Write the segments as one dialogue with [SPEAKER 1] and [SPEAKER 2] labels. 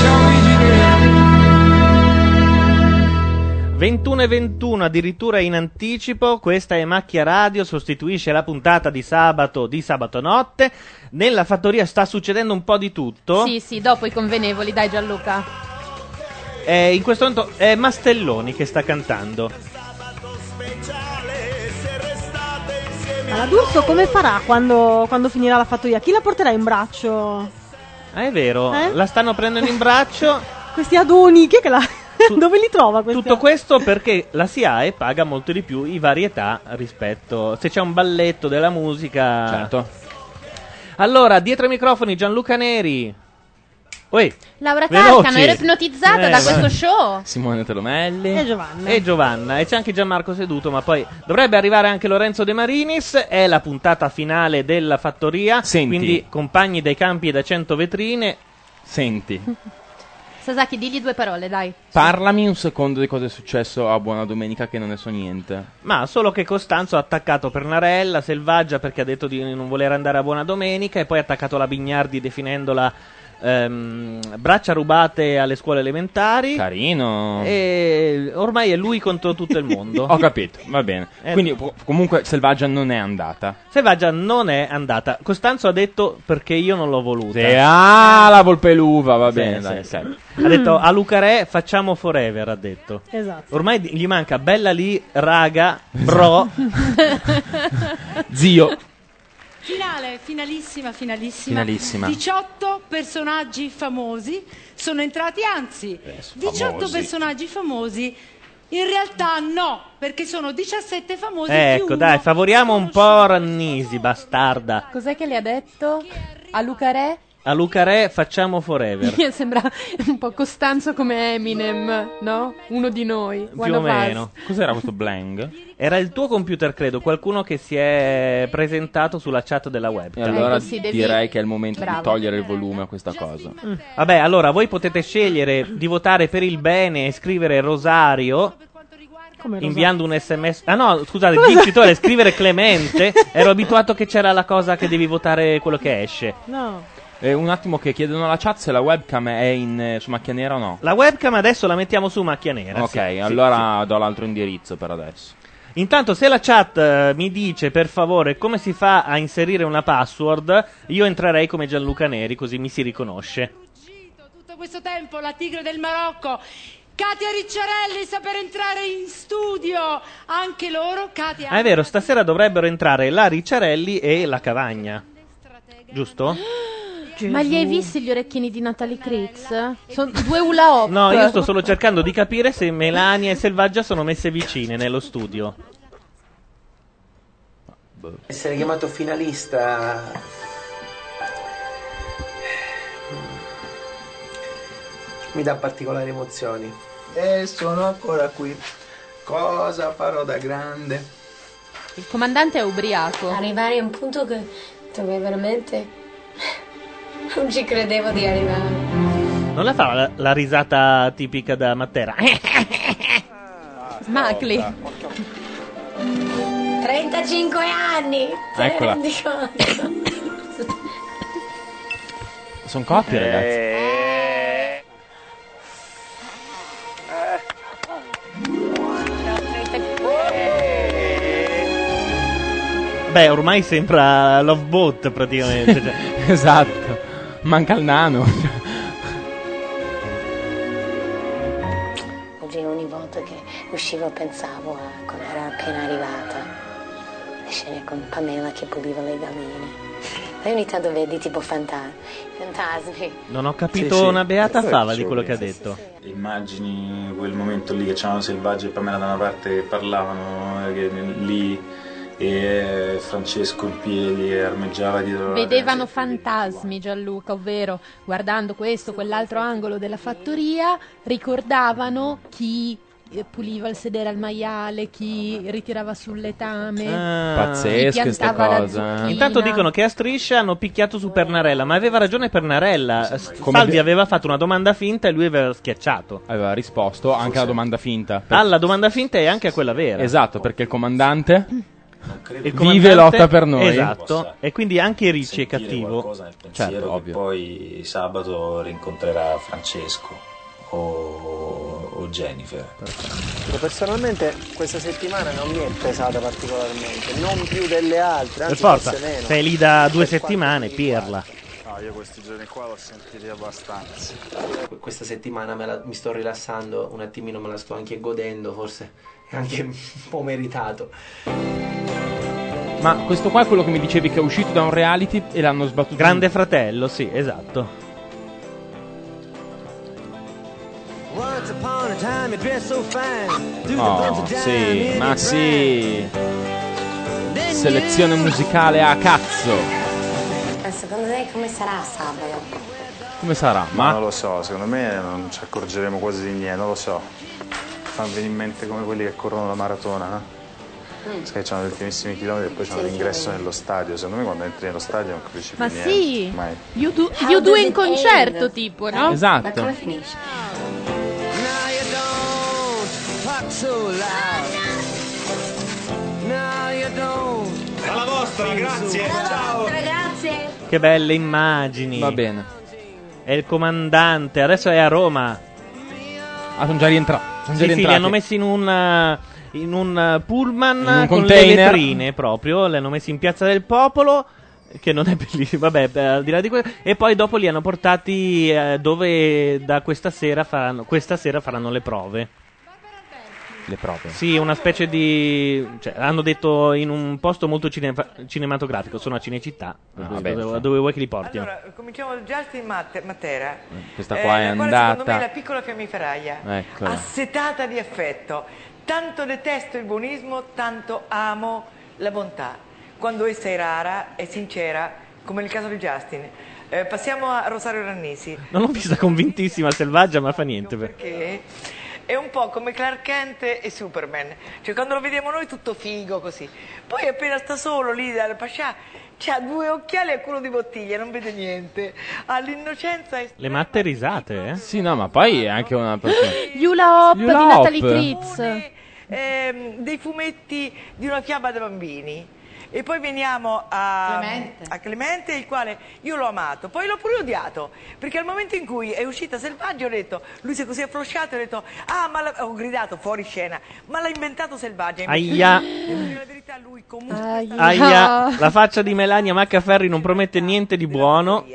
[SPEAKER 1] Ciao Vigile.
[SPEAKER 2] 21 e 21 addirittura in anticipo, questa è Macchia Radio, sostituisce la puntata di sabato di sabato notte. Nella fattoria sta succedendo un po' di tutto.
[SPEAKER 3] Sì, sì, dopo i convenevoli, dai Gianluca.
[SPEAKER 2] Eh, in questo momento è Mastelloni che sta cantando.
[SPEAKER 4] Ma la D'Urso come farà quando, quando finirà la fattoria? Chi la porterà in braccio?
[SPEAKER 2] Ah, è vero,
[SPEAKER 4] Eh?
[SPEAKER 2] la stanno prendendo in braccio.
[SPEAKER 4] Questi adoni, chi è che la... dove li trova questi?
[SPEAKER 2] Tutto questo perché la SIAE paga molto di più i varietà rispetto. Se c'è un balletto della musica. Certo. Allora, dietro ai microfoni Gianluca Neri. Ui,
[SPEAKER 3] Laura
[SPEAKER 2] Veloci.
[SPEAKER 3] Carcano era ipnotizzata
[SPEAKER 2] Eh,
[SPEAKER 3] da
[SPEAKER 2] vai.
[SPEAKER 3] questo show.
[SPEAKER 2] Simone Tolomelli
[SPEAKER 3] E
[SPEAKER 4] Giovanna.
[SPEAKER 2] e Giovanna e c'è anche Gianmarco seduto ma poi dovrebbe arrivare anche Lorenzo De Marinis è la puntata finale della fattoria quindi compagni dai campi e da 100 vetrine
[SPEAKER 5] Senti,
[SPEAKER 3] Sasaki, digli due parole, dai.
[SPEAKER 5] parlami un secondo di cosa è successo a Buona Domenica che non ne so niente.
[SPEAKER 2] ma solo che Costanzo ha attaccato Pernarella selvaggia perché ha detto di non voler andare a buona domenica e poi ha attaccato la Bignardi definendola ehm, braccia rubate alle scuole elementari
[SPEAKER 5] Carino.
[SPEAKER 2] e ormai è lui contro tutto il mondo
[SPEAKER 5] Ho capito, va bene.
[SPEAKER 2] Eh.
[SPEAKER 5] Quindi po- comunque Selvaggia non è andata.
[SPEAKER 2] Selvaggia non è andata. Costanzo ha detto perché io non l'ho voluta.
[SPEAKER 5] E ah, la Volpeluva, va
[SPEAKER 2] Sì,
[SPEAKER 5] bene,
[SPEAKER 2] sì,
[SPEAKER 5] dai.
[SPEAKER 2] sì. Ha detto a Lucarè facciamo forever, ha detto.
[SPEAKER 4] Esatto.
[SPEAKER 2] Ormai di- gli manca bella lì, raga, bro,
[SPEAKER 5] zio.
[SPEAKER 6] Finale, finalissima, finalissima.
[SPEAKER 5] Finalissima.
[SPEAKER 6] 18 personaggi famosi sono entrati, anzi,
[SPEAKER 2] Eh,
[SPEAKER 6] 18
[SPEAKER 5] famosi.
[SPEAKER 6] personaggi famosi. In realtà no, perché sono 17 famosi più
[SPEAKER 2] Ecco,
[SPEAKER 6] uno.
[SPEAKER 2] dai, favoriamo un po' Rannisi, bastarda.
[SPEAKER 7] Cos'è che le ha detto a Luca Re?
[SPEAKER 2] A Lucarè facciamo forever.
[SPEAKER 7] Mi sembra un po' Costanzo come Eminem, no? Uno di noi. one
[SPEAKER 2] più o
[SPEAKER 7] of us.
[SPEAKER 2] meno.
[SPEAKER 5] Cos'era questo blank?
[SPEAKER 2] Era il tuo computer, credo, qualcuno che si è presentato sulla chat della
[SPEAKER 5] E
[SPEAKER 2] webcam.
[SPEAKER 5] allora
[SPEAKER 7] Ecco, sì, devi-
[SPEAKER 5] direi che è il momento
[SPEAKER 7] Bravo.
[SPEAKER 5] di togliere il volume a questa cosa.
[SPEAKER 2] Mm. Vabbè, allora voi potete scegliere di votare per il bene e scrivere Rosario
[SPEAKER 4] Come lo
[SPEAKER 2] inviando un sms. Ah no, scusate, il vincitore scrivere Clemente. Ero abituato che c'era la cosa che devi votare quello che esce.
[SPEAKER 4] so? No.
[SPEAKER 5] Eh, un attimo che chiedono alla chat se la webcam è in, eh, su macchia nera o no.
[SPEAKER 2] La webcam adesso la mettiamo su macchia nera.
[SPEAKER 5] ok,
[SPEAKER 2] sì, sì,
[SPEAKER 5] allora do l'altro indirizzo per adesso.
[SPEAKER 2] sì. Intanto se la chat eh, mi dice per favore come si fa a inserire una password, io entrerei come Gianluca Neri così mi si riconosce.
[SPEAKER 6] Tutto questo tempo la tigre del Marocco. Katia Ricciarelli sa per entrare in studio. Anche loro, Katia.
[SPEAKER 2] Ah, è vero, stasera dovrebbero entrare la Ricciarelli e la Cavagna. Giusto?
[SPEAKER 7] Ma gli hai visti gli orecchini di Natalie Critz? Sono due hula hop.
[SPEAKER 2] No, io sto solo cercando di capire se Melania e Selvaggia sono messe vicine nello studio.
[SPEAKER 8] Essere chiamato finalista. mm, Mi dà particolari emozioni. E sono ancora qui. Cosa farò da grande?
[SPEAKER 7] Il comandante è ubriaco.
[SPEAKER 9] Arrivare a un punto che dove veramente non ci credevo di arrivare.
[SPEAKER 2] Non la fa la, la risata tipica da Matera?
[SPEAKER 9] 35 anni! Te
[SPEAKER 5] Eccola.
[SPEAKER 9] ne rendi conto?
[SPEAKER 5] Sono cotti,
[SPEAKER 2] Eh,
[SPEAKER 5] ragazzi.
[SPEAKER 2] Beh, ormai sembra Love Boat praticamente. cioè.
[SPEAKER 5] esatto. Manca il nano.
[SPEAKER 9] Oggi ogni volta che uscivo pensavo a quando era appena arrivata. Le scene con Pamela che puliva le galline. Poi ogni tanto vedi tipo fanta- fantasmi.
[SPEAKER 2] Non ho capito
[SPEAKER 10] Sì, sì.
[SPEAKER 2] una beata
[SPEAKER 10] Sì,
[SPEAKER 2] fava
[SPEAKER 10] sì,
[SPEAKER 2] di quello
[SPEAKER 10] sì,
[SPEAKER 2] che ha
[SPEAKER 10] sì,
[SPEAKER 2] detto.
[SPEAKER 10] Immagini quel momento lì che c'erano Selvaggio e Pamela da una parte che parlavano, eh, che lì e Francesco in piedi armeggiava dietro la
[SPEAKER 7] Vedevano fantasmi Gianluca, ovvero guardando questo, quell'altro angolo della fattoria, ricordavano chi eh, puliva il sedere al maiale, chi ritirava sul letame,
[SPEAKER 5] Pazzesche
[SPEAKER 7] chi
[SPEAKER 5] ste
[SPEAKER 7] Eh, piantava la
[SPEAKER 5] cose, eh.
[SPEAKER 7] zucchina.
[SPEAKER 2] Ah. Intanto dicono che a striscia hanno picchiato su Pernarella, ma aveva ragione Pernarella. S-
[SPEAKER 5] Come
[SPEAKER 2] Salvi
[SPEAKER 5] de-
[SPEAKER 2] aveva fatto una domanda finta e lui aveva schiacciato.
[SPEAKER 5] Aveva risposto anche alla domanda finta. Per-
[SPEAKER 2] Alla domanda finta e anche a quella vera.
[SPEAKER 5] Esatto, perché il comandante
[SPEAKER 2] Il
[SPEAKER 5] vive
[SPEAKER 2] comandante-
[SPEAKER 5] lotta per noi.
[SPEAKER 2] Esatto. E quindi anche Ricci è cattivo. Certo.
[SPEAKER 10] pensiero che poi sabato rincontrerà Francesco o, o Jennifer.
[SPEAKER 8] Personalmente questa settimana non mi è pesata particolarmente, non più delle altre,
[SPEAKER 2] Per
[SPEAKER 8] anzi
[SPEAKER 2] forza,
[SPEAKER 8] forse meno.
[SPEAKER 2] sei lì da due
[SPEAKER 8] Per quanto
[SPEAKER 2] settimane, pirla.
[SPEAKER 11] No, io questi giorni qua l'ho sentiti abbastanza.
[SPEAKER 8] Que- Questa settimana me la- mi sto rilassando un attimino, me la sto anche godendo, forse è anche un po' meritato.
[SPEAKER 5] Ma questo qua è quello che mi dicevi che è uscito da un reality e l'hanno sbattuto.
[SPEAKER 2] Grande fratello, sì, esatto.
[SPEAKER 1] Once upon a time you dressed so fine. Through the buds
[SPEAKER 5] Oh,
[SPEAKER 1] of
[SPEAKER 5] sì,
[SPEAKER 1] dime
[SPEAKER 5] ma
[SPEAKER 1] in
[SPEAKER 5] sì.
[SPEAKER 1] your prime.
[SPEAKER 5] Selezione musicale a cazzo.
[SPEAKER 9] Ma Eh, secondo te come sarà sabato?
[SPEAKER 5] Come sarà?
[SPEAKER 11] Ma non lo so, secondo me non ci accorgeremo quasi di niente, non lo so. Fanno venire in mente come quelli che corrono la maratona, no? Sai che c'hanno gli ultimissimi chilometri e poi c'hanno
[SPEAKER 7] Mm. Sì,
[SPEAKER 11] l'ingresso
[SPEAKER 7] sì.
[SPEAKER 11] nello stadio. Secondo me quando entri nello stadio non capisci più
[SPEAKER 7] Ma
[SPEAKER 11] niente.
[SPEAKER 7] sì,
[SPEAKER 11] Mai.
[SPEAKER 7] you do,
[SPEAKER 9] How
[SPEAKER 7] you do
[SPEAKER 9] does
[SPEAKER 7] in
[SPEAKER 9] it
[SPEAKER 7] concerto
[SPEAKER 9] end?
[SPEAKER 7] tipo, no?
[SPEAKER 11] Esatto.
[SPEAKER 9] Ma come finisce?
[SPEAKER 1] Now you don't talk so loud. Now you don't. Alla vostra, grazie. Ciao.
[SPEAKER 9] Grazie.
[SPEAKER 2] Che belle immagini. Va
[SPEAKER 5] bene.
[SPEAKER 2] È il comandante, adesso è a Roma.
[SPEAKER 5] Ah, sono già rientrati. Sono già
[SPEAKER 2] Sì, sì, li
[SPEAKER 5] rientrati.
[SPEAKER 2] hanno messi in un, eh, in un eh, pullman
[SPEAKER 5] In un
[SPEAKER 2] con le
[SPEAKER 5] container.
[SPEAKER 2] vetrine proprio, li hanno messi in Piazza del Popolo che non è bellissimo, vabbè, eh, al di là di questo e poi dopo li hanno portati eh, dove da questa sera faranno questa sera faranno le prove.
[SPEAKER 5] Le prove.
[SPEAKER 2] Sì, una specie di cioè, hanno detto in un posto molto cinema- cinematografico, sono a Cinecittà, per cui
[SPEAKER 5] vabbè,
[SPEAKER 2] dove,
[SPEAKER 5] sì.
[SPEAKER 2] dove vuoi che li portino?
[SPEAKER 12] Allora, cominciamo già in Mate- Matera.
[SPEAKER 5] Questa
[SPEAKER 11] Eh,
[SPEAKER 5] qua è
[SPEAKER 12] la quale, Secondo me è
[SPEAKER 5] andata. ecco.
[SPEAKER 12] la piccola fiammiferaia,
[SPEAKER 5] Eccola.
[SPEAKER 12] assetata di affetto. Tanto detesto il buonismo, tanto amo la bontà. Quando essa è rara e sincera, come nel caso di Justin. Eh, passiamo a Rosario Rannisi,
[SPEAKER 2] Non l'ho vista convintissima selvaggia, ma fa niente. per-
[SPEAKER 12] che è un po' come Clark Kent e Superman. Cioè, quando lo vediamo noi tutto figo così. Poi appena sta solo lì dal Pascià, c'ha due occhiali a culo di bottiglia, non vede niente. All'innocenza è...
[SPEAKER 2] Le matte risate, eh?
[SPEAKER 5] Sì, no, ma poi è anche una persona.
[SPEAKER 7] Yula Hop
[SPEAKER 5] Yula
[SPEAKER 7] di
[SPEAKER 5] Hop.
[SPEAKER 7] Natalie Tritz.
[SPEAKER 12] ehm, dei fumetti di una fiaba da bambini. E poi veniamo a Clemente. a Clemente, il quale io l'ho amato, poi l'ho pure odiato, perché al momento in cui è uscita Selvaggia ho detto, lui si è così afflosciato, ho detto, ah, ma l'ha- ho gridato fuori scena, ma l'ha inventato Selvaggia.
[SPEAKER 2] Aia.
[SPEAKER 12] Devo dire la verità, lui comunque
[SPEAKER 2] Aia, la faccia di Melania Maccaferri non
[SPEAKER 11] Ah,
[SPEAKER 2] promette niente di buono.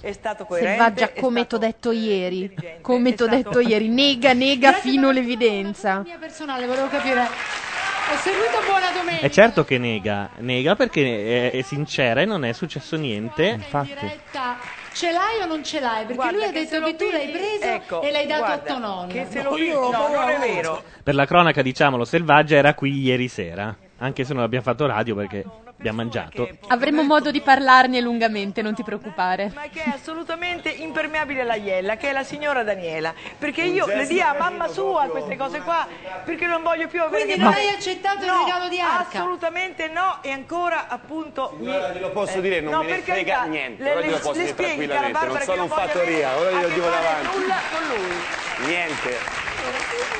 [SPEAKER 12] è stato coerente.
[SPEAKER 7] Selvaggia, come t'ho detto ieri, come t'ho detto ieri, nega, nega fino all'evidenza.
[SPEAKER 6] personale, volevo capire. Ho seguito Buona Domenica.
[SPEAKER 2] È certo che nega, nega perché è, è sincera e non è successo niente. Infatti.
[SPEAKER 6] diretta, Ce l'hai o non ce l'hai? Perché
[SPEAKER 12] Guarda
[SPEAKER 6] lui ha
[SPEAKER 12] che se
[SPEAKER 6] detto
[SPEAKER 12] lo
[SPEAKER 6] che tu l'hai
[SPEAKER 12] vedi-
[SPEAKER 6] preso
[SPEAKER 12] ecco,
[SPEAKER 6] e l'hai dato a
[SPEAKER 12] guarda,
[SPEAKER 6] tuo nonno.
[SPEAKER 12] che se lo vedi- no, non è vero.
[SPEAKER 2] Per la cronaca, diciamolo, Selvaggia era qui ieri sera. Anche se non abbiamo fatto radio
[SPEAKER 11] Ah,
[SPEAKER 2] perché abbiamo mangiato.
[SPEAKER 7] Avremo modo di parlarne lungamente, non ti preoccupare.
[SPEAKER 12] Ma che è assolutamente impermeabile alla Iella, che è la signora Daniela. Perché io
[SPEAKER 7] Un
[SPEAKER 12] le
[SPEAKER 7] gesto
[SPEAKER 12] dia a
[SPEAKER 7] carino
[SPEAKER 12] mamma sua queste cose qua, perché non voglio più avere
[SPEAKER 6] Quindi
[SPEAKER 12] che
[SPEAKER 6] non
[SPEAKER 12] fare-
[SPEAKER 6] hai accettato il
[SPEAKER 12] No,
[SPEAKER 6] regalo di Arca?
[SPEAKER 12] Assolutamente no, e ancora appunto.
[SPEAKER 11] Guarda,
[SPEAKER 12] gli-
[SPEAKER 11] glielo posso
[SPEAKER 12] eh,
[SPEAKER 11] dire, non
[SPEAKER 12] no,
[SPEAKER 11] me ne
[SPEAKER 12] per
[SPEAKER 11] frega
[SPEAKER 12] carità,
[SPEAKER 11] niente.
[SPEAKER 12] Le,
[SPEAKER 11] Ora
[SPEAKER 12] le,
[SPEAKER 11] glielo posso
[SPEAKER 12] le
[SPEAKER 11] dire
[SPEAKER 12] spieghi, cara
[SPEAKER 11] tranquillamente,
[SPEAKER 12] Barbara,
[SPEAKER 11] non
[SPEAKER 12] che
[SPEAKER 11] sono un
[SPEAKER 12] voglio avere
[SPEAKER 11] fattoria, ora
[SPEAKER 12] a
[SPEAKER 11] glielo
[SPEAKER 12] che
[SPEAKER 11] dico
[SPEAKER 12] fare
[SPEAKER 11] davanti.
[SPEAKER 12] Nulla con lui.
[SPEAKER 11] Niente.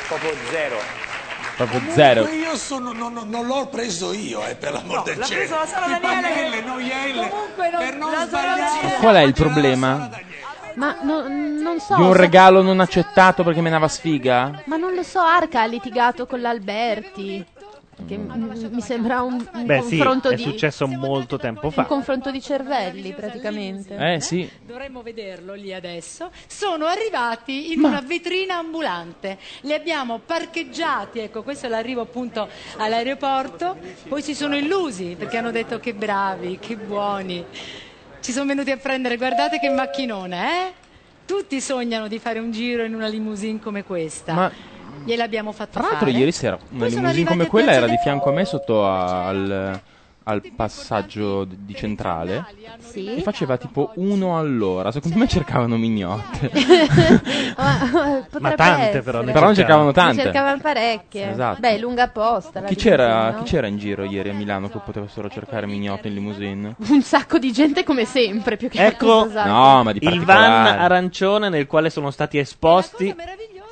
[SPEAKER 11] Proprio zero.
[SPEAKER 5] Proprio zero.
[SPEAKER 13] Comunque Io sono, non, non- non l'ho preso io, eh, per l'amor del
[SPEAKER 12] l'ha
[SPEAKER 13] cielo.
[SPEAKER 12] preso la Sara
[SPEAKER 13] I
[SPEAKER 12] Daniele che-
[SPEAKER 13] pannelli, no, i elle.
[SPEAKER 12] Comunque non,
[SPEAKER 13] Per non
[SPEAKER 12] la Sara Daniela-
[SPEAKER 5] Qual è il problema?
[SPEAKER 7] Ma no- non so.
[SPEAKER 5] Di un
[SPEAKER 7] sa-
[SPEAKER 5] regalo non accettato perché menava sfiga?
[SPEAKER 7] Ma non lo so, Arca ha litigato con l'Alberti. Che
[SPEAKER 5] Mm.
[SPEAKER 7] m- mi sembra un, un
[SPEAKER 2] Beh, sì,
[SPEAKER 7] confronto
[SPEAKER 2] è
[SPEAKER 7] di
[SPEAKER 2] successo molto tempo
[SPEAKER 7] un
[SPEAKER 2] fa.
[SPEAKER 7] confronto di cervelli praticamente.
[SPEAKER 2] Eh, sì.
[SPEAKER 6] Dovremmo vederlo lì adesso. Sono arrivati in una vetrina ambulante. Li abbiamo parcheggiati, ecco, questo è l'arrivo appunto all'aeroporto. Poi si sono illusi perché hanno detto che bravi, che buoni. Ci sono venuti a prendere, guardate che macchinone, eh? Tutti sognano di fare un giro in una limousine come questa.
[SPEAKER 5] Ma
[SPEAKER 6] Gliel'abbiamo fatto
[SPEAKER 5] Tra l'altro,
[SPEAKER 6] fare.
[SPEAKER 5] ieri sera una
[SPEAKER 6] Poi sono
[SPEAKER 5] limousine come
[SPEAKER 6] arrivati a
[SPEAKER 5] quella
[SPEAKER 6] Piazza
[SPEAKER 5] era di
[SPEAKER 6] del-
[SPEAKER 5] fianco a me sotto a- al, al passaggio d- di centrale e faceva tipo uno all'ora. Secondo me cercavano mignotte.
[SPEAKER 7] Ma, potrebbe
[SPEAKER 5] tante, però, ne
[SPEAKER 7] essere.
[SPEAKER 5] Però ne cercavano cercavano. tante.
[SPEAKER 7] Ne cercavano parecchie.
[SPEAKER 5] Esatto.
[SPEAKER 7] Beh, lunga apposta. la
[SPEAKER 5] Chi c'era,
[SPEAKER 7] limousine, no?
[SPEAKER 5] chi c'era in giro ieri a Milano che poteva solo cercare mignotte in limousine?
[SPEAKER 7] Un sacco di gente come sempre, più che esatto.
[SPEAKER 2] Ecco
[SPEAKER 7] qualcosa.
[SPEAKER 5] No, Ah, ma di
[SPEAKER 2] il van
[SPEAKER 5] particolare.
[SPEAKER 2] arancione nel quale sono stati esposti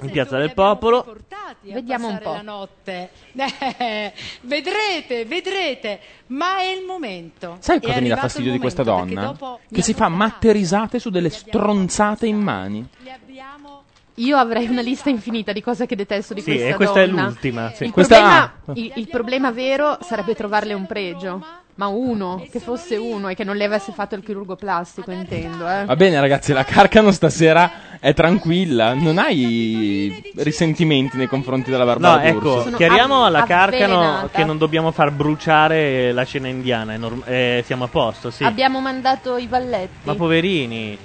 [SPEAKER 2] in Piazza del Popolo.
[SPEAKER 6] Vediamo un po'. la notte. Eh, vedrete, vedrete, ma è il momento.
[SPEAKER 5] Sai
[SPEAKER 6] È
[SPEAKER 5] cosa mi dà
[SPEAKER 6] arrivato
[SPEAKER 5] fastidio
[SPEAKER 6] il
[SPEAKER 5] di questa
[SPEAKER 6] momento,
[SPEAKER 5] donna?
[SPEAKER 6] perché dopo
[SPEAKER 5] Che si fa matte risate su delle stronzate in mani.
[SPEAKER 7] Io avrei una lista infinita di cose che detesto di questa donna. Il,
[SPEAKER 5] Questa-
[SPEAKER 7] problema,
[SPEAKER 5] ah.
[SPEAKER 7] il, il problema vero sarebbe trovarle un pregio. Ma uno, che fosse uno e che non le avesse fatto il chirurgo plastico, intendo. Eh.
[SPEAKER 5] Va bene, ragazzi, la Carcano stasera è tranquilla. Non hai risentimenti nei confronti della
[SPEAKER 2] No,
[SPEAKER 5] Barbara
[SPEAKER 2] ecco,
[SPEAKER 5] D'Urso.
[SPEAKER 2] chiariamo alla Carcano
[SPEAKER 7] avvelenata.
[SPEAKER 2] che non dobbiamo far bruciare la cena indiana, è norm- eh, siamo a posto, sì.
[SPEAKER 7] Abbiamo mandato i valletti.
[SPEAKER 2] Ma poverini.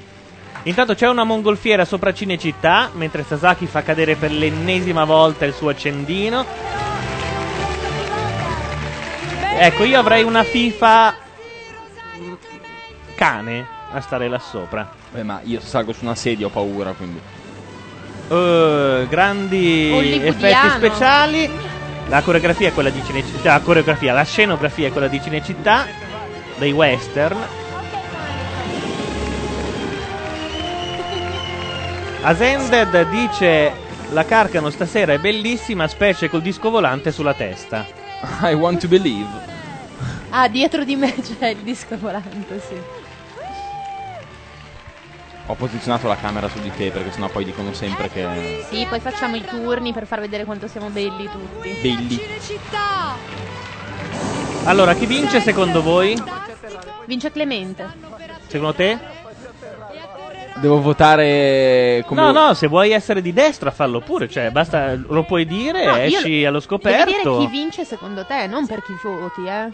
[SPEAKER 2] Intanto c'è una mongolfiera sopra Cinecittà, mentre Sasaki fa cadere per l'ennesima volta il suo accendino. Ecco, io avrei una FIFA mm, cane a stare là sopra.
[SPEAKER 5] Beh, ma io salgo su una sedia, ho paura, quindi.
[SPEAKER 2] Eh, grandi effetti
[SPEAKER 5] Hollywoodiano.
[SPEAKER 2] speciali. La coreografia è quella di Cinecittà, la coreografia, la scenografia è quella di Cinecittà, dei western. Asended dice la Carcano stasera è bellissima, specie col disco volante sulla testa.
[SPEAKER 5] I want to believe.
[SPEAKER 7] Ah, dietro di me c'è il disco volante, sì.
[SPEAKER 5] Ho posizionato la camera su di te perché sennò poi dicono sempre che.
[SPEAKER 7] Sì, poi facciamo i turni per far vedere quanto siamo belli tutti.
[SPEAKER 5] Belli.
[SPEAKER 7] Cinecittà!
[SPEAKER 2] Allora, chi vince secondo voi?
[SPEAKER 7] Vince Clemente.
[SPEAKER 2] Secondo te?
[SPEAKER 5] Devo votare come.
[SPEAKER 2] No, no, se vuoi essere di destra fallo pure, cioè basta, lo puoi dire,
[SPEAKER 7] No, io-
[SPEAKER 2] esci allo
[SPEAKER 7] Devi
[SPEAKER 2] scoperto.
[SPEAKER 7] dire chi vince secondo te, non per chi voti, eh.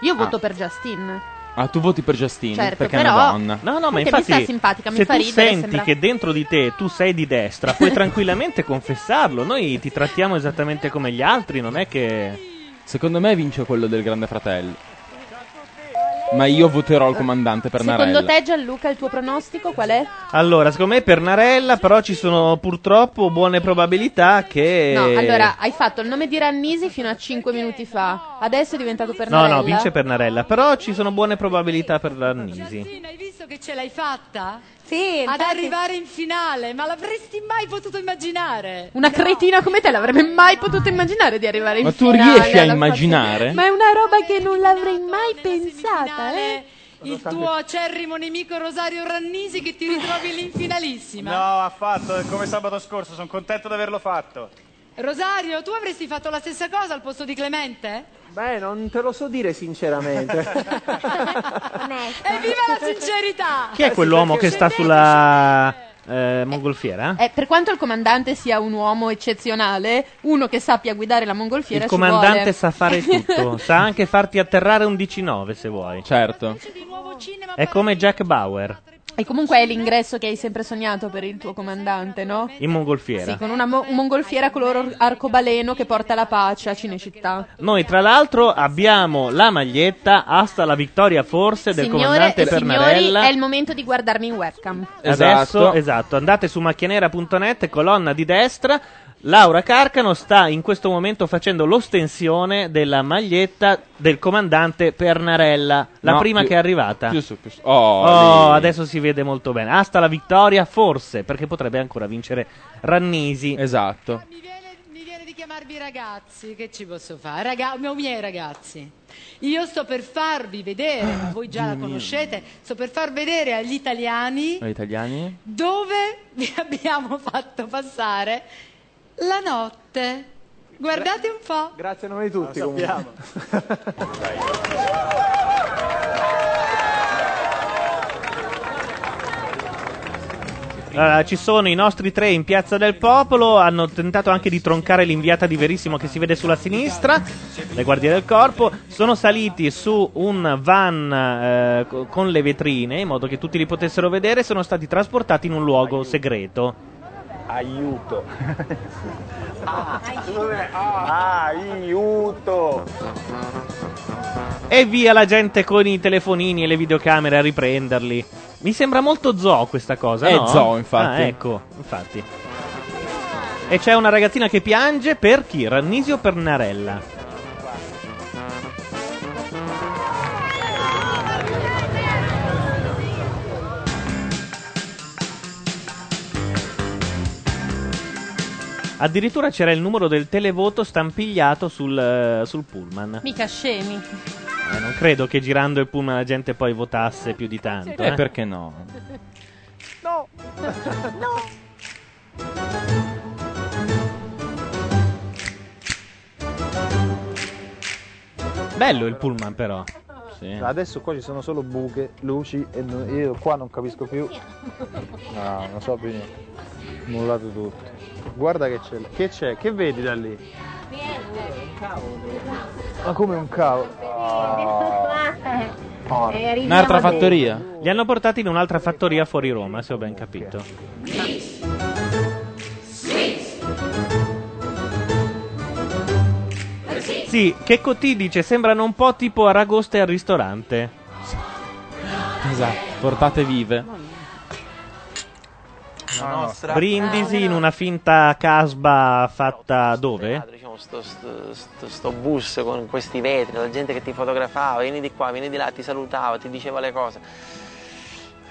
[SPEAKER 7] Io voto
[SPEAKER 5] Ah.
[SPEAKER 7] per Justin.
[SPEAKER 5] Ah, tu voti per Justine
[SPEAKER 7] Certo,
[SPEAKER 5] perché è
[SPEAKER 7] però-
[SPEAKER 5] una donna.
[SPEAKER 2] No, no, ma
[SPEAKER 7] Perché mi
[SPEAKER 2] infatti,
[SPEAKER 7] sta simpatica, mi
[SPEAKER 2] se
[SPEAKER 7] fa
[SPEAKER 2] tu
[SPEAKER 7] ridere,
[SPEAKER 2] senti
[SPEAKER 7] sembra-
[SPEAKER 2] che dentro di te tu sei di destra, puoi tranquillamente confessarlo. Noi ti trattiamo esattamente come gli altri, non è che.
[SPEAKER 5] Secondo me vince quello del Grande Fratello. Ma io voterò il comandante per
[SPEAKER 7] Secondo
[SPEAKER 5] Narella.
[SPEAKER 7] te Gianluca il tuo pronostico qual è?
[SPEAKER 2] Allora, secondo me per Narella, però ci sono purtroppo buone probabilità
[SPEAKER 5] Eh.
[SPEAKER 2] che.
[SPEAKER 7] No, allora hai fatto il nome di Rannisi fino a 5 minuti fa. Adesso è diventato per
[SPEAKER 2] No,
[SPEAKER 7] Narella.
[SPEAKER 2] no, vince per Narella, però ci sono buone probabilità per Darnisi.
[SPEAKER 6] Hai visto che ce l'hai fatta? Sì. Ad arrivare in finale, ma l'avresti mai potuto immaginare?
[SPEAKER 7] Una cretina come te l'avrebbe mai potuto immaginare di arrivare in
[SPEAKER 5] Ma tu
[SPEAKER 7] finale
[SPEAKER 5] riesci a
[SPEAKER 7] alla-
[SPEAKER 5] immaginare?
[SPEAKER 7] Ma è una roba che non l'avrei mai pensata, eh.
[SPEAKER 6] Il tuo acerrimo nemico Rosario Rannisi che ti ritrovi lì in finalissima.
[SPEAKER 10] No, affatto, è come sabato scorso, sono contento di averlo fatto.
[SPEAKER 6] Rosario, tu avresti fatto la stessa cosa al posto di Clemente?
[SPEAKER 8] Beh, non te lo so dire sinceramente.
[SPEAKER 7] Ecco.
[SPEAKER 6] Evviva la sincerità!
[SPEAKER 7] Ah,
[SPEAKER 2] Chi è quell'uomo che sta sulla. eh, mongolfiera?
[SPEAKER 7] Eh, per quanto il comandante sia un uomo eccezionale, uno che sappia guidare la mongolfiera
[SPEAKER 2] Il
[SPEAKER 7] ci
[SPEAKER 2] comandante
[SPEAKER 7] vuole.
[SPEAKER 2] sa fare tutto, sa anche farti atterrare un 19 se vuoi.
[SPEAKER 5] Certo.
[SPEAKER 2] È come Jack Bauer
[SPEAKER 7] E comunque è l'ingresso che hai sempre sognato per il tuo comandante, no?
[SPEAKER 2] in mongolfiera.
[SPEAKER 7] Sì, con una mo- un mongolfiera color or- arcobaleno che porta la pace a Cinecittà.
[SPEAKER 2] Noi, tra l'altro, abbiamo la maglietta Asta la vittoria forse del
[SPEAKER 7] Signore
[SPEAKER 2] comandante
[SPEAKER 7] e signori,
[SPEAKER 2] Pernarella.
[SPEAKER 7] è il momento di guardarmi in webcam.
[SPEAKER 2] Adesso, esatto, andate su macchianera.net, colonna di destra. Laura Carcano sta in questo momento facendo l'ostensione della maglietta del comandante Pernarella, la
[SPEAKER 5] No,
[SPEAKER 2] prima
[SPEAKER 5] più-
[SPEAKER 2] che è arrivata.
[SPEAKER 5] più su, più su. Oh, lì.
[SPEAKER 2] adesso si vede molto bene. Asta la vittoria, forse, perché potrebbe ancora vincere Rannisi.
[SPEAKER 5] Esatto.
[SPEAKER 6] Mi viene di chiamarvi ragazzi, che ci posso fare? Raga- no, miei ragazzi, io sto per farvi vedere, ma voi già la
[SPEAKER 5] Dio mio.
[SPEAKER 6] conoscete, sto per far vedere agli italiani
[SPEAKER 5] Gli italiani?
[SPEAKER 6] dove vi abbiamo fatto passare la notte. Guardate un po'.
[SPEAKER 8] Grazie a nome di tutti. comunque.
[SPEAKER 2] Allora, ci sono i nostri tre in Piazza del Popolo, hanno tentato anche di troncare l'inviata di Verissimo che si vede sulla sinistra, le guardie del corpo, sono saliti su un van eh, co- con le vetrine in modo che tutti li potessero vedere, sono stati trasportati in un luogo segreto.
[SPEAKER 1] Aiuto. Ah, non è ah, aiuto.
[SPEAKER 2] E via la gente con i telefonini e le videocamere a riprenderli. Mi sembra molto zoo questa cosa,
[SPEAKER 5] È
[SPEAKER 2] no?
[SPEAKER 5] zoo, infatti.
[SPEAKER 2] Ah, ecco, infatti. E c'è una ragazzina che piange per chi? Rannisio o per Narella? Addirittura c'era il numero del televoto stampigliato sul, eh, sul pullman.
[SPEAKER 14] Mica scemi.
[SPEAKER 2] Eh, non credo che girando il pullman la gente poi votasse più di tanto.
[SPEAKER 5] Eh,
[SPEAKER 2] eh.
[SPEAKER 5] perché no?
[SPEAKER 15] No! No!
[SPEAKER 2] Bello il pullman però. Eh.
[SPEAKER 10] Adesso qua ci sono solo buche, luci e no- io qua non capisco più. No, non so più niente. Mollato tutto. Guarda che c'è. Che c'è? Che vedi da lì? Ma come un cavo?
[SPEAKER 16] Ah.
[SPEAKER 7] Eh,
[SPEAKER 6] Eh,
[SPEAKER 2] Un'altra fattoria. Li hanno portati in un'altra fattoria fuori Roma, se ho ben capito. Sì, che Cotti dice sembrano un po' tipo aragoste al ristorante.
[SPEAKER 5] Esatto, portate vive.
[SPEAKER 2] La Brindisi in una finta casba fatta
[SPEAKER 8] teatro,
[SPEAKER 2] dove?
[SPEAKER 8] diciamo, sto, sto- sto- sto bus con questi vetri, la gente che ti fotografava, vieni di qua, vieni di là, ti salutava, ti diceva le cose.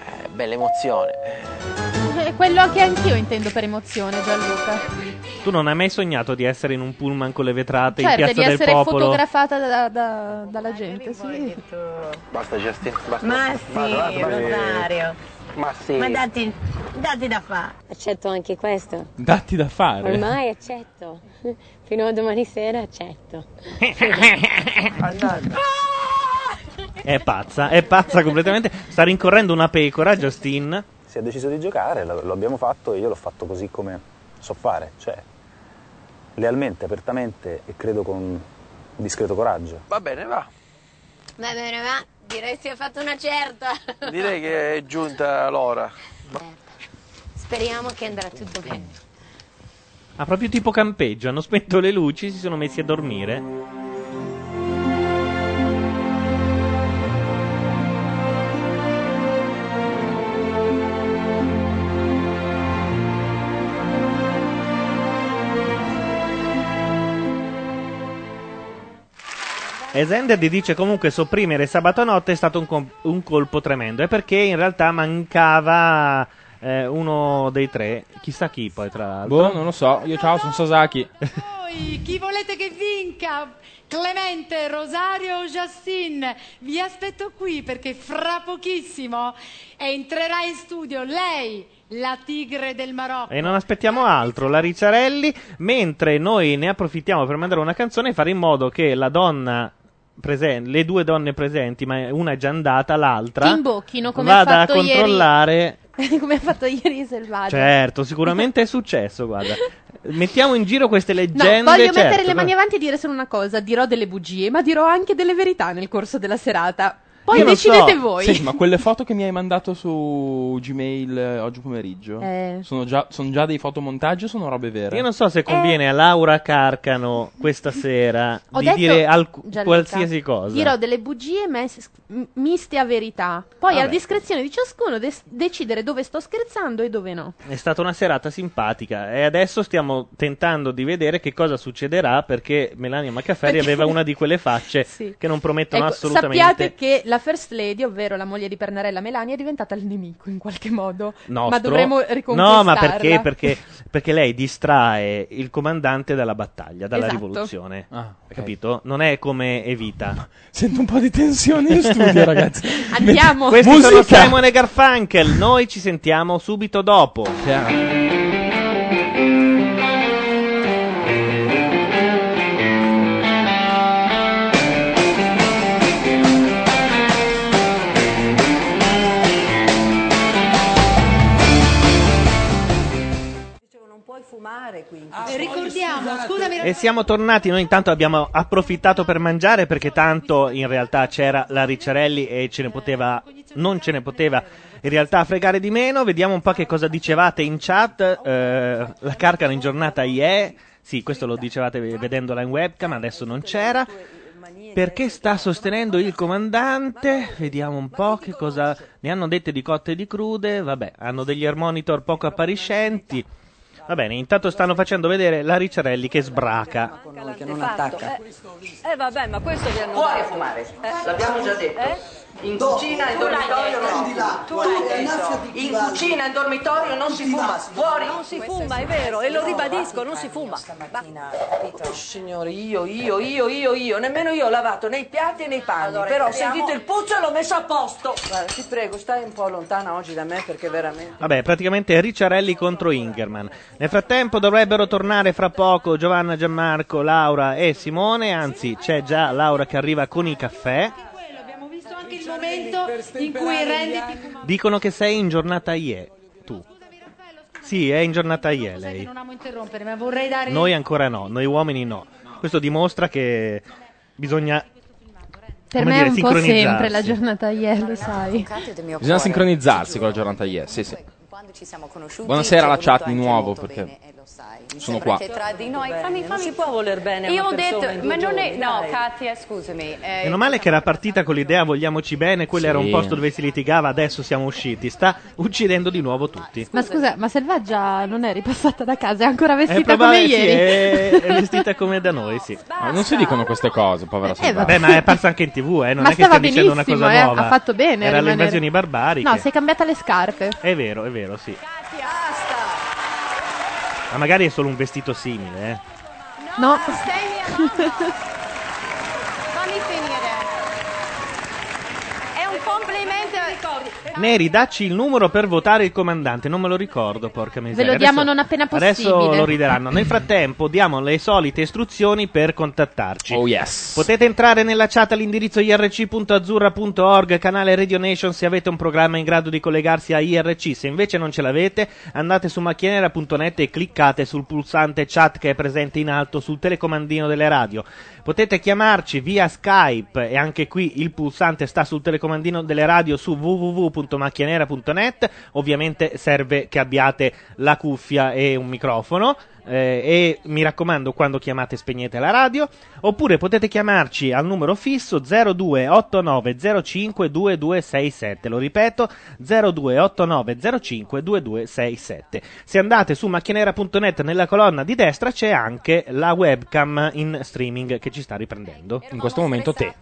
[SPEAKER 8] Eh, bella emozione.
[SPEAKER 7] È quello che anch'io intendo per emozione, Gianluca.
[SPEAKER 2] Tu non hai mai sognato di essere in un pullman con le vetrate in
[SPEAKER 7] Certo,
[SPEAKER 2] piazza
[SPEAKER 7] di
[SPEAKER 2] del
[SPEAKER 7] essere
[SPEAKER 2] popolo?
[SPEAKER 7] fotografata da- da- dalla gente, sì.
[SPEAKER 8] Basta Justin, basta.
[SPEAKER 17] Ma sì,
[SPEAKER 8] Basta, basta, basta.
[SPEAKER 17] Rosario.
[SPEAKER 8] Ma sì.
[SPEAKER 17] Ma datti, datti da fare.
[SPEAKER 9] Accetto anche questo.
[SPEAKER 5] Datti da fare.
[SPEAKER 9] Ormai accetto. Fino a domani sera accetto.
[SPEAKER 2] È pazza, è pazza completamente. Sta rincorrendo una pecora, Justin.
[SPEAKER 16] Si è deciso di giocare, lo, lo abbiamo fatto e io l'ho fatto così come so fare, cioè lealmente, apertamente e credo con discreto coraggio.
[SPEAKER 8] Va bene, va.
[SPEAKER 9] Va bene, va. Direi si è fatto una certa.
[SPEAKER 8] Direi che è giunta l'ora.
[SPEAKER 9] Speriamo che andrà tutto bene.
[SPEAKER 2] Ah, proprio tipo campeggio. Hanno spento le luci, si sono messi a dormire. E Zender gli dice comunque sopprimere sabato notte è stato un, com- un colpo tremendo. È perché in realtà mancava eh, uno dei tre. Chissà chi poi, tra l'altro.
[SPEAKER 5] Boh, non lo so. Io ciao, sono Sasaki.
[SPEAKER 6] Voi, chi volete che vinca? Clemente, Rosario o Justin? Vi aspetto qui perché fra pochissimo entrerà in studio lei, la tigre del Marocco.
[SPEAKER 2] E non aspettiamo altro, la Ricciarelli, mentre noi ne approfittiamo per mandare una canzone e fare in modo che la donna presen- le due donne presenti, ma una è già andata, l'altra
[SPEAKER 7] Ti imbocchino, come ha
[SPEAKER 2] vada a
[SPEAKER 7] fatto ieri.
[SPEAKER 2] controllare.
[SPEAKER 7] Come ha fatto ieri Selvaggio.
[SPEAKER 2] Certo, sicuramente è successo, guarda. Mettiamo in giro queste
[SPEAKER 7] No,
[SPEAKER 2] leggende.
[SPEAKER 7] voglio
[SPEAKER 2] certo,
[SPEAKER 7] mettere le mani
[SPEAKER 2] no?
[SPEAKER 7] avanti e dire solo una cosa: dirò delle bugie, ma dirò anche delle verità nel corso della serata. Poi
[SPEAKER 5] Io non so.
[SPEAKER 7] decidete voi.
[SPEAKER 5] Senti, ma quelle foto che mi hai mandato su Gmail eh, oggi pomeriggio
[SPEAKER 7] Eh.
[SPEAKER 5] sono, già, sono già dei fotomontaggi o sono robe vere?
[SPEAKER 2] Io non so se
[SPEAKER 7] Eh.
[SPEAKER 2] conviene a Laura Carcano questa sera
[SPEAKER 7] Ho
[SPEAKER 2] di
[SPEAKER 7] detto-
[SPEAKER 2] dire alc-
[SPEAKER 7] Gianluca,
[SPEAKER 2] qualsiasi cosa.
[SPEAKER 7] Dirò delle bugie mes- m- miste a verità. Poi
[SPEAKER 2] Vabbè.
[SPEAKER 7] a discrezione di ciascuno des- decidere dove sto scherzando e dove no.
[SPEAKER 2] È stata una serata simpatica e adesso stiamo tentando di vedere che cosa succederà perché Melania Maccaferri
[SPEAKER 7] Perché-
[SPEAKER 2] aveva una di quelle facce
[SPEAKER 7] Sì.
[SPEAKER 2] che non promettono
[SPEAKER 7] Ecco,
[SPEAKER 2] assolutamente.
[SPEAKER 7] Sappiate che la First Lady, ovvero la moglie di Pernarella Melania, è diventata il nemico in qualche modo.
[SPEAKER 2] Nostro.
[SPEAKER 7] Ma dovremmo riconquistarla.
[SPEAKER 2] No, ma perché? Perché, perché lei distrae il comandante dalla battaglia, dalla
[SPEAKER 7] Esatto.
[SPEAKER 2] rivoluzione.
[SPEAKER 5] Ah,
[SPEAKER 2] Capito? Non è come Evita.
[SPEAKER 5] Sento un po' di tensione in studio, ragazzi.
[SPEAKER 2] Andiamo. Questi sono Simon e Garfunkel. Noi ci sentiamo subito dopo.
[SPEAKER 17] Non puoi fumare qui.
[SPEAKER 6] E Eh, ricordiamo, scusami,
[SPEAKER 2] E siamo tornati, noi intanto abbiamo approfittato per mangiare perché tanto in realtà c'era la Ricciarelli e ce ne poteva non ce ne poteva in realtà fregare di meno. Vediamo un po' che cosa dicevate in chat. Eh, la carcano in giornata IE. Sì, questo lo dicevate vedendola in webcam, adesso non c'era. Perché sta sostenendo il comandante? Vediamo un po' che cosa ne hanno dette di cotte e di crude. Vabbè, hanno degli air monitor poco appariscenti. Va bene, intanto stanno facendo vedere la Ricciarelli che sbraca.
[SPEAKER 18] che non attacca.
[SPEAKER 19] Eh, eh, vabbè, ma questo vi hanno
[SPEAKER 20] Vuole
[SPEAKER 19] dato.
[SPEAKER 20] fumare,
[SPEAKER 19] Eh?
[SPEAKER 20] l'abbiamo già detto.
[SPEAKER 19] Eh?
[SPEAKER 20] In cucina e in
[SPEAKER 19] Tu l'hai
[SPEAKER 20] dormitorio
[SPEAKER 19] detto.
[SPEAKER 20] no.
[SPEAKER 19] Di là,
[SPEAKER 20] Tu
[SPEAKER 19] tu l'hai
[SPEAKER 20] hai
[SPEAKER 19] detto.
[SPEAKER 20] detto. In cucina e in dormitorio non si fuma. Fuori.
[SPEAKER 19] Non si fuma, è vero, e lo ribadisco, non si fuma.
[SPEAKER 20] Oh, signori, io, io, io, io, io, nemmeno io ho lavato nei piatti e nei panni,
[SPEAKER 19] Allora,
[SPEAKER 20] però ho
[SPEAKER 19] entriamo-
[SPEAKER 20] sentito il puzzo e l'ho messo a posto. Guarda, ti prego, stai un po' lontana oggi da me perché veramente...
[SPEAKER 2] Vabbè, praticamente Ricciarelli contro Ingerman. Nel frattempo dovrebbero tornare fra poco Giovanna, Gianmarco, Laura e Simone. Anzi, c'è già Laura che arriva con i caffè.
[SPEAKER 6] Abbiamo visto anche il momento in cui renditi
[SPEAKER 2] Dicono che sei in giornata IE. Tu. Sì, è in giornata IE lei.
[SPEAKER 6] Non amo interrompere, ma vorrei dare
[SPEAKER 2] Noi ancora no, noi uomini no. Questo dimostra che bisogna.
[SPEAKER 8] Per
[SPEAKER 2] come
[SPEAKER 8] me è un
[SPEAKER 2] dire,
[SPEAKER 8] po'
[SPEAKER 2] sincronizzarsi.
[SPEAKER 8] sempre la giornata ieri, lo sai.
[SPEAKER 5] Bisogna sincronizzarsi con la giornata ieri. Sì, sì.
[SPEAKER 18] Quando ci siamo conosciuti.
[SPEAKER 5] Buonasera
[SPEAKER 18] ci
[SPEAKER 5] alla
[SPEAKER 18] è voluto
[SPEAKER 5] chat di
[SPEAKER 18] anche
[SPEAKER 5] nuovo
[SPEAKER 18] molto
[SPEAKER 5] perché
[SPEAKER 18] bene, e lo sai. Mi
[SPEAKER 5] sono
[SPEAKER 18] sembra
[SPEAKER 5] qua.
[SPEAKER 18] che tra di noi, fammi,
[SPEAKER 19] Non
[SPEAKER 18] fammi.
[SPEAKER 19] si può voler bene a
[SPEAKER 18] Io
[SPEAKER 19] una
[SPEAKER 18] ho detto,
[SPEAKER 19] persona in due
[SPEAKER 18] ma non è.
[SPEAKER 19] giorni,
[SPEAKER 18] No,
[SPEAKER 19] dai.
[SPEAKER 18] Katia, scusami. eh,
[SPEAKER 2] Meno male che era partita con l'idea vogliamoci bene, quello
[SPEAKER 5] Sì.
[SPEAKER 2] era un posto dove si litigava, adesso siamo usciti. Sta uccidendo di nuovo tutti.
[SPEAKER 8] Ma scusa, ma Selvaggia non è ripassata da casa, è ancora
[SPEAKER 2] È
[SPEAKER 8] vestita come
[SPEAKER 2] probabile, sì,
[SPEAKER 8] ieri.
[SPEAKER 2] è, è vestita come da noi, sì.
[SPEAKER 5] Ma non si dicono queste cose, povera
[SPEAKER 8] Eh,
[SPEAKER 5] Silvana.
[SPEAKER 8] vabbè.
[SPEAKER 2] ma è apparsa anche in tv, eh, non
[SPEAKER 8] Ma
[SPEAKER 2] è che stia
[SPEAKER 8] stava
[SPEAKER 2] dicendo una
[SPEAKER 8] benissimo,
[SPEAKER 2] cosa
[SPEAKER 8] eh,
[SPEAKER 2] nuova.
[SPEAKER 8] ha fatto bene a
[SPEAKER 2] Era le
[SPEAKER 8] rimanere.
[SPEAKER 2] invasioni barbariche.
[SPEAKER 8] No, si è cambiata le scarpe.
[SPEAKER 2] È vero, è vero, sì. Ma magari è solo un vestito simile, eh.
[SPEAKER 8] No.
[SPEAKER 18] Fammi finire. È un complimento.
[SPEAKER 19] Eh?
[SPEAKER 2] Neri, dacci il numero per votare il comandante. Non me lo ricordo, porca miseria.
[SPEAKER 8] Ve lo diamo
[SPEAKER 2] Adesso-
[SPEAKER 8] non appena possibile.
[SPEAKER 2] Adesso lo rideranno. Nel frattempo diamo le solite istruzioni per contattarci.
[SPEAKER 5] Oh, yes.
[SPEAKER 2] Potete entrare nella chat all'indirizzo irc.azzurra.org, canale Radio Nation se avete un programma in grado di collegarsi a IRC. Se invece non ce l'avete, andate su macchianera.net e cliccate sul pulsante chat che è presente in alto sul telecomandino delle radio. Potete chiamarci via Skype e anche qui il pulsante sta sul telecomandino delle radio su www.macchianera.net. Ovviamente serve che abbiate la cuffia e un microfono. eh, e mi raccomando, quando chiamate spegnete la radio. Oppure potete chiamarci al numero fisso 0289052267. Lo ripeto, 0289052267. Se andate su macchinera.net nella colonna di destra c'è anche la webcam in streaming che ci sta riprendendo. In questo momento te,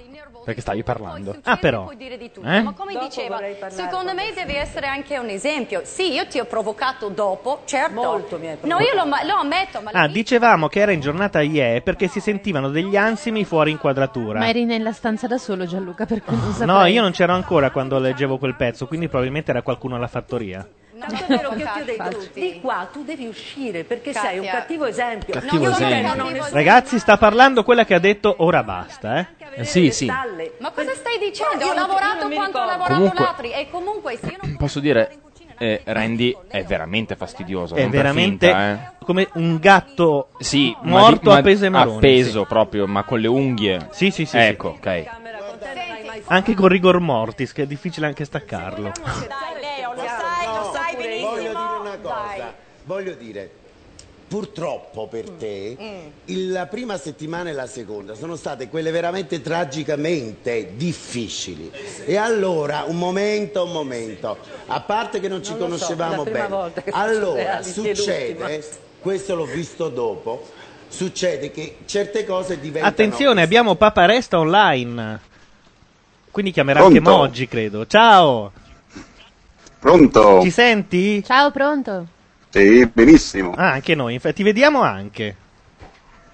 [SPEAKER 2] perché stavi parlando. Ah però.
[SPEAKER 18] Puoi dire di tutto,
[SPEAKER 2] Eh?
[SPEAKER 18] ma come
[SPEAKER 19] Dopo
[SPEAKER 18] diceva,
[SPEAKER 19] vorrei parlare
[SPEAKER 18] secondo
[SPEAKER 19] con
[SPEAKER 18] me devi essere anche un esempio. Sì, io ti ho provocato dopo, certo.
[SPEAKER 19] Molto mi hai
[SPEAKER 18] No, io
[SPEAKER 19] provocato.
[SPEAKER 18] lo, ma- lo ammetto, ma
[SPEAKER 2] Ah, dicevamo che era in giornata IE perché si sentivano degli ansimi fuori inquadratura.
[SPEAKER 8] Ma eri nella stanza da solo, Gianluca, per cui non saprei.
[SPEAKER 2] No, io non c'ero ancora quando leggevo quel pezzo, quindi probabilmente era qualcuno alla fattoria.
[SPEAKER 19] Tanto è vero che io ti ho detto di qua tu devi uscire perché sei un
[SPEAKER 18] Katia.
[SPEAKER 19] cattivo esempio.
[SPEAKER 2] Cattivo
[SPEAKER 19] non
[SPEAKER 2] esempio.
[SPEAKER 19] non ho nessuno.
[SPEAKER 2] Ragazzi, sta parlando quella che ha detto ora basta, eh?
[SPEAKER 5] sì, sì.
[SPEAKER 18] Stalle. Ma cosa stai dicendo? Guarda, io Ho non- lavorato io non mi quanto ho ricordo. lavorato
[SPEAKER 5] Comunque-
[SPEAKER 18] l'altri e comunque se io non
[SPEAKER 5] Posso dire, eh, Randy è veramente fastidioso.
[SPEAKER 2] È
[SPEAKER 5] non per
[SPEAKER 2] veramente
[SPEAKER 5] finta, eh.
[SPEAKER 2] come un gatto
[SPEAKER 5] sì, ma di-
[SPEAKER 2] morto
[SPEAKER 5] ma-
[SPEAKER 2] appeso ai maroni.
[SPEAKER 5] Appeso proprio, ma con le unghie.
[SPEAKER 2] Sì, sì, sì.
[SPEAKER 5] Ecco, ok.
[SPEAKER 2] sì. Anche con rigor mortis, che è difficile anche staccarlo.
[SPEAKER 19] Dai, Leo, lo sai, lo sai benissimo.
[SPEAKER 4] Voglio dire una cosa. Voglio dire, purtroppo
[SPEAKER 20] Mm.
[SPEAKER 4] per te, il- la prima settimana e la seconda sono state quelle veramente tragicamente difficili. E allora, un momento, un momento, a parte che non ci
[SPEAKER 20] Non lo so,
[SPEAKER 4] conoscevamo
[SPEAKER 20] è la prima
[SPEAKER 4] bene,
[SPEAKER 20] volta che
[SPEAKER 4] allora
[SPEAKER 20] faccio reality, è
[SPEAKER 4] succede,
[SPEAKER 20] l'ultima.
[SPEAKER 4] questo l'ho visto dopo, succede che certe cose diventano...
[SPEAKER 2] Attenzione, abbiamo Papa Resta online. Quindi chiamerà anche
[SPEAKER 4] Pronto?
[SPEAKER 2] Moggi, credo. Ciao!
[SPEAKER 21] Pronto?
[SPEAKER 2] Ci senti?
[SPEAKER 8] Ciao, pronto?
[SPEAKER 21] Sì, benissimo.
[SPEAKER 2] Ah, anche noi, infatti, ti vediamo anche.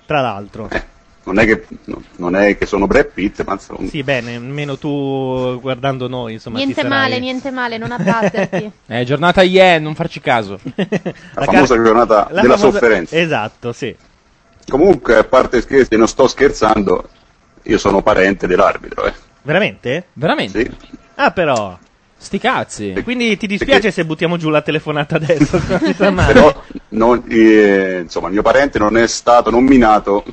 [SPEAKER 2] Tra l'altro.
[SPEAKER 21] Eh. Non è che, no, non è che sono Brad Pitt, ma insomma.
[SPEAKER 2] Sì, bene, almeno tu guardando noi, insomma,
[SPEAKER 8] niente
[SPEAKER 2] ti
[SPEAKER 8] male,
[SPEAKER 2] sarai...
[SPEAKER 8] niente male, non abbatterti.
[SPEAKER 5] Eh, giornata IE, non farci caso.
[SPEAKER 21] La famosa giornata
[SPEAKER 5] la
[SPEAKER 21] della
[SPEAKER 5] famosa-
[SPEAKER 21] sofferenza.
[SPEAKER 2] Esatto, sì.
[SPEAKER 21] Comunque, a parte scherzi, non sto scherzando, io sono parente dell'arbitro, eh.
[SPEAKER 2] Veramente?
[SPEAKER 5] Veramente?
[SPEAKER 2] Ah, però.
[SPEAKER 5] Sti cazzi.
[SPEAKER 2] Quindi ti dispiace se buttiamo giù la telefonata adesso? Non mi sa male.
[SPEAKER 21] Però, non- eh, insomma, il mio parente non è stato nominato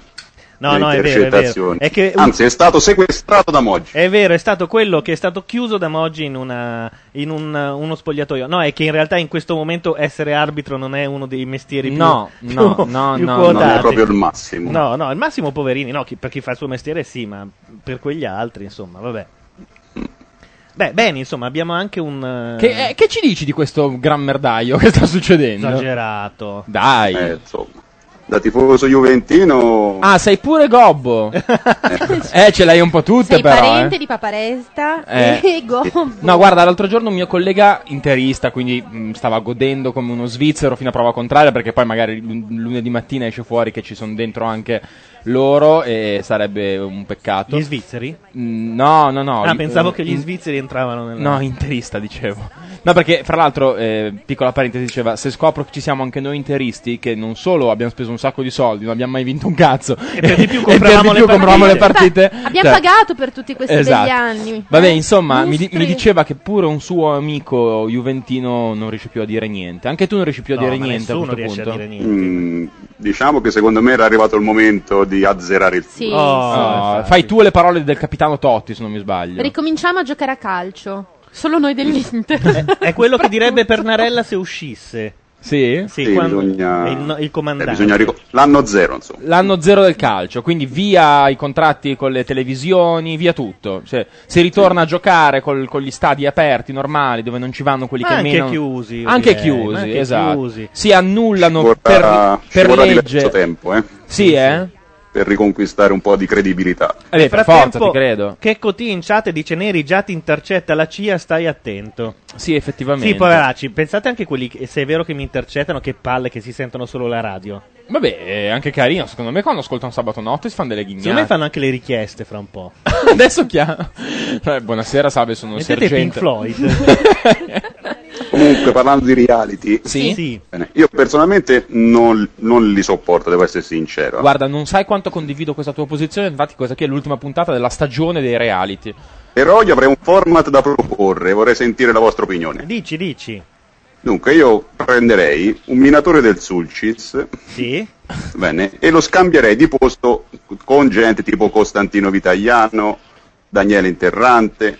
[SPEAKER 2] No, no, è vero, è vero.
[SPEAKER 21] intercettazioni.
[SPEAKER 2] È che
[SPEAKER 21] Anzi, è stato sequestrato da Moggi.
[SPEAKER 2] È vero, è stato quello che è stato chiuso da Moggi in, una- in un- uno spogliatoio. No, è che in realtà in questo momento essere arbitro non è uno dei mestieri più
[SPEAKER 5] No, no,
[SPEAKER 2] più-
[SPEAKER 5] no,
[SPEAKER 2] più
[SPEAKER 5] no.
[SPEAKER 2] quotati.
[SPEAKER 5] Non è proprio
[SPEAKER 21] il massimo.
[SPEAKER 2] No, no, il massimo poverini, no, chi- per chi fa il suo mestiere sì, ma per quegli altri, insomma, vabbè. Beh, bene, insomma, abbiamo anche un... eh,
[SPEAKER 5] Che, eh, che ci dici di questo gran merdaio che sta succedendo?
[SPEAKER 2] Esagerato.
[SPEAKER 5] Dai.
[SPEAKER 21] Eh, insomma. Da tifoso juventino...
[SPEAKER 5] Ah, sei pure gobbo. eh, ce l'hai un po' tutte
[SPEAKER 8] Sei
[SPEAKER 5] però.
[SPEAKER 8] parente
[SPEAKER 5] eh.
[SPEAKER 8] di Paparesta
[SPEAKER 5] Eh.
[SPEAKER 8] e Gobbo.
[SPEAKER 5] No, guarda, l'altro giorno un mio collega interista, quindi mh, stava godendo come uno svizzero fino a prova contraria, perché poi magari lun- lunedì mattina esce fuori che ci sono dentro anche loro e sarebbe un peccato.
[SPEAKER 2] Gli svizzeri?
[SPEAKER 5] Mm, No, no, no.
[SPEAKER 2] ah,
[SPEAKER 5] Gli-
[SPEAKER 2] pensavo
[SPEAKER 5] eh,
[SPEAKER 2] che gli
[SPEAKER 5] in-
[SPEAKER 2] svizzeri entravano nella...
[SPEAKER 5] No, interista, dicevo. No, perché fra l'altro, eh, piccola parentesi, diceva, se scopro che ci siamo anche noi interisti, che non solo abbiamo speso un sacco di soldi, non abbiamo mai vinto un cazzo, e per di più
[SPEAKER 8] compravamo le
[SPEAKER 5] compravamo le partite,
[SPEAKER 8] Abbiamo
[SPEAKER 5] cioè-
[SPEAKER 8] pagato eh? per tutti questi
[SPEAKER 5] Esatto.
[SPEAKER 8] begli anni.
[SPEAKER 5] Vabbè, insomma, mi, di-
[SPEAKER 8] lustri.
[SPEAKER 5] mi diceva che pure un suo amico juventino non riesce più a dire niente. Anche tu non riesci più a
[SPEAKER 21] No,
[SPEAKER 5] dire
[SPEAKER 21] ma
[SPEAKER 5] niente a
[SPEAKER 21] nessuno
[SPEAKER 5] questo
[SPEAKER 21] riesce a
[SPEAKER 5] punto.
[SPEAKER 21] dire Mm, diciamo che secondo me era arrivato il momento di azzerare il
[SPEAKER 8] Sì,
[SPEAKER 5] Oh, no, fai tu le parole del capitano Totti, se non mi sbaglio.
[SPEAKER 8] Ricominciamo a giocare a calcio. Solo noi dell'Inter.
[SPEAKER 2] È quello che direbbe Pernarella se uscisse.
[SPEAKER 5] Sì?
[SPEAKER 2] Sì,
[SPEAKER 21] Sì,
[SPEAKER 2] quando-
[SPEAKER 21] bisogna-
[SPEAKER 2] il, no- il
[SPEAKER 21] Eh,
[SPEAKER 2] comandante.
[SPEAKER 21] bisogna ricor- L'anno zero, insomma.
[SPEAKER 5] L'anno zero del calcio, quindi via i contratti con le televisioni, via tutto. Cioè, si ritorna a giocare col- con gli stadi aperti, normali, dove non ci vanno quelli
[SPEAKER 2] Ma
[SPEAKER 5] che
[SPEAKER 2] anche
[SPEAKER 5] meno.
[SPEAKER 2] chiusi, io
[SPEAKER 5] Anche
[SPEAKER 2] direi,
[SPEAKER 5] chiusi,
[SPEAKER 2] ma anche
[SPEAKER 5] esatto.
[SPEAKER 2] chiusi.
[SPEAKER 5] Si annullano
[SPEAKER 21] Ci vorrà-
[SPEAKER 5] per,
[SPEAKER 21] ci
[SPEAKER 5] per
[SPEAKER 21] vorrà
[SPEAKER 5] legge.
[SPEAKER 21] diverso tempo, eh,
[SPEAKER 5] Sì, eh?
[SPEAKER 21] per riconquistare un po' di credibilità.
[SPEAKER 5] Eh beh, per forza, ti credo.
[SPEAKER 2] Checco T in chat dice Neri già ti intercetta la CIA, stai attento.
[SPEAKER 5] Sì, effettivamente.
[SPEAKER 2] Sì, poveracci, pensate anche a quelli che, se è vero che mi intercettano, che palle che si sentono solo la radio.
[SPEAKER 5] Vabbè, è anche carino. Secondo me, quando ascoltano sabato notte si fanno delle ghignate.
[SPEAKER 2] Secondo me fanno anche le richieste fra un po'.
[SPEAKER 5] Adesso chiaro. Eh, buonasera, salve, sono
[SPEAKER 2] Mettete Pink
[SPEAKER 5] sergente.
[SPEAKER 2] Floyd.
[SPEAKER 21] Comunque, parlando di reality,
[SPEAKER 5] Sì.
[SPEAKER 21] Bene, io personalmente non, non li sopporto, devo essere sincero.
[SPEAKER 5] Guarda, non sai quanto condivido questa tua posizione. Infatti, questa qui è l'ultima puntata della stagione dei reality.
[SPEAKER 21] Però io avrei un format da proporre, vorrei sentire la vostra opinione.
[SPEAKER 2] Dici, dici.
[SPEAKER 21] Dunque, io prenderei un minatore del Sulcis
[SPEAKER 2] Sì.
[SPEAKER 21] bene, e lo scambierei di posto con gente tipo Costantino Vitagliano, Daniele Interrante,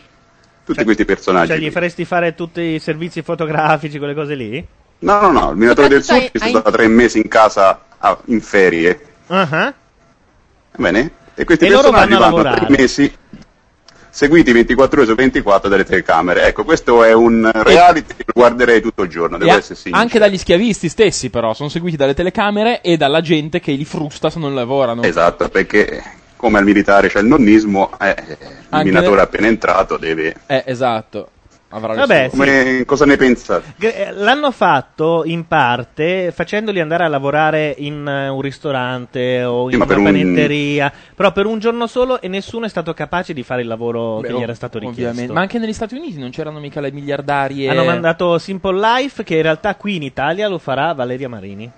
[SPEAKER 21] tutti questi
[SPEAKER 5] Ah,
[SPEAKER 21] personaggi.
[SPEAKER 2] Cioè, gli faresti fare tutti i servizi fotografici, quelle cose lì?
[SPEAKER 21] No, no, no, il minatore del Sulcis
[SPEAKER 2] Soprattutto
[SPEAKER 21] è
[SPEAKER 2] ai-
[SPEAKER 21] stato tre mesi in casa a- in ferie.
[SPEAKER 2] Ah,
[SPEAKER 21] Bene? E questi
[SPEAKER 2] E loro
[SPEAKER 21] personaggi
[SPEAKER 2] vanno a
[SPEAKER 21] vanno, a
[SPEAKER 2] lavorare.
[SPEAKER 21] tre mesi seguiti 24 ore su 24 dalle telecamere. Ecco, questo è un reality che guarderei tutto il giorno,
[SPEAKER 5] E
[SPEAKER 21] devo
[SPEAKER 5] a-
[SPEAKER 21] essere sincero.
[SPEAKER 5] anche dagli schiavisti stessi, però, sono seguiti dalle telecamere e dalla gente che li frusta se non lavorano.
[SPEAKER 21] Esatto, perché come al militare c'è il nonnismo, eh, il
[SPEAKER 5] Anche
[SPEAKER 21] minatore
[SPEAKER 5] nel-
[SPEAKER 21] appena entrato deve...
[SPEAKER 5] Eh, esatto. Avrà le
[SPEAKER 2] Vabbè,
[SPEAKER 5] sue-
[SPEAKER 21] Come- Cosa ne pensate?
[SPEAKER 2] Gre- L'hanno fatto in parte facendoli andare a lavorare in eh, un ristorante o in
[SPEAKER 21] Sì, ma
[SPEAKER 2] una
[SPEAKER 21] per un-
[SPEAKER 2] panetteria, però per un giorno solo e nessuno è stato capace di fare il lavoro
[SPEAKER 5] Beh,
[SPEAKER 2] che gli era stato
[SPEAKER 5] ovviamente.
[SPEAKER 2] richiesto.
[SPEAKER 5] Ma anche negli Stati Uniti non c'erano mica le miliardarie.
[SPEAKER 2] Hanno mandato Simple Life che in realtà qui in Italia lo farà Valeria Marini.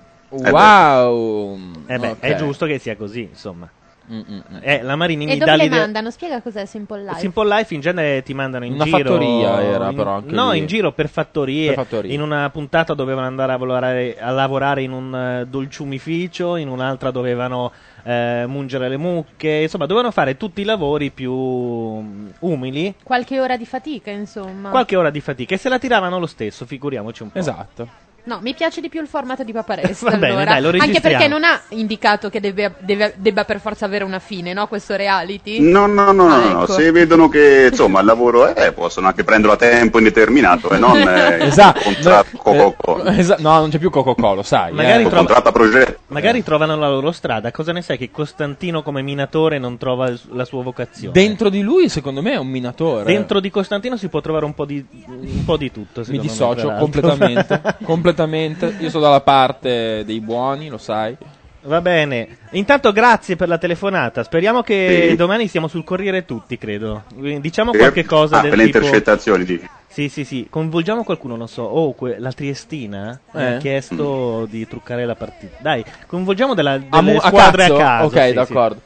[SPEAKER 5] Wow!
[SPEAKER 2] Eh beh,
[SPEAKER 5] Ok.
[SPEAKER 2] è giusto che sia così, insomma.
[SPEAKER 5] mm.
[SPEAKER 2] Eh, la Marini
[SPEAKER 8] E
[SPEAKER 2] mi
[SPEAKER 8] dove
[SPEAKER 2] dà
[SPEAKER 8] le
[SPEAKER 2] l'idea...
[SPEAKER 8] mandano? Spiega cos'è Simple Life.
[SPEAKER 2] Simple Life in genere ti mandano in
[SPEAKER 5] Una
[SPEAKER 2] giro
[SPEAKER 5] fattoria era,
[SPEAKER 2] in-
[SPEAKER 5] però, anche
[SPEAKER 2] no
[SPEAKER 5] lì.
[SPEAKER 2] in giro per fattorie.
[SPEAKER 5] Per fattorie.
[SPEAKER 2] in una puntata dovevano andare a lavorare, a lavorare in un eh, dolciumificio in un'altra dovevano eh, mungere le mucche insomma dovevano fare tutti i lavori più mm, umili
[SPEAKER 8] Qualche ora di fatica,
[SPEAKER 7] Ah.
[SPEAKER 8] insomma.
[SPEAKER 2] qualche ora di fatica e se la tiravano lo stesso figuriamoci un po'
[SPEAKER 5] esatto
[SPEAKER 8] No, mi piace di più il format di Paparesta.
[SPEAKER 2] Va bene,
[SPEAKER 8] allora.
[SPEAKER 2] dai, lo
[SPEAKER 8] Anche
[SPEAKER 2] registriamo.
[SPEAKER 8] perché non ha indicato che deve- deve- debba per forza avere una fine, no? Questo reality.
[SPEAKER 21] No, no, no,
[SPEAKER 8] Ah,
[SPEAKER 21] no, no,
[SPEAKER 8] ecco.
[SPEAKER 21] se vedono che insomma il lavoro
[SPEAKER 5] Eh.
[SPEAKER 21] è, possono anche prenderlo a tempo indeterminato e non eh,
[SPEAKER 5] Esatto.
[SPEAKER 21] contratto Coca-Cola.
[SPEAKER 5] Esa- no, non c'è più Coca-Cola, lo sai.
[SPEAKER 2] Magari
[SPEAKER 5] eh.
[SPEAKER 2] trova-
[SPEAKER 21] Contratto a progetto.
[SPEAKER 2] magari trovano la loro strada cosa ne sai che Costantino come minatore non trova il- la sua vocazione
[SPEAKER 5] Dentro di lui, secondo me, è un minatore.
[SPEAKER 2] Dentro di Costantino si può trovare un po' di, un po' di tutto.
[SPEAKER 5] Mi
[SPEAKER 2] secondo me,
[SPEAKER 5] dissocio
[SPEAKER 2] peraltro.
[SPEAKER 5] completamente. completamente. Io sono dalla parte dei buoni, lo sai.
[SPEAKER 2] Va bene. Intanto grazie per la telefonata. Speriamo che
[SPEAKER 5] Sì.
[SPEAKER 2] domani siamo sul Corriere tutti, credo. Diciamo
[SPEAKER 21] Per-
[SPEAKER 2] qualche cosa
[SPEAKER 21] ah,
[SPEAKER 2] del
[SPEAKER 21] per le
[SPEAKER 2] tipo...
[SPEAKER 21] intercettazioni dici.
[SPEAKER 2] Sì, sì, sì. Coinvolgiamo qualcuno, non so. Oh, que- la Triestina mi
[SPEAKER 5] Eh?
[SPEAKER 2] ha
[SPEAKER 21] Mm.
[SPEAKER 2] chiesto di truccare la partita. Dai, coinvolgiamo della,
[SPEAKER 5] A
[SPEAKER 2] delle
[SPEAKER 5] mu- a
[SPEAKER 2] squadre a,
[SPEAKER 5] cazzo?
[SPEAKER 2] caso.
[SPEAKER 5] Ok,
[SPEAKER 2] sì, sì.
[SPEAKER 5] d'accordo.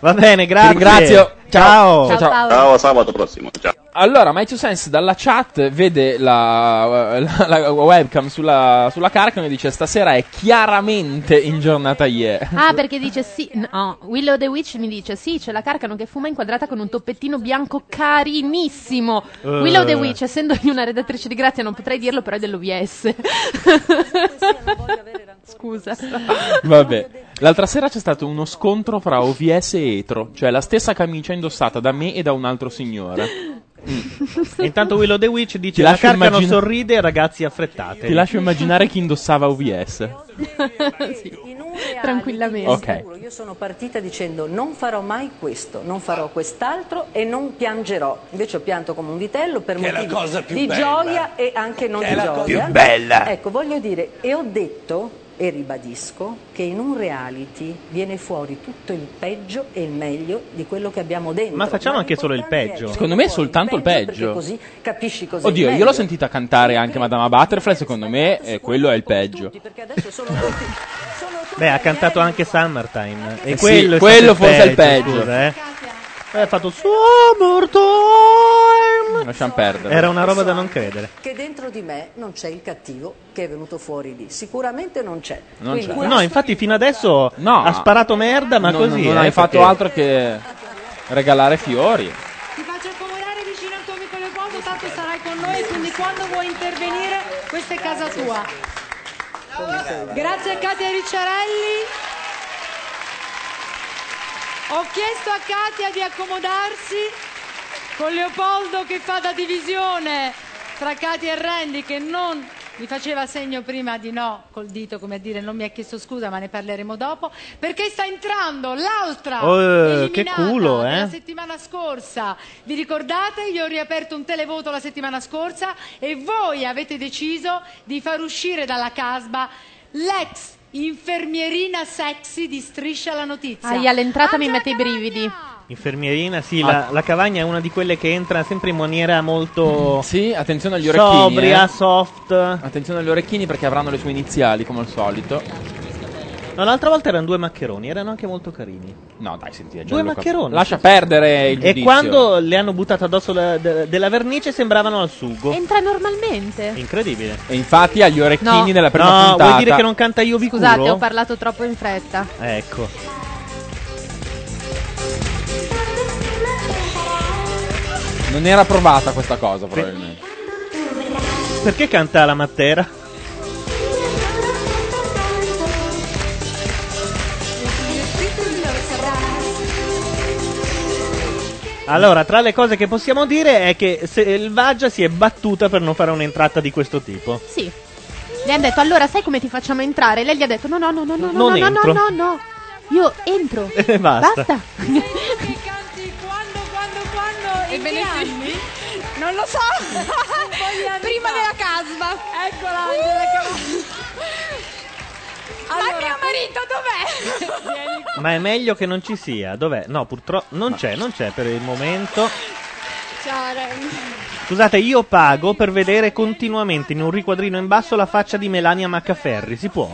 [SPEAKER 2] Va bene, grazie.
[SPEAKER 5] Ti ringrazio. Ciao. Ciao, ciao.
[SPEAKER 21] Ciao, a sabato prossimo. Ciao.
[SPEAKER 5] Allora, My Two Sense dalla chat vede la, eh, la- la webcam sulla, sulla carica e dice stasera è chiaramente in giornata IE.
[SPEAKER 7] Ah, perché dice sì. No, Willow the Witch mi dice sì, c'è la carcano che fuma inquadrata con un toppettino bianco carinissimo.
[SPEAKER 2] Eh.
[SPEAKER 7] Willow the Witch, essendo io una redattrice di grazia, non potrei dirlo, però è dell'OVS. Scusa.
[SPEAKER 5] Vabbè. L'altra sera c'è stato uno scontro fra OVS e etro, cioè la stessa camicia indossata da me e da un altro signore.
[SPEAKER 2] Intanto Willow the Witch
[SPEAKER 5] Ti
[SPEAKER 2] dice la
[SPEAKER 5] lascio
[SPEAKER 2] carcano
[SPEAKER 5] immagin-
[SPEAKER 2] sorride, ragazzi affrettate.
[SPEAKER 5] Ti lascio immaginare chi indossava OVS.
[SPEAKER 7] Tranquillamente.
[SPEAKER 5] Ok.
[SPEAKER 19] Io sono partita dicendo non farò mai questo, non farò quest'altro e non piangerò. Invece ho pianto come un vitello per
[SPEAKER 22] Che è la
[SPEAKER 19] motivi
[SPEAKER 22] cosa più
[SPEAKER 19] di
[SPEAKER 22] bella.
[SPEAKER 19] gioia e anche non
[SPEAKER 22] Che è
[SPEAKER 19] di
[SPEAKER 22] la cosa
[SPEAKER 19] gioia.
[SPEAKER 22] più bella.
[SPEAKER 19] Ecco, voglio dire, e ho detto e ribadisco che in un reality viene fuori tutto il peggio e il meglio di quello che abbiamo dentro.
[SPEAKER 2] Ma facciamo anche solo il peggio.
[SPEAKER 5] Secondo me è soltanto il
[SPEAKER 19] Perché
[SPEAKER 5] peggio.
[SPEAKER 19] così capisci cos'è il
[SPEAKER 5] Oddio, io
[SPEAKER 19] meglio.
[SPEAKER 5] l'ho sentita cantare anche Madama Butterfly, secondo me eh, quello è il peggio.
[SPEAKER 2] Beh, ha cantato anche Summertime. E
[SPEAKER 5] Eh sì,
[SPEAKER 2] quello, è
[SPEAKER 5] quello
[SPEAKER 2] stato
[SPEAKER 5] forse è il peggio.
[SPEAKER 2] scusa, eh. Poi ha fatto
[SPEAKER 19] Summertime.
[SPEAKER 5] Lasciamo perdere.
[SPEAKER 2] Era una roba da non credere.
[SPEAKER 19] che dentro di me non c'è il cattivo che è venuto fuori lì. Sicuramente non c'è.
[SPEAKER 2] Non
[SPEAKER 19] Quindi
[SPEAKER 2] c'è.
[SPEAKER 19] questo-
[SPEAKER 2] No, infatti fino adesso ha sparato merda, ma
[SPEAKER 5] No,
[SPEAKER 2] così.
[SPEAKER 5] non
[SPEAKER 2] eh,
[SPEAKER 5] hai fatto
[SPEAKER 2] perché-
[SPEAKER 5] altro che regalare fiori.
[SPEAKER 6] Ti faccio accomodare vicino al tuo amico Leopoldo, tanto sarai con noi, quindi quando vuoi intervenire questa è casa tua. Grazie a Katia Ricciarelli. Ho chiesto a Katia di accomodarsi con Leopoldo che fa da divisione tra Katia e Randy che non mi faceva segno prima di no col dito come a dire non mi ha chiesto scusa ma ne parleremo dopo perché sta entrando l'altra
[SPEAKER 2] Oh, eh,
[SPEAKER 6] eliminata
[SPEAKER 2] che culo,
[SPEAKER 6] della
[SPEAKER 2] eh.
[SPEAKER 6] settimana scorsa. Vi ricordate? Io ho riaperto un televoto la settimana scorsa e voi avete deciso di far uscire dalla casba l'ex infermierina sexy di Striscia la Notizia.
[SPEAKER 7] Aia, all'entrata mi mette i brividi.
[SPEAKER 2] Infermierina, sì,
[SPEAKER 5] Ah.
[SPEAKER 2] la, la Cavagna è una di quelle che entra sempre in maniera molto.
[SPEAKER 5] Sì, attenzione agli orecchini.
[SPEAKER 2] Sobria,
[SPEAKER 5] eh.
[SPEAKER 2] soft.
[SPEAKER 5] Attenzione agli orecchini perché avranno le sue iniziali come al solito.
[SPEAKER 2] No, l'altra volta erano due maccheroni, erano anche molto carini.
[SPEAKER 5] No, dai, senti, è
[SPEAKER 2] Due
[SPEAKER 5] Gianluca.
[SPEAKER 2] maccheroni.
[SPEAKER 5] Lascia perdere il
[SPEAKER 2] E
[SPEAKER 5] giudizio.
[SPEAKER 2] quando le hanno buttate addosso la- de- della vernice sembravano al sugo.
[SPEAKER 7] Entra normalmente.
[SPEAKER 2] Incredibile.
[SPEAKER 5] E infatti agli orecchini
[SPEAKER 7] No.
[SPEAKER 5] della prima
[SPEAKER 2] No, vuol
[SPEAKER 5] puntata.
[SPEAKER 2] dire che non canta io vi
[SPEAKER 7] Scusate,
[SPEAKER 2] curo?
[SPEAKER 7] ho parlato troppo in fretta.
[SPEAKER 2] Ecco.
[SPEAKER 5] Non era provata questa cosa, probabilmente.
[SPEAKER 2] Perché canta la Matera? Allora, tra le cose che possiamo dire è che Selvaggia si è battuta per non fare un'entrata di questo tipo.
[SPEAKER 7] Sì. Le hanno detto, allora sai come ti facciamo entrare? Lei gli ha detto, no, no, no, no, no, no,
[SPEAKER 2] Non
[SPEAKER 7] no, no,
[SPEAKER 2] entro.
[SPEAKER 7] no, no. Io entro.
[SPEAKER 2] E basta.
[SPEAKER 6] Ebbene sì.
[SPEAKER 1] Non lo so. Prima della casba.
[SPEAKER 6] Eccola
[SPEAKER 1] Ma mio marito dov'è?
[SPEAKER 2] Ma è meglio che non ci sia. Dov'è? No, purtroppo non c'è, non c'è per il momento.
[SPEAKER 1] Ciao Ren.
[SPEAKER 2] Scusate, io pago per vedere continuamente in un riquadrino in basso la faccia di Melania Maccaferri. Si può?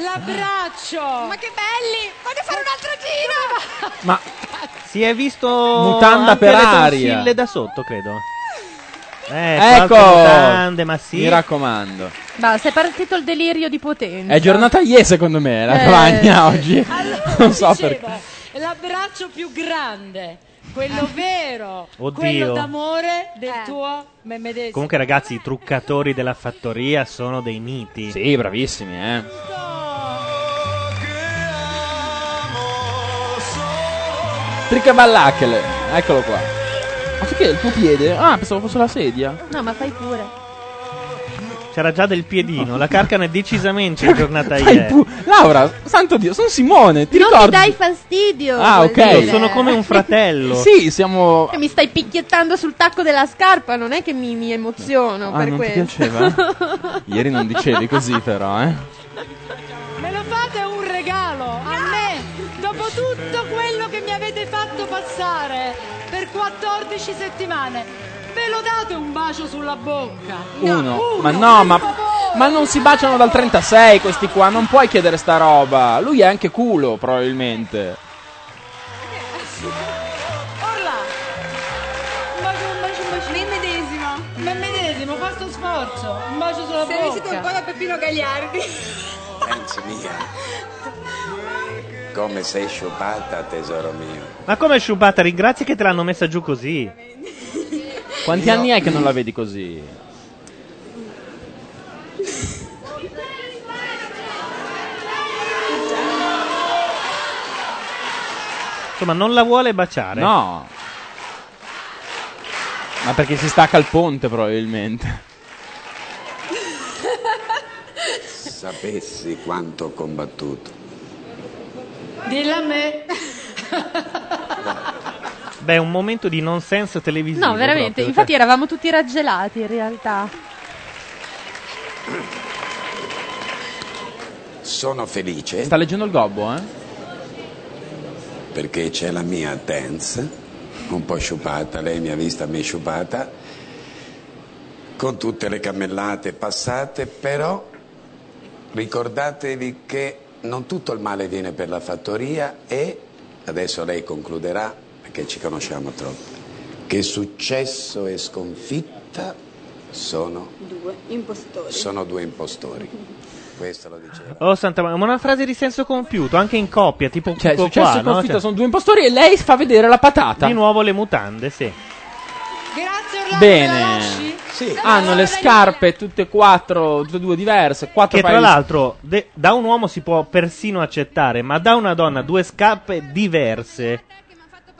[SPEAKER 6] L'abbraccio.
[SPEAKER 1] Ma che belli! Voglio fare un altro giro.
[SPEAKER 5] Ma
[SPEAKER 2] si è visto
[SPEAKER 5] Mutanda
[SPEAKER 2] anche
[SPEAKER 5] per
[SPEAKER 2] le
[SPEAKER 5] aria.
[SPEAKER 2] tonsille da sotto, credo.
[SPEAKER 5] Ecco!
[SPEAKER 2] ecco, altre mutande, ma sì.
[SPEAKER 5] Mi raccomando.
[SPEAKER 7] Basta, è partito il delirio di potenza.
[SPEAKER 5] È giornata IE secondo me, la Cavagna oggi. non so perché.
[SPEAKER 6] Dicevo, l'abbraccio più grande, quello vero,
[SPEAKER 2] Oddio.
[SPEAKER 6] quello d'amore del
[SPEAKER 1] Eh.
[SPEAKER 6] tuo me medesimo.
[SPEAKER 2] Comunque, ragazzi, i truccatori della fattoria sono dei miti.
[SPEAKER 5] Sì, bravissimi, eh. Tricaballacchele, eccolo qua. Ma perché il tuo piede? Ah, pensavo fosse la sedia.
[SPEAKER 7] No, ma fai pure.
[SPEAKER 2] C'era già del piedino, la carcana è decisamente in giornata
[SPEAKER 5] Fai
[SPEAKER 2] ieri.
[SPEAKER 5] pu- Laura, santo Dio, sono Simone, ti
[SPEAKER 7] non mi
[SPEAKER 5] ricordi?
[SPEAKER 7] dai fastidio.
[SPEAKER 5] Ah,
[SPEAKER 7] vuol
[SPEAKER 5] ok.
[SPEAKER 7] dire.
[SPEAKER 2] Sono come un fratello.
[SPEAKER 5] sì, siamo...
[SPEAKER 7] Che Mi stai picchiettando sul tacco della scarpa, non è che mi, mi emoziono
[SPEAKER 5] Ah,
[SPEAKER 7] per
[SPEAKER 5] non ti
[SPEAKER 7] questo.
[SPEAKER 5] piaceva? Ieri non dicevi così però, eh.
[SPEAKER 6] Me lo fate un regalo a me, dopo tutto quello che mi avete fatto passare per 14 settimane. Ve lo date un bacio sulla bocca?
[SPEAKER 5] Uno. Ma no, ma...
[SPEAKER 6] per favore.
[SPEAKER 5] Ma non si baciano dal 36 questi qua, non puoi chiedere sta roba. Lui è anche culo, probabilmente.
[SPEAKER 20] un bacio, un bacio. Mi medesima.
[SPEAKER 6] Ma medesimo, fa sto sforzo. Un bacio sulla
[SPEAKER 20] Sei
[SPEAKER 6] bocca.
[SPEAKER 20] vestito un po' da Peppino Gagliardi.
[SPEAKER 23] Anzi mia, come sei sciupata tesoro mio.
[SPEAKER 2] Ma come sciupata, ringrazia che te l'hanno messa giù così.
[SPEAKER 5] Quanti
[SPEAKER 2] Io-
[SPEAKER 5] anni è che non la vedi così?
[SPEAKER 2] Insomma, non la vuole baciare.
[SPEAKER 5] No. Ma perché si stacca il ponte, probabilmente.
[SPEAKER 23] Sapessi quanto ho combattuto.
[SPEAKER 6] Dilla a me.
[SPEAKER 2] Beh, un momento di nonsense televisivo.
[SPEAKER 7] No, veramente.
[SPEAKER 2] proprio, cioè-
[SPEAKER 7] Infatti eravamo tutti raggelati in realtà.
[SPEAKER 23] Sono felice
[SPEAKER 5] Sta leggendo il gobbo, eh?
[SPEAKER 23] perché c'è la mia dance, un po' sciupata, lei mi ha vista me sciupata, con tutte le cammellate passate, però ricordatevi che non tutto il male viene per la fattoria e, adesso lei concluderà, perché ci conosciamo troppo, che successo e sconfitta sono,
[SPEAKER 20] Due impostori.
[SPEAKER 23] sono due impostori. Questo lo diceva.
[SPEAKER 2] Oh, santa ma ma una frase di senso compiuto, anche in coppia, tipo
[SPEAKER 5] Cioè,
[SPEAKER 2] tipo
[SPEAKER 5] successo
[SPEAKER 2] qua,
[SPEAKER 5] e
[SPEAKER 2] no?
[SPEAKER 5] conflitto
[SPEAKER 2] Cioè-
[SPEAKER 5] sono due impostori e lei fa vedere la patata.
[SPEAKER 2] Di nuovo le mutande, sì.
[SPEAKER 6] Grazie Orlando. me la
[SPEAKER 5] Bene.
[SPEAKER 6] lasci?
[SPEAKER 5] Hanno le scarpe tutte e quattro, tutte e due diverse. Quattro
[SPEAKER 2] Che tra
[SPEAKER 5] paia di-
[SPEAKER 2] l'altro de- da un uomo si può persino accettare, ma da una donna due scarpe diverse,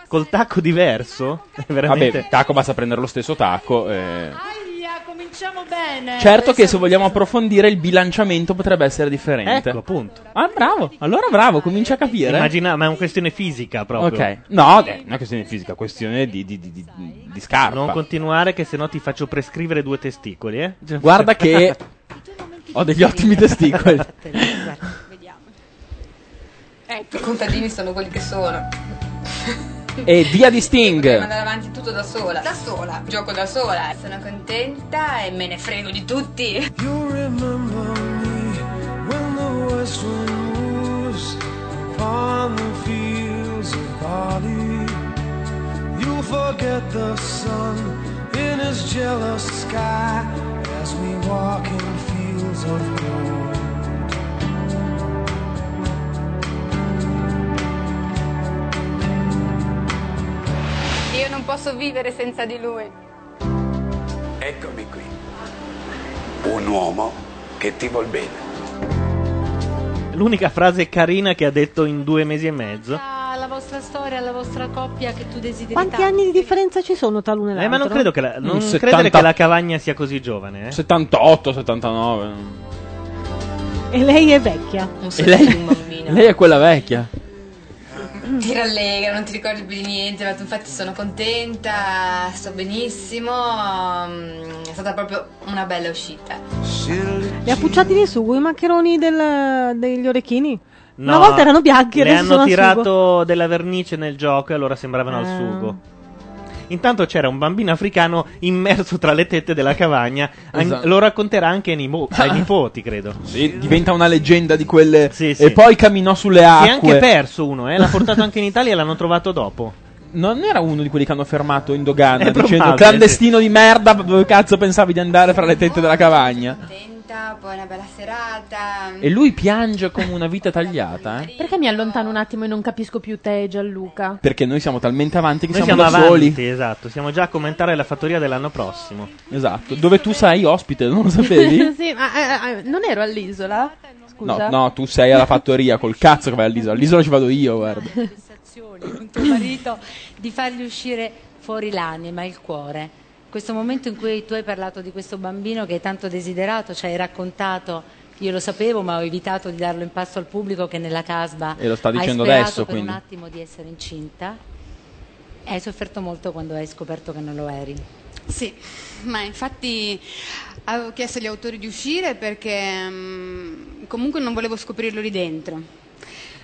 [SPEAKER 2] col tacco diverso, è veramente...
[SPEAKER 5] Vabbè, Tacco basta prendere lo stesso tacco. eh.
[SPEAKER 6] Aia, cominciamo bene.
[SPEAKER 5] Certo che se vogliamo approfondire il bilanciamento potrebbe essere differente.
[SPEAKER 2] Ecco, appunto.
[SPEAKER 5] Ah, bravo. Allora bravo, comincia a capire.
[SPEAKER 2] Immagina, ma è una questione fisica proprio.
[SPEAKER 5] Ok. No, eh, non è questione di fisica, questione di, di, di, di, di scarpa.
[SPEAKER 2] Non continuare che sennò ti faccio prescrivere due testicoli, eh.
[SPEAKER 5] Guarda che ho degli ottimi testicoli.
[SPEAKER 20] Vediamo. Ecco, i contadini sono quelli che sono.
[SPEAKER 5] e via di
[SPEAKER 20] Devo
[SPEAKER 5] Sting.
[SPEAKER 20] andare avanti tutto da sola. Da sola. Gioco da sola. Sono contenta e me ne frego di tutti.
[SPEAKER 1] When the west wind moves upon the fields of barley, you'll forget the sun in his jealous sky as we walk in fields of gold.
[SPEAKER 20] Io non posso vivere senza di lui.
[SPEAKER 23] Eccomi qui, un uomo che ti vuol bene.
[SPEAKER 2] L'unica frase carina che ha detto in due mesi e mezzo.
[SPEAKER 6] Ah, la vostra storia, la vostra coppia che tu desideri
[SPEAKER 24] Quanti
[SPEAKER 6] tanto.
[SPEAKER 24] anni di differenza ci sono tra l'una e
[SPEAKER 2] Eh,
[SPEAKER 24] l'altra?
[SPEAKER 2] ma non credo che la, non
[SPEAKER 5] Un
[SPEAKER 19] Mm.
[SPEAKER 2] credere
[SPEAKER 5] 70
[SPEAKER 2] che la cavagna sia così giovane, eh.
[SPEAKER 5] 78, 79.
[SPEAKER 24] E lei è vecchia.
[SPEAKER 5] E lei, lei è quella vecchia.
[SPEAKER 25] Mm.
[SPEAKER 20] Ti rallegra, non ti ricordi più di niente, ma infatti sono contenta, sto benissimo. mm, È stata proprio una bella uscita.
[SPEAKER 24] Li ha pucciati di sugo i maccheroni del- degli orecchini?
[SPEAKER 2] No,
[SPEAKER 24] Una volta erano bianchi,
[SPEAKER 2] le
[SPEAKER 24] adesso sono
[SPEAKER 2] hanno
[SPEAKER 24] a
[SPEAKER 2] tirato
[SPEAKER 24] sugo.
[SPEAKER 2] della vernice nel gioco e allora sembravano al
[SPEAKER 24] Ah.
[SPEAKER 2] sugo. Intanto c'era un bambino africano immerso tra le tette della cavagna. an-
[SPEAKER 5] Esatto.
[SPEAKER 2] Lo racconterà anche ai, nimo- ai nipoti, credo.
[SPEAKER 5] Sì, diventa una leggenda di quelle.
[SPEAKER 2] sì.
[SPEAKER 5] E poi camminò sulle acque.
[SPEAKER 2] Si è anche perso uno, eh? L'ha portato anche in Italia e l'hanno trovato dopo.
[SPEAKER 5] Non era uno di quelli che hanno fermato in dogana dicendo
[SPEAKER 2] probabile,
[SPEAKER 5] clandestino di merda, dove cazzo pensavi di andare fra le tette della cavagna?
[SPEAKER 20] Contenta, poi una bella serata.
[SPEAKER 5] E lui piange come una vita tagliata, eh?
[SPEAKER 7] Perché mi allontano un attimo e non capisco più te, Gianluca?
[SPEAKER 5] Perché noi siamo talmente avanti che
[SPEAKER 2] Noi
[SPEAKER 5] siamo,
[SPEAKER 2] siamo
[SPEAKER 5] da
[SPEAKER 2] avanti,
[SPEAKER 5] soli.
[SPEAKER 2] esatto. Siamo già a commentare la fattoria dell'anno prossimo.
[SPEAKER 5] Esatto, dove tu sei ospite, non lo sapevi?
[SPEAKER 7] sì, ma eh, eh, non ero all'isola? Scusa.
[SPEAKER 5] No, no, tu sei alla fattoria col cazzo che vai all'isola. All'isola ci vado io, guarda.
[SPEAKER 6] con tuo marito di fargli uscire fuori l'anima, il cuore. Questo momento in cui tu hai parlato di questo bambino che hai tanto desiderato, ci hai raccontato, io lo sapevo, ma ho evitato di darlo in pasto al pubblico che nella casba
[SPEAKER 5] E lo sta dicendo
[SPEAKER 6] hai sperato
[SPEAKER 5] adesso,
[SPEAKER 6] per
[SPEAKER 5] quindi.
[SPEAKER 6] un attimo di essere incinta. E Hai sofferto molto quando hai scoperto che non lo eri.
[SPEAKER 25] Sì, ma infatti avevo chiesto agli autori di uscire perché mm, comunque non volevo scoprirlo lì dentro.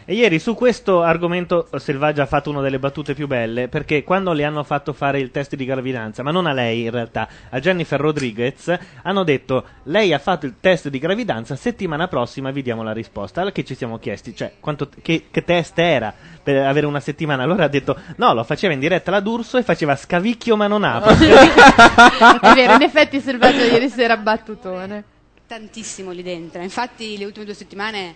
[SPEAKER 2] E ieri su questo argomento Selvaggia ha fatto una delle battute più belle, perché quando le hanno fatto fare il test di gravidanza, ma non a lei in realtà, a Jennifer Rodriguez, hanno detto lei ha fatto il test di gravidanza, settimana prossima vi diamo la risposta. Allora che ci siamo chiesti, cioè quanto- che, che test era per avere una settimana? Allora ha detto no, lo faceva in diretta la D'Urso e faceva scavicchio ma non apro.
[SPEAKER 7] È vero, in effetti Selvaggio ieri sera battutone.
[SPEAKER 20] tantissimo lì dentro. Infatti, le ultime due settimane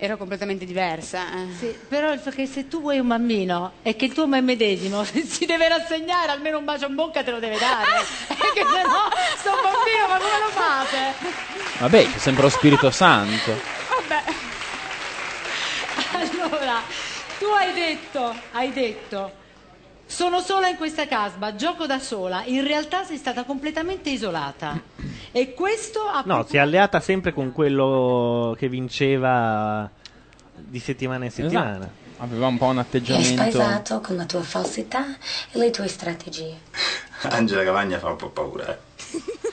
[SPEAKER 20] ero completamente diversa. eh.
[SPEAKER 6] Sì, però il fa- che se tu vuoi un bambino e che il tuo è medesimo si deve rassegnare, almeno un bacio in bocca te lo deve dare. Perché se no, sto bambino, ma come lo fate?
[SPEAKER 5] Vabbè, c'è sempre lo Spirito Santo.
[SPEAKER 6] Allora, tu hai detto, hai detto, sono sola in questa casba, gioco da sola. In realtà sei stata completamente isolata. E questo ha
[SPEAKER 2] No, si è alleata sempre con quello che vinceva di settimana in settimana.
[SPEAKER 5] Esatto. Aveva un po' un
[SPEAKER 9] Ti hai
[SPEAKER 5] atteggiamento.
[SPEAKER 9] spaesato con la tua falsità e le tue strategie.
[SPEAKER 10] Angela Cavagna fa un po' paura. eh.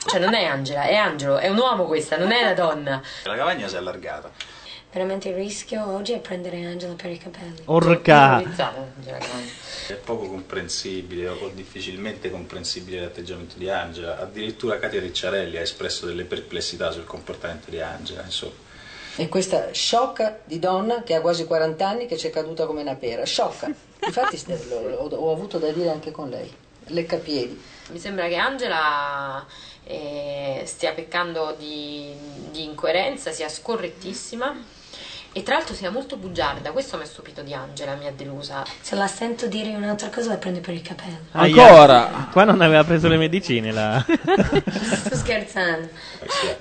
[SPEAKER 26] Cioè non è Angela, è Angelo, è un uomo questa, non è una donna.
[SPEAKER 10] La Cavagna si è allargata.
[SPEAKER 9] Veramente il rischio oggi è prendere Angela per i capelli.
[SPEAKER 2] Orca.
[SPEAKER 10] È poco comprensibile o difficilmente comprensibile l'atteggiamento di Angela. Addirittura Katia Ricciarelli ha espresso delle perplessità sul comportamento di Angela. Insomma,
[SPEAKER 19] E questa sciocca di donna che ha quasi 40 anni che ci è caduta come una pera. Sciocca. Infatti st- lo- lo- ho avuto da dire anche con lei. Leccapiedi.
[SPEAKER 26] Mi sembra che Angela eh, stia peccando di, di incoerenza, sia scorrettissima e tra l'altro sia molto bugiarda. Questo mi ha stupito di Angela, mi ha delusa.
[SPEAKER 9] Se la sento dire un'altra cosa la prendo per i capelli.
[SPEAKER 2] Ancora! Qua non aveva preso le medicine la...
[SPEAKER 9] Sto scherzando.
[SPEAKER 10] sia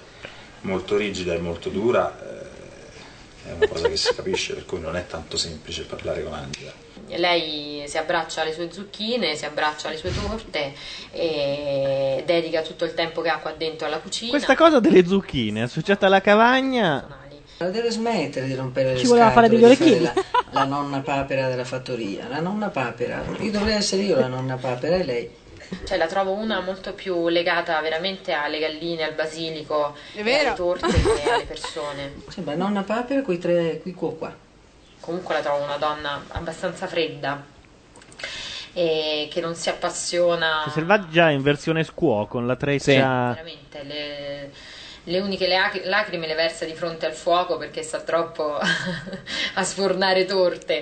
[SPEAKER 10] molto rigida e molto dura eh, è una cosa che si capisce, per cui non è tanto semplice parlare con Angela.
[SPEAKER 26] Lei si abbraccia alle sue zucchine, si abbraccia alle sue torte e dedica tutto il tempo che ha qua dentro alla cucina.
[SPEAKER 2] Questa cosa delle zucchine associata alla cavagna...
[SPEAKER 19] Ma deve smettere di rompere le
[SPEAKER 27] Ci voleva fare
[SPEAKER 19] scatole,
[SPEAKER 27] degli
[SPEAKER 19] di fare
[SPEAKER 27] orecchini.
[SPEAKER 19] La, la nonna papera della fattoria. La nonna papera. Io dovrei essere io la nonna papera e lei.
[SPEAKER 26] Cioè la trovo una molto più legata veramente alle galline, al basilico,
[SPEAKER 19] È vero.
[SPEAKER 26] e alle torte che alle persone.
[SPEAKER 19] Sembra nonna papera quei tre qui qua qua.
[SPEAKER 26] Comunque la trovo una donna abbastanza fredda e che non si appassiona.
[SPEAKER 2] Selvaggia in versione squaw con la treccia...
[SPEAKER 26] Veramente le, le uniche lac- lacrime le versa di fronte al fuoco perché sta troppo a sfornare torte.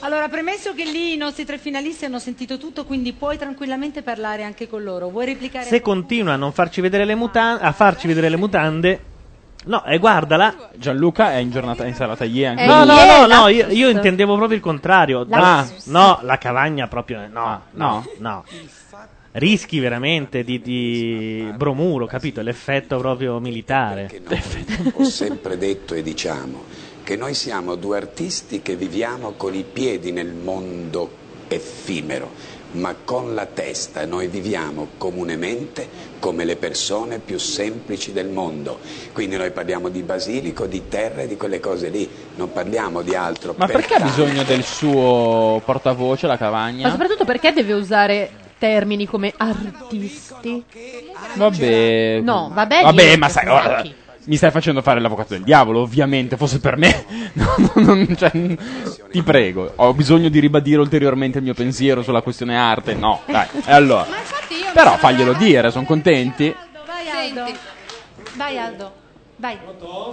[SPEAKER 6] Allora, premesso che lì i nostri tre finalisti hanno sentito tutto, quindi puoi tranquillamente parlare anche con loro. Vuoi replicare?
[SPEAKER 2] Se continua a non farci vedere le mutande... a farci vedere le mutande... No, e guardala.
[SPEAKER 5] Gianluca è in giornata in serata ieri anche.
[SPEAKER 2] No,
[SPEAKER 5] lui.
[SPEAKER 2] no, no, no, io, io intendevo proprio il contrario.
[SPEAKER 5] La-
[SPEAKER 2] Ah, no, la cavagna proprio.
[SPEAKER 5] Ah,
[SPEAKER 2] No, no, no. Rischi veramente di, di bromuro, capito? L'effetto proprio militare.
[SPEAKER 23] Ho sempre detto e diciamo che noi siamo due artisti che viviamo con i piedi nel mondo effimero, ma con la testa noi viviamo comunemente come le persone più semplici del mondo. Quindi noi parliamo di basilico, di terra e di quelle cose lì, non parliamo di altro.
[SPEAKER 5] Ma perché ha bisogno del suo portavoce, la
[SPEAKER 7] Ma
[SPEAKER 5] cavagna?
[SPEAKER 7] soprattutto perché deve usare termini come artisti?
[SPEAKER 5] Vabbè.
[SPEAKER 7] No, vabbè,
[SPEAKER 5] Eh, Vabbè,
[SPEAKER 7] io-
[SPEAKER 5] ma sai, oh, guarda, mi stai facendo fare l'avvocato del diavolo, ovviamente, fosse per me. No, no, non- cioè, ti prego, ho bisogno di ribadire ulteriormente il mio pensiero sulla questione arte. No, dai. E allora. Però faglielo dire, sono contenti.
[SPEAKER 6] Vai Aldo. Vai Aldo. Vai.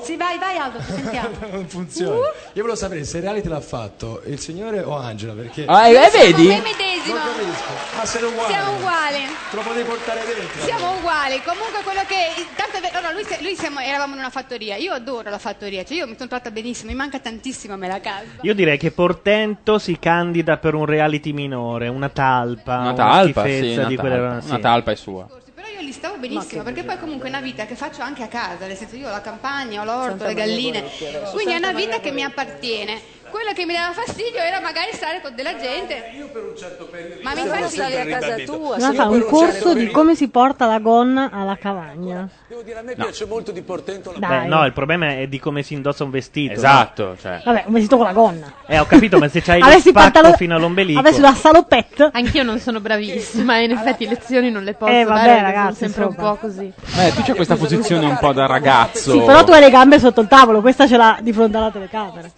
[SPEAKER 6] Sì, vai, vai Aldo, ti sentiamo.
[SPEAKER 28] non funziona. Io volevo sapere se reality l'ha fatto il signore o Angela perché
[SPEAKER 5] Ah, e- e vedi?
[SPEAKER 20] Sei medesimo.
[SPEAKER 28] Non capisco. Ma siete uguali.
[SPEAKER 20] Siamo uguali.
[SPEAKER 28] Te lo potevi portare dentro.
[SPEAKER 20] Siamo uguali, comunque quello che. Tanto è vero, no, no, lui, se- lui siamo- eravamo in una fattoria. Io adoro la fattoria, cioè io mi sono trovata benissimo, mi manca tantissimo a me la casa.
[SPEAKER 2] Io direi che Portento si candida per un reality minore, una talpa.
[SPEAKER 5] Una talpa,
[SPEAKER 2] Ah, schifezza
[SPEAKER 5] sì, una
[SPEAKER 2] di quelle-
[SPEAKER 5] talpa.
[SPEAKER 2] sì.
[SPEAKER 5] Una talpa è sua.
[SPEAKER 20] Però io li stavo benissimo, perché poi comunque è una vita che faccio anche a casa, nel senso io ho la campagna, ho l'orto,
[SPEAKER 6] Santa
[SPEAKER 20] le
[SPEAKER 6] Maria
[SPEAKER 20] galline.
[SPEAKER 6] Guerriera.
[SPEAKER 20] Quindi è
[SPEAKER 6] Santa
[SPEAKER 20] una
[SPEAKER 6] Maria
[SPEAKER 20] vita che mi appartiene. quello che mi dava fastidio era magari stare con della gente.
[SPEAKER 1] Io per un certo periodo...
[SPEAKER 20] Ma mi
[SPEAKER 1] Io
[SPEAKER 20] fa
[SPEAKER 1] sono
[SPEAKER 20] stare
[SPEAKER 1] sempre
[SPEAKER 20] a casa
[SPEAKER 1] ribadito.
[SPEAKER 20] tua,
[SPEAKER 24] Dobbiamo fare un corso di come si porta la gonna alla cavagna.
[SPEAKER 1] Devo dire, a me piace molto di portento la
[SPEAKER 24] Dai.
[SPEAKER 2] Beh, Eh, no, il problema è di come si indossa un vestito.
[SPEAKER 5] Esatto,
[SPEAKER 2] cioè.
[SPEAKER 24] Vabbè, un vestito con la gonna.
[SPEAKER 2] Eh, ho capito, ma se c'hai lo
[SPEAKER 24] Avessi
[SPEAKER 2] spacco
[SPEAKER 24] pantalone-
[SPEAKER 2] fino all'ombelico.
[SPEAKER 24] Avessi la salopette.
[SPEAKER 7] Anch'io non sono bravissima e in effetti lezioni non le posso
[SPEAKER 24] Eh, vabbè,
[SPEAKER 7] dare, perché
[SPEAKER 24] ragazzi,
[SPEAKER 7] sono sempre un po' così.
[SPEAKER 5] Eh, tu c'è questa posizione un po' da ragazzo.
[SPEAKER 24] Sì, però tu hai le gambe sotto il tavolo, questa ce l'ha di fronte alla telecamera.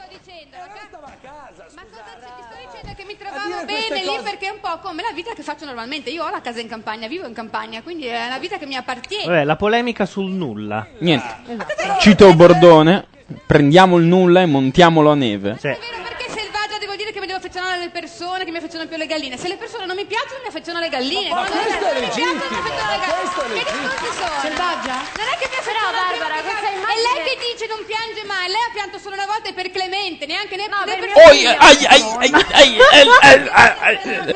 [SPEAKER 20] Trovavo bene lì perché è un po' come la vita che faccio normalmente. Io ho la casa in campagna, vivo in campagna, quindi è una vita che mi appartiene.
[SPEAKER 2] Vabbè, la polemica sul nulla.
[SPEAKER 5] Niente. Cito Bordone, prendiamo il nulla e montiamolo a neve.
[SPEAKER 20] Perché selvaggia devo dire che mi devo affezionare alle persone, che mi affezionano più alle galline. Se le persone non mi piacciono, mi affeziono alle galline.
[SPEAKER 1] Ma
[SPEAKER 20] Quando le
[SPEAKER 1] questo è
[SPEAKER 20] persone mi
[SPEAKER 1] legittimo,
[SPEAKER 20] piacciono, mi affeziono alle
[SPEAKER 1] ma questo è
[SPEAKER 20] galline. Che discorsi sono?
[SPEAKER 1] Selvaggia?
[SPEAKER 20] Non è che mi affeziono
[SPEAKER 1] Però,
[SPEAKER 20] alle
[SPEAKER 1] Barbara,
[SPEAKER 20] persone.
[SPEAKER 1] questa
[SPEAKER 20] È
[SPEAKER 1] immagine-
[SPEAKER 20] lei che dice non piange mai. Lei ha pianto solo una volta e per Clemente, neanche ne- né per
[SPEAKER 5] Oi,
[SPEAKER 20] Clemente.
[SPEAKER 5] ai, ai, ai, ai, ai, ai, ai, ai.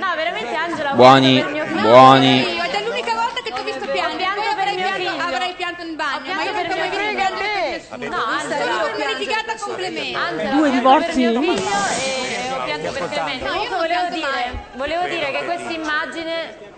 [SPEAKER 20] No, veramente Angela.
[SPEAKER 5] Buoni, buoni.
[SPEAKER 20] Ed è l'unica volta che ti ho visto piangere. Poi avrei pianto, avrei pianto in bagno. Ma io non ti ho mai visto piangere nessuno.
[SPEAKER 1] No, Angela,
[SPEAKER 20] Sono
[SPEAKER 1] io
[SPEAKER 20] verificata con Clemente.
[SPEAKER 24] Due divorzi in uno.
[SPEAKER 29] eh,
[SPEAKER 1] ho pianto per Clemente.
[SPEAKER 20] No, io non
[SPEAKER 29] volevo
[SPEAKER 20] pianto mai.
[SPEAKER 29] dire, volevo dire che questa immagine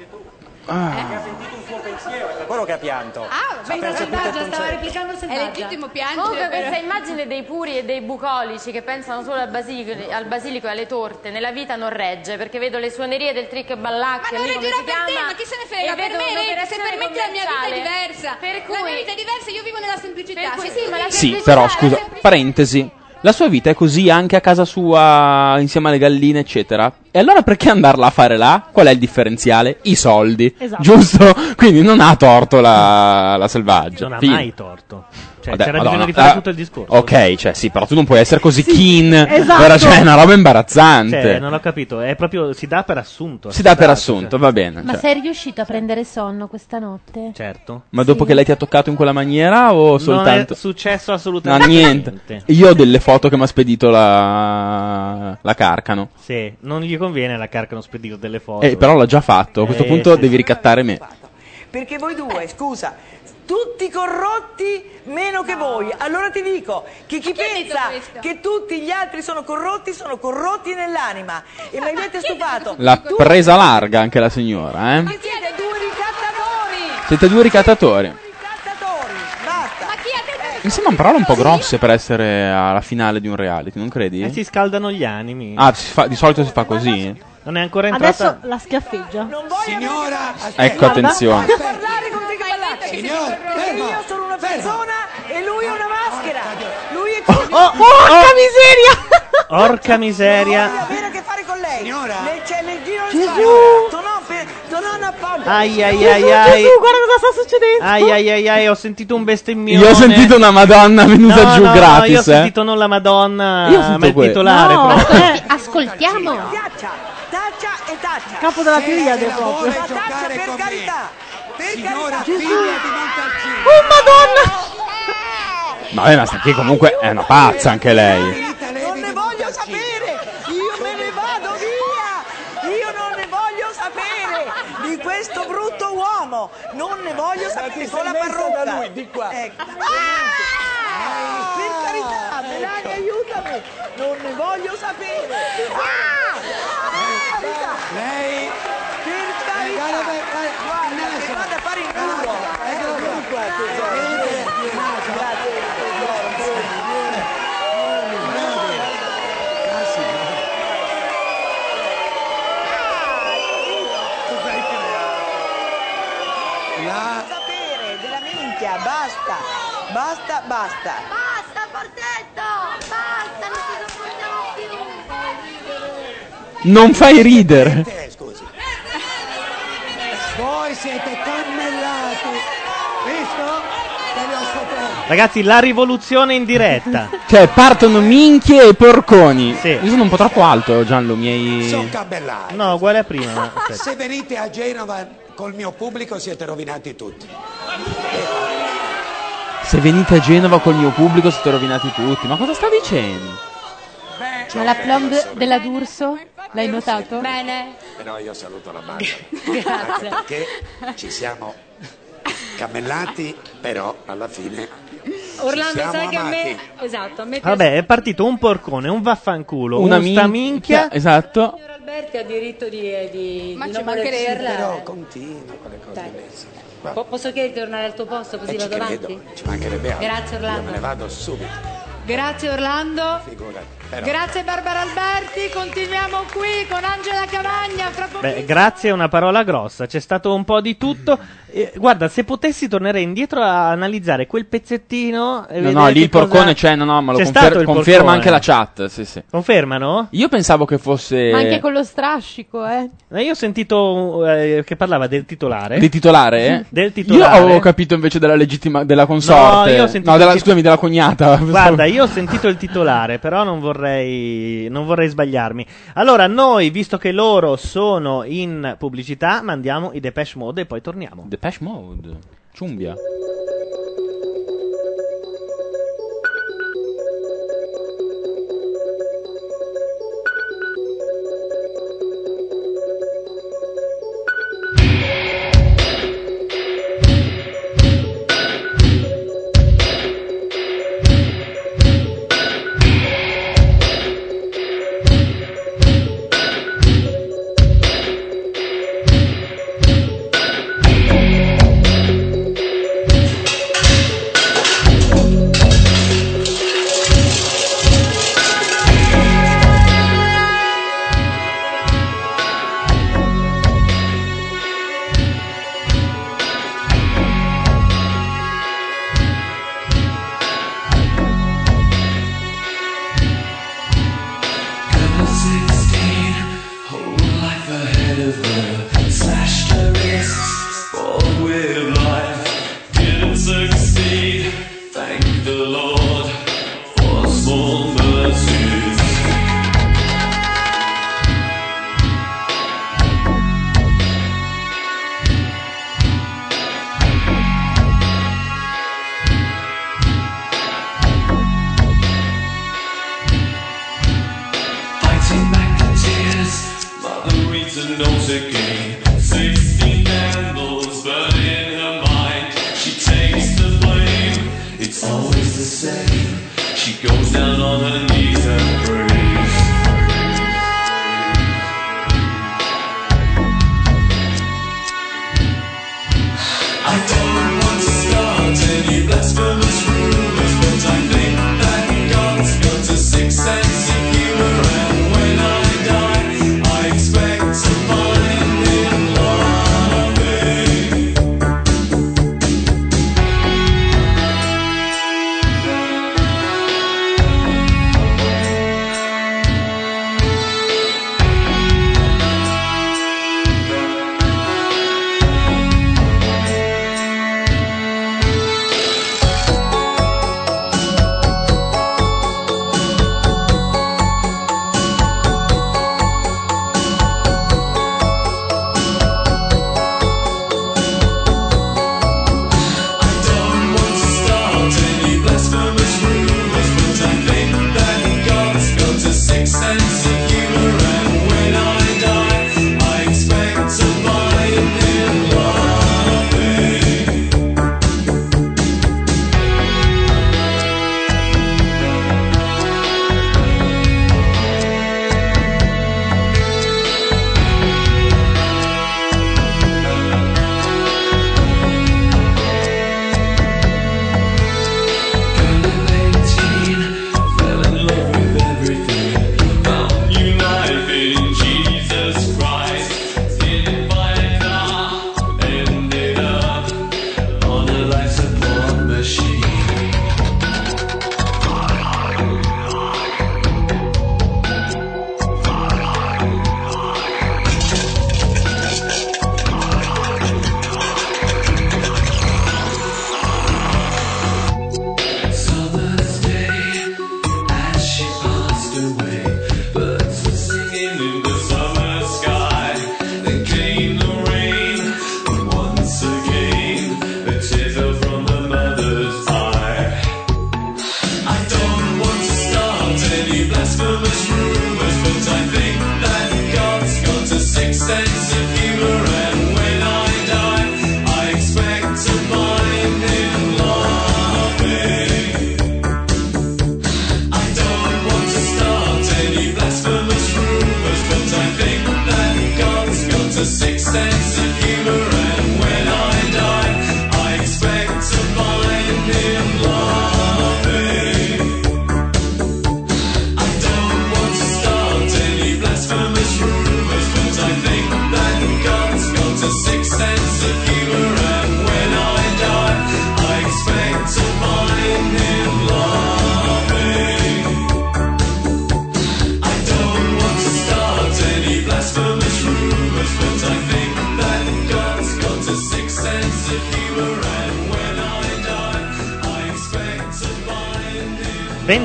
[SPEAKER 30] Eh.
[SPEAKER 1] Quello che ha pianto.
[SPEAKER 20] Ah,
[SPEAKER 1] beh, Sapeva selvaggia, tutto il stava concetto.
[SPEAKER 20] replicando È legittimo piangere.
[SPEAKER 29] Comunque
[SPEAKER 20] però.
[SPEAKER 29] questa immagine dei puri e dei bucolici che pensano solo al basilico, al basilico e alle torte nella vita non regge perché vedo le suonerie del trick e ballac
[SPEAKER 20] Ma non
[SPEAKER 29] lì come
[SPEAKER 20] reggerà
[SPEAKER 29] si
[SPEAKER 20] per
[SPEAKER 29] chiama
[SPEAKER 20] te, ma chi se ne frega?
[SPEAKER 29] e
[SPEAKER 20] Per
[SPEAKER 29] vedo
[SPEAKER 20] me regge, se
[SPEAKER 29] un'operazione
[SPEAKER 20] per me la mia vita è
[SPEAKER 29] commerciale.
[SPEAKER 20] diversa.
[SPEAKER 29] Per
[SPEAKER 20] La mia
[SPEAKER 29] cui-
[SPEAKER 20] vita è diversa, io vivo nella semplicità.
[SPEAKER 29] Per cui-
[SPEAKER 20] Se
[SPEAKER 29] sì,
[SPEAKER 20] tu
[SPEAKER 29] ma la
[SPEAKER 20] mi-
[SPEAKER 5] Sì, però scusa, parentesi. La sua vita è così anche a casa sua, insieme alle galline, eccetera. E allora perché andarla a fare là? Qual è il differenziale? I soldi.
[SPEAKER 2] Esatto.
[SPEAKER 5] Giusto? Quindi non ha torto la, la selvaggia.
[SPEAKER 2] Non ha
[SPEAKER 5] Fine.
[SPEAKER 2] mai torto. Cioè,
[SPEAKER 5] Vabbè,
[SPEAKER 2] c'era
[SPEAKER 5] Madonna,
[SPEAKER 2] bisogno di fare
[SPEAKER 5] eh,
[SPEAKER 2] tutto il discorso.
[SPEAKER 5] Ok, cioè sì, però tu non puoi essere così
[SPEAKER 2] Sì,
[SPEAKER 5] keen.
[SPEAKER 2] esatto.
[SPEAKER 5] Ora cioè, è una roba imbarazzante.
[SPEAKER 2] Cioè, non esatto, ho capito. È proprio, si dà per assunto.
[SPEAKER 5] Si dà per
[SPEAKER 2] scusate,
[SPEAKER 5] assunto, va bene.
[SPEAKER 31] Ma
[SPEAKER 5] cioè.
[SPEAKER 31] sei riuscito a prendere sonno questa notte?
[SPEAKER 2] cioè, Eh, Certo.
[SPEAKER 5] Ma dopo
[SPEAKER 31] Sì.
[SPEAKER 5] che lei ti ha toccato in quella maniera o soltanto...
[SPEAKER 2] Non è successo
[SPEAKER 5] No,
[SPEAKER 2] assolutamente
[SPEAKER 5] niente. Io ho delle foto che mi ha spedito la, la Carcano.
[SPEAKER 2] Sì, non gli conviene la carcano spedito delle foto.
[SPEAKER 5] Eh, però l'ho già fatto. A questo
[SPEAKER 2] Eh,
[SPEAKER 5] punto
[SPEAKER 2] sì,
[SPEAKER 5] devi
[SPEAKER 2] sì.
[SPEAKER 5] ricattare me.
[SPEAKER 12] Perché voi due, scusa, tutti corrotti meno che voi. Allora ti dico che chi, pensa che tutti gli altri sono corrotti, sono corrotti nell'anima. E mi avete stufato.
[SPEAKER 5] L'ha
[SPEAKER 12] Tu-
[SPEAKER 5] presa larga anche la signora, eh?
[SPEAKER 12] Siete due ricattatori!
[SPEAKER 5] Siete due ricattatori.
[SPEAKER 12] Basta!
[SPEAKER 20] Ma chi ha detto
[SPEAKER 5] Mi sembrano parole un po' grosse per essere alla finale di un reality, non credi?
[SPEAKER 2] Eh, si scaldano gli animi.
[SPEAKER 5] Ah, si fa- di solito si fa così.
[SPEAKER 2] Non è ancora entrata.
[SPEAKER 24] Adesso la schiaffeggia.
[SPEAKER 12] Signora!
[SPEAKER 5] Ecco, attenzione.
[SPEAKER 12] parlare con te che ballate!
[SPEAKER 1] Signor,
[SPEAKER 12] Perché
[SPEAKER 1] ferma,
[SPEAKER 12] io sono una persona e lui è una maschera! Lui è
[SPEAKER 24] Oh, porca miseria!
[SPEAKER 2] Orca miseria.
[SPEAKER 12] avere a che fare con lei! Signora! c'è nel giro di
[SPEAKER 24] Gesù!
[SPEAKER 12] spalle! Tonon, per- Tonon appoggio!
[SPEAKER 2] Ai, ai,
[SPEAKER 12] Gesù,
[SPEAKER 2] ai, ai.
[SPEAKER 12] Gesù,
[SPEAKER 24] guarda cosa sta succedendo.
[SPEAKER 2] Ai ai ai ai, ho sentito un bestemmione.
[SPEAKER 5] Io ho sentito una Madonna venuta
[SPEAKER 2] No,
[SPEAKER 5] giù
[SPEAKER 2] no,
[SPEAKER 5] gratis,
[SPEAKER 2] No, io ho
[SPEAKER 5] eh.
[SPEAKER 2] sentito non la Madonna,
[SPEAKER 5] Io ho sentito
[SPEAKER 2] ma il
[SPEAKER 5] quello.
[SPEAKER 2] titolare.
[SPEAKER 5] No,
[SPEAKER 2] proprio.
[SPEAKER 24] eh.
[SPEAKER 7] Eh,
[SPEAKER 12] Ascoltiamo! Taccia, taccia e taccia!
[SPEAKER 24] Capo della
[SPEAKER 12] Se
[SPEAKER 24] Piriade
[SPEAKER 12] lei lavora
[SPEAKER 24] proprio.
[SPEAKER 12] e Ma taccia per carità! Per carità!
[SPEAKER 24] Oh madonna!
[SPEAKER 5] Vabbè, ma sta qui comunque è una pazza anche lei.
[SPEAKER 12] Non ne voglio sapere! Io me ne vado via! Io non ne voglio sapere di questo brutto uomo! Non ne voglio sapere con la parrucca!
[SPEAKER 24] Eh.
[SPEAKER 12] Ecco.
[SPEAKER 32] Ah!
[SPEAKER 12] Per carità, Melania, aiutami! Non ne voglio sapere!
[SPEAKER 32] Ah!
[SPEAKER 12] Per carità! Lei... Per carità! Guarda, che vado a fare in culo! Ecco qua, tesoro! Grazie,
[SPEAKER 1] La-
[SPEAKER 12] sapere della minchia, basta, basta, basta. Basta, Fortetto! Basta, non ti sopportiamo più!
[SPEAKER 5] Non fai ridere.
[SPEAKER 1] Voi siete cannellati! Visto? Te li ho scoperti!
[SPEAKER 2] Ragazzi, la rivoluzione in diretta.
[SPEAKER 5] Cioè, partono minchie e porconi.
[SPEAKER 2] Sì.
[SPEAKER 5] Io sono un po' troppo alto, Gianlo, miei...
[SPEAKER 1] Sono cabellati!
[SPEAKER 2] No, uguale a prima. ma aspetta.
[SPEAKER 1] Se venite a Genova col mio pubblico siete rovinati tutti.
[SPEAKER 5] Se venite a Genova col mio pubblico siete rovinati tutti. Ma cosa sta dicendo?
[SPEAKER 7] Ma la plomb della D'Urso? L'hai notato?
[SPEAKER 20] Bene.
[SPEAKER 23] Però Eh io saluto la banda
[SPEAKER 7] Grazie.
[SPEAKER 23] perché ci siamo cammellati, però alla fine
[SPEAKER 6] Orlando,
[SPEAKER 23] Siamo
[SPEAKER 6] sai che a me...
[SPEAKER 23] amati.
[SPEAKER 6] Esatto, a me piace-
[SPEAKER 2] Vabbè, è partito un porcone, un vaffanculo,
[SPEAKER 5] Una
[SPEAKER 2] una sta
[SPEAKER 5] min-
[SPEAKER 2] minchia.
[SPEAKER 5] Esatto.
[SPEAKER 19] Alberti ha diritto di, eh, di,
[SPEAKER 6] Ma
[SPEAKER 19] di
[SPEAKER 6] ci
[SPEAKER 19] non voler
[SPEAKER 6] mancherebbe.
[SPEAKER 19] parlare.
[SPEAKER 6] Però
[SPEAKER 23] continua con le cose
[SPEAKER 19] Po- posso chiedere di tornare al tuo posto così
[SPEAKER 23] E eh, ci
[SPEAKER 19] vado avanti?
[SPEAKER 23] credo, ci mancherebbe altro.
[SPEAKER 6] Grazie, Orlando.
[SPEAKER 23] Io me ne vado subito,
[SPEAKER 6] Grazie Orlando.
[SPEAKER 23] figurati. Però-
[SPEAKER 6] Grazie Barbara Alberti, continuiamo qui con Angela Cavagna, fra poco
[SPEAKER 2] Beh, grazie è una parola grossa, c'è stato un po' di tutto. Eh, guarda, se potessi tornerei indietro a analizzare quel pezzettino. e
[SPEAKER 5] No, no,
[SPEAKER 2] vedere
[SPEAKER 5] lì
[SPEAKER 2] che
[SPEAKER 5] il porcone
[SPEAKER 2] cosa-
[SPEAKER 5] c'è, no, no, ma lo
[SPEAKER 2] C'è
[SPEAKER 5] confer-
[SPEAKER 2] stato il
[SPEAKER 5] conferma
[SPEAKER 2] porcone.
[SPEAKER 5] anche la chat. Sì, sì.
[SPEAKER 2] Confermano?
[SPEAKER 5] Io pensavo che fosse.
[SPEAKER 29] Ma anche con lo strascico, eh.
[SPEAKER 2] Eh, Io ho sentito eh, che parlava del titolare.
[SPEAKER 5] Di titolare? eh?
[SPEAKER 2] Del titolare.
[SPEAKER 5] Io avevo capito invece della legittima della consorte.
[SPEAKER 2] io ho sentito
[SPEAKER 5] No, della-
[SPEAKER 2] il tit-
[SPEAKER 5] scusami, della cognata.
[SPEAKER 2] Guarda, io ho sentito il titolare, però non vorrei, non vorrei sbagliarmi. Allora, noi, visto che loro sono in pubblicità, mandiamo i Depeche Mode e poi torniamo.
[SPEAKER 5] Depeche Mode? Ciumbia.
[SPEAKER 1] Number 16, whole life ahead of her. Slashed her wrists, bored with life. Didn't succeed, thank the Lord for small mercies. Fighting back the tears, mother reads a note again. Sixteen candles burn in her mind. She takes the blame, it's always the same. She goes down on her knees and prays. I don't want to start any blasphemous rumors, but I think that God's got a sixth sense of humor, and when I die, I expect to find Him loving. Summer's day, as she passed away, birds were singing in the summer sky. Then came the rain, and once again, a tear fell from her mother's eye. I don't want to start any blasphemous rumors, but I think that God's got a sixth sense of humor, and when I die, I expect to find Him loving.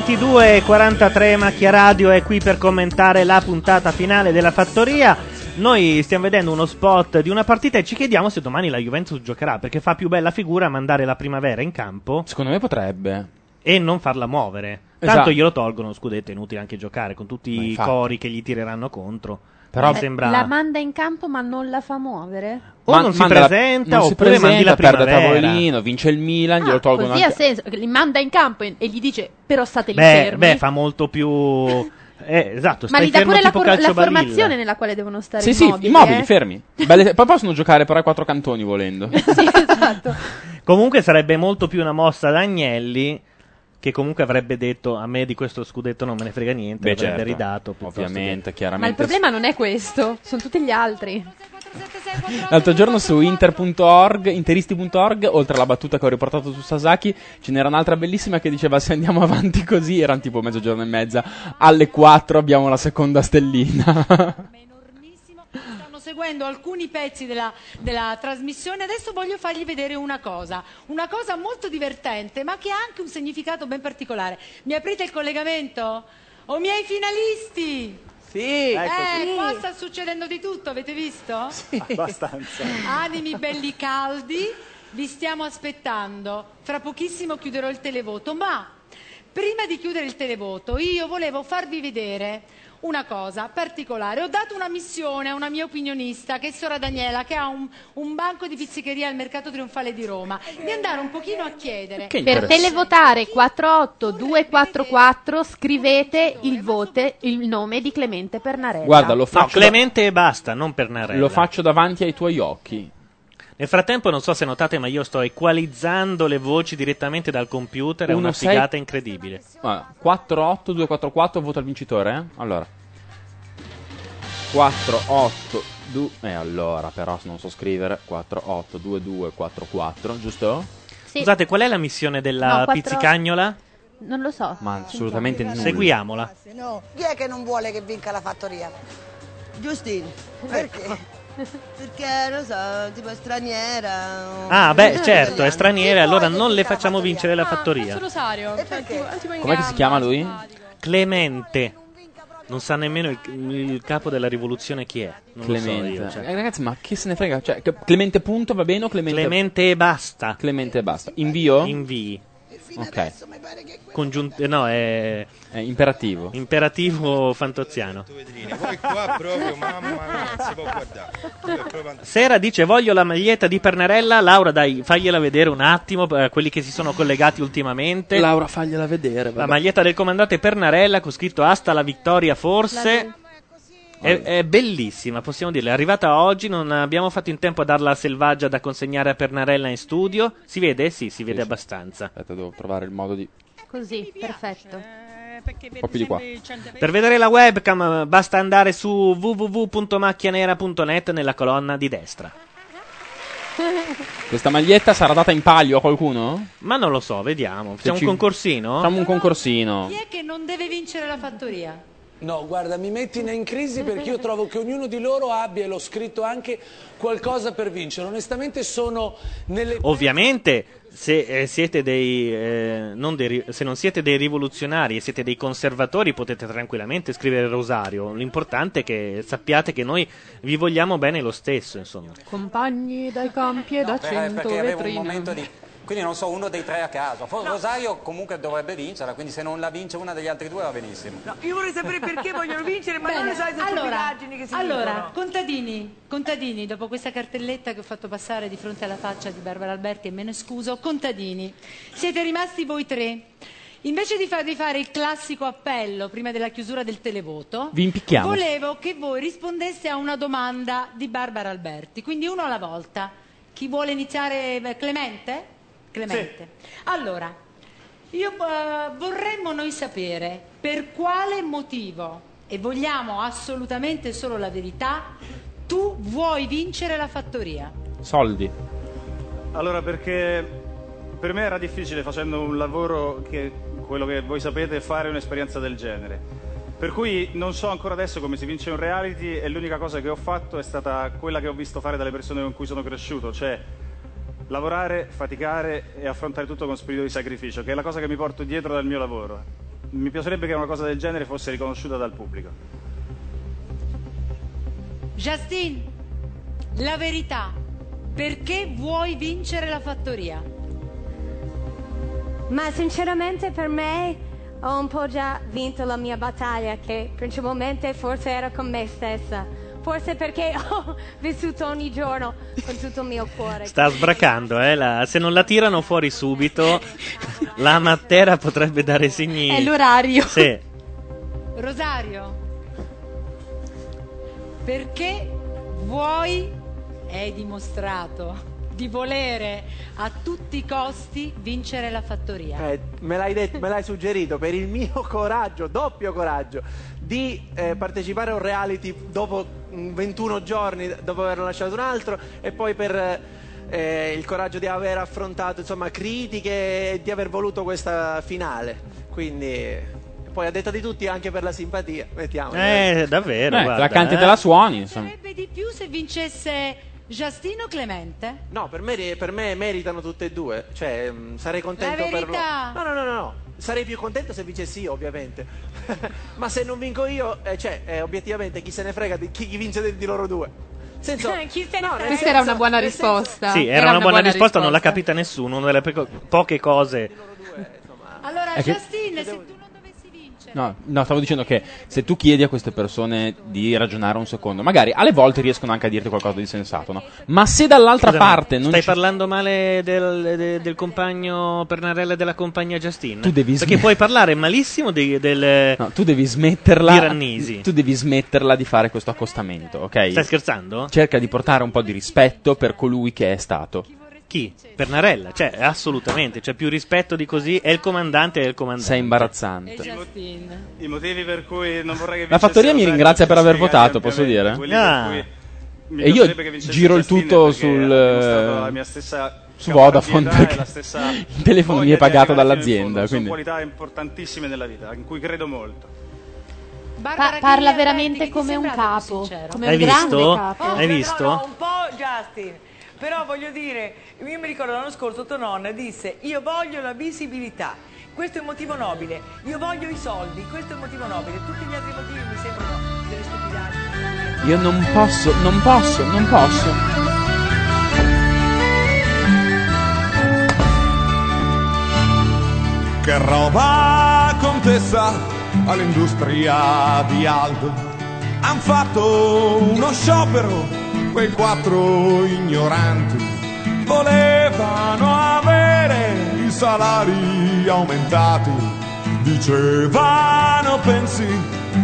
[SPEAKER 2] 22.43 Macchia Radio è qui per commentare la puntata finale della fattoria. Noi stiamo vedendo uno spot di una partita e ci chiediamo se domani la Juventus giocherà perché fa più bella figura mandare la primavera in campo.
[SPEAKER 5] Secondo me potrebbe.
[SPEAKER 2] E non farla muovere. Tanto
[SPEAKER 5] Esatto.
[SPEAKER 2] glielo tolgono, scudetto, è inutile anche giocare con tutti i
[SPEAKER 5] infatti.
[SPEAKER 2] cori che gli tireranno contro.
[SPEAKER 5] Però-
[SPEAKER 2] Mi sembra
[SPEAKER 7] Eh, La manda in campo ma non la fa muovere?
[SPEAKER 2] o
[SPEAKER 5] Ma-
[SPEAKER 2] non si
[SPEAKER 5] manda la-
[SPEAKER 2] presenta
[SPEAKER 5] non si
[SPEAKER 2] oppure mandi la
[SPEAKER 5] presenta, perde
[SPEAKER 2] primavera.
[SPEAKER 5] tavolino, vince il Milan, glielo tolgono
[SPEAKER 7] Così
[SPEAKER 5] anche-
[SPEAKER 7] ha senso. Li manda in campo e, e gli dice però state lì
[SPEAKER 2] Beh,
[SPEAKER 7] fermi.
[SPEAKER 2] beh, fa molto più eh, esatto,
[SPEAKER 7] ma
[SPEAKER 2] stai
[SPEAKER 7] gli dà
[SPEAKER 2] fermo
[SPEAKER 7] pure la,
[SPEAKER 2] tipo
[SPEAKER 7] for- la
[SPEAKER 2] calcio balilla.
[SPEAKER 7] formazione nella quale devono stare
[SPEAKER 5] Sì, sì,
[SPEAKER 7] immobili.
[SPEAKER 5] immobili,
[SPEAKER 7] eh.
[SPEAKER 5] fermi. Belle- poi possono giocare però ai quattro cantoni volendo.
[SPEAKER 7] esatto.
[SPEAKER 2] Comunque sarebbe molto più una mossa da Agnelli che comunque avrebbe detto a me di questo scudetto non me ne frega niente,
[SPEAKER 5] Beh,
[SPEAKER 2] l'avrebbe
[SPEAKER 5] certo.
[SPEAKER 2] ridato piuttosto
[SPEAKER 5] Ovviamente,
[SPEAKER 2] che-
[SPEAKER 5] chiaramente.
[SPEAKER 7] Ma il problema non è questo, sono tutti gli altri.
[SPEAKER 5] L'altro giorno su inter.org, interisti.org, oltre alla battuta che ho riportato su Sasaki, ce n'era un'altra bellissima che diceva se andiamo avanti così, erano tipo mezzogiorno e mezza, alle 4 abbiamo la seconda stellina.
[SPEAKER 6] Stanno seguendo alcuni pezzi della, della trasmissione. Adesso voglio fargli vedere una cosa, una cosa molto divertente, ma che ha anche un significato ben particolare. Mi aprite il collegamento? O miei finalisti!
[SPEAKER 10] Sì,
[SPEAKER 6] eh,
[SPEAKER 10] eccoci.
[SPEAKER 6] qua sta succedendo di tutto, avete visto?
[SPEAKER 10] Abbastanza.
[SPEAKER 6] Animi belli caldi, vi stiamo aspettando. Fra pochissimo chiuderò il televoto, ma prima di chiudere il televoto io volevo farvi vedere una cosa particolare. Ho dato una missione a una mia opinionista, che è Sora Daniela, che ha un, un banco di pizzicheria al Mercato Trionfale di Roma, di andare un pochino a chiedere.
[SPEAKER 7] Per televotare 48244 scrivete il, vote, il nome di Clemente Pernarella.
[SPEAKER 5] Guarda, lo faccio.
[SPEAKER 2] Clemente e basta, non per Narella.
[SPEAKER 5] Lo faccio davanti ai tuoi occhi.
[SPEAKER 2] Nel frattempo non so se notate ma io sto equalizzando le voci direttamente dal computer, è
[SPEAKER 5] Uno,
[SPEAKER 2] una
[SPEAKER 5] sei-
[SPEAKER 2] figata incredibile.
[SPEAKER 5] Allora, 48244 voto al vincitore, eh? Allora. 482 Eh allora, però non so scrivere 482244, giusto?
[SPEAKER 7] Sì.
[SPEAKER 2] Scusate, qual è la missione della
[SPEAKER 7] No, quattro-
[SPEAKER 2] pizzicagnola?
[SPEAKER 7] Non lo so.
[SPEAKER 5] Ma assolutamente nulla.
[SPEAKER 2] Seguiamola.
[SPEAKER 33] Se no, chi è che non vuole che vinca la fattoria? Giustino. Perché? Perché, non so, tipo straniera. o-
[SPEAKER 2] Ah, beh,
[SPEAKER 33] Eh,
[SPEAKER 2] certo, è straniera, allora non le
[SPEAKER 33] vinca la
[SPEAKER 2] facciamo vincere la fattoria.
[SPEAKER 33] Rosario. E perché?
[SPEAKER 5] Com'è che si chiama lui?
[SPEAKER 2] Clemente. Non sa nemmeno il, il capo della rivoluzione chi è. Non lo so io,
[SPEAKER 5] Clemente.
[SPEAKER 2] cioè.
[SPEAKER 5] Eh, ragazzi, ma chi se ne frega? Cioè, che- Clemente punto va bene o Clemente
[SPEAKER 2] Clemente e basta.
[SPEAKER 5] Clemente e basta. Invio?
[SPEAKER 2] Invii.
[SPEAKER 5] Ok.
[SPEAKER 2] Congiunt- eh, no, è...
[SPEAKER 5] imperativo.
[SPEAKER 2] Imperativo fantoziano.
[SPEAKER 34] Voi qua proprio, mamma mia, non si può guardare. Voi proprio andate-
[SPEAKER 2] Sera dice voglio la maglietta di Pernarella. Laura, dai, fagliela vedere un attimo per quelli che si sono collegati ultimamente.
[SPEAKER 5] Laura, fagliela vedere.
[SPEAKER 2] La
[SPEAKER 5] vabbè.
[SPEAKER 2] maglietta del comandante Pernarella con scritto Asta la vittoria forse. È, è bellissima, possiamo dirla. È arrivata oggi, non abbiamo fatto in tempo a darla a Selvaggia da consegnare a Pernarella in studio. Si vede? Sì, si vede abbastanza.
[SPEAKER 5] Aspetta, devo trovare il modo di.
[SPEAKER 7] Così, perfetto.
[SPEAKER 5] Un po' più di qua.
[SPEAKER 2] Per vedere la webcam eh, basta andare su www.macchianera.net nella colonna di destra.
[SPEAKER 5] Questa maglietta sarà data in palio a qualcuno?
[SPEAKER 2] Ma non lo so, vediamo.
[SPEAKER 5] Se
[SPEAKER 2] Facciamo
[SPEAKER 5] Cioè, ci-
[SPEAKER 2] un concorsino?
[SPEAKER 5] Facciamo un concorsino.
[SPEAKER 6] Chi è che non deve vincere la fattoria?
[SPEAKER 18] No, guarda, mi metti in crisi
[SPEAKER 24] Mm-hmm.
[SPEAKER 18] perché io trovo che ognuno di loro abbia, e l'ho scritto anche, qualcosa per vincere. Onestamente sono nelle...
[SPEAKER 2] Ovviamente, se, eh, siete dei, eh, non dei ri- se non siete dei rivoluzionari e siete dei conservatori, potete tranquillamente scrivere Rosario. L'importante è che sappiate che noi vi vogliamo bene lo stesso, insomma.
[SPEAKER 29] Compagni dai campi e da cento
[SPEAKER 20] eh, perché avevo un
[SPEAKER 29] vetrine.
[SPEAKER 20] momento di. Quindi non so, uno dei tre a caso. For- Rosario comunque dovrebbe vincerla, quindi se non la vince una degli altri due va benissimo.
[SPEAKER 32] Io vorrei sapere perché vogliono vincere, ma non
[SPEAKER 6] Bene,
[SPEAKER 32] le solite
[SPEAKER 6] allora,
[SPEAKER 32] stupidaggini che si
[SPEAKER 6] allora
[SPEAKER 32] dicono.
[SPEAKER 6] contadini, contadini, dopo questa cartelletta che ho fatto passare di fronte alla faccia di Barbara Alberti, e me ne scuso, contadini, siete rimasti voi tre. Invece di farvi fare il classico appello prima della chiusura del televoto,
[SPEAKER 5] Vi impicchiamo.
[SPEAKER 6] volevo che voi rispondeste a una domanda di Barbara Alberti, quindi uno alla volta. Chi vuole iniziare? Beh, Clemente? Clemente. Allora, io eh, vorremmo noi sapere per quale motivo, e vogliamo assolutamente solo la verità, tu vuoi vincere la fattoria.
[SPEAKER 5] Soldi.
[SPEAKER 2] Eh,
[SPEAKER 10] Allora, perché per me era difficile facendo un lavoro che quello che voi sapete fare un'esperienza del genere. Per cui non so ancora adesso come si vince un reality e l'unica cosa che ho fatto è stata quella che ho visto fare dalle persone con cui sono cresciuto, cioè lavorare, faticare e affrontare tutto con spirito di sacrificio, che è la cosa che mi porto dietro dal mio lavoro. mi piacerebbe che una cosa del genere fosse riconosciuta dal pubblico.
[SPEAKER 6] Justin, la verità. Perché vuoi vincere la fattoria?
[SPEAKER 9] Ma sinceramente per me ho un po' già vinto la mia battaglia, che principalmente forse era con me stessa. Forse perché ho vissuto ogni giorno con tutto il mio cuore.
[SPEAKER 2] Sta sbracando, eh. la- se non la tirano fuori subito, la Matera potrebbe dare segni.
[SPEAKER 35] È l'orario.
[SPEAKER 2] Sì.
[SPEAKER 6] Rosario, perché vuoi, è dimostrato, di volere a tutti i costi vincere la fattoria?
[SPEAKER 8] Eh, me, l'hai det- me l'hai suggerito per il mio coraggio, doppio coraggio, di eh, partecipare a un reality dopo mm, 21 giorni, dopo aver lasciato un altro, e poi per eh, il coraggio di aver affrontato insomma, critiche e di aver voluto questa finale. Quindi. Poi a detta di tutti anche per la simpatia, mettiamo.
[SPEAKER 2] Eh, davvero.
[SPEAKER 5] Beh,
[SPEAKER 2] guarda,
[SPEAKER 5] la canti e
[SPEAKER 2] eh.
[SPEAKER 5] te la suoni, insomma.
[SPEAKER 6] Sarebbe di più se vincesse Giastino Clemente?
[SPEAKER 8] No, per me, per me meritano tutte e due. Cioè, mh, sarei contento
[SPEAKER 6] La
[SPEAKER 8] per loro.
[SPEAKER 6] verità.
[SPEAKER 8] No, no, no, no, no. Sarei più contento se vincessi io, ovviamente. Ma se non vinco io, eh, cioè, eh, obiettivamente, chi se ne frega di chi chi vince di- di loro due? Senso,
[SPEAKER 9] Chi se ne
[SPEAKER 8] no, nel
[SPEAKER 9] frega? senso-
[SPEAKER 7] Questa era una buona
[SPEAKER 8] nel senso-
[SPEAKER 7] risposta.
[SPEAKER 2] Sì, era, una, buona, risposta, non l'ha capita nessuno. Una delle peco- poche cose.
[SPEAKER 6] Allora,
[SPEAKER 5] È che-
[SPEAKER 6] Justin, se tu non
[SPEAKER 5] No, no, stavo dicendo che se tu chiedi a queste persone di ragionare un secondo, magari alle volte riescono anche a dirti qualcosa di sensato, no? Ma se dall'altra
[SPEAKER 2] Scusami,
[SPEAKER 5] parte non
[SPEAKER 2] stai
[SPEAKER 5] ci-
[SPEAKER 2] parlando male del, de- del compagno Pernarella e della compagna Justin?
[SPEAKER 5] Tu devi
[SPEAKER 2] Perché
[SPEAKER 5] sm-
[SPEAKER 2] puoi parlare malissimo di- del.
[SPEAKER 5] No, tu devi smetterla.
[SPEAKER 2] Di Rannisi.
[SPEAKER 5] Tu devi smetterla di fare questo accostamento, ok?
[SPEAKER 2] Stai scherzando?
[SPEAKER 5] Cerca di portare un po' di rispetto per colui che è stato.
[SPEAKER 2] Chi? Pernarella, cioè, assolutamente. Cioè, più rispetto di così. È il comandante, è il comandante.
[SPEAKER 5] Sei imbarazzante.
[SPEAKER 10] Esatto. I motivi per cui non vorrei che
[SPEAKER 5] La
[SPEAKER 10] vincesse
[SPEAKER 5] fattoria mi
[SPEAKER 10] Rosario
[SPEAKER 5] ringrazia per
[SPEAKER 10] sono
[SPEAKER 5] aver
[SPEAKER 10] spiegati
[SPEAKER 5] votato, posso
[SPEAKER 10] ampiamente,
[SPEAKER 5] dire?
[SPEAKER 10] quelli per
[SPEAKER 5] Ah.
[SPEAKER 10] cui mi
[SPEAKER 5] E io
[SPEAKER 10] piacerebbe che vincesse
[SPEAKER 5] giro il
[SPEAKER 10] Justin
[SPEAKER 5] tutto
[SPEAKER 10] perché
[SPEAKER 5] sul,
[SPEAKER 10] ha dimostrato la
[SPEAKER 5] eh,
[SPEAKER 10] mia stessa
[SPEAKER 5] su
[SPEAKER 10] capacità
[SPEAKER 5] Vodafone,
[SPEAKER 10] e
[SPEAKER 5] perché
[SPEAKER 10] la stessa
[SPEAKER 5] il telefono
[SPEAKER 10] voglia
[SPEAKER 5] mi è
[SPEAKER 10] di
[SPEAKER 5] pagato
[SPEAKER 10] arrivarci nel
[SPEAKER 5] dall'azienda,
[SPEAKER 10] fondo.
[SPEAKER 5] quindi-
[SPEAKER 10] Sono qualità importantissime nella vita, in cui credo molto.
[SPEAKER 36] Pa- parla veramente come un capo. Come
[SPEAKER 2] Hai
[SPEAKER 36] un grande
[SPEAKER 2] visto?
[SPEAKER 36] capo.
[SPEAKER 2] Hai visto?
[SPEAKER 12] No, un po' Justin. Però voglio dire, io mi ricordo l'anno scorso Tonon disse io voglio la visibilità, questo è un motivo nobile, io voglio i soldi, questo è un motivo nobile, tutti gli altri motivi mi sembrano delle stupidaggini.
[SPEAKER 5] Io non posso, non posso, non posso.
[SPEAKER 1] Che roba contessa all'industria di Aldo Han fatto uno sciopero quei quattro ignoranti Volevano avere i salari aumentati Dicevano pensi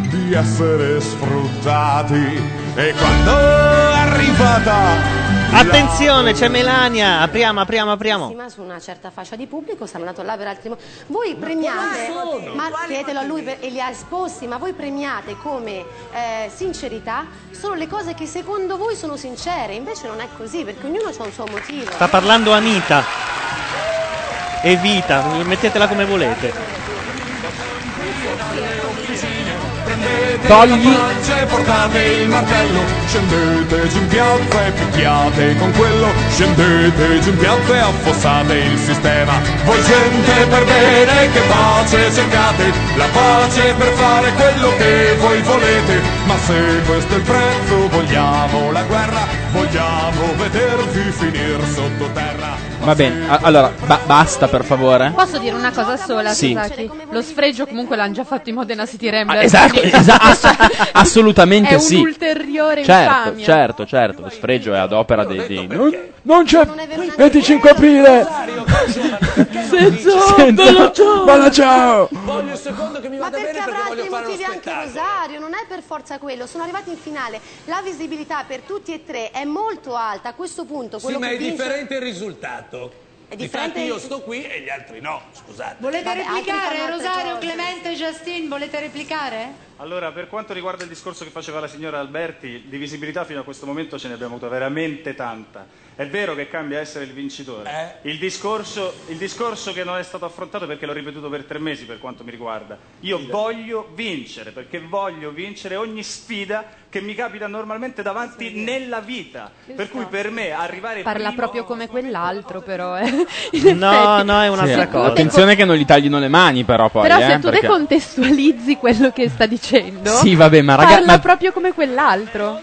[SPEAKER 1] di essere sfruttati E quando è arrivata
[SPEAKER 2] Attenzione, c'è Melania. Apriamo, apriamo, apriamo.
[SPEAKER 33] massima su una certa fascia di pubblico, sono andato là per altri motivi. Voi premiate, quali sono? ma Quali chiedetelo a lui per- e li ha esposti, ma voi premiate come eh, sincerità solo le cose che secondo voi sono sincere, invece non è così, perché ognuno ha un suo motivo.
[SPEAKER 2] Sta parlando Anita. E Vita, mettetela come volete.
[SPEAKER 1] Togli e portate il martello Scendete giù in piazza e picchiate con quello Scendete giù in piazza e affossate il sistema Voi gente per bene che pace cercate La pace per fare quello che voi volete Ma se questo è il prezzo vogliamo la guerra Vogliamo vedervi finir sottoterra
[SPEAKER 5] Va bene, a- allora, ba- basta per favore.
[SPEAKER 7] Posso dire una cosa sola,
[SPEAKER 5] Sì.
[SPEAKER 7] Sasaki? Lo sfregio comunque l'hanno già fatto in Modena City Rambler.
[SPEAKER 5] Ah, esatto,
[SPEAKER 7] quindi-
[SPEAKER 5] esa- ass- assolutamente
[SPEAKER 7] È un
[SPEAKER 5] sì.
[SPEAKER 7] ulteriore
[SPEAKER 5] certo,
[SPEAKER 7] infamia.
[SPEAKER 5] certo, certo. Lo sfregio è ad opera dei. dei- Non, non c'è 25 aprile. Senza-
[SPEAKER 13] Bella ciao!
[SPEAKER 5] Bella ciao!
[SPEAKER 13] Voglio il secondo che mi
[SPEAKER 33] Ma
[SPEAKER 13] vada bene
[SPEAKER 33] perché
[SPEAKER 13] perché
[SPEAKER 33] avrà
[SPEAKER 13] voglio
[SPEAKER 33] altri
[SPEAKER 13] fare uno
[SPEAKER 33] motivi anche
[SPEAKER 13] spettacolo.
[SPEAKER 33] Rosario? Non è per forza quello. Sono arrivati in finale. La visibilità per tutti e tre è molto alta. A questo punto,
[SPEAKER 13] Sì,
[SPEAKER 33] quello
[SPEAKER 13] ma
[SPEAKER 33] che
[SPEAKER 13] è
[SPEAKER 33] vince-
[SPEAKER 13] differente il risultato.
[SPEAKER 33] È differente
[SPEAKER 13] Difatti io
[SPEAKER 33] il-
[SPEAKER 13] sto qui e gli altri no, scusate.
[SPEAKER 6] Volete
[SPEAKER 33] Vabbè, altri
[SPEAKER 6] replicare,
[SPEAKER 33] fanno altre
[SPEAKER 6] Rosario,
[SPEAKER 33] cose.
[SPEAKER 6] Clemente, Justin? Volete replicare?
[SPEAKER 10] Allora, per quanto riguarda il discorso che faceva la signora Alberti, di visibilità fino a questo momento ce ne abbiamo avuta veramente tanta. È vero che cambia essere il
[SPEAKER 2] Eh,
[SPEAKER 10] vincitore. Il, discorso, il discorso che non è stato affrontato perché l'ho ripetuto per tre mesi per quanto mi riguarda. Io voglio vincere, perché voglio vincere ogni sfida che mi capita normalmente davanti nella vita. Per cui per me arrivare
[SPEAKER 7] Parla
[SPEAKER 10] primo...
[SPEAKER 7] proprio come quell'altro, però. eh. In
[SPEAKER 2] No,
[SPEAKER 7] effetti.
[SPEAKER 2] no, è un'altra
[SPEAKER 5] Sì,
[SPEAKER 2] cosa.
[SPEAKER 5] Attenzione che non gli taglino le mani, però poi.
[SPEAKER 7] Però
[SPEAKER 5] eh,
[SPEAKER 7] se tu
[SPEAKER 5] perché-
[SPEAKER 7] decontestualizzi quello che sta dicendo,
[SPEAKER 5] Sì, vabbè, ma raga-
[SPEAKER 7] parla
[SPEAKER 5] ma-
[SPEAKER 7] proprio come quell'altro.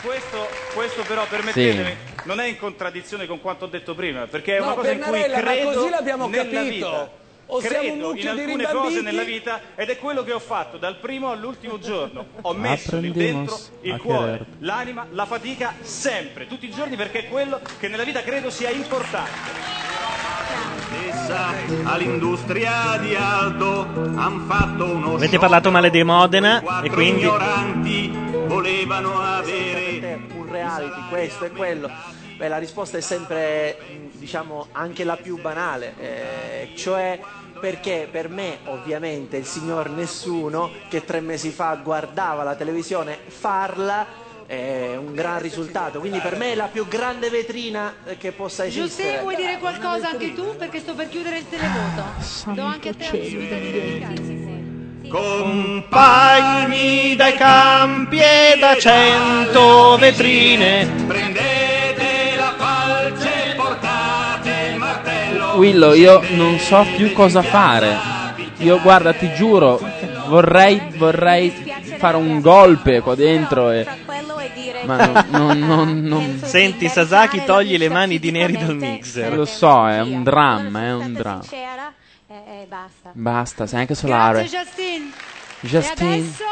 [SPEAKER 10] Questo, questo però, permettetemi, non è in contraddizione con quanto ho detto prima, perché è
[SPEAKER 18] No,
[SPEAKER 10] una cosa in cui
[SPEAKER 18] Pennarella, ma
[SPEAKER 10] credo
[SPEAKER 18] così l'abbiamo
[SPEAKER 10] nella
[SPEAKER 18] capito.
[SPEAKER 10] vita.
[SPEAKER 18] O siamo un
[SPEAKER 10] credo in
[SPEAKER 18] mucchio di
[SPEAKER 10] alcune
[SPEAKER 18] rimbambiti-
[SPEAKER 10] cose nella vita ed è quello che ho fatto dal primo all'ultimo giorno. Ho messo lì dentro
[SPEAKER 2] Aprendimos a
[SPEAKER 10] il cuore,
[SPEAKER 2] querer.
[SPEAKER 10] l'anima, la fatica sempre, tutti i giorni perché è quello che nella vita credo sia importante.
[SPEAKER 37] all'industria di Aldo han fatto uno
[SPEAKER 2] Avete parlato male dei Modena e
[SPEAKER 37] quattro
[SPEAKER 2] quindi
[SPEAKER 37] ignoranti volevano
[SPEAKER 8] avere un reality, questo e quello. Beh, la risposta è sempre, mh, diciamo, anche la più banale, eh, cioè perché per me, ovviamente, il signor Nessuno, che tre mesi fa guardava la televisione, farla è un gran risultato. Quindi per me è la più grande vetrina eh, che possa
[SPEAKER 6] Giuseppe,
[SPEAKER 8] esistere.
[SPEAKER 6] vuoi dire qualcosa anche tu? Perché sto per chiudere il televoto. Do anche a te la possibilità
[SPEAKER 5] Eh,
[SPEAKER 6] di dedicarsi.
[SPEAKER 37] Compagni dai campi e da cento vetrine, prendete la falce e portate il martello.
[SPEAKER 5] Willow, io non so più cosa fare. Io guarda, ti giuro, vorrei, vorrei fare un golpe qua dentro. E... Ma no- non, non, non...
[SPEAKER 2] Senti, Sasaki togli le mani di neri dal mixer.
[SPEAKER 5] Lo so, è un dramma, è un dramma.
[SPEAKER 9] E basta.
[SPEAKER 5] Basta, sei anche solare.
[SPEAKER 6] Grazie Justin.
[SPEAKER 5] Justin.
[SPEAKER 6] E adesso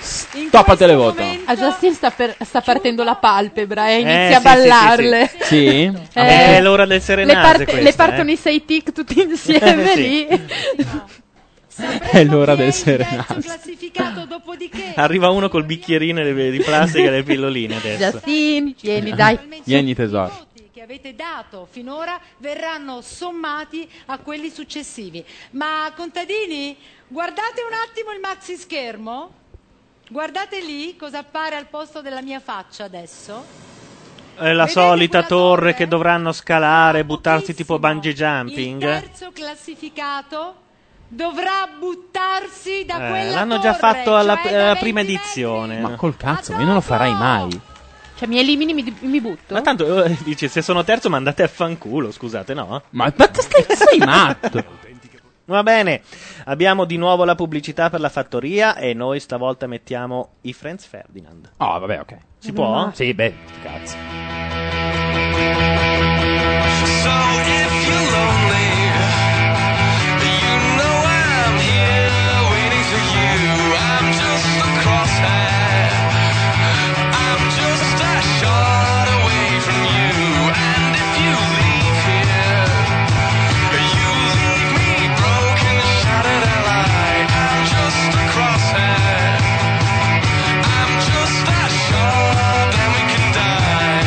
[SPEAKER 5] Stop a televoto.
[SPEAKER 7] Ah,
[SPEAKER 5] Eh,
[SPEAKER 29] A Justin sta, per- sta partendo la
[SPEAKER 7] eh,
[SPEAKER 29] palpebra e inizia
[SPEAKER 2] Eh, sì,
[SPEAKER 29] a
[SPEAKER 2] sì,
[SPEAKER 29] ballarle.
[SPEAKER 2] sì, sì. Sì?
[SPEAKER 29] Eh,
[SPEAKER 2] Vabbè, è l'ora del serenase
[SPEAKER 29] Le, parte-
[SPEAKER 2] questa,
[SPEAKER 29] le partono
[SPEAKER 2] eh.
[SPEAKER 29] i sei tic tutti insieme
[SPEAKER 2] Sì.
[SPEAKER 29] lì.
[SPEAKER 5] È l'ora del serenazzo.
[SPEAKER 6] classificato dopodiché
[SPEAKER 2] arriva uno col bicchierino di di plastica e le pilloline adesso.
[SPEAKER 29] Justin, vieni dai.
[SPEAKER 5] Vieni tesoro.
[SPEAKER 6] che avete dato finora verranno sommati a quelli successivi. Ma contadini, guardate un attimo il maxi schermo. Guardate lì cosa appare al posto della mia faccia adesso.
[SPEAKER 2] È la solita torre che dovranno scalare, buttarsi tipo bungee
[SPEAKER 6] Il
[SPEAKER 2] jumping.
[SPEAKER 6] terzo classificato dovrà buttarsi da
[SPEAKER 2] Eh,
[SPEAKER 6] quella
[SPEAKER 2] l'hanno già
[SPEAKER 6] torre,
[SPEAKER 2] fatto alla,
[SPEAKER 6] cioè
[SPEAKER 2] alla prima edizione.
[SPEAKER 5] Ma col cazzo, io non lo farai mai.
[SPEAKER 29] Cioè, mi elimini, mi, mi butto.
[SPEAKER 5] Certo.
[SPEAKER 2] Ma tanto eh, dice se sono terzo mandate a fanculo, scusate, no?
[SPEAKER 5] Ma, stai, sei matto.
[SPEAKER 2] Va bene, abbiamo di nuovo la pubblicità per la fattoria e noi stavolta mettiamo i Friends Ferdinand.
[SPEAKER 5] Oh, vabbè, ok.
[SPEAKER 2] Si può?
[SPEAKER 5] No. Sì, beh, cazzo.
[SPEAKER 1] So if you're lonely, you know I'm here waiting for you. I'm just a crosshair. I'm just a shot away from you. And if you leave here, you leave me broken, shattered alive. I'm just a crosshair. I'm just a shot, then we can die.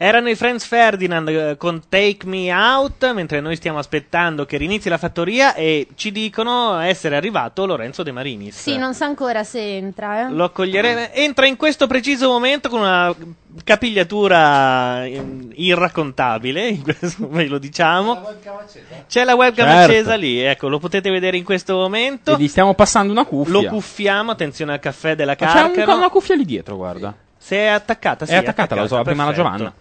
[SPEAKER 2] Erano i Friends Ferdinand eh, con Take Me Out, mentre noi stiamo aspettando che rinizi la fattoria e ci dicono essere arrivato Lorenzo De Marinis.
[SPEAKER 7] Sì, non sa ancora se entra. eh.
[SPEAKER 2] Lo accoglieremo. Entra in questo preciso momento con una capigliatura eh, irraccontabile, in questo ve lo diciamo. C'è la webcam
[SPEAKER 5] Certo.
[SPEAKER 2] accesa lì, ecco, lo potete vedere in questo momento.
[SPEAKER 5] E gli stiamo passando una cuffia.
[SPEAKER 2] Lo cuffiamo, attenzione al caffè della
[SPEAKER 5] Ma C'è un-
[SPEAKER 2] Carcano.
[SPEAKER 5] una cuffia lì dietro, guarda.
[SPEAKER 2] Se è attaccata, sì,
[SPEAKER 5] è attaccata, la usava prima la
[SPEAKER 2] perfetto.
[SPEAKER 5] Giovanna.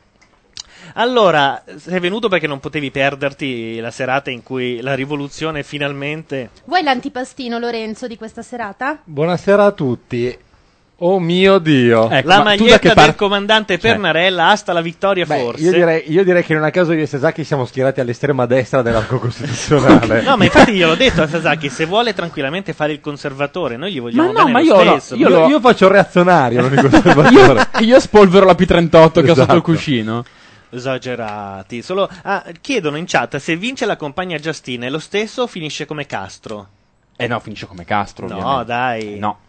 [SPEAKER 2] Allora, sei venuto perché non potevi perderti la serata in cui la rivoluzione finalmente...
[SPEAKER 7] Vuoi l'antipastino, Lorenzo, di questa serata?
[SPEAKER 28] Buonasera a tutti. Oh mio Dio.
[SPEAKER 5] Ecco,
[SPEAKER 2] la maglietta del comandante
[SPEAKER 5] Cioè.
[SPEAKER 2] Pernarella hasta la vittoria forse.
[SPEAKER 28] Io direi, io direi che non a caso io e Sasaki siamo schierati all'estrema destra dell'arco costituzionale.
[SPEAKER 2] No, ma infatti gliel'ho detto a Sasaki, se vuole tranquillamente fare il conservatore, noi gli vogliamo
[SPEAKER 28] no,
[SPEAKER 2] bene
[SPEAKER 28] ma
[SPEAKER 2] lo
[SPEAKER 28] io lo-
[SPEAKER 2] stesso.
[SPEAKER 28] io lo- io faccio il reazionario, non il conservatore.
[SPEAKER 5] io, io spolvero la P38 che ho sotto
[SPEAKER 28] Esatto.
[SPEAKER 5] il cuscino.
[SPEAKER 2] Esagerati. Solo ah, chiedono in chat se vince la compagna Giastina è lo stesso o finisce come Castro.
[SPEAKER 5] Eh no, finisce come Castro.
[SPEAKER 2] No,
[SPEAKER 5] ovviamente.
[SPEAKER 2] dai.
[SPEAKER 5] No.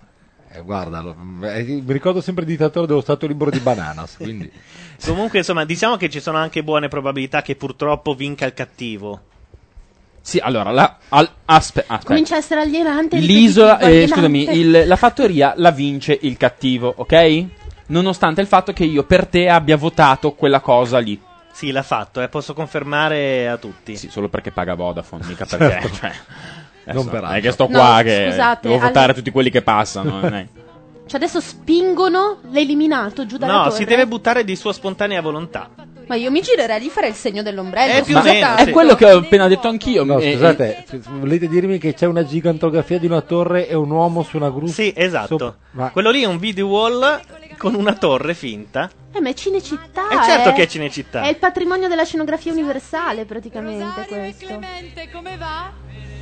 [SPEAKER 28] Eh, guarda, lo- eh, mi ricordo sempre il dittatore dello Stato Libero di Bananas, quindi
[SPEAKER 2] Comunque, insomma, diciamo che ci sono anche buone probabilità che purtroppo vinca il cattivo.
[SPEAKER 5] Sì, allora, la, al- aspe- ah, aspetta.
[SPEAKER 7] Comincia a essere alienante.
[SPEAKER 5] L'isola,
[SPEAKER 7] ripetitivo,
[SPEAKER 5] eh, scusami,
[SPEAKER 7] alienante.
[SPEAKER 5] il- la fattoria la vince il cattivo, ok? Nonostante il fatto che io per te abbia votato quella cosa lì.
[SPEAKER 2] Sì, l'ha fatto, eh, posso confermare a tutti.
[SPEAKER 5] Sì, solo perché paga Vodafone, mica
[SPEAKER 28] Certo.
[SPEAKER 5] perché. cioè, adesso
[SPEAKER 2] per
[SPEAKER 5] non è
[SPEAKER 2] altro.
[SPEAKER 5] che sto
[SPEAKER 7] No,
[SPEAKER 5] qua ah, che
[SPEAKER 7] scusate,
[SPEAKER 5] devo
[SPEAKER 7] al-
[SPEAKER 5] votare tutti quelli che passano. eh, non è-
[SPEAKER 7] Cioè, adesso spingono l'eliminato giù dalla
[SPEAKER 2] No,
[SPEAKER 7] torre.
[SPEAKER 2] si deve buttare di sua spontanea volontà.
[SPEAKER 7] Ma io mi girerei di fare il segno dell'ombrello.
[SPEAKER 2] È più
[SPEAKER 7] scusa
[SPEAKER 2] meno,
[SPEAKER 7] tanto.
[SPEAKER 5] È quello che ho appena detto anch'io.
[SPEAKER 28] No,
[SPEAKER 5] eh,
[SPEAKER 28] scusate, se- se volete dirmi che c'è una gigantografia di una torre e un uomo su una gru?
[SPEAKER 2] Sì, esatto.
[SPEAKER 28] Sopra- ma-
[SPEAKER 2] Quello lì è un video wall con una torre finta.
[SPEAKER 7] Eh, ma è Cinecittà.
[SPEAKER 2] E certo
[SPEAKER 7] eh.
[SPEAKER 2] che è Cinecittà.
[SPEAKER 7] È il patrimonio della scenografia universale, praticamente, questo.
[SPEAKER 6] come va?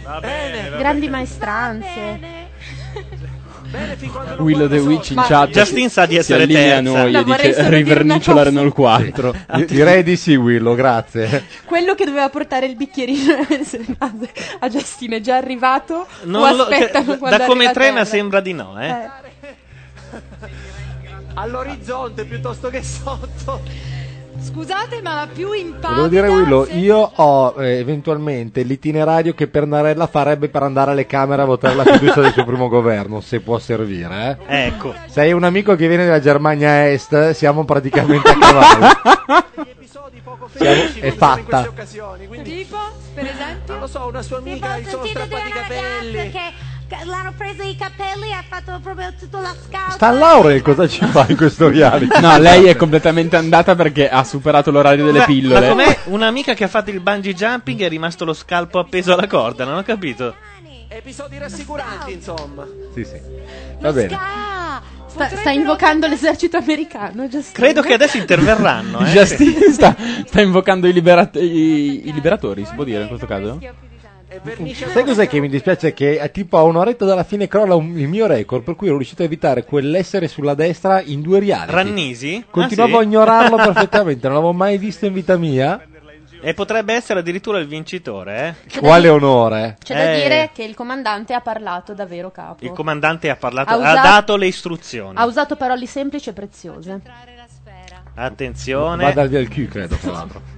[SPEAKER 2] Va
[SPEAKER 7] bene, Grandi maestranze.
[SPEAKER 5] Willow the Witch in
[SPEAKER 7] Ma-
[SPEAKER 5] chat.
[SPEAKER 2] Justin sa di
[SPEAKER 5] si
[SPEAKER 2] essere
[SPEAKER 5] allinea a
[SPEAKER 2] terza.
[SPEAKER 5] noi
[SPEAKER 2] No,
[SPEAKER 5] e
[SPEAKER 2] vorrei solo
[SPEAKER 5] dice
[SPEAKER 2] dire
[SPEAKER 5] rivernicciola Renault 4.
[SPEAKER 28] Di- direi di sì, Willow, grazie.
[SPEAKER 13] Quello che doveva portare il bicchierino a Justine è già arrivato.
[SPEAKER 2] Non
[SPEAKER 13] o
[SPEAKER 2] lo-
[SPEAKER 13] aspettano
[SPEAKER 2] che-
[SPEAKER 13] quando
[SPEAKER 2] da come
[SPEAKER 13] arriva
[SPEAKER 2] trena
[SPEAKER 13] Terra?
[SPEAKER 2] sembra di no, eh.
[SPEAKER 13] Eh.
[SPEAKER 8] All'orizzonte piuttosto che sotto.
[SPEAKER 6] Scusate, ma la più
[SPEAKER 28] Volevo
[SPEAKER 6] impavida
[SPEAKER 28] dire Willow, io ho eh, eventualmente l'itinerario che Pernarella farebbe per andare alle Camere a votare la fiducia del suo primo governo, se può servire. eh.
[SPEAKER 2] Ecco.
[SPEAKER 28] Sei un amico che viene dalla Germania Est, siamo praticamente a cavallo. Siamo- è fatta.
[SPEAKER 12] Tipo, per esempio? Non
[SPEAKER 8] lo so, una sua
[SPEAKER 12] amica,
[SPEAKER 8] gli sono strappati i
[SPEAKER 12] capelli.
[SPEAKER 9] Che che l'hanno preso i capelli e ha fatto proprio tutta la scala.
[SPEAKER 28] Sta Laurel, cosa ci fa in questo reality?
[SPEAKER 5] No, lei è completamente andata perché ha superato l'orario delle
[SPEAKER 2] Ma-
[SPEAKER 5] pillole.
[SPEAKER 2] Ma com'è un'amica che ha fatto il bungee jumping e è rimasto lo scalpo appeso alla corda? Non ho capito.
[SPEAKER 8] Episodi rassicuranti, insomma.
[SPEAKER 28] Sì, sì. Va bene.
[SPEAKER 7] Sta, sta invocando l'esercito americano, Justine.
[SPEAKER 2] Credo che adesso interverranno. Eh.
[SPEAKER 5] Justin sta, sta invocando i, liberat- i- i liberatori, si può dire in questo caso?
[SPEAKER 28] Sai cos'è che mi dispiace? Che eh, tipo a un'oretta dalla fine crolla un- il mio record, per cui ero riuscito a evitare quell'essere sulla destra in due reality.
[SPEAKER 2] Rannisi?
[SPEAKER 28] Continuavo
[SPEAKER 2] Ah,
[SPEAKER 28] a
[SPEAKER 2] sì?
[SPEAKER 28] ignorarlo perfettamente, non l'avevo mai visto in vita mia.
[SPEAKER 2] E potrebbe essere addirittura il vincitore. Eh?
[SPEAKER 28] Quale onore!
[SPEAKER 7] C'è da
[SPEAKER 2] Eh,
[SPEAKER 7] dire che il comandante ha parlato da vero capo.
[SPEAKER 2] Il comandante ha parlato,
[SPEAKER 7] Ha
[SPEAKER 2] ha,
[SPEAKER 7] usato-
[SPEAKER 2] dato le istruzioni.
[SPEAKER 7] ha usato parole semplici e preziose.
[SPEAKER 2] Attenzione.
[SPEAKER 28] Va dal via il Q, credo, tra l'altro.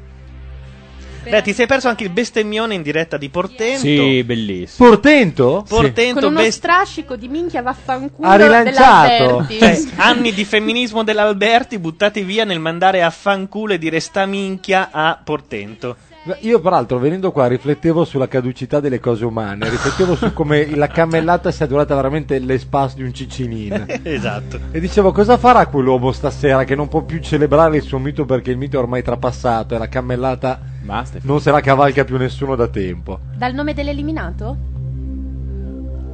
[SPEAKER 2] Beh, ti sei perso anche il bestemmione in diretta di Portento.
[SPEAKER 5] Sì, bellissimo.
[SPEAKER 28] Portento?
[SPEAKER 2] Portento
[SPEAKER 7] Con uno
[SPEAKER 2] best-
[SPEAKER 7] strascico di minchia vaffanculo
[SPEAKER 28] Ha rilanciato.
[SPEAKER 7] dell'Alberti.
[SPEAKER 2] Cioè, anni di femminismo dell'Alberti buttati via nel mandare a fanculo e dire sta minchia a Portento.
[SPEAKER 28] Io, peraltro, venendo qua, riflettevo sulla caducità delle cose umane, riflettevo su come la cammellata sia durata veramente l'espace di un cicinin.
[SPEAKER 2] Esatto.
[SPEAKER 28] E dicevo, cosa farà quell'uomo stasera che non può più celebrare il suo mito perché il mito è ormai trapassato e la cammellata
[SPEAKER 5] Basta.
[SPEAKER 28] non se la cavalca più nessuno da tempo?
[SPEAKER 7] Dal nome dell'eliminato?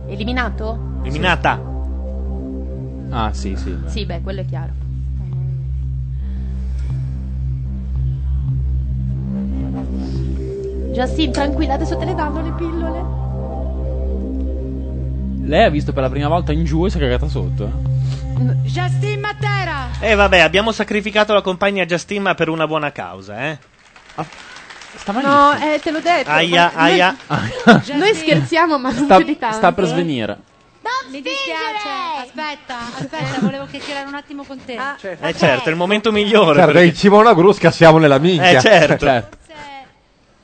[SPEAKER 7] Eliminato?
[SPEAKER 2] Eliminata.
[SPEAKER 5] Ah, sì, sì.
[SPEAKER 7] Sì, beh, quello è chiaro. Justin, tranquilla, adesso te le danno le pillole.
[SPEAKER 5] Lei ha visto per la prima volta in giù e si è cagata sotto. eh.
[SPEAKER 6] Justine Matera!
[SPEAKER 2] E Eh, vabbè, abbiamo sacrificato la compagna Justin ma per una buona causa, eh.
[SPEAKER 5] Ah,
[SPEAKER 7] No, eh, te l'ho detto.
[SPEAKER 2] Aia,
[SPEAKER 7] ma- noi-
[SPEAKER 2] aia.
[SPEAKER 7] Noi scherziamo, ma non
[SPEAKER 5] Ah, Sta,
[SPEAKER 7] più di tanto. eh.
[SPEAKER 5] sta per svenire.
[SPEAKER 12] Mi dispiace. Aspetta, aspetta, volevo chiacchierare un attimo con te.
[SPEAKER 2] Eh certo, è il momento migliore.
[SPEAKER 28] Certo,
[SPEAKER 2] perché-
[SPEAKER 28] in cima a una grusca siamo nella minchia. Cioè,
[SPEAKER 2] Eh, certo. Certo.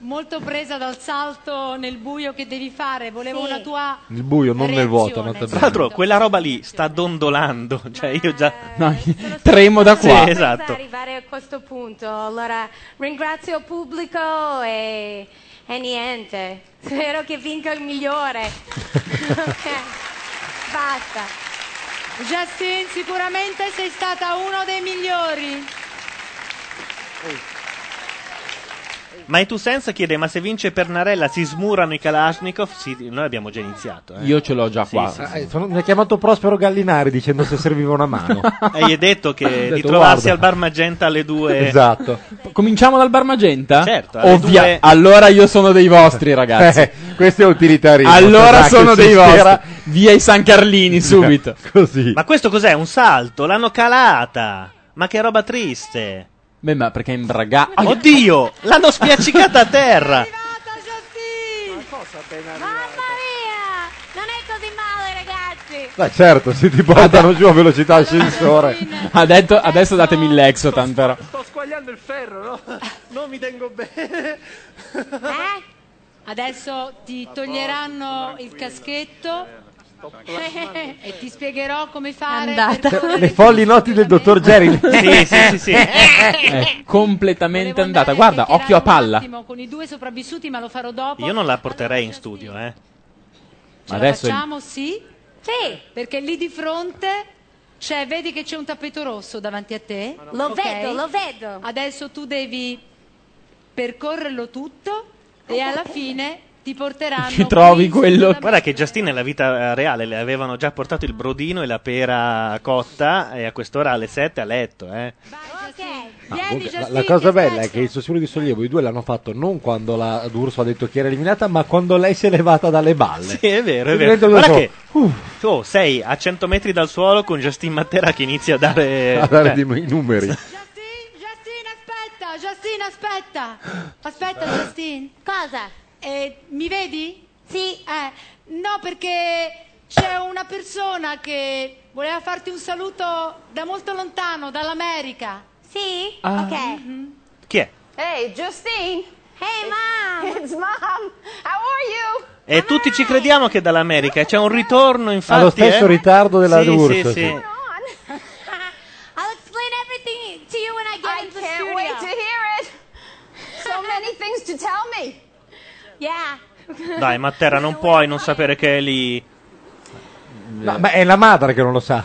[SPEAKER 6] Molto presa dal salto nel buio che devi fare, volevo una tua
[SPEAKER 2] Nel buio, non nel vuoto. Tra l'altro, quella roba lì sta dondolando. Cioè, io già.
[SPEAKER 5] tremo da qua.
[SPEAKER 2] Sì, esatto.
[SPEAKER 9] arrivare a questo punto. Allora ringrazio il pubblico e, e niente. Spero che vinca il migliore. Ok, Basta.
[SPEAKER 6] Justin, sicuramente sei stata uno dei migliori.
[SPEAKER 2] My Two Sense chiede: ma se vince Pernarella si smurano i Kalashnikov? Sì, noi abbiamo già iniziato. eh.
[SPEAKER 5] Io ce l'ho già
[SPEAKER 2] Sì,
[SPEAKER 5] qua.
[SPEAKER 2] sì,
[SPEAKER 28] Ah,
[SPEAKER 2] sì.
[SPEAKER 28] eh, sono- mi ha chiamato Prospero Gallinari dicendo se serviva una mano.
[SPEAKER 2] E gli è detto che
[SPEAKER 28] Ho detto,
[SPEAKER 2] di trovarsi
[SPEAKER 28] "Guarda."
[SPEAKER 2] al bar Magenta alle due.
[SPEAKER 28] Esatto.
[SPEAKER 5] Cominciamo dal bar Magenta?
[SPEAKER 2] Certo, alle
[SPEAKER 5] Ovvia-
[SPEAKER 2] due-
[SPEAKER 5] Allora io sono dei vostri, ragazzi.
[SPEAKER 28] Eh, questo è utilitarismo.
[SPEAKER 5] allora
[SPEAKER 28] Sarà che
[SPEAKER 5] sono
[SPEAKER 28] si
[SPEAKER 5] dei
[SPEAKER 28] spera-
[SPEAKER 5] vostri. Via i San Carlini subito.
[SPEAKER 28] Così.
[SPEAKER 2] Ma questo cos'è? Un salto? L'hanno calata. Ma che roba triste.
[SPEAKER 5] Beh, ma perché è imbragato?
[SPEAKER 2] Oddio, l'hanno spiaccicata a terra.
[SPEAKER 9] Non è così male, ragazzi.
[SPEAKER 28] Beh, certo, se ti portano giù a velocità ascensore.
[SPEAKER 5] Ha detto, adesso datemi l'exotan però.
[SPEAKER 8] Sto squagliando il ferro, no? Non mi tengo bene.
[SPEAKER 6] Adesso ti toglieranno il
[SPEAKER 8] Eh,
[SPEAKER 6] caschetto e ti spiegherò come fare. per
[SPEAKER 28] Cioè,
[SPEAKER 6] correre
[SPEAKER 28] Le folli noti del dottor Jerry.
[SPEAKER 5] Sì, sì, sì, sì.
[SPEAKER 28] Eh,
[SPEAKER 5] È Eh, completamente andata. Guarda, occhio a palla.
[SPEAKER 6] attimo Con i due sopravvissuti, ma lo farò dopo.
[SPEAKER 2] Io non la porterei in studio, eh.
[SPEAKER 6] Ce la facciamo, sì? Sì. Perché lì di fronte c'è, vedi che c'è un tappeto rosso davanti a te.
[SPEAKER 9] Lo
[SPEAKER 6] ok?
[SPEAKER 9] vedo, lo vedo.
[SPEAKER 6] Adesso tu devi percorrerlo tutto e alla fine ti porteranno. qui in su-
[SPEAKER 2] Guarda che Justin nella vita eh, reale le avevano già portato il brodino e la pera cotta e a quest'ora alle 7 a letto, eh.
[SPEAKER 28] Ah, comunque, la, la cosa bella è che il sussurro di sollievo i due l'hanno fatto non quando la D'Urso ha detto chi era eliminata, ma quando lei si è levata dalle balle.
[SPEAKER 2] Sì, è vero, è
[SPEAKER 28] Quindi
[SPEAKER 2] vero.
[SPEAKER 28] dentro
[SPEAKER 2] Guarda
[SPEAKER 28] sono-
[SPEAKER 2] che tu sei a 100 metri dal suolo con Justin Matera che inizia a dare...
[SPEAKER 28] a dare
[SPEAKER 2] eh.
[SPEAKER 28] di- i numeri.
[SPEAKER 6] Aspetta, Justin, aspetta. Aspetta, Justin. Cosa? mi vedi? Sì. no, perché c'è una persona che voleva farti un saluto da molto lontano, dall'America. Mm-hmm. Sì?
[SPEAKER 2] Ah. Ok. Chi è?
[SPEAKER 23] Hey, Justine. Hey,
[SPEAKER 13] Eh.
[SPEAKER 23] mom. It's mom. How are you?
[SPEAKER 2] E Eh, tutti ci crediamo che è dall'America, c'è un ritorno infatti.
[SPEAKER 28] Allo stesso
[SPEAKER 2] eh.
[SPEAKER 28] ritardo della
[SPEAKER 2] sì,
[SPEAKER 28] D'Urso,
[SPEAKER 2] Sì,
[SPEAKER 28] sì.
[SPEAKER 2] sì.
[SPEAKER 23] I'll explain everything to you when I get I into the studio. I can't wait to hear it. So many things to tell me. Yeah.
[SPEAKER 2] Dai, Matera, non puoi non sapere che è lì.
[SPEAKER 28] Eh, No, ma è la madre che non lo sa.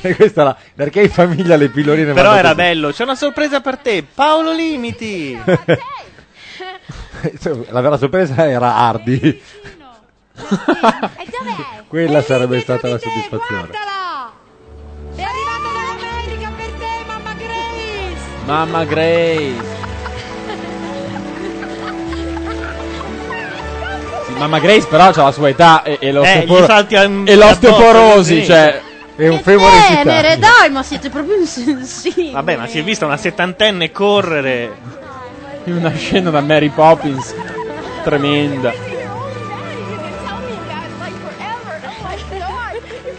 [SPEAKER 28] E questa la- perché in famiglia le pilloline
[SPEAKER 2] Però
[SPEAKER 28] vanno
[SPEAKER 2] era
[SPEAKER 28] così.
[SPEAKER 2] bello, c'è una sorpresa per te, Paolo Limiti.
[SPEAKER 28] Cioè, La vera sorpresa era Ardi. Quella sarebbe stata la soddisfazione.
[SPEAKER 6] È arrivata dall'America per te, mamma Grace.
[SPEAKER 5] Mamma Grace. Sì, Mamma Grace però ha la sua età e,
[SPEAKER 28] Eh,
[SPEAKER 5] e, l'ostepor-
[SPEAKER 2] Eh, gli salti al-
[SPEAKER 5] e l'osteoporosi,
[SPEAKER 2] addosso, sì.
[SPEAKER 5] cioè...
[SPEAKER 28] È un
[SPEAKER 30] Tenere, dai, ma siete proprio insensibili.
[SPEAKER 2] Vabbè, ma si è vista una settantenne correre.
[SPEAKER 5] In una scena da Mary Poppins. Tremenda.
[SPEAKER 9] oh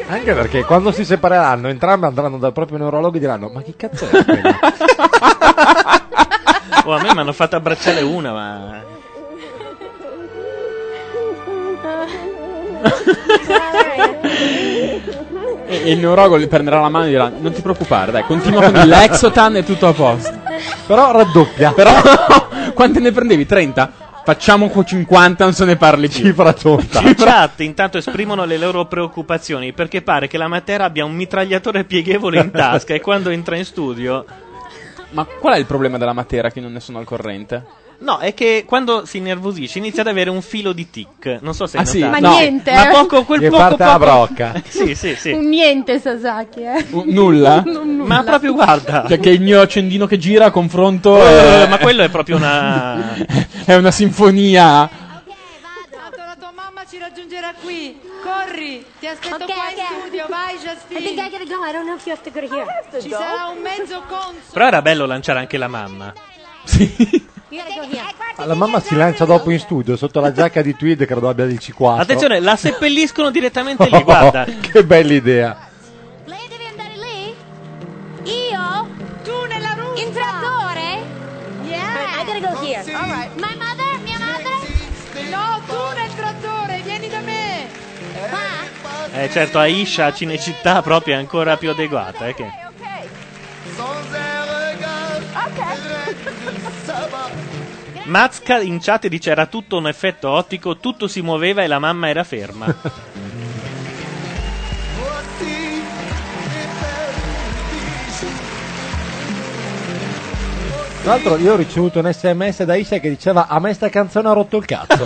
[SPEAKER 28] Anche perché quando si separeranno, entrambi andranno dal proprio neurologo e diranno: Ma che cazzo è? quello?"
[SPEAKER 2] Oh, a me mi hanno fatto abbracciare una, ma.
[SPEAKER 5] E, e il neurologo gli prenderà la mano e dirà: Non ti preoccupare, dai, continua con l'Exotan e tutto a posto.
[SPEAKER 28] Però raddoppia.
[SPEAKER 5] Però quante ne prendevi? 30? Facciamo qua 50, non se ne parli più.
[SPEAKER 28] Cifra tonta.
[SPEAKER 2] In chat intanto esprimono le loro preoccupazioni perché pare che la Matera abbia un mitragliatore pieghevole in tasca e quando entra in studio.
[SPEAKER 5] Ma qual è il problema della matera che non ne sono al corrente?
[SPEAKER 2] No, è che quando si innervosisce inizia ad avere un filo di tic. Non so se
[SPEAKER 5] Ah,
[SPEAKER 2] hai
[SPEAKER 5] sì?
[SPEAKER 2] notato.
[SPEAKER 5] Ma No.
[SPEAKER 30] niente,
[SPEAKER 2] Ma
[SPEAKER 30] eh.
[SPEAKER 2] poco, quel
[SPEAKER 5] Gli
[SPEAKER 2] poco.
[SPEAKER 5] parte la
[SPEAKER 2] poco-
[SPEAKER 5] brocca.
[SPEAKER 2] sì, sì, sì.
[SPEAKER 30] Un niente, Sasaki, eh.
[SPEAKER 5] nulla?
[SPEAKER 30] Non nulla.
[SPEAKER 2] Ma proprio guarda.
[SPEAKER 5] Cioè, che il mio accendino che gira a confronto.
[SPEAKER 2] Eh,
[SPEAKER 5] eh,
[SPEAKER 2] ma quello è proprio una.
[SPEAKER 5] è una sinfonia.
[SPEAKER 6] Tanto la tua mamma ci raggiungerà qui. Corri, ti aspetto qua in studio. Vai, Justin. I think I gotta go. I don't know if you have to go here. Ci
[SPEAKER 23] go.
[SPEAKER 6] sarà un mezzo conso.
[SPEAKER 2] Però era bello lanciare anche la mamma.
[SPEAKER 9] Io ero via.
[SPEAKER 28] Ma La mamma si lancia dopo in studio sotto la giacca di tweed, credo abbia il C4.
[SPEAKER 2] Attenzione, la seppelliscono direttamente lì, guarda.
[SPEAKER 28] che bella idea.
[SPEAKER 23] Io? Tu nella russa! In trattore? Yeah! I gotta go here. All right. My mother? Mia madre? No, tu nel trattore, vieni da me! Ma?
[SPEAKER 2] Eh, certo, Aisha a Cinecittà proprio è ancora più adeguata. Eh, che- Mazca in chat dice era tutto un effetto ottico, tutto si muoveva e la mamma era ferma.
[SPEAKER 28] Tra l'altro io ho ricevuto un sms da Isha che diceva a me sta canzone ha rotto il cazzo.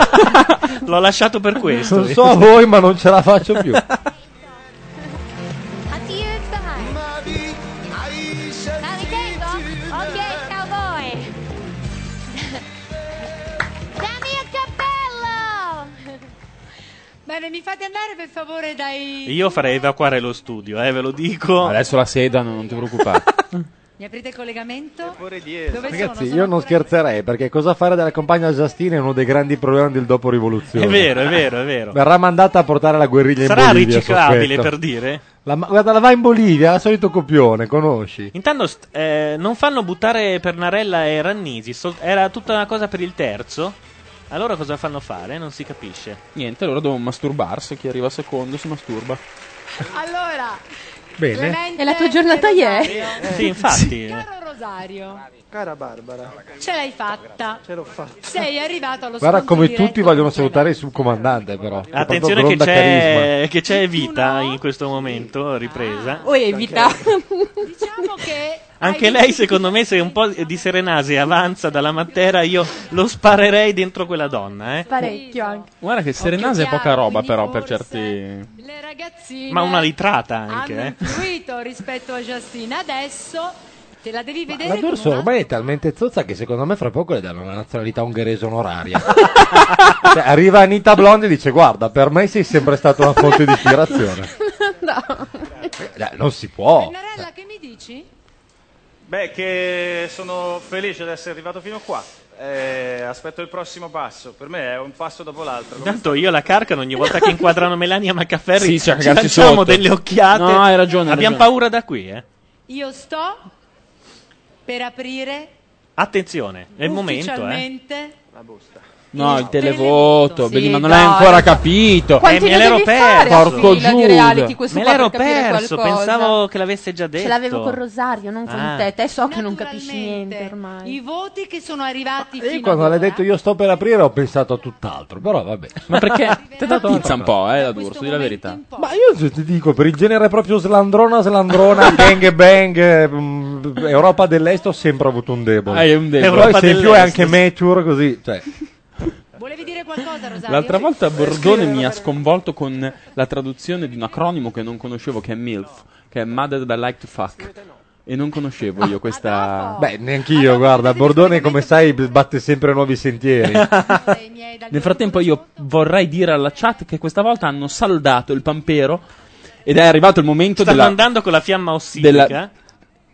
[SPEAKER 2] L'ho lasciato per questo.
[SPEAKER 28] non so a voi ma non ce la faccio più.
[SPEAKER 23] Navigato? Ah, Ok, cowboy! Dammi il cappello!
[SPEAKER 6] Bene, mi fate andare per favore dai...
[SPEAKER 2] Io farei evacuare lo studio, eh, ve lo dico.
[SPEAKER 5] Adesso la sedano, non ti preoccupare.
[SPEAKER 6] Mi aprite il collegamento?
[SPEAKER 10] Dove
[SPEAKER 28] Ragazzi, io non scherzerei perché cosa fare della compagna Giastine è uno dei grandi problemi del dopo rivoluzione.
[SPEAKER 2] È vero, è vero, è vero.
[SPEAKER 28] Verrà mandata a portare la guerriglia in
[SPEAKER 2] Sarà
[SPEAKER 28] Bolivia. su
[SPEAKER 2] riciclabile
[SPEAKER 28] questo.
[SPEAKER 2] per dire?
[SPEAKER 28] La, ma- guarda, la va in Bolivia, la solito copione, conosci.
[SPEAKER 2] Intanto st- eh, non fanno buttare Pernarella e Rannisi, sol- era tutta una cosa per il terzo. Allora cosa fanno fare? Non si capisce.
[SPEAKER 5] Niente, allora devo masturbarsi. Chi arriva secondo si masturba.
[SPEAKER 6] Allora, Clemente
[SPEAKER 29] E la tua giornata ieri?
[SPEAKER 6] Rosario.
[SPEAKER 5] Sì, infatti.
[SPEAKER 6] Caro Rosario,
[SPEAKER 8] Cara Barbara,
[SPEAKER 6] ce l'hai fatta. Ce
[SPEAKER 8] l'ho fatta.
[SPEAKER 6] Sei arrivato allo
[SPEAKER 28] Guarda
[SPEAKER 6] scontro
[SPEAKER 28] come
[SPEAKER 6] diretto.
[SPEAKER 28] tutti vogliono salutare il subcomandante però. C'è
[SPEAKER 2] Attenzione che
[SPEAKER 28] proprio gronda
[SPEAKER 2] c'è, che c'è Evita in questo momento, ripresa.
[SPEAKER 13] Oh, evita.
[SPEAKER 6] Diciamo che
[SPEAKER 2] Anche lei, secondo me, se un po' di Serenasi avanza dalla Matera, io lo sparerei dentro quella donna. Eh.
[SPEAKER 29] Parecchio anche.
[SPEAKER 5] Guarda che Serenase è poca roba, però, per certi.
[SPEAKER 6] le ragazzine
[SPEAKER 2] Ma una litrata
[SPEAKER 6] hanno
[SPEAKER 2] anche. Eh.
[SPEAKER 6] influito rispetto a Giustina. Adesso te la devi vedere
[SPEAKER 28] La
[SPEAKER 6] con
[SPEAKER 28] D'Urso
[SPEAKER 6] una-
[SPEAKER 28] ormai è talmente zozza che secondo me fra poco le danno la nazionalità ungherese onoraria. Cioè, arriva Anita Blondi e dice guarda per me sei sempre stata una fonte di ispirazione. Eh, Non si può.
[SPEAKER 6] Carella, che mi dici?
[SPEAKER 10] Beh, che sono felice di essere arrivato fino qua. Eh, aspetto il prossimo passo. Per me è un passo dopo l'altro. Come
[SPEAKER 2] Tanto io la carcano ogni volta che inquadrano Melania Maccaferri.
[SPEAKER 5] Sì, cioè,
[SPEAKER 2] ci
[SPEAKER 5] ragazzi,
[SPEAKER 2] lanciamo
[SPEAKER 5] sotto.
[SPEAKER 2] delle occhiate.
[SPEAKER 5] No, hai ragione, hai
[SPEAKER 2] Abbiamo
[SPEAKER 5] ragione.
[SPEAKER 2] paura da qui. Eh.
[SPEAKER 6] Io sto per aprire
[SPEAKER 2] Attenzione, è il momento. Eh.
[SPEAKER 6] ufficialmente
[SPEAKER 8] la busta.
[SPEAKER 5] No, il televoto.
[SPEAKER 2] Sì,
[SPEAKER 5] vedi, ma non
[SPEAKER 2] dai.
[SPEAKER 5] l'hai ancora capito.
[SPEAKER 2] Quanti Eh, me ne l'ero devi fare perso. a
[SPEAKER 5] Porco
[SPEAKER 2] fila di
[SPEAKER 5] Giuda.
[SPEAKER 2] reality
[SPEAKER 29] questo
[SPEAKER 2] Me
[SPEAKER 29] qua per
[SPEAKER 2] l'ero
[SPEAKER 29] capire
[SPEAKER 2] perso,
[SPEAKER 29] qualcosa.
[SPEAKER 2] pensavo che l'avesse già detto.
[SPEAKER 29] Ce l'avevo con Rosario, non con
[SPEAKER 2] Ah.
[SPEAKER 29] te. Te so che non capisci niente ormai.
[SPEAKER 6] i voti che sono arrivati
[SPEAKER 2] Ecco,
[SPEAKER 28] Io
[SPEAKER 6] fino
[SPEAKER 28] quando
[SPEAKER 6] ad
[SPEAKER 28] l'hai detto io sto per aprire ho pensato a tutt'altro, però vabbè.
[SPEAKER 5] Ma perché? Te la pizza un po', eh, la D'Urso, di la verità.
[SPEAKER 28] Ma io ti dico, per il genere proprio slandrona, slandrona, gang bang, eh, mm, Europa dell'Est ho sempre avuto un debole.
[SPEAKER 5] Ah, è un debole.
[SPEAKER 28] Poi
[SPEAKER 5] Europa
[SPEAKER 28] se in più è
[SPEAKER 5] dell'Est.
[SPEAKER 28] anche mature, così. Cioè.
[SPEAKER 6] Volevi dire qualcosa, Rosario?
[SPEAKER 5] L'altra volta Bordone mi ha sconvolto con la traduzione di un acronimo che non conoscevo, che è MILF, che è Mother That I Like to Fuck. E non conoscevo
[SPEAKER 29] Ah,
[SPEAKER 5] io questa.
[SPEAKER 28] Beh, neanch'io, guarda, Bordone come sai b- batte sempre nuovi sentieri.
[SPEAKER 5] Nel frattempo io vorrei dire alla chat che questa volta hanno saldato il pampero ed è arrivato il momento
[SPEAKER 2] Stanno
[SPEAKER 5] della,
[SPEAKER 2] andando con la fiamma eh? ossidica.
[SPEAKER 5] della-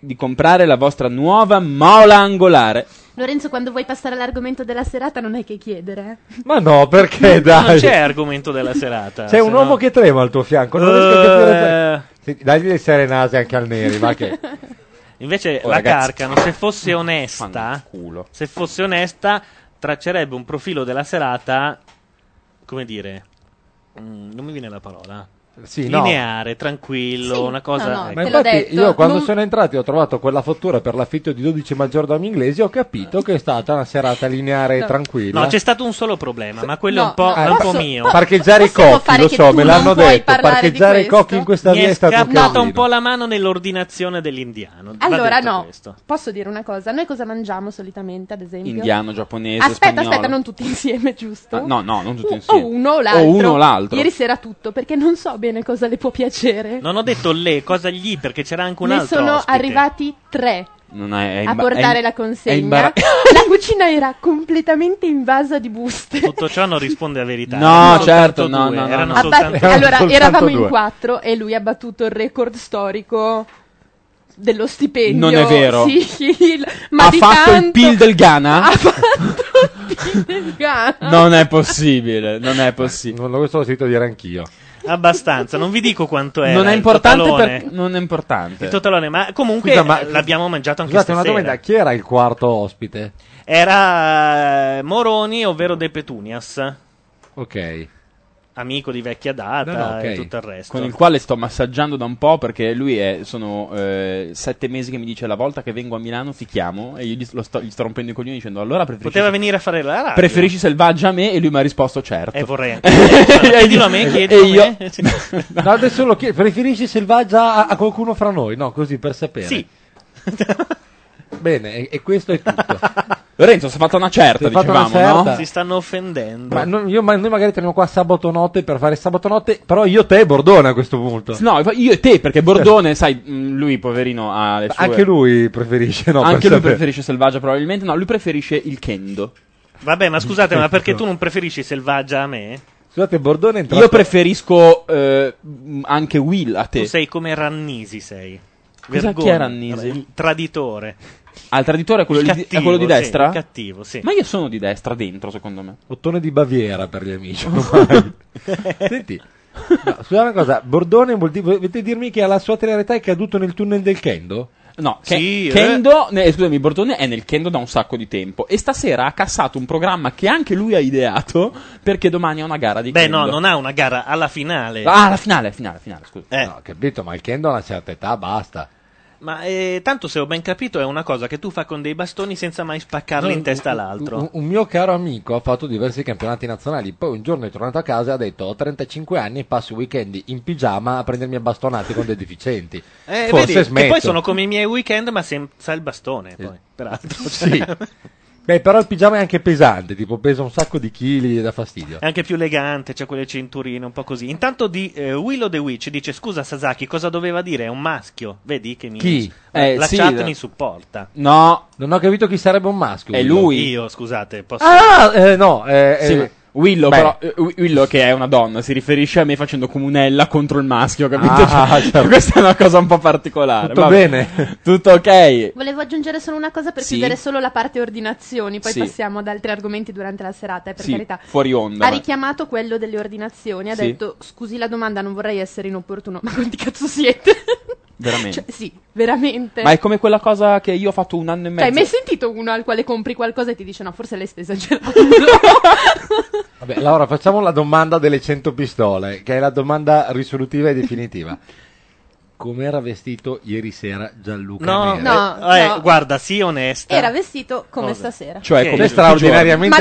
[SPEAKER 5] di comprare la vostra nuova mola angolare.
[SPEAKER 29] Lorenzo, quando vuoi passare all'argomento della serata, non hai che chiedere. eh.
[SPEAKER 28] Ma no, perché
[SPEAKER 5] Eh,
[SPEAKER 28] dai?
[SPEAKER 2] Non c'è argomento della serata.
[SPEAKER 28] C'è un
[SPEAKER 2] se no- Eh.
[SPEAKER 28] uomo che trema al tuo fianco, non riesco a capire. Senti, Dagli le serenate anche al Neri, ma che...
[SPEAKER 2] Invece
[SPEAKER 28] Oh,
[SPEAKER 2] la
[SPEAKER 28] ragazzi.
[SPEAKER 2] Carcano, se fosse onesta, se fosse onesta, traccerebbe un profilo della serata, come dire, mm, non mi viene la parola.
[SPEAKER 28] Sì, no.
[SPEAKER 2] Lineare, tranquillo,
[SPEAKER 28] Sì,
[SPEAKER 2] una cosa.
[SPEAKER 29] no, no,
[SPEAKER 2] ecco.
[SPEAKER 28] Ma infatti io quando sono entrato e ho trovato quella fattura per l'affitto di 12 maggiordomi inglesi ho capito che è stata una serata lineare e
[SPEAKER 2] No.
[SPEAKER 28] tranquilla.
[SPEAKER 2] No, c'è stato un solo problema, ma quello è un
[SPEAKER 28] No,
[SPEAKER 2] po',
[SPEAKER 28] no,
[SPEAKER 2] è un po'
[SPEAKER 28] posso-
[SPEAKER 2] mio.
[SPEAKER 28] Parcheggiare i cocchi, lo so, me l'hanno detto. Parcheggiare i cocchi in questa
[SPEAKER 2] Mi
[SPEAKER 28] via
[SPEAKER 2] è
[SPEAKER 28] è stato un
[SPEAKER 2] scappata
[SPEAKER 28] casino.
[SPEAKER 2] un po' la mano nell'ordinazione dell'indiano. Va
[SPEAKER 29] Allora,
[SPEAKER 2] detto
[SPEAKER 29] no,
[SPEAKER 2] questo.
[SPEAKER 29] posso dire una cosa? Noi cosa mangiamo solitamente, ad esempio?
[SPEAKER 5] Indiano, giapponese,
[SPEAKER 29] Aspetta,
[SPEAKER 5] spagnolo.
[SPEAKER 29] aspetta, non tutti insieme, giusto?
[SPEAKER 5] Ah, no, no, non tutti
[SPEAKER 29] O-
[SPEAKER 5] insieme.
[SPEAKER 29] O
[SPEAKER 7] oh,
[SPEAKER 29] uno o l'altro.
[SPEAKER 5] uno o l'altro.
[SPEAKER 29] Ieri sera tutto, perché non so bene cosa le può piacere.
[SPEAKER 2] Non ho detto le, cosa gli, perché c'era anche un
[SPEAKER 29] ne
[SPEAKER 2] altro
[SPEAKER 29] sono
[SPEAKER 2] ospite.
[SPEAKER 29] arrivati tre
[SPEAKER 5] Non è, è
[SPEAKER 29] a
[SPEAKER 5] imba-
[SPEAKER 29] portare
[SPEAKER 5] è-
[SPEAKER 29] la
[SPEAKER 5] è
[SPEAKER 29] consegna.
[SPEAKER 5] imbara-
[SPEAKER 29] la cucina era completamente invasa di buste.
[SPEAKER 2] Tutto ciò non risponde a verità.
[SPEAKER 5] No,
[SPEAKER 2] Erano
[SPEAKER 5] certo,
[SPEAKER 2] soltanto
[SPEAKER 5] no,
[SPEAKER 2] due,
[SPEAKER 5] no, no,
[SPEAKER 2] erano
[SPEAKER 5] no.
[SPEAKER 29] Abba-
[SPEAKER 2] soltanto-
[SPEAKER 29] allora, eravamo in quattro e lui ha battuto il record storico
[SPEAKER 7] dello stipendio.
[SPEAKER 5] Non è vero.
[SPEAKER 7] Sì, il- ma
[SPEAKER 5] ha
[SPEAKER 7] di
[SPEAKER 5] fatto
[SPEAKER 7] tanto
[SPEAKER 5] il PIL del
[SPEAKER 29] Ah,
[SPEAKER 5] Ghana?
[SPEAKER 7] del Ghana.
[SPEAKER 5] non è possibile, non è possibile.
[SPEAKER 28] Eh, Non lo so sentito dire anch'io.
[SPEAKER 2] Abbastanza, non vi dico quanto era.
[SPEAKER 5] Non è
[SPEAKER 2] il
[SPEAKER 5] importante
[SPEAKER 2] totalone.
[SPEAKER 5] per- non è importante.
[SPEAKER 2] Il totalone, ma comunque
[SPEAKER 28] Scusa, ma-
[SPEAKER 2] eh, l'abbiamo mangiato anche
[SPEAKER 28] Scusate, una
[SPEAKER 2] stasera.
[SPEAKER 28] domanda, chi era il quarto ospite?
[SPEAKER 2] Era eh, Moroni, ovvero De Petunias,
[SPEAKER 28] Ok.
[SPEAKER 2] amico di vecchia data
[SPEAKER 5] Eh, No, no,
[SPEAKER 2] Ah,
[SPEAKER 5] ok.
[SPEAKER 2] e tutto il resto.
[SPEAKER 5] Con il quale sto massaggiando da un po' perché lui è, sono eh, sette mesi che mi dice la volta che vengo a Milano ti chiamo e io gli, lo sto, gli sto rompendo i coglioni dicendo allora preferisci,
[SPEAKER 2] Poteva venire a fare la radio.
[SPEAKER 5] preferisci selvaggia a me e lui mi ha risposto certo.
[SPEAKER 2] E vorrei anche Allora, chiedilo a me, chiedilo
[SPEAKER 5] E io-
[SPEAKER 2] a me.
[SPEAKER 28] No, adesso lo chiedo, preferisci selvaggia a, a qualcuno fra noi? No, così per sapere.
[SPEAKER 5] Sì.
[SPEAKER 28] Bene, e, e questo è tutto.
[SPEAKER 5] Lorenzo si è fatta una certa,
[SPEAKER 28] Si è fatta una
[SPEAKER 5] dicevamo, no?
[SPEAKER 28] certa.
[SPEAKER 2] Si stanno offendendo.
[SPEAKER 28] Ma noi, io- ma noi magari torniamo qua sabato notte per fare sabato notte, però io te e Bordone a questo punto.
[SPEAKER 5] No, io e te, perché Bordone, sai, mh, lui poverino ha le sue...
[SPEAKER 28] Anche lui preferisce, no? per
[SPEAKER 5] cioè- Anche lui
[SPEAKER 28] sapere.
[SPEAKER 5] preferisce selvaggia probabilmente, no, lui preferisce il kendo.
[SPEAKER 2] Vabbè, ma scusate, ma
[SPEAKER 28] Ecco.
[SPEAKER 2] perché tu non preferisci Selvaggia a me?
[SPEAKER 28] Scusate, Bordone è entrato...
[SPEAKER 5] Io preferisco eh, mh, anche Will a te.
[SPEAKER 2] Tu sei come Rannisi, sei.
[SPEAKER 5] Cos'è
[SPEAKER 2] Vergogna.
[SPEAKER 5] chi è Rannisi?
[SPEAKER 2] Il traditore.
[SPEAKER 5] Al traditore è quello,
[SPEAKER 2] Il
[SPEAKER 5] lì di- è
[SPEAKER 2] cattivo,
[SPEAKER 5] quello di
[SPEAKER 2] sì,
[SPEAKER 5] destra?
[SPEAKER 2] il cattivo, sì.
[SPEAKER 5] Ma io sono di destra dentro, secondo me.
[SPEAKER 28] Ottone di Baviera per gli amici. ormai. Senti, no, scusate una cosa, Bordone vuol dire, volete dirmi che alla sua realtà è caduto nel tunnel del Kendo?
[SPEAKER 5] No, Ke-
[SPEAKER 28] Sì, eh.
[SPEAKER 5] Kendo, ne- scusami, Bordone è nel Kendo da un sacco di tempo e stasera ha cassato un programma che anche lui ha ideato perché domani ha una gara di
[SPEAKER 2] Beh,
[SPEAKER 5] Kendo.
[SPEAKER 2] no, non ha una gara alla finale.
[SPEAKER 5] Ah, la finale, finale, finale, scusa.
[SPEAKER 2] Eh.
[SPEAKER 28] No, capito, ma il Kendo a una certa età basta.
[SPEAKER 2] Ma eh, tanto se ho ben capito è una cosa che tu fa con dei bastoni senza mai spaccarli
[SPEAKER 28] No,
[SPEAKER 2] in testa
[SPEAKER 28] un-
[SPEAKER 2] all'altro.
[SPEAKER 28] Un, un mio caro amico ha fatto diversi campionati nazionali, poi un giorno è tornato a casa e ha detto ho 35 anni e passo i weekend in pigiama a prendermi a bastonate con dei deficienti.
[SPEAKER 2] Eh,
[SPEAKER 28] Forse
[SPEAKER 2] vedi, che
[SPEAKER 28] smetto.
[SPEAKER 2] poi sono come i miei weekend ma senza il bastone, poi, peraltro.
[SPEAKER 28] Sì.
[SPEAKER 2] Cioè,
[SPEAKER 28] Beh, però il pigiama è anche pesante, tipo pesa un sacco di chili e dà fastidio.
[SPEAKER 2] È anche più elegante, c'è quelle cinturine, un po' così. Intanto di eh, Willow the Witch dice: Scusa, Sasaki, cosa doveva dire? È un maschio. Vedi che mi.
[SPEAKER 28] Chi?
[SPEAKER 2] La,
[SPEAKER 28] Eh,
[SPEAKER 2] la
[SPEAKER 28] sì,
[SPEAKER 2] chat
[SPEAKER 28] la-
[SPEAKER 2] mi supporta.
[SPEAKER 5] No.
[SPEAKER 28] Non ho capito chi sarebbe un maschio. Willow.
[SPEAKER 2] Io, scusate. Posso...
[SPEAKER 28] Ah, eh, no, eh,
[SPEAKER 5] Sì,
[SPEAKER 28] eh,
[SPEAKER 5] ma Willow,
[SPEAKER 28] beh.
[SPEAKER 5] però, eh, Willow che è una donna, si riferisce a me facendo comunella contro il maschio, capito?
[SPEAKER 28] Ah,
[SPEAKER 5] Cioè,
[SPEAKER 28] certo.
[SPEAKER 5] Questa è una cosa un po' particolare.
[SPEAKER 28] Tutto
[SPEAKER 5] vabbè.
[SPEAKER 28] bene.
[SPEAKER 5] Tutto ok.
[SPEAKER 7] Volevo aggiungere solo una cosa per
[SPEAKER 5] Sì.
[SPEAKER 7] chiudere solo la parte ordinazioni, poi
[SPEAKER 5] Sì.
[SPEAKER 7] passiamo ad altri argomenti durante la serata, eh, per
[SPEAKER 5] Sì,
[SPEAKER 7] carità.
[SPEAKER 5] fuori onda.
[SPEAKER 7] Ha
[SPEAKER 5] ma-
[SPEAKER 7] richiamato quello delle ordinazioni, ha
[SPEAKER 5] Sì.
[SPEAKER 7] detto scusi la domanda, non vorrei essere inopportuno, ma quanti cazzo siete?
[SPEAKER 5] Veramente.
[SPEAKER 7] Cioè, sì, veramente.
[SPEAKER 5] Ma è come quella cosa che io ho fatto un anno e
[SPEAKER 7] Cioè, hai
[SPEAKER 5] mezzo.
[SPEAKER 7] mai sentito uno al quale compri qualcosa e ti dice no, forse lei sta esagerando?
[SPEAKER 28] Vabbè, Laura, facciamo la domanda delle 100 pistole, che è la domanda risolutiva e definitiva. Com'era vestito ieri sera Gianluca
[SPEAKER 2] No,
[SPEAKER 28] Neri?
[SPEAKER 7] No,
[SPEAKER 2] eh,
[SPEAKER 7] no.
[SPEAKER 2] guarda, sii onesta.
[SPEAKER 7] Era vestito come
[SPEAKER 2] Cosa?
[SPEAKER 7] stasera.
[SPEAKER 28] Cioè,
[SPEAKER 2] Sì.
[SPEAKER 28] come È tutti i straordinariamente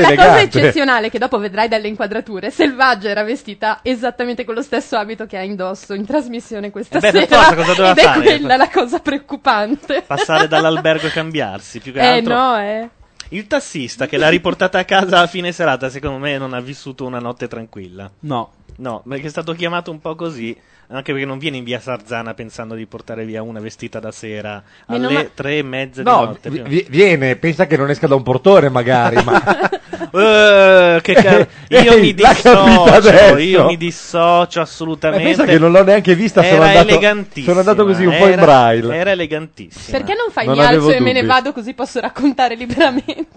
[SPEAKER 7] Ma la cosa
[SPEAKER 28] elegante.
[SPEAKER 7] eccezionale che dopo vedrai dalle inquadrature, Selvaggia era vestita esattamente con lo stesso abito che ha indosso in trasmissione questa
[SPEAKER 2] Eh beh, per
[SPEAKER 7] sera.
[SPEAKER 2] forza, cosa doveva
[SPEAKER 7] ed è
[SPEAKER 2] fare?
[SPEAKER 7] quella la cosa preoccupante.
[SPEAKER 2] Passare dall'albergo e cambiarsi. Più che
[SPEAKER 7] Eh
[SPEAKER 2] altro.
[SPEAKER 7] no, eh.
[SPEAKER 2] Il tassista che l'ha riportata a casa a fine serata, secondo me, non ha vissuto una notte tranquilla.
[SPEAKER 5] No.
[SPEAKER 2] No, perché è stato chiamato un po' così. Anche perché non viene in via Sarzana pensando di portare via una vestita da sera
[SPEAKER 28] Meno
[SPEAKER 2] alle
[SPEAKER 28] ma-
[SPEAKER 2] tre e mezza di
[SPEAKER 28] No,
[SPEAKER 2] notte.
[SPEAKER 28] vi-
[SPEAKER 2] più-
[SPEAKER 28] vi- viene, pensa che non esca da un portone magari, ma
[SPEAKER 2] Eh, che ca- io
[SPEAKER 28] Ehi,
[SPEAKER 2] mi
[SPEAKER 28] l'ha capito
[SPEAKER 2] dissocio,
[SPEAKER 28] adesso?
[SPEAKER 2] io mi dissocio
[SPEAKER 28] ma
[SPEAKER 2] assolutamente.
[SPEAKER 28] pensa che non l'ho neanche vista, sono
[SPEAKER 2] Era
[SPEAKER 28] andato,
[SPEAKER 2] elegantissima.
[SPEAKER 28] sono andato così un po' in
[SPEAKER 2] era-
[SPEAKER 28] braille.
[SPEAKER 2] Era elegantissima.
[SPEAKER 7] Perché non fai
[SPEAKER 28] Non
[SPEAKER 7] mi alzo
[SPEAKER 28] avevo
[SPEAKER 7] e me ne
[SPEAKER 28] dubbi.
[SPEAKER 7] vado così posso raccontare liberamente?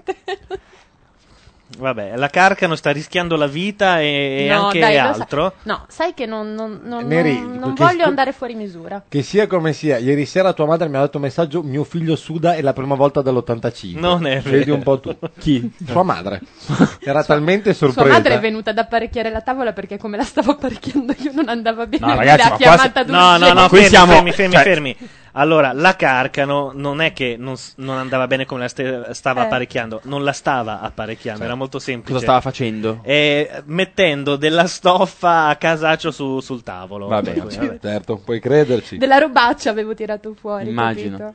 [SPEAKER 2] Vabbè, la Carcano sta rischiando la vita e, e
[SPEAKER 7] No,
[SPEAKER 2] anche
[SPEAKER 7] dai, lo sa-
[SPEAKER 2] altro.
[SPEAKER 7] No, sai che non, non- non-
[SPEAKER 28] Neri,
[SPEAKER 7] non- non
[SPEAKER 28] che-
[SPEAKER 7] voglio andare fuori misura.
[SPEAKER 28] Che sia come sia, ieri sera tua madre mi ha dato un messaggio, mio figlio suda è la prima volta dall'85.
[SPEAKER 2] Non è
[SPEAKER 28] Vedi
[SPEAKER 2] vero.
[SPEAKER 28] un po' tu. Chi? Sua madre. Era talmente sorpresa.
[SPEAKER 7] Sua madre è venuta ad apparecchiare la tavola perché come la stavo apparecchiando io non andava bene.
[SPEAKER 28] No,
[SPEAKER 7] quindi
[SPEAKER 28] ragazzi,
[SPEAKER 7] l'ha
[SPEAKER 28] ma
[SPEAKER 7] chiamata
[SPEAKER 28] qua si-
[SPEAKER 2] No, no,
[SPEAKER 7] d'urgenza.
[SPEAKER 2] no, fermi, fermi, fermi,
[SPEAKER 28] cioè-
[SPEAKER 2] fermi. Allora, la Carcano non è che non, s- non andava bene come la ste- stava
[SPEAKER 5] Eh.
[SPEAKER 2] apparecchiando, non la stava apparecchiando, era molto semplice.
[SPEAKER 5] Cosa stava facendo?
[SPEAKER 2] Eh, mettendo della stoffa a casaccio su- sul tavolo.
[SPEAKER 28] Vabbè,
[SPEAKER 2] Per cui, vabbè.
[SPEAKER 28] certo, puoi crederci.
[SPEAKER 7] Cioè, Della robaccia avevo tirato fuori.
[SPEAKER 5] Immagino.
[SPEAKER 7] capito?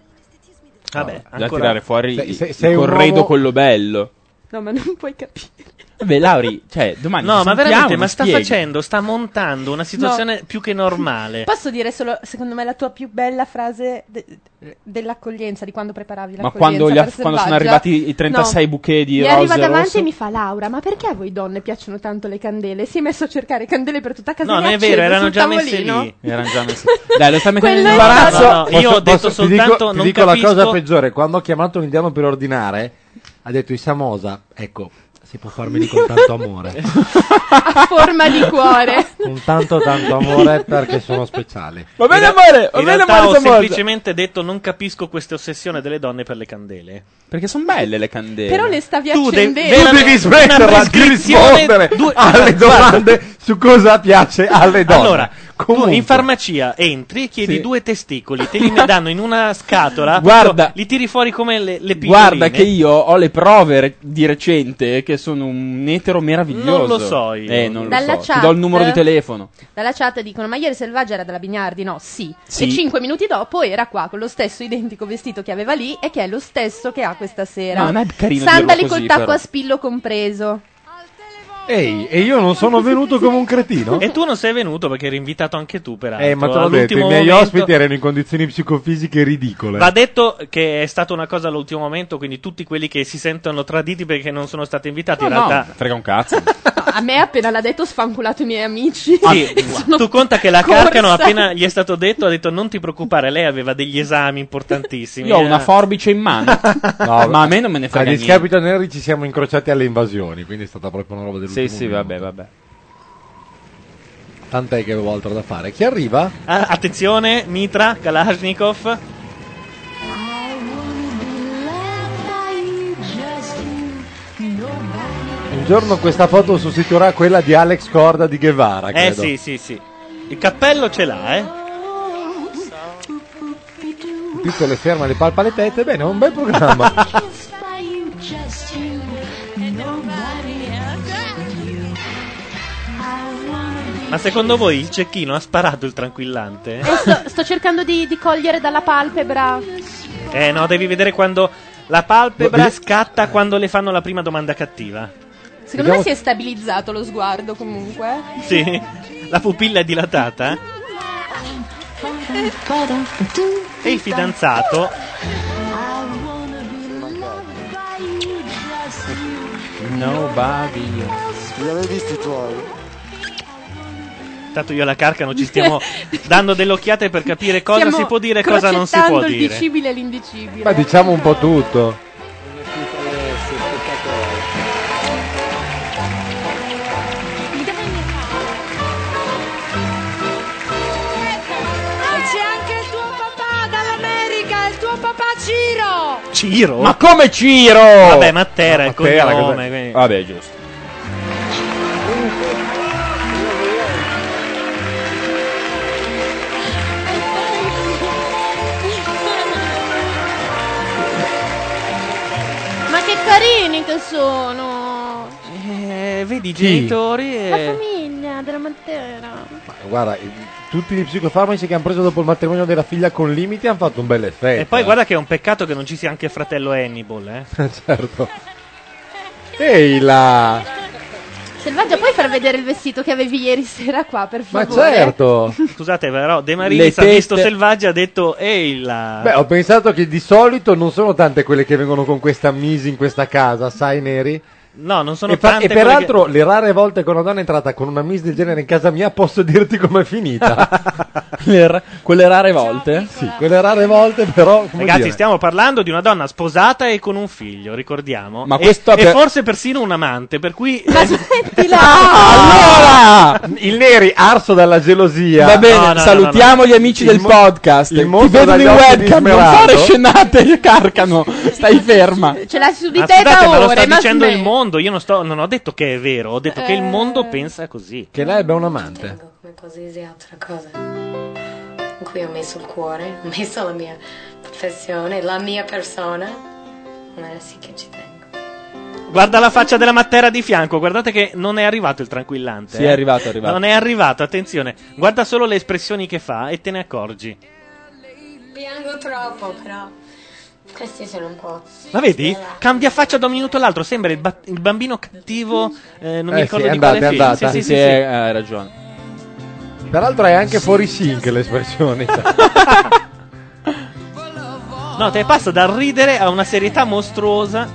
[SPEAKER 2] Vabbè,
[SPEAKER 5] Da
[SPEAKER 2] ancora-
[SPEAKER 5] tirare fuori
[SPEAKER 28] Sei-
[SPEAKER 5] il-
[SPEAKER 28] sei- sei
[SPEAKER 5] il
[SPEAKER 28] un
[SPEAKER 5] corredo
[SPEAKER 28] uomo-
[SPEAKER 5] quello bello.
[SPEAKER 38] No, ma non puoi capire.
[SPEAKER 5] Vabbè, Lauri, cioè, domani
[SPEAKER 2] No,
[SPEAKER 5] ci
[SPEAKER 2] ma
[SPEAKER 5] sentiamo,
[SPEAKER 2] veramente,
[SPEAKER 5] mi
[SPEAKER 2] ma sta
[SPEAKER 5] spieghi.
[SPEAKER 2] facendo, sta montando una situazione più che normale.
[SPEAKER 38] Posso dire solo, secondo me, la tua più bella frase de- dell'accoglienza, di quando preparavi
[SPEAKER 5] Ma
[SPEAKER 38] l'accoglienza
[SPEAKER 5] quando, gli
[SPEAKER 38] per
[SPEAKER 5] aff- quando sono
[SPEAKER 38] Selvaggia?
[SPEAKER 5] arrivati i 36
[SPEAKER 38] No.
[SPEAKER 5] bouquet di
[SPEAKER 7] Mi
[SPEAKER 5] rose
[SPEAKER 7] arriva davanti
[SPEAKER 5] rosse?
[SPEAKER 7] e mi fa Laura, ma perché a voi donne piacciono tanto le candele? Si è messo a cercare candele per tutta casa
[SPEAKER 2] No,
[SPEAKER 7] e le
[SPEAKER 2] non è
[SPEAKER 7] accende
[SPEAKER 2] vero, erano
[SPEAKER 7] sul
[SPEAKER 2] già messe
[SPEAKER 7] tavolino.
[SPEAKER 2] lì.
[SPEAKER 5] Erano già messi. Dai, lo sta mettendo in
[SPEAKER 7] Quello è
[SPEAKER 5] imbarazzo.
[SPEAKER 2] No, no, io ho detto
[SPEAKER 28] ti dico,
[SPEAKER 2] soltanto,
[SPEAKER 28] ti
[SPEAKER 2] non
[SPEAKER 28] dico
[SPEAKER 2] capisco-
[SPEAKER 28] la cosa peggiore, quando ho chiamato un indiano per ordinare, ha detto i samosa, ecco, si può farmi con tanto amore.
[SPEAKER 7] A forma di cuore.
[SPEAKER 28] con tanto tanto amore perché sono speciali.
[SPEAKER 5] Va bene, amore, va
[SPEAKER 2] In
[SPEAKER 5] bene,
[SPEAKER 2] realtà
[SPEAKER 5] amore,
[SPEAKER 2] ho
[SPEAKER 5] Tommaso.
[SPEAKER 2] semplicemente detto non capisco questa ossessione delle donne per le candele.
[SPEAKER 5] Perché sono belle le candele.
[SPEAKER 7] Però le stavi
[SPEAKER 2] Tu devi-
[SPEAKER 7] accendendo.
[SPEAKER 2] tu devi smettere-
[SPEAKER 28] Per la- di
[SPEAKER 2] prescrizione
[SPEAKER 28] rispondere
[SPEAKER 2] due-
[SPEAKER 28] alle
[SPEAKER 2] guarda.
[SPEAKER 28] domande su cosa piace alle donne.
[SPEAKER 2] Allora,
[SPEAKER 28] Comunque.
[SPEAKER 2] tu in farmacia entri, chiedi
[SPEAKER 28] Sì.
[SPEAKER 2] due testicoli, te li danno in una scatola,
[SPEAKER 5] Guarda.
[SPEAKER 2] li tiri fuori come le, le pilloline.
[SPEAKER 5] Guarda che io ho le prove re- di recente che sono un etero meraviglioso.
[SPEAKER 2] Non lo so io.
[SPEAKER 5] Eh, non lo
[SPEAKER 7] Dalla
[SPEAKER 5] so.
[SPEAKER 7] chat.
[SPEAKER 5] Ti do il numero di telefono.
[SPEAKER 7] Dalla chat dicono: Ma ieri Selvaggia era dalla Bignardi? No, sì.
[SPEAKER 5] Sì.
[SPEAKER 7] E cinque minuti dopo era qua con lo stesso identico vestito che aveva lì e che è lo stesso che ha questa sera.
[SPEAKER 28] No, non è carino
[SPEAKER 7] Sandali
[SPEAKER 28] dirlo
[SPEAKER 7] col
[SPEAKER 28] così,
[SPEAKER 7] tacco
[SPEAKER 28] però.
[SPEAKER 7] a spillo compreso.
[SPEAKER 28] Ehi, e io non sono venuto come un cretino?
[SPEAKER 2] E tu non sei venuto perché eri invitato anche tu, peraltro.
[SPEAKER 28] Eh, ma te l'ho detto, i
[SPEAKER 2] all'ultimo
[SPEAKER 28] miei
[SPEAKER 2] momento.
[SPEAKER 28] ospiti erano in condizioni psicofisiche ridicole.
[SPEAKER 2] Va detto che è stata una cosa all'ultimo momento, quindi tutti quelli che si sentono traditi perché non sono stati invitati, in
[SPEAKER 7] No, no,
[SPEAKER 2] realtà.
[SPEAKER 5] frega un cazzo.
[SPEAKER 7] No, a me appena l'ha detto ho sfanculato i miei amici.
[SPEAKER 2] Ah, tu conta che la
[SPEAKER 7] corsa.
[SPEAKER 2] Carcano appena gli è stato detto ha detto non ti preoccupare, lei aveva degli esami importantissimi.
[SPEAKER 5] Io ho una
[SPEAKER 2] Eh.
[SPEAKER 5] forbice in mano.
[SPEAKER 28] No,
[SPEAKER 5] ma a me non me ne frega
[SPEAKER 28] A
[SPEAKER 5] niente.
[SPEAKER 28] discapito a Nerri ci siamo incrociati alle invasioni, quindi è stata proprio una roba dell'ultimo
[SPEAKER 5] Sì, sì,
[SPEAKER 28] minuto.
[SPEAKER 5] vabbè, vabbè.
[SPEAKER 28] Tant'è che avevo altro da fare. Chi arriva?
[SPEAKER 2] Ah, attenzione, Mitra, Kalashnikov.
[SPEAKER 28] Un giorno questa foto sostituirà quella di Alex Corda di Guevara,
[SPEAKER 2] Eh
[SPEAKER 28] Ah, credo.
[SPEAKER 2] sì, sì, sì. Il cappello ce l'ha, eh.
[SPEAKER 28] Il piccolo è fermo, le palpa le tette, bene, è un bel programma.
[SPEAKER 2] Ma secondo voi il cecchino ha sparato il tranquillante?
[SPEAKER 7] E sto, sto cercando di, di cogliere dalla palpebra.
[SPEAKER 2] Eh no, devi vedere quando la palpebra
[SPEAKER 28] Vedi-
[SPEAKER 2] scatta quando le fanno la prima domanda cattiva.
[SPEAKER 7] Secondo
[SPEAKER 2] Vediamo-
[SPEAKER 7] me si è stabilizzato lo sguardo comunque.
[SPEAKER 2] Sì, la pupilla è dilatata. E il fidanzato.
[SPEAKER 5] Nobody.
[SPEAKER 39] Li avevi visti i tuoi?
[SPEAKER 2] Tanto io e la Carcano ci stiamo dando delle occhiate per capire cosa
[SPEAKER 7] Stiamo
[SPEAKER 2] si può dire e cosa non si
[SPEAKER 7] crocettando
[SPEAKER 2] può
[SPEAKER 7] il
[SPEAKER 2] dire.
[SPEAKER 7] dicibile e l'indicibile.
[SPEAKER 28] Ma diciamo un po' tutto.
[SPEAKER 1] E c'è anche il tuo papà dall'America, il tuo papà Ciro.
[SPEAKER 2] Ciro?
[SPEAKER 5] Ma come Ciro?
[SPEAKER 2] Vabbè, Matera è il
[SPEAKER 5] Matera,
[SPEAKER 2] cognome,
[SPEAKER 5] cos'è?
[SPEAKER 2] quindi-
[SPEAKER 5] Vabbè, giusto.
[SPEAKER 40] Ma che carini che sono!
[SPEAKER 2] Eh, vedi i
[SPEAKER 28] Chi?
[SPEAKER 2] genitori
[SPEAKER 40] La
[SPEAKER 2] e...
[SPEAKER 40] famiglia della Matera.
[SPEAKER 28] Guarda, i- tutti gli psicofarmaci che hanno preso dopo il matrimonio della figlia con limiti hanno fatto un bel effetto.
[SPEAKER 2] E poi guarda che è un peccato che non ci sia anche il fratello Hannibal, eh.
[SPEAKER 28] certo. Ehi là!
[SPEAKER 7] Selvaggia, puoi far vedere il vestito che avevi ieri sera qua, per
[SPEAKER 28] Ma
[SPEAKER 7] favore?
[SPEAKER 28] certo!
[SPEAKER 2] Scusate, però De
[SPEAKER 28] Le
[SPEAKER 2] Marini ha
[SPEAKER 28] tette-
[SPEAKER 2] visto Selvaggia ha detto ehi là.
[SPEAKER 28] Beh, ho pensato che di solito non sono tante quelle che vengono con questa misi in questa casa, sai, Neri?
[SPEAKER 2] No, non sono
[SPEAKER 28] e, fa-
[SPEAKER 2] tante
[SPEAKER 28] e
[SPEAKER 2] quelle
[SPEAKER 28] peraltro, le rare volte che una donna è entrata con una miss del genere in casa mia, posso dirti com'è finita.
[SPEAKER 5] quelle rare volte?
[SPEAKER 28] Sì, quelle rare volte, però.
[SPEAKER 2] che-
[SPEAKER 28] Come
[SPEAKER 2] Ragazzi,
[SPEAKER 28] dire,
[SPEAKER 2] stiamo parlando di una donna sposata e con un figlio, ricordiamo.
[SPEAKER 5] Ma
[SPEAKER 2] e,
[SPEAKER 5] questo
[SPEAKER 2] e
[SPEAKER 5] per-
[SPEAKER 2] forse persino un amante, per cui... eh,
[SPEAKER 28] Ah! Il Neri, arso dalla gelosia.
[SPEAKER 5] Va bene, salutiamo gli amici del podcast.
[SPEAKER 28] il
[SPEAKER 5] Ti
[SPEAKER 28] mostro
[SPEAKER 5] vedono
[SPEAKER 28] dagli
[SPEAKER 5] in
[SPEAKER 28] occhi di
[SPEAKER 5] webcam, non fare
[SPEAKER 28] Smeraldo.
[SPEAKER 5] scenate, carcano. Stai ferma.
[SPEAKER 7] Ce l'hai su di
[SPEAKER 2] Ma
[SPEAKER 7] te
[SPEAKER 2] scusate,
[SPEAKER 7] da
[SPEAKER 2] me lo
[SPEAKER 7] ore,
[SPEAKER 2] sta
[SPEAKER 7] ma Eh.
[SPEAKER 2] dicendo
[SPEAKER 7] smetti.
[SPEAKER 2] il mondo, io non, sto, non ho detto che è vero, ho detto che il mondo pensa così.
[SPEAKER 28] Che lei abbia un amante.
[SPEAKER 9] Come così è altra cosa. In cui ho messo il cuore, ho messo la mia professione, la mia persona. Ma sì che ci tengo.
[SPEAKER 2] Guarda la faccia della Matera di fianco, guardate che non è arrivato il tranquillante.
[SPEAKER 5] Sì,
[SPEAKER 2] eh.
[SPEAKER 5] è arrivato, è arrivato.
[SPEAKER 2] Non è arrivato, attenzione. Guarda solo le espressioni che fa e te ne accorgi.
[SPEAKER 9] Piango troppo, però.
[SPEAKER 34] Questi sono un po'.
[SPEAKER 2] Ma vedi? Cambia faccia da un minuto all'altro. Sembra il, ba- il bambino cattivo. eh, non mi
[SPEAKER 28] Eh
[SPEAKER 2] ricordo
[SPEAKER 28] sì, è
[SPEAKER 2] di quale
[SPEAKER 28] andata, è
[SPEAKER 2] film.
[SPEAKER 28] andata.
[SPEAKER 2] Sì, sì,
[SPEAKER 28] Sì,
[SPEAKER 2] sì,
[SPEAKER 28] eh,
[SPEAKER 5] hai ragione.
[SPEAKER 28] Peraltro è anche fuori sync l'espressione.
[SPEAKER 2] No, te passa dal ridere a una serietà mostruosa.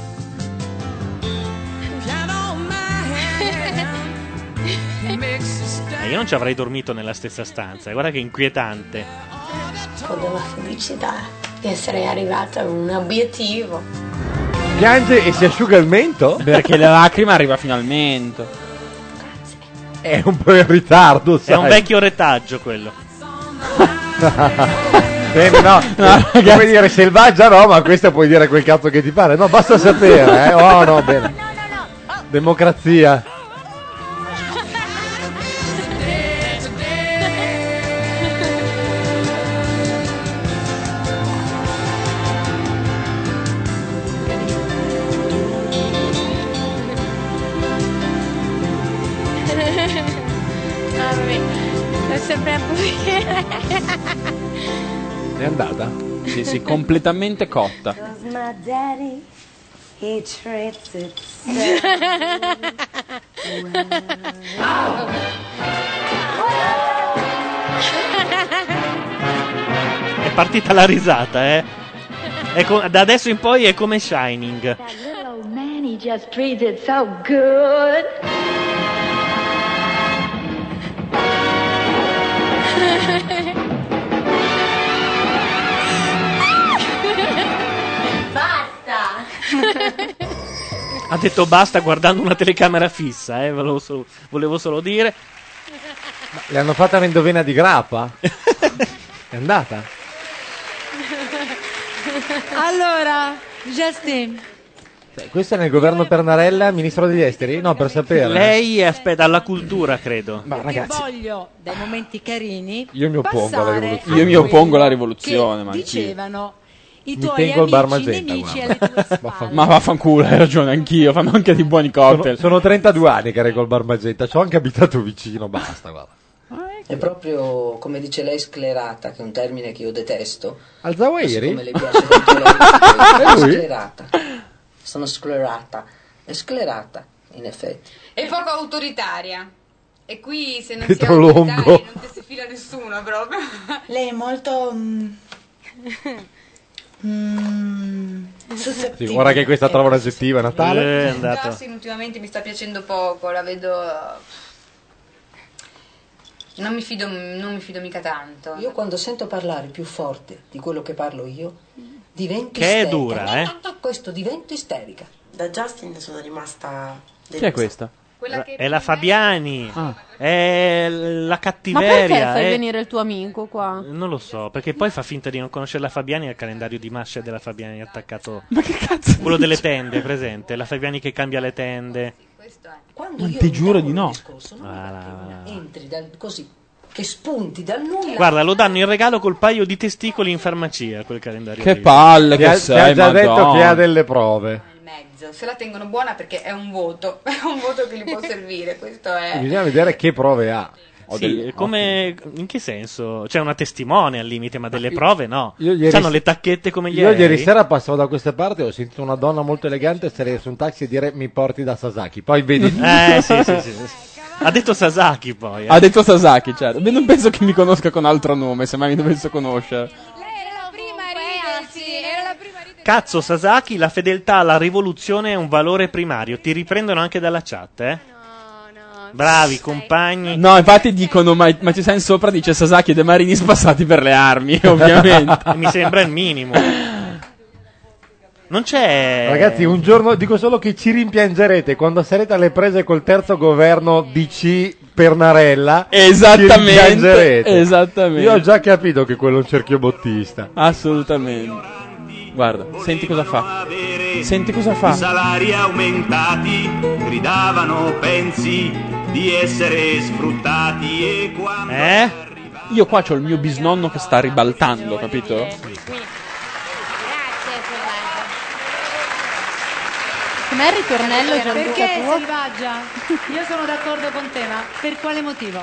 [SPEAKER 2] Eh, io non ci avrei dormito nella stessa stanza. eh, Guarda che inquietante.
[SPEAKER 34] po' della felicità di essere arrivata a un obiettivo.
[SPEAKER 28] Piange e si asciuga il mento?
[SPEAKER 5] Perché la lacrima arriva finalmente.
[SPEAKER 28] È un po' in ritardo, sai.
[SPEAKER 2] È un vecchio retaggio quello.
[SPEAKER 28] Eh, no, puoi dire selvaggia no, ma questa puoi dire quel cazzo che ti pare. No, basta sapere, eh. Oh no, bene. Democrazia.
[SPEAKER 30] Vabbè, lo sapremo perché.
[SPEAKER 5] È andata? Sì, sì, completamente cotta.
[SPEAKER 41] Cause my daddy, he treats it so
[SPEAKER 2] È partita la risata, eh. È co- da adesso in poi è come Shining.
[SPEAKER 41] Little man, he just treats it so good.
[SPEAKER 23] Basta!
[SPEAKER 2] Ha detto basta guardando una telecamera fissa, eh. Volevo solo, volevo solo dire.
[SPEAKER 28] Le hanno fatta vendovena di grappa? È andata?
[SPEAKER 6] Allora, Justin,
[SPEAKER 28] Cioè, Questo è nel governo Pernarella, ministro degli esteri? No, per sapere.
[SPEAKER 2] Lei aspetta alla cultura, credo.
[SPEAKER 28] Ma
[SPEAKER 6] voglio dai momenti carini
[SPEAKER 28] Io mi oppongo alla
[SPEAKER 6] passare
[SPEAKER 28] rivoluzione.
[SPEAKER 5] Io mi
[SPEAKER 6] a
[SPEAKER 5] oppongo alla
[SPEAKER 6] quello
[SPEAKER 5] rivoluzione,
[SPEAKER 6] che
[SPEAKER 5] ma anch'io.
[SPEAKER 6] dicevano i
[SPEAKER 28] Mi
[SPEAKER 6] tuoi
[SPEAKER 28] tengo il bar
[SPEAKER 6] amici
[SPEAKER 28] Magenta,
[SPEAKER 6] nemici alle
[SPEAKER 28] guarda.
[SPEAKER 6] tue
[SPEAKER 5] Ma vaffanculo, hai ragione, anch'io. Fanno anche di buoni
[SPEAKER 28] Sono,
[SPEAKER 5] cocktail.
[SPEAKER 28] sono 32 anni che reggo il bar Magenta, ci ho anche abitato vicino, basta, guarda.
[SPEAKER 19] È proprio, come dice lei, sclerata, che è un termine che io detesto.
[SPEAKER 28] Al Zawahiri?
[SPEAKER 19] Ma siccome le piace tanto lei,
[SPEAKER 28] È
[SPEAKER 19] sono
[SPEAKER 28] lui?
[SPEAKER 19] sclerata. Sono sclerata. È sclerata, in effetti.
[SPEAKER 20] È poco autoritaria. E qui se non
[SPEAKER 19] Pietro
[SPEAKER 20] si è autoritari
[SPEAKER 19] Longo.
[SPEAKER 20] non ti si fila nessuno proprio.
[SPEAKER 4] Lei è molto. mm, mm,
[SPEAKER 28] Sì,
[SPEAKER 4] suscettibile.
[SPEAKER 28] ora che questa trova un aggettivo è Natale.
[SPEAKER 20] Justin ultimamente mi sta piacendo poco, la vedo... Non mi fido, non mi fido mica tanto.
[SPEAKER 19] Io quando sento parlare più forte di quello che parlo io, divento
[SPEAKER 2] Che è
[SPEAKER 19] isterica.
[SPEAKER 2] dura, eh.
[SPEAKER 19] Questo divento isterica. Da Justin sono rimasta...
[SPEAKER 5] Chi è questa?
[SPEAKER 2] Ra- È la Fabiani. È l- la
[SPEAKER 29] Ma perché
[SPEAKER 2] cattiveria.
[SPEAKER 29] fai
[SPEAKER 2] è-
[SPEAKER 29] venire il tuo amico qua?
[SPEAKER 2] Non lo so, perché poi fa finta di non conoscere la Fabiani al calendario di Mascia della Fabiani è attaccato. Ma che cazzo? Quello delle tende, presente? La Fabiani che cambia le tende.
[SPEAKER 19] Quando io
[SPEAKER 2] ti giuro di no.
[SPEAKER 19] entri dal, così, che spunti dal nulla...
[SPEAKER 2] Ah. Guarda, lo danno in regalo col paio di testicoli in farmacia, quel calendario.
[SPEAKER 5] Che
[SPEAKER 2] lì.
[SPEAKER 5] palle
[SPEAKER 28] Ti ha, ti ha già detto che ha delle prove.
[SPEAKER 20] Mezzo. Se la tengono buona perché è un voto, è un voto che gli può servire, questo è...
[SPEAKER 28] Bisogna vedere che prove ha.
[SPEAKER 2] Sì, come, in che senso? C'è una testimone al limite, ma delle prove no.
[SPEAKER 28] io ieri
[SPEAKER 2] C'hanno
[SPEAKER 28] s-
[SPEAKER 2] le tacchette come gli
[SPEAKER 28] Io ieri
[SPEAKER 2] aerei?
[SPEAKER 28] sera passavo da queste parti e ho sentito una donna molto elegante salire su un taxi e dire mi porti da Sasaki. Poi vedi...
[SPEAKER 2] Eh, sì, sì, sì, sì. Ha detto Sasaki poi. eh.
[SPEAKER 5] Ha detto Sasaki, certo. Beh, non penso che mi conosca con altro nome, se mai mi dovesse conoscere.
[SPEAKER 20] Prima ragazzi, era la prima
[SPEAKER 2] Cazzo, Sasaki, la fedeltà alla rivoluzione è un valore primario. Ti riprendono anche dalla chat, eh? Bravi compagni.
[SPEAKER 5] No, infatti dicono, ma, ma ci sei in sopra, dice Sasaki e De Marini spassati per le armi, ovviamente.
[SPEAKER 2] Mi sembra il minimo. Non c'è.
[SPEAKER 28] Ragazzi, un giorno dico solo che ci rimpiangerete quando sarete alle prese col terzo governo DC Pernarella.
[SPEAKER 5] Esattamente,
[SPEAKER 28] ci rimpiangerete.
[SPEAKER 5] esattamente.
[SPEAKER 28] Io ho già capito che quello è un cerchio bottista.
[SPEAKER 5] Assolutamente. Guarda, senti cosa fa. Senti cosa
[SPEAKER 37] I
[SPEAKER 5] fa.
[SPEAKER 37] salari aumentati gridavano pensi di essere sfruttati e quando
[SPEAKER 5] Eh? Io qua c'ho il mio bisnonno che sta ribaltando, capito?
[SPEAKER 29] Com'è il ritornello Gianluca
[SPEAKER 6] Eh, perché
[SPEAKER 29] tuo?
[SPEAKER 6] selvaggia? Io sono d'accordo con te, ma per quale motivo?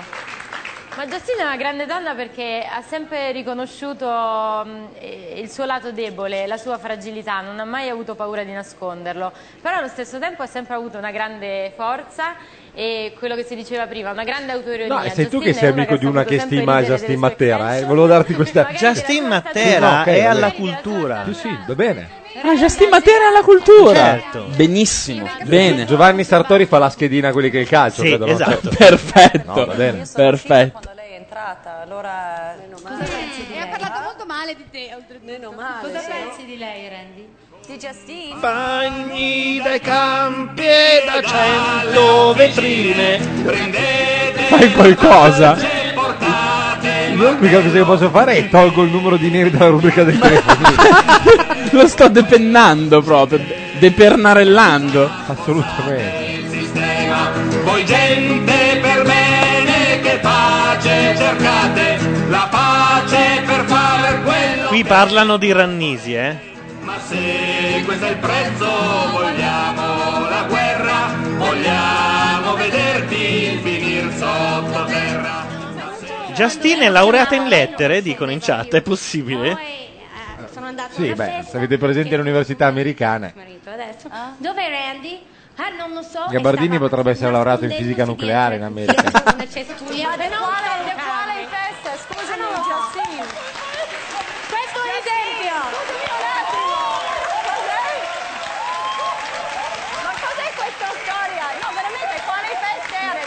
[SPEAKER 29] Ma Giustina è una grande donna perché ha sempre riconosciuto mh, eh, il suo lato debole, la sua fragilità, non ha mai avuto paura di nasconderlo, però allo stesso tempo ha sempre avuto una grande forza e quello che si diceva prima, una grande autoironia.
[SPEAKER 28] No, e sei tu
[SPEAKER 29] Giustina
[SPEAKER 28] che sei
[SPEAKER 29] è una
[SPEAKER 28] amico
[SPEAKER 29] ha
[SPEAKER 28] di una
[SPEAKER 29] saputo
[SPEAKER 28] che
[SPEAKER 29] sempre
[SPEAKER 28] stima
[SPEAKER 29] ridere
[SPEAKER 28] Justin
[SPEAKER 29] delle sue-
[SPEAKER 28] Matera, eh. Volevo darti questa.
[SPEAKER 2] Justin Matera
[SPEAKER 28] No, ok,
[SPEAKER 2] è
[SPEAKER 28] va
[SPEAKER 2] alla
[SPEAKER 28] bene.
[SPEAKER 2] cultura.
[SPEAKER 28] Sì, sì, va bene.
[SPEAKER 5] Ah, Justin Matera alla cultura.
[SPEAKER 28] certo. Benissimo. Bene. Giovanni Sartori fa la schedina a quelli che il calcio,
[SPEAKER 34] Sì,
[SPEAKER 28] credo, no?
[SPEAKER 34] esatto.
[SPEAKER 28] Cioè-
[SPEAKER 34] Perfetto.
[SPEAKER 28] No, va bene.
[SPEAKER 34] Perfetto.
[SPEAKER 18] lei è entrata, allora... Cosa pensi di
[SPEAKER 42] E Eh, ha
[SPEAKER 18] lei?
[SPEAKER 42] parlato molto male di te, oltretutto. Meno male.
[SPEAKER 18] sì.
[SPEAKER 42] di lei, Randy? Di Justine?
[SPEAKER 1] Bagni dai campi e da cento vetrine. Prendete
[SPEAKER 28] Fai qualcosa.
[SPEAKER 1] e portate.
[SPEAKER 28] L'unica cosa che posso fare è tolgo il numero di neri dalla rubrica del telefono.
[SPEAKER 5] Lo sto depennando proprio, depernarellando.
[SPEAKER 28] Assolutamente.
[SPEAKER 1] Voi gente per bene che pace cercate, la pace per fare quello.
[SPEAKER 2] Qui parlano di Rannisi, eh?
[SPEAKER 1] Ma se questo è il prezzo, vogliamo la guerra, vogliamo vederti finir sottoterra.
[SPEAKER 2] Justin è laureata in lettere, dicono in chat, è possibile?
[SPEAKER 43] Sono andata
[SPEAKER 28] Sì, beh, se avete presente l'università americana,
[SPEAKER 43] marito adesso. Dove è Randy? Ah, non lo so.
[SPEAKER 28] Gabardini potrebbe essere laureato in fisica nucleare in America.
[SPEAKER 43] C'è studio.
[SPEAKER 44] Quale,
[SPEAKER 43] Però
[SPEAKER 44] quale in testa?
[SPEAKER 19] Ah,
[SPEAKER 9] Ah,
[SPEAKER 44] Scusami, Justin. Questo è un esempio. Scusami un attimo. Cos'è? Ma cos'è questa storia? No, veramente, quale festa era?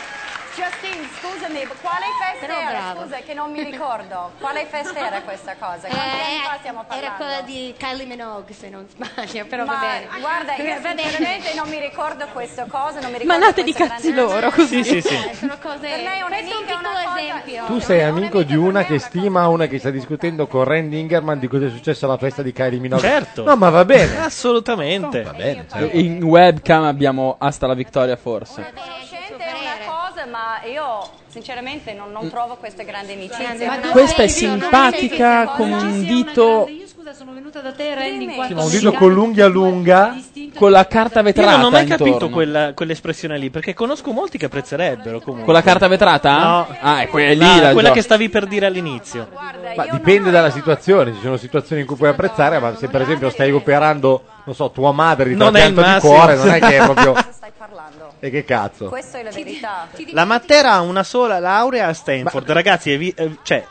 [SPEAKER 44] Justin, scusami, quale festa
[SPEAKER 9] Però
[SPEAKER 44] era?
[SPEAKER 9] bravo.
[SPEAKER 44] Scusa, che non mi ricordo. Quale festa era questa cosa? Quanti anni fa stiamo
[SPEAKER 9] Eh, era
[SPEAKER 44] parlando?
[SPEAKER 9] quella di Kylie Minogue, se non sbaglio, però Eh,
[SPEAKER 44] Ma
[SPEAKER 9] va bene.
[SPEAKER 44] guarda, io
[SPEAKER 9] Va bene.
[SPEAKER 44] sinceramente non mi ricordo questa cosa, non mi ricordo
[SPEAKER 5] Ma andate di
[SPEAKER 44] questa
[SPEAKER 5] cazzi
[SPEAKER 44] grande-
[SPEAKER 5] loro, così.
[SPEAKER 28] Sì, sì, sì.
[SPEAKER 9] Eh, Sono cose...
[SPEAKER 44] Per lei è un
[SPEAKER 9] Questo è un piccolo esempio.
[SPEAKER 28] Tu sei amico di una che stima una che sta discutendo con Randy Ingerman di cosa è successo alla festa di Kylie Minogue.
[SPEAKER 5] Certo.
[SPEAKER 28] No, ma va bene.
[SPEAKER 2] Assolutamente.
[SPEAKER 28] Va bene,
[SPEAKER 5] In webcam abbiamo hasta la vittoria forse.
[SPEAKER 18] Conoscente è una cosa, ma io sinceramente non, non trovo queste grandi amicizie.
[SPEAKER 6] Ma dove
[SPEAKER 5] Questa è
[SPEAKER 6] vedi? Non
[SPEAKER 5] simpatica
[SPEAKER 6] vedi
[SPEAKER 5] come
[SPEAKER 6] che
[SPEAKER 5] un
[SPEAKER 6] cosa?
[SPEAKER 5] dito
[SPEAKER 6] Io scusa, sono venuta da te, Randy, in
[SPEAKER 28] Sì,
[SPEAKER 6] quanto
[SPEAKER 28] ma un dito con l'unghia lunga.
[SPEAKER 5] con la carta vetrata
[SPEAKER 2] Io non ho mai capito
[SPEAKER 5] intorno.
[SPEAKER 2] quella- quell'espressione lì, perché conosco molti che apprezzerebbero comunque.
[SPEAKER 5] Con la carta vetrata?
[SPEAKER 2] No.
[SPEAKER 5] Ah, è quella lì
[SPEAKER 2] No,
[SPEAKER 5] la
[SPEAKER 2] quella
[SPEAKER 5] gio-
[SPEAKER 2] che stavi per dire all'inizio.
[SPEAKER 28] Ma dipende dalla situazione, ci sono situazioni in cui puoi apprezzare, ma se per esempio stai operando, non so, tua madre di
[SPEAKER 2] Non è il
[SPEAKER 28] trapianto di
[SPEAKER 2] massimo.
[SPEAKER 28] cuore, non è che è proprio...
[SPEAKER 18] stai parlando?
[SPEAKER 28] E che cazzo?
[SPEAKER 18] Questa è la verità.
[SPEAKER 2] La Matera ha una sola laurea a Stanford, ragazzi, è vi- eh, cioè,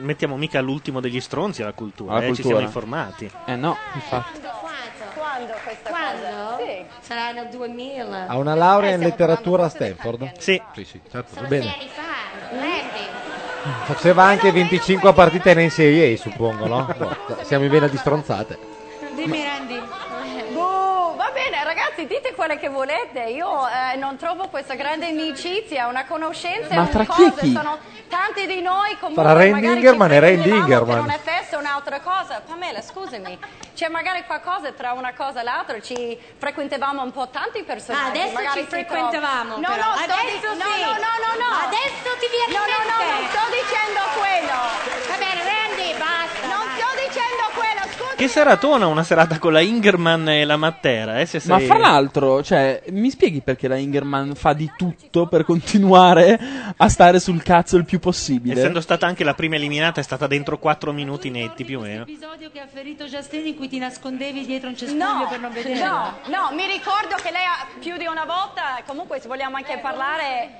[SPEAKER 2] mettiamo mica l'ultimo degli stronzi alla cultura,
[SPEAKER 5] Alla
[SPEAKER 2] eh, ci
[SPEAKER 5] cultura.
[SPEAKER 2] siamo informati.
[SPEAKER 5] Eh no, infatti.
[SPEAKER 18] Quando questa cosa? Sì.
[SPEAKER 9] Saranno 2000.
[SPEAKER 28] Ha una laurea in letteratura a Stanford? Sì. Sì, sì, certo, va bene. Faceva anche 25 a partita in NCAA, suppongo, no? Boh, Siamo in vena di stronzate.
[SPEAKER 9] Dimmi Randy.
[SPEAKER 18] Boh, va bene, ragazzi, dite quelle che volete. Io eh, non trovo questa grande amicizia, una conoscenza,
[SPEAKER 28] Ma
[SPEAKER 18] un
[SPEAKER 28] tra chi
[SPEAKER 18] cose.
[SPEAKER 28] e chi?
[SPEAKER 18] Sono tanti di noi comunque.
[SPEAKER 28] Fra Randy
[SPEAKER 18] magari ci
[SPEAKER 28] Ingerman e Randy
[SPEAKER 18] sentivamo
[SPEAKER 28] Ingerman.
[SPEAKER 18] Che non è festa, è un'altra cosa. Pamela, scusami, c'è magari qualcosa tra una cosa e l'altra? Ci frequentavamo un po' tanti personaggi.
[SPEAKER 9] Ah, adesso
[SPEAKER 18] magari
[SPEAKER 9] ci
[SPEAKER 18] si
[SPEAKER 9] frequentavamo,
[SPEAKER 18] trova- No,
[SPEAKER 9] però.
[SPEAKER 18] no, sto
[SPEAKER 9] Adesso
[SPEAKER 18] di- no,
[SPEAKER 9] sì.
[SPEAKER 18] no, no, no, no.
[SPEAKER 9] Adesso ti viene
[SPEAKER 18] No, no, no,
[SPEAKER 9] mente.
[SPEAKER 18] non sto dicendo quello.
[SPEAKER 9] Va bene, Randy, basta.
[SPEAKER 18] Non sto dicendo quello,
[SPEAKER 2] Che seratona una serata con la Ingerman e la Matera, eh, se
[SPEAKER 5] Ma
[SPEAKER 2] sei-
[SPEAKER 5] fra l'altro, cioè, mi spieghi perché la Ingerman fa di tutto per continuare a stare sul cazzo il più possibile?
[SPEAKER 2] Essendo stata anche la prima eliminata, è stata dentro 4 minuti netti più o meno.
[SPEAKER 6] episodio che ha ferito Justin in cui ti nascondevi dietro un cespuglio
[SPEAKER 18] No,
[SPEAKER 6] per non vedere.
[SPEAKER 18] no, no, mi ricordo che lei ha più di una volta, comunque se vogliamo anche parlare...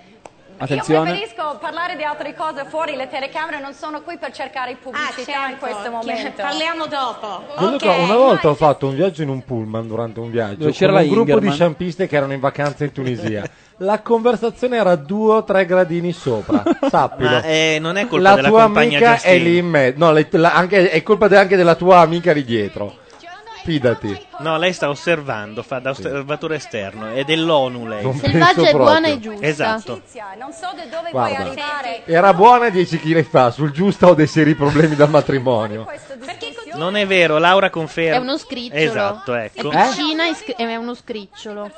[SPEAKER 5] Attenzione.
[SPEAKER 18] Io preferisco parlare di altre cose fuori, le telecamere non sono qui per cercare pubblicità in questo momento.
[SPEAKER 9] Ah, certo. Parliamo dopo.
[SPEAKER 28] Io lo so, una volta ho fatto un viaggio in un pullman durante un viaggio
[SPEAKER 5] Dove c'era
[SPEAKER 28] c'era con
[SPEAKER 5] la
[SPEAKER 28] un gruppo
[SPEAKER 5] Ingerman?
[SPEAKER 28] di sciampiste che erano in vacanza in Tunisia. La conversazione era due o tre gradini sopra, sappilo.
[SPEAKER 2] Ma eh, non è colpa
[SPEAKER 28] la
[SPEAKER 2] della
[SPEAKER 28] tua
[SPEAKER 2] compagna
[SPEAKER 28] amica
[SPEAKER 2] Justin.
[SPEAKER 28] è lì in mezzo. No, le- la- anche- è colpa de- anche della tua amica lì dietro. Fidati.
[SPEAKER 2] No, lei sta osservando, fa da osservatore esterno, è dell'ONU lei.
[SPEAKER 28] Non Selvaggia penso è proprio. buona e giusta.
[SPEAKER 2] Esatto.
[SPEAKER 18] Non so da dove puoi
[SPEAKER 28] Guarda.
[SPEAKER 18] arrivare.
[SPEAKER 28] Era buona 10 kg fa, sul giusto ho dei seri problemi dal matrimonio.
[SPEAKER 2] Non è vero, Laura conferma.
[SPEAKER 7] È uno scricciolo.
[SPEAKER 2] Esatto, ecco.
[SPEAKER 7] È vicina e scri- è uno scricciolo.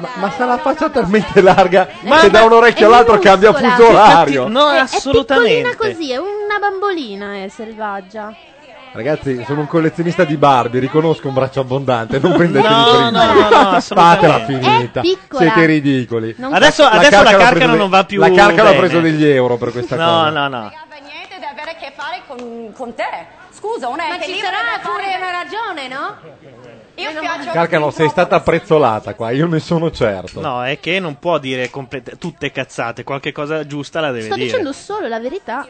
[SPEAKER 28] Ma, ma sta la faccia talmente larga che da un orecchio
[SPEAKER 7] è
[SPEAKER 28] all'altro cambia
[SPEAKER 7] minuscola.
[SPEAKER 28] fuso orario.
[SPEAKER 7] È- è piccolina così, è una bambolina, è eh, selvaggia.
[SPEAKER 28] Ragazzi, sono un collezionista di Barbie, riconosco un braccio abbondante, non prendetemi
[SPEAKER 2] No,
[SPEAKER 28] per il
[SPEAKER 2] no, no,
[SPEAKER 28] culo.
[SPEAKER 2] no, assolutamente.
[SPEAKER 28] Fatela finita.
[SPEAKER 2] È piccola.
[SPEAKER 28] Siete ridicoli.
[SPEAKER 2] Non Adesso- adesso la
[SPEAKER 28] l'ha
[SPEAKER 2] carcano
[SPEAKER 28] preso de-
[SPEAKER 2] non va più
[SPEAKER 28] La carcano ha
[SPEAKER 2] bene.
[SPEAKER 28] preso degli euro per questa
[SPEAKER 2] No,
[SPEAKER 28] cosa.
[SPEAKER 2] no, no.
[SPEAKER 32] niente da avere a che fare con, con te. Scusa, una
[SPEAKER 9] Ma
[SPEAKER 32] è che
[SPEAKER 9] ci
[SPEAKER 32] libera
[SPEAKER 9] sarà
[SPEAKER 32] da
[SPEAKER 9] pure
[SPEAKER 32] fare-
[SPEAKER 9] una ragione, no?
[SPEAKER 32] Io piaccio
[SPEAKER 28] Carcano, sei stata prezzolata qua, io ne sono certo.
[SPEAKER 2] No, è che non può dire complete- tutte cazzate, qualche cosa giusta la deve
[SPEAKER 7] Sto
[SPEAKER 2] dire.
[SPEAKER 7] dicendo solo la verità.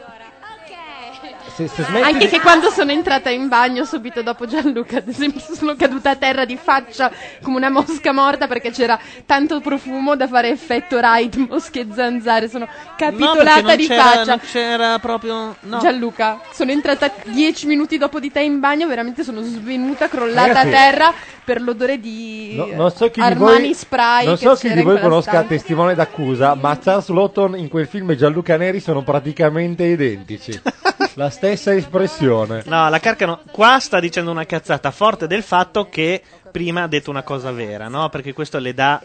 [SPEAKER 28] Se, se smetti
[SPEAKER 7] Anche
[SPEAKER 28] di-
[SPEAKER 7] che quando sono entrata in bagno subito dopo Gianluca, ad esempio, sono caduta a terra di faccia come una mosca morta perché c'era tanto profumo da fare effetto raid, mosche e zanzare. Sono capitolata
[SPEAKER 2] non
[SPEAKER 7] di
[SPEAKER 2] c'era-
[SPEAKER 7] faccia.
[SPEAKER 2] non c'era proprio. No.
[SPEAKER 7] Gianluca, sono entrata dieci minuti dopo di te in bagno, veramente sono svenuta, crollata
[SPEAKER 28] Ragazzi.
[SPEAKER 7] a terra per l'odore di
[SPEAKER 28] No, non so chi di
[SPEAKER 7] Armani
[SPEAKER 28] voi,
[SPEAKER 7] spray.
[SPEAKER 28] non
[SPEAKER 7] che
[SPEAKER 28] so chi
[SPEAKER 7] c'era
[SPEAKER 28] di
[SPEAKER 7] in
[SPEAKER 28] voi
[SPEAKER 7] quella
[SPEAKER 28] conosca
[SPEAKER 7] stanza.
[SPEAKER 28] testimone d'accusa, ma Charles Lawton in quel film e Gianluca Neri sono praticamente identici. La stessa espressione.
[SPEAKER 2] No, la Carcano qua sta dicendo una cazzata forte del fatto che prima ha detto una cosa vera, no? Perché questo le dà.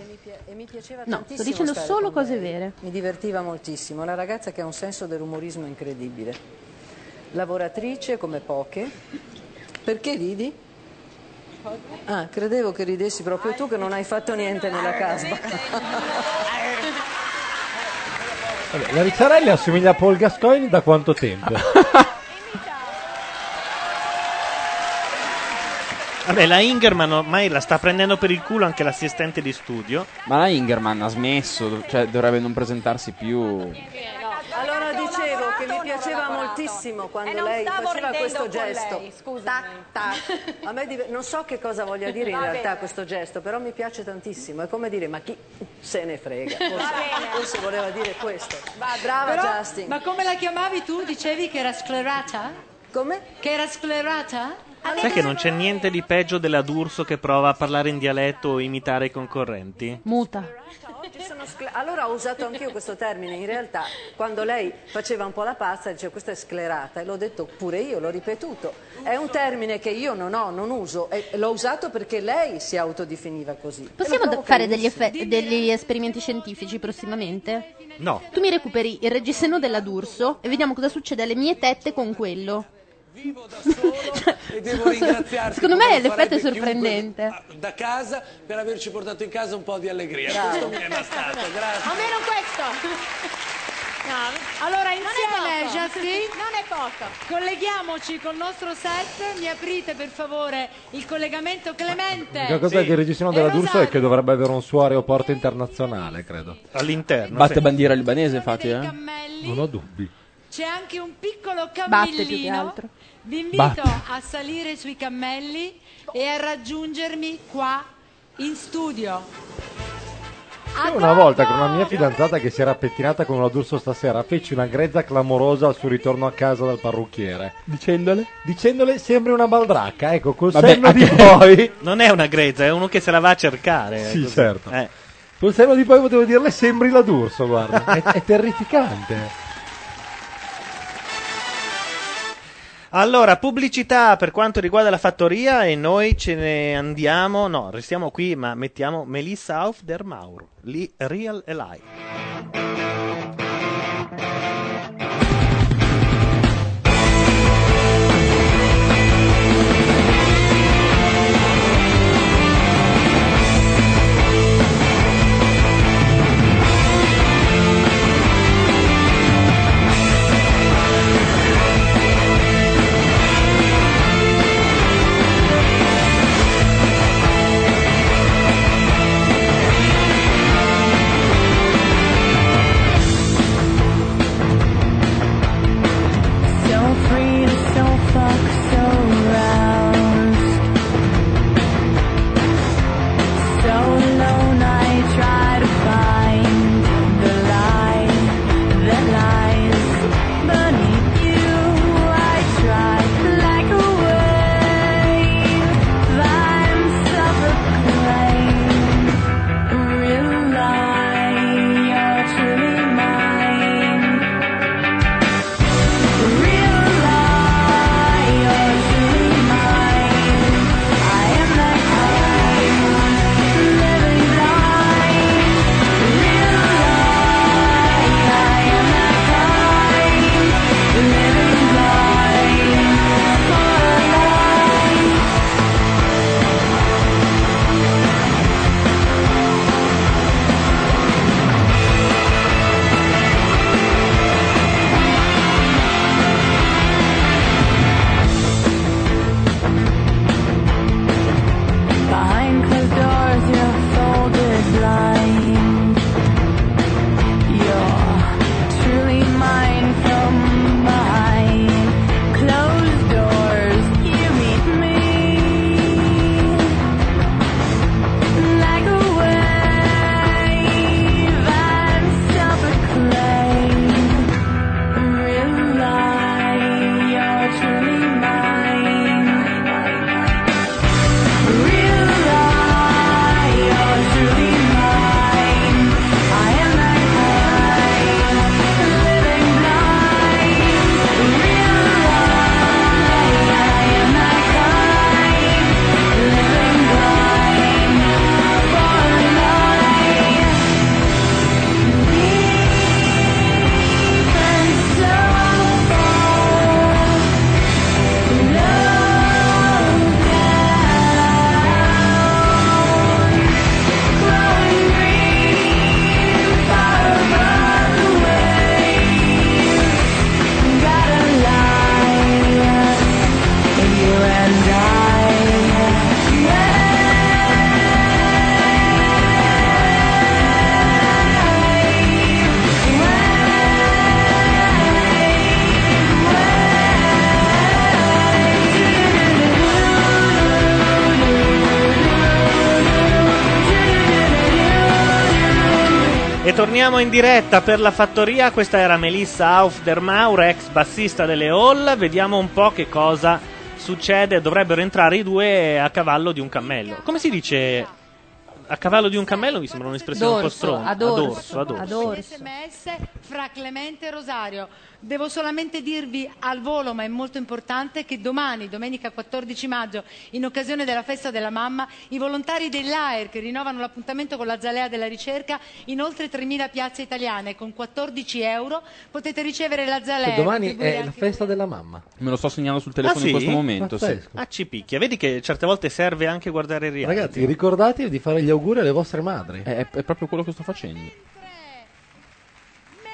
[SPEAKER 19] E mi piaceva
[SPEAKER 7] No, sto
[SPEAKER 19] tantissimo
[SPEAKER 7] dicendo
[SPEAKER 19] stare
[SPEAKER 7] solo
[SPEAKER 19] con
[SPEAKER 7] cose
[SPEAKER 19] lei.
[SPEAKER 7] vere.
[SPEAKER 19] Mi divertiva moltissimo. Una ragazza che ha un senso dell'umorismo incredibile. Lavoratrice come poche. Perché ridi? Ah, credevo che ridessi proprio tu che non hai fatto niente nella casa.
[SPEAKER 28] Vabbè, la Ricciarelli assomiglia a Paul Gascoigne da quanto tempo?
[SPEAKER 7] Eh,
[SPEAKER 2] Vabbè, la Ingerman ormai la sta prendendo per il culo anche l'assistente di studio.
[SPEAKER 5] Ma la Ingerman ha smesso, dov- cioè dovrebbe non presentarsi più.
[SPEAKER 19] Allora dicevo che mi piaceva moltissimo quando
[SPEAKER 32] non
[SPEAKER 19] lei
[SPEAKER 32] stavo
[SPEAKER 19] faceva
[SPEAKER 32] ridendo
[SPEAKER 19] questo
[SPEAKER 32] con
[SPEAKER 19] gesto.
[SPEAKER 32] lei,
[SPEAKER 19] Tac, tac. A me div- non so che cosa voglia dire in
[SPEAKER 32] Va
[SPEAKER 19] realtà
[SPEAKER 32] bene.
[SPEAKER 19] questo gesto, però mi piace tantissimo. È come dire ma chi se ne frega.
[SPEAKER 6] Va
[SPEAKER 19] Forse,
[SPEAKER 6] bene.
[SPEAKER 19] forse voleva dire questo. Brava
[SPEAKER 6] Però-
[SPEAKER 19] Justin.
[SPEAKER 6] Ma come la chiamavi tu? Dicevi che era sclerata?
[SPEAKER 19] Come?
[SPEAKER 6] Che era sclerata?
[SPEAKER 2] Sai che non c'è niente di peggio della D'Urso che prova a parlare in dialetto o imitare i concorrenti?
[SPEAKER 7] Muta.
[SPEAKER 19] Oggi sono scler- allora ho usato anch'io questo termine, in realtà quando lei faceva un po' la pazza diceva questa è sclerata e l'ho detto pure io, l'ho ripetuto. È un termine che io non ho, non uso e l'ho usato perché lei si autodefiniva così.
[SPEAKER 7] Possiamo da- fare degli, effe- degli esperimenti scientifici prossimamente?
[SPEAKER 2] No.
[SPEAKER 7] Tu mi recuperi il reggiseno della D'Urso e vediamo cosa succede alle mie tette con quello.
[SPEAKER 8] e devo ringraziarti.
[SPEAKER 7] Secondo
[SPEAKER 8] come
[SPEAKER 7] me
[SPEAKER 8] lo
[SPEAKER 7] l'effetto
[SPEAKER 8] farebbe chiunque
[SPEAKER 7] è sorprendente.
[SPEAKER 8] Da casa per averci portato in casa un po' di allegria.
[SPEAKER 6] Bravo.
[SPEAKER 8] Questo mi è bastato, grazie.
[SPEAKER 6] Almeno questo. Allora insieme,
[SPEAKER 30] poco.
[SPEAKER 6] Justin, non è poco. Colleghiamoci col nostro set. Mi aprite per favore il collegamento Clemente.
[SPEAKER 28] L'unica cosa che il registro
[SPEAKER 7] Eh,
[SPEAKER 28] della D'Urso è che dovrebbe avere un suo aeroporto internazionale, credo.
[SPEAKER 2] All'interno.
[SPEAKER 5] Batte bandiera libanese, infatti, eh.
[SPEAKER 28] Non ho dubbi.
[SPEAKER 6] C'è anche un piccolo
[SPEAKER 7] Batte più che
[SPEAKER 6] cammellino.
[SPEAKER 7] altro.
[SPEAKER 6] Vi invito
[SPEAKER 5] Batte.
[SPEAKER 6] a salire sui cammelli e a raggiungermi qua in studio.
[SPEAKER 28] Io una volta con una mia fidanzata che si era pettinata con la D'Urso stasera feci una grezza clamorosa al suo ritorno a casa dal parrucchiere.
[SPEAKER 5] Dicendole?
[SPEAKER 28] Dicendole sembri una baldracca, ecco, col
[SPEAKER 2] Vabbè,
[SPEAKER 28] senno di
[SPEAKER 2] anche-
[SPEAKER 28] poi.
[SPEAKER 2] Non è una grezza, è uno che se la va a cercare.
[SPEAKER 28] Sì,
[SPEAKER 2] così.
[SPEAKER 28] certo.
[SPEAKER 2] Eh.
[SPEAKER 28] Col senno di poi potevo dirle sembri la D'Urso, guarda. È, è terrificante.
[SPEAKER 2] Allora, pubblicità per quanto riguarda la fattoria e noi ce ne andiamo. No, restiamo qui, ma mettiamo Melissa Auf der Maur, lì Real Alive. torniamo in diretta per la fattoria. Questa era Melissa Auf der Maur, ex bassista delle Hall. Vediamo un po' che cosa succede. Dovrebbero entrare i due a cavallo di un cammello. Come si dice a cavallo di un cammello? Mi sembra un'espressione un po'
[SPEAKER 6] Dorso,
[SPEAKER 2] strona.
[SPEAKER 6] a dorso,
[SPEAKER 2] a dorso.
[SPEAKER 6] a dorso. sms fra Clemente e Rosario. Devo solamente dirvi al volo, ma è molto importante, che domani, domenica 14 maggio, in occasione della festa della mamma, i volontari dell'AER che rinnovano l'appuntamento con la Zalea della ricerca in oltre 3.000 piazze italiane con 14 euro potete ricevere la Zalea.
[SPEAKER 28] domani
[SPEAKER 6] contribuire
[SPEAKER 28] è la festa della mamma.
[SPEAKER 5] Me lo sto segnando sul telefono
[SPEAKER 2] Ah, sì?
[SPEAKER 5] in questo momento. Sì.
[SPEAKER 28] Pazzesco.
[SPEAKER 2] Ah, ci picchia. Vedi che certe volte serve anche guardare il reality.
[SPEAKER 28] Ragazzi, ricordatevi di fare gli auguri alle vostre madri.
[SPEAKER 5] È, proprio quello che sto facendo.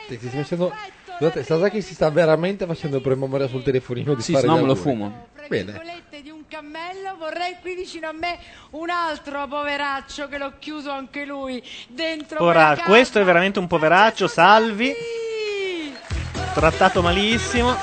[SPEAKER 28] Ti stai facendo... Scusate, Sasaki si sta veramente facendo promemoria sul telefonino di
[SPEAKER 5] Sì,
[SPEAKER 28] fare
[SPEAKER 5] se no
[SPEAKER 28] gli
[SPEAKER 5] me lo
[SPEAKER 28] auguri.
[SPEAKER 5] fumo.
[SPEAKER 28] Bene.
[SPEAKER 6] cammello, vorrei qui vicino a me un altro poveraccio che l'ho chiuso anche lui dentro
[SPEAKER 2] Ora,
[SPEAKER 6] quella casa.
[SPEAKER 2] questo è veramente un poveraccio, Salvi. Trattato malissimo.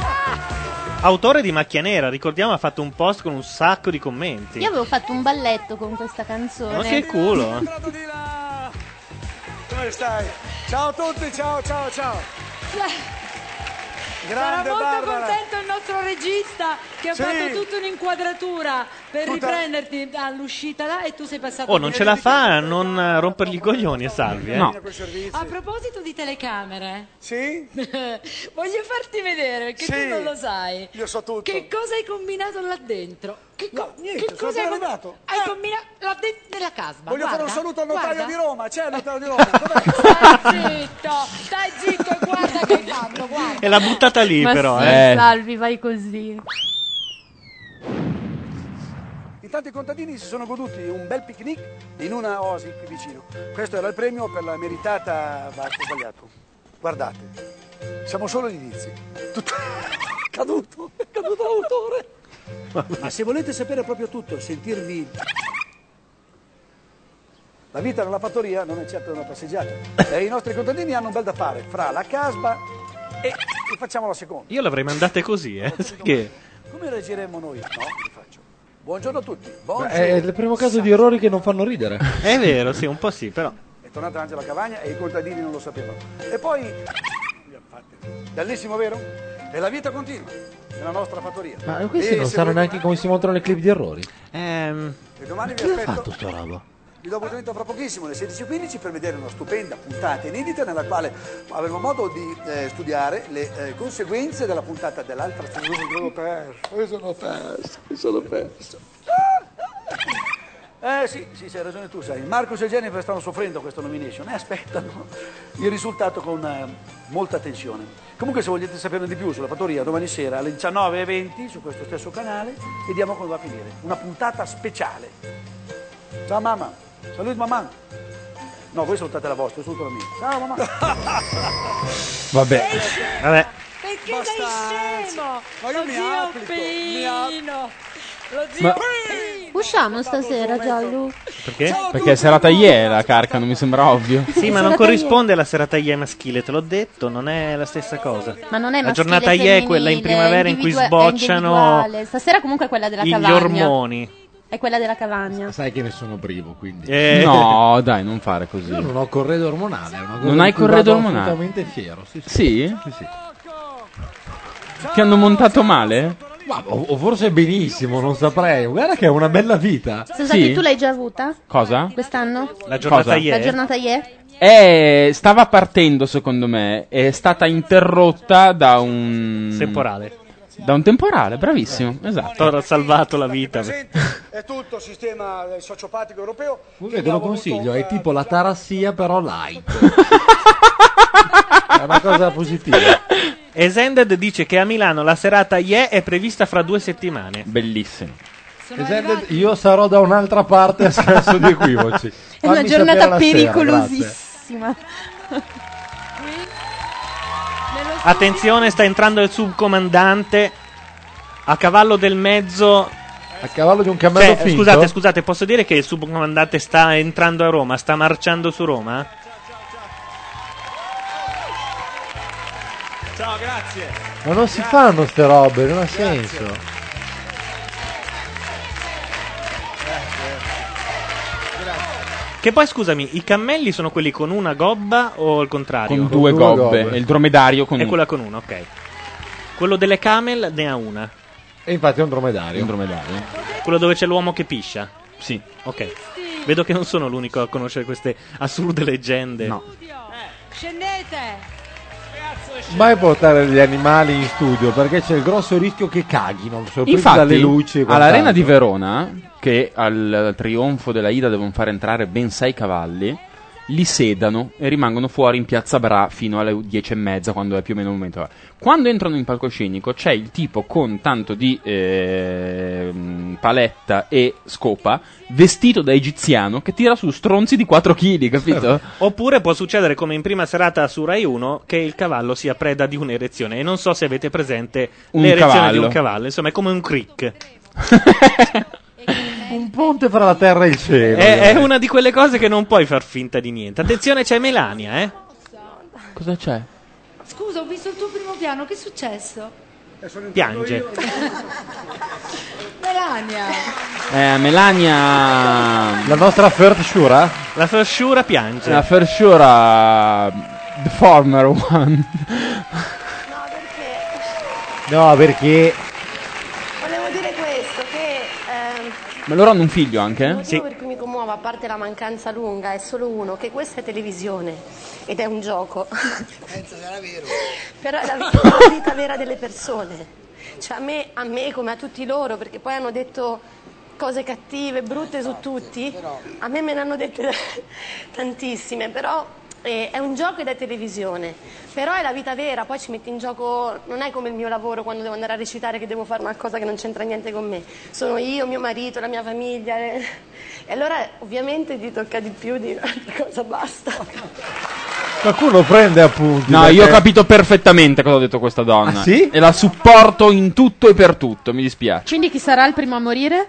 [SPEAKER 8] Ah!
[SPEAKER 2] Autore di Macchia Nera, ricordiamo, ha fatto un post con un sacco di commenti.
[SPEAKER 13] Io avevo fatto un balletto con questa canzone.
[SPEAKER 2] Ma che culo! eh.
[SPEAKER 37] Come stai? Ciao a tutti, ciao, ciao, ciao.
[SPEAKER 6] Sarà
[SPEAKER 37] Grande
[SPEAKER 6] molto
[SPEAKER 37] Barbara.
[SPEAKER 6] contento il nostro regista che ha
[SPEAKER 37] Sì.
[SPEAKER 6] fatto tutta un'inquadratura per
[SPEAKER 37] Tutta-
[SPEAKER 6] riprenderti all'uscita là e tu sei passato
[SPEAKER 2] Oh, non ce la fa a non eh, rompergli i coglioni, Salvi. Eh.
[SPEAKER 6] A proposito di telecamere,
[SPEAKER 37] sì?
[SPEAKER 6] voglio farti vedere che tu non lo sai. Io so tutto. Che cosa hai combinato là dentro? Che, co- che
[SPEAKER 37] sono
[SPEAKER 6] cosa hai
[SPEAKER 37] appena
[SPEAKER 6] combinato? Hai combinato là dentro nella casba.
[SPEAKER 37] Eh. Voglio fare un
[SPEAKER 6] guarda,
[SPEAKER 37] saluto al notaio
[SPEAKER 6] guarda.
[SPEAKER 37] di Roma. C'è il notaio di Roma?
[SPEAKER 6] Zitto, stai zitto e guarda che hai fatto, guarda.
[SPEAKER 2] E l'ha buttata lì,
[SPEAKER 13] Ma
[SPEAKER 2] però.
[SPEAKER 13] sì,
[SPEAKER 2] eh.
[SPEAKER 13] Salvi, vai così.
[SPEAKER 37] Intanto i contadini si sono goduti un bel picnic in una oasi qui vicino. Questo era il premio per la meritata... Va, ho sbagliato. Guardate, siamo solo agli inizi. Tutto... Caduto, è caduto l'autore. Ma se volete sapere proprio tutto, sentirvi... La vita nella fattoria non è certo una passeggiata. E I nostri contadini hanno un bel da fare fra la casba e, e facciamo la seconda.
[SPEAKER 2] Io l'avrei mandate così, eh. sai che-
[SPEAKER 37] Come reagiremo noi? No, vi faccio. Buongiorno a tutti.
[SPEAKER 28] Ma
[SPEAKER 37] Buongiorno.
[SPEAKER 28] È il primo caso di errori che non fanno ridere.
[SPEAKER 2] È vero, sì, un po' sì, però.
[SPEAKER 37] È tornata Angela Cavagna e i contadini non lo sapevano. E poi, li ha fatte. bellissimo vero? E la vita continua nella nostra fattoria.
[SPEAKER 28] Ma questi
[SPEAKER 37] E
[SPEAKER 28] non
[SPEAKER 37] Eh, se volete-
[SPEAKER 28] sanno neanche come si montano le clip di errori.
[SPEAKER 13] Ehm,
[SPEAKER 37] E domani vi
[SPEAKER 28] Chi ha
[SPEAKER 37] aspetto.
[SPEAKER 28] fatto sta roba?
[SPEAKER 37] Vi do appuntamento fra pochissimo alle 16.15 per vedere una stupenda puntata inedita nella quale avremo modo di eh, studiare le eh, conseguenze della puntata dell'altra stagione. Io sono perso, io sono perso, io sono perso. Eh sì, sì, hai ragione tu, sai. Marcus e Jennifer stanno soffrendo questa nomination e aspettano il risultato con eh, molta tensione. Comunque se volete saperne di più sulla fattoria domani sera alle 19.20 su questo stesso canale vediamo come va a finire. Una puntata speciale. Ciao mamma, saluto mamma. No, voi salutate la vostra, io saluto la mia. Ciao mamma.
[SPEAKER 28] Vabbè.
[SPEAKER 2] Vabbè.
[SPEAKER 6] Perché sei scemo? Ma io lo mi zio
[SPEAKER 37] applico,
[SPEAKER 6] Pino. Lo zio
[SPEAKER 5] Ma-
[SPEAKER 13] Usciamo stasera, Giallo.
[SPEAKER 2] Perché?
[SPEAKER 5] Perché è serata ieri la carca, non mi sembra ovvio.
[SPEAKER 2] Sì, ma non corrisponde alla serata IE maschile, te l'ho detto, non è la stessa cosa.
[SPEAKER 13] Ma non è
[SPEAKER 2] La
[SPEAKER 13] maschile,
[SPEAKER 2] giornata IE è
[SPEAKER 13] femminile,
[SPEAKER 2] quella in primavera in cui
[SPEAKER 13] individua- è
[SPEAKER 2] sbocciano
[SPEAKER 13] individuale. Stasera comunque è quella della
[SPEAKER 2] gli
[SPEAKER 13] cavagna.
[SPEAKER 2] ormoni.
[SPEAKER 13] È quella della cavagna.
[SPEAKER 28] Sai che ne sono privo, quindi.
[SPEAKER 2] Eh.
[SPEAKER 5] No, dai, non fare così.
[SPEAKER 28] Io non ho corredo ormonale. è una cosa
[SPEAKER 5] Non
[SPEAKER 28] di
[SPEAKER 5] hai
[SPEAKER 28] cui
[SPEAKER 5] corredo
[SPEAKER 28] vado
[SPEAKER 5] ormonale?
[SPEAKER 28] assolutamente fiero. Sì, sì.
[SPEAKER 5] Sì?
[SPEAKER 28] Sì, sì.
[SPEAKER 5] Ti hanno montato male?
[SPEAKER 28] Ma, o, o forse benissimo, non saprei. Guarda che è una bella vita.
[SPEAKER 13] Sasaki, tu l'hai già avuta?
[SPEAKER 5] Cosa?
[SPEAKER 13] Quest'anno?
[SPEAKER 5] La giornata Cosa? ieri?
[SPEAKER 13] La giornata ieri?
[SPEAKER 5] Eh, stava partendo, secondo me. È stata interrotta da un.
[SPEAKER 2] Temporale.
[SPEAKER 5] Da un temporale, bravissimo. Esatto.
[SPEAKER 2] Ora ha salvato la vita.
[SPEAKER 37] È tutto il sistema eh, sociopatico europeo.
[SPEAKER 28] Comunque te lo consiglio, è tipo la tarassia però light. è una cosa positiva.
[SPEAKER 2] Esended dice che a Milano la serata IE è prevista fra due settimane.
[SPEAKER 5] Bellissimo.
[SPEAKER 37] eh,
[SPEAKER 28] Esended, io sarò da un'altra parte a scherzo di equivoci.
[SPEAKER 13] È una
[SPEAKER 28] Fammi sapere
[SPEAKER 13] giornata
[SPEAKER 28] la sera, grazie.
[SPEAKER 13] pericolosissima.
[SPEAKER 2] Attenzione, sta entrando il subcomandante a cavallo del mezzo.
[SPEAKER 28] A cavallo di un cammello
[SPEAKER 5] eh,
[SPEAKER 2] Cioè,
[SPEAKER 28] finto?
[SPEAKER 2] Scusate, scusate, posso dire che il subcomandante sta entrando a Roma, sta marciando su Roma?
[SPEAKER 37] Ciao, grazie.
[SPEAKER 28] Ma non si fanno ste robe, non ha senso.
[SPEAKER 2] Che poi scusami, i cammelli sono quelli con una gobba o al contrario?
[SPEAKER 5] Con due gobbe. E il dromedario con
[SPEAKER 2] È
[SPEAKER 5] una.
[SPEAKER 2] quella con una, ok. Quello delle camel ne ha una.
[SPEAKER 28] E infatti è un dromedario.
[SPEAKER 5] Un dromedario.
[SPEAKER 2] Quello dove c'è l'uomo che piscia.
[SPEAKER 5] Sì.
[SPEAKER 2] Ok. Vedo che non sono l'unico a conoscere queste assurde leggende. No.
[SPEAKER 23] Scendete!
[SPEAKER 28] Mai portare gli animali in studio perché c'è il grosso rischio che caghino, sorpresi dalle luci. e
[SPEAKER 5] all'arena
[SPEAKER 28] quant'altro.
[SPEAKER 5] di Verona, che al, al trionfo della Ida devono far entrare ben sei cavalli, li sedano e rimangono fuori in piazza Bra fino alle 10 e mezza, quando è più o meno il momento. Quando entrano in palcoscenico c'è il tipo con tanto di eh, mh, paletta e scopa, vestito da egiziano, che tira su stronzi di 4 kg, capito?
[SPEAKER 2] Oppure può succedere come in prima serata su Rai 1 che il cavallo sia preda di un'erezione. E non so se avete presente
[SPEAKER 5] Un
[SPEAKER 2] l'erezione di
[SPEAKER 5] cavallo.
[SPEAKER 2] un cavallo. Insomma, è come un
[SPEAKER 28] Eh,
[SPEAKER 2] crick.
[SPEAKER 28] Un ponte fra la terra e il cielo.
[SPEAKER 5] Eh,
[SPEAKER 2] È, è una di quelle cose che non puoi far finta di niente. Attenzione, c'è Melania, eh.
[SPEAKER 5] Cosa c'è?
[SPEAKER 6] Scusa, ho visto il tuo primo piano, che è successo?
[SPEAKER 2] Piange.
[SPEAKER 6] Melania!
[SPEAKER 5] Eh, Melania...
[SPEAKER 28] La nostra first sure?
[SPEAKER 2] La first sure piange.
[SPEAKER 5] La first sure... uh, The former one.
[SPEAKER 28] No, perché...
[SPEAKER 33] Volevo dire questo, che ehm,
[SPEAKER 5] Ma loro hanno un figlio anche?
[SPEAKER 33] il motivo per cui mi commuovo, a parte la mancanza lunga, è solo uno, che questa è televisione ed è un gioco. Penso sarà vero. Però è la vita, la vita vera delle persone. Cioè a me, a me come a tutti loro, perché poi hanno detto cose cattive, brutte su tutti. A me me ne hanno dette tantissime, però eh, è un gioco ed è televisione. Però è la vita vera, poi ci metti in gioco, non è come il mio lavoro quando devo andare a recitare che devo fare una cosa che non c'entra niente con me. Sono io, mio marito, la mia famiglia. eh. E allora ovviamente ti tocca di più di un'altra cosa, basta.
[SPEAKER 28] Qualcuno prende appunti.
[SPEAKER 5] No,
[SPEAKER 28] perché-
[SPEAKER 5] io ho capito perfettamente cosa ha detto questa donna.
[SPEAKER 28] Ah, sì?
[SPEAKER 5] E la supporto in tutto e per tutto, mi dispiace.
[SPEAKER 7] Quindi chi sarà il primo a morire?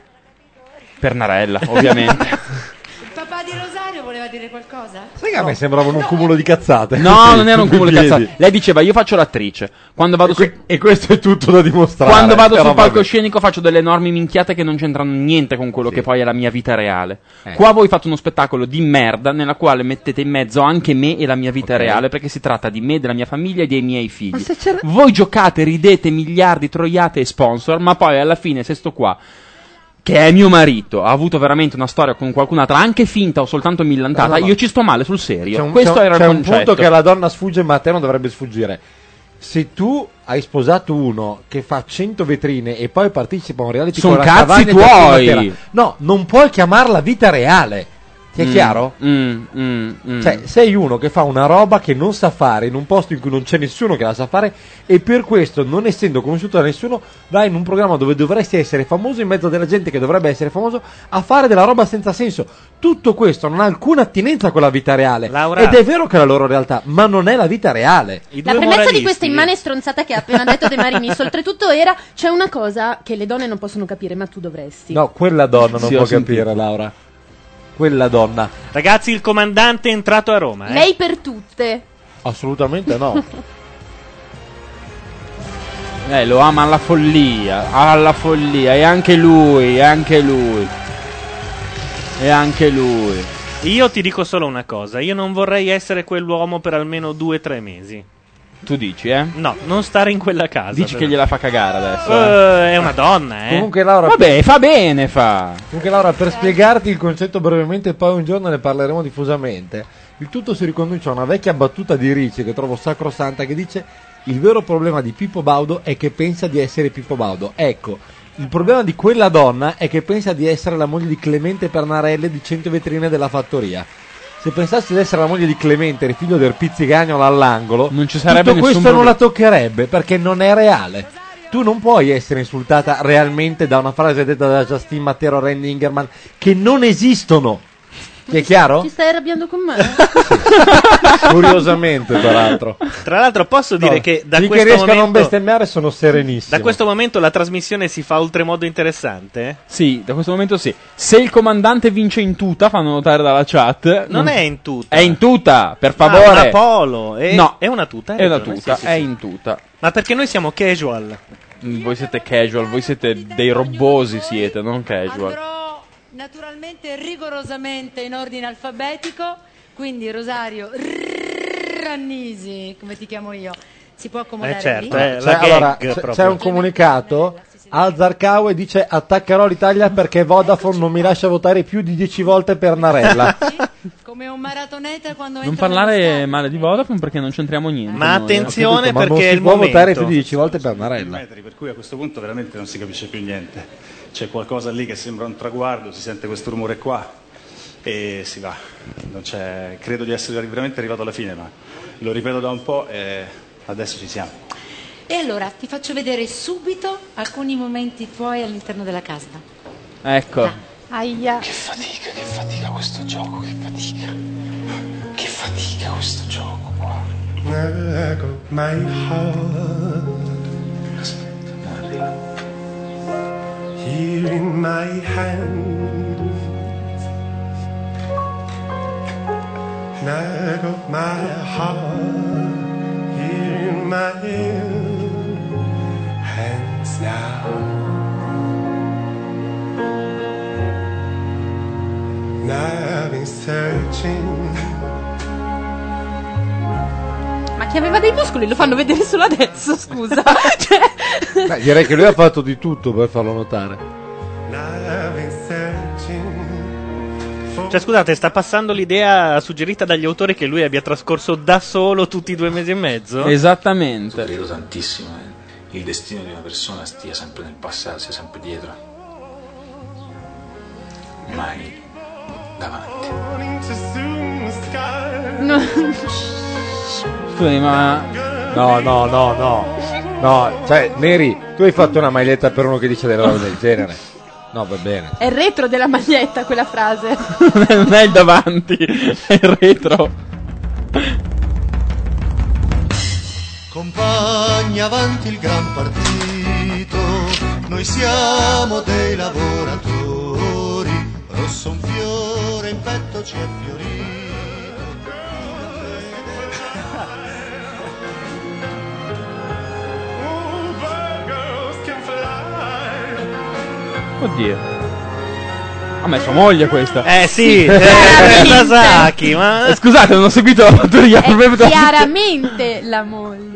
[SPEAKER 5] Pernarella, ovviamente.
[SPEAKER 6] Il papà di Rosario voleva dire qualcosa?
[SPEAKER 28] Sai che a me sembravano un cumulo di cazzate.
[SPEAKER 5] No, non era un cumulo di
[SPEAKER 28] Piedi.
[SPEAKER 5] cazzate. Lei diceva, io faccio l'attrice. Quando vado su...
[SPEAKER 28] E questo è tutto da dimostrare.
[SPEAKER 5] Quando vado
[SPEAKER 28] Però
[SPEAKER 5] sul
[SPEAKER 28] vabbè.
[SPEAKER 5] palcoscenico faccio delle enormi minchiate che non c'entrano niente con quello che poi è la mia vita reale.
[SPEAKER 28] Eh.
[SPEAKER 5] Qua voi fate uno spettacolo di merda nella quale mettete in mezzo anche me e la mia vita
[SPEAKER 28] Ok.
[SPEAKER 5] reale perché si tratta di me, della mia famiglia e dei miei figli. Voi giocate, ridete miliardi, troiate e sponsor, ma poi alla fine se sto qua che è mio marito, ha avuto veramente una storia con qualcun'altra, anche finta o soltanto millantata,
[SPEAKER 28] No, no, no.
[SPEAKER 5] io ci sto male sul serio.
[SPEAKER 28] Eh, C'è un,
[SPEAKER 5] Questo
[SPEAKER 28] c'è un-
[SPEAKER 5] era il
[SPEAKER 28] c'è un
[SPEAKER 5] concetto.
[SPEAKER 28] punto che la donna sfugge, ma a te non dovrebbe sfuggire. Se tu hai sposato uno che fa 100 vetrine e poi partecipa a un reality
[SPEAKER 5] Son
[SPEAKER 28] con la
[SPEAKER 5] cazzi
[SPEAKER 28] Cavagna e
[SPEAKER 5] tuoi!
[SPEAKER 28] Tarantino Matera, no, non puoi chiamarla vita reale. Ti è
[SPEAKER 5] Mm,
[SPEAKER 28] chiaro?
[SPEAKER 5] mm, mm, mm.
[SPEAKER 28] Cioè, sei uno che fa una roba che non sa fare in un posto in cui non c'è nessuno che la sa fare e per questo, non essendo conosciuto da nessuno, vai in un programma dove dovresti essere famoso in mezzo a della gente che dovrebbe essere famoso a fare della roba senza senso. Tutto questo non ha alcuna attinenza con la vita reale. Ed è vero che è la loro realtà, ma non è la vita reale.
[SPEAKER 29] La premessa di questa immane stronzata che ha appena detto De Marinis, oltretutto era c'è una cosa che le donne non possono capire, ma tu dovresti.
[SPEAKER 28] No, quella donna non
[SPEAKER 5] Sì, ho
[SPEAKER 28] può
[SPEAKER 5] sentito.
[SPEAKER 28] capire, Laura. Quella donna.
[SPEAKER 2] Ragazzi, il comandante è entrato a Roma. Eh?
[SPEAKER 29] Lei per tutte.
[SPEAKER 28] Assolutamente no.
[SPEAKER 5] Eh, lo ama alla follia, alla follia, e anche lui, e anche lui. E anche lui.
[SPEAKER 2] Io ti dico solo una cosa, io non vorrei essere quell'uomo per almeno due o tre mesi.
[SPEAKER 5] Tu dici, eh?
[SPEAKER 2] No, non stare in quella casa.
[SPEAKER 5] Dici
[SPEAKER 2] però.
[SPEAKER 5] che gliela fa cagare adesso.
[SPEAKER 2] Eh, è una donna, eh.
[SPEAKER 28] Comunque, Laura.
[SPEAKER 5] Vabbè, fa bene, fa.
[SPEAKER 28] Comunque Laura, per spiegarti il concetto brevemente, poi un giorno ne parleremo diffusamente, il tutto si riconduce a una vecchia battuta di Ricci che trovo sacrosanta che dice il vero problema di Pippo Baudo è che pensa di essere Pippo Baudo. Ecco, il problema di quella donna è che pensa di essere la moglie di Clemente Pernarelle di 100 vetrine della fattoria. Se pensassi di essere la moglie di Clemente, il figlio del pizzigagnolo all'angolo, non ci
[SPEAKER 5] sarebbe
[SPEAKER 28] tutto questo
[SPEAKER 5] nessun
[SPEAKER 28] non la toccherebbe perché non è reale. Tu non puoi essere insultata realmente da una frase detta da Justin Mattero Randy Ingerman che non esistono. Ti è chiaro?
[SPEAKER 29] Ti stai arrabbiando con me?
[SPEAKER 28] Curiosamente, peraltro.
[SPEAKER 2] Tra l'altro posso dire che da
[SPEAKER 28] Finché
[SPEAKER 2] questo
[SPEAKER 28] riesco a non
[SPEAKER 2] momento...
[SPEAKER 28] bestemmiare sono serenissimo.
[SPEAKER 2] Da questo momento la trasmissione si fa oltremodo interessante.
[SPEAKER 5] Sì, da questo momento sì. Se il comandante vince in tuta, fanno notare dalla chat.
[SPEAKER 2] Non è in tuta.
[SPEAKER 5] È in tuta, per
[SPEAKER 2] Ah,
[SPEAKER 5] Mm. favore.
[SPEAKER 2] una polo, è-
[SPEAKER 5] no,
[SPEAKER 2] è una tuta, hai
[SPEAKER 5] È una
[SPEAKER 2] ragione,
[SPEAKER 5] tuta,
[SPEAKER 2] sì, sì,
[SPEAKER 5] è
[SPEAKER 2] sì.
[SPEAKER 5] in tuta.
[SPEAKER 2] Ma perché noi siamo casual?
[SPEAKER 5] Mm, Voi siete casual, voi siete dei robosi siete, non casual.
[SPEAKER 6] naturalmente rigorosamente in ordine alfabetico, quindi Rosario Rannisi, come ti chiamo io, si può accomodare
[SPEAKER 2] Eh, certo,
[SPEAKER 6] lì?
[SPEAKER 2] eh,
[SPEAKER 28] C'è-
[SPEAKER 2] la
[SPEAKER 28] Cioè, allora,
[SPEAKER 2] gag
[SPEAKER 28] c'è-
[SPEAKER 2] proprio.
[SPEAKER 28] c'è un comunicato. Al Zarcaue dice attaccherò l'Italia perché Vodafone non mi lascia votare più di 10 volte per Narella.
[SPEAKER 6] Come un maratoneta quando
[SPEAKER 5] Non
[SPEAKER 6] entra
[SPEAKER 5] parlare male di Vodafone perché non c'entriamo niente.
[SPEAKER 2] Ma
[SPEAKER 5] noi, eh.
[SPEAKER 2] attenzione,
[SPEAKER 28] Ma non si può votare più di 10 volte per Narella.
[SPEAKER 10] Metri, per cui a questo punto veramente non si capisce più niente. C'è qualcosa lì che sembra un traguardo, si sente questo rumore qua e si va. Non c'è- credo di essere veramente arrivato alla fine, ma lo ripeto da un po' e adesso ci siamo.
[SPEAKER 6] E allora ti faccio vedere subito alcuni momenti tuoi all'interno della casa.
[SPEAKER 5] Ecco.
[SPEAKER 6] Aia.
[SPEAKER 45] Che fatica, che fatica questo gioco, che fatica. Che fatica questo gioco qua.
[SPEAKER 1] Ecco, my heart. Here in my hand. Ecco, my heart. Here in my hands now. Now I've been searching.
[SPEAKER 7] Ma chi aveva dei muscoli lo fanno vedere solo adesso, scusa.
[SPEAKER 28] Beh, direi che lui ha fatto di tutto per farlo notare.
[SPEAKER 2] Cioè, scusate, sta passando l'idea suggerita dagli autori che lui abbia trascorso da solo tutti i due mesi e mezzo?
[SPEAKER 5] Esattamente.
[SPEAKER 10] Credo tantissimo che il destino di una persona stia sempre nel passato, sia sempre dietro. Mai davanti.
[SPEAKER 5] Scusami, ma.
[SPEAKER 28] No, no, no, no. No, cioè, Neri, tu hai fatto una maglietta per uno che dice delle robe del genere. No, va bene.
[SPEAKER 7] È il retro della maglietta quella frase.
[SPEAKER 5] non è il davanti, è il retro.
[SPEAKER 1] Compagni avanti il gran partito, noi siamo dei lavoratori, rosso un fiore in petto ci è
[SPEAKER 5] Oddio. Ha messo moglie questa. Eh,
[SPEAKER 2] Eh sì, eh, Veramente. Sasaki, ma-
[SPEAKER 5] Scusate, non ho seguito la fattoria. proprio-
[SPEAKER 7] Eh, Chiaramente la moglie.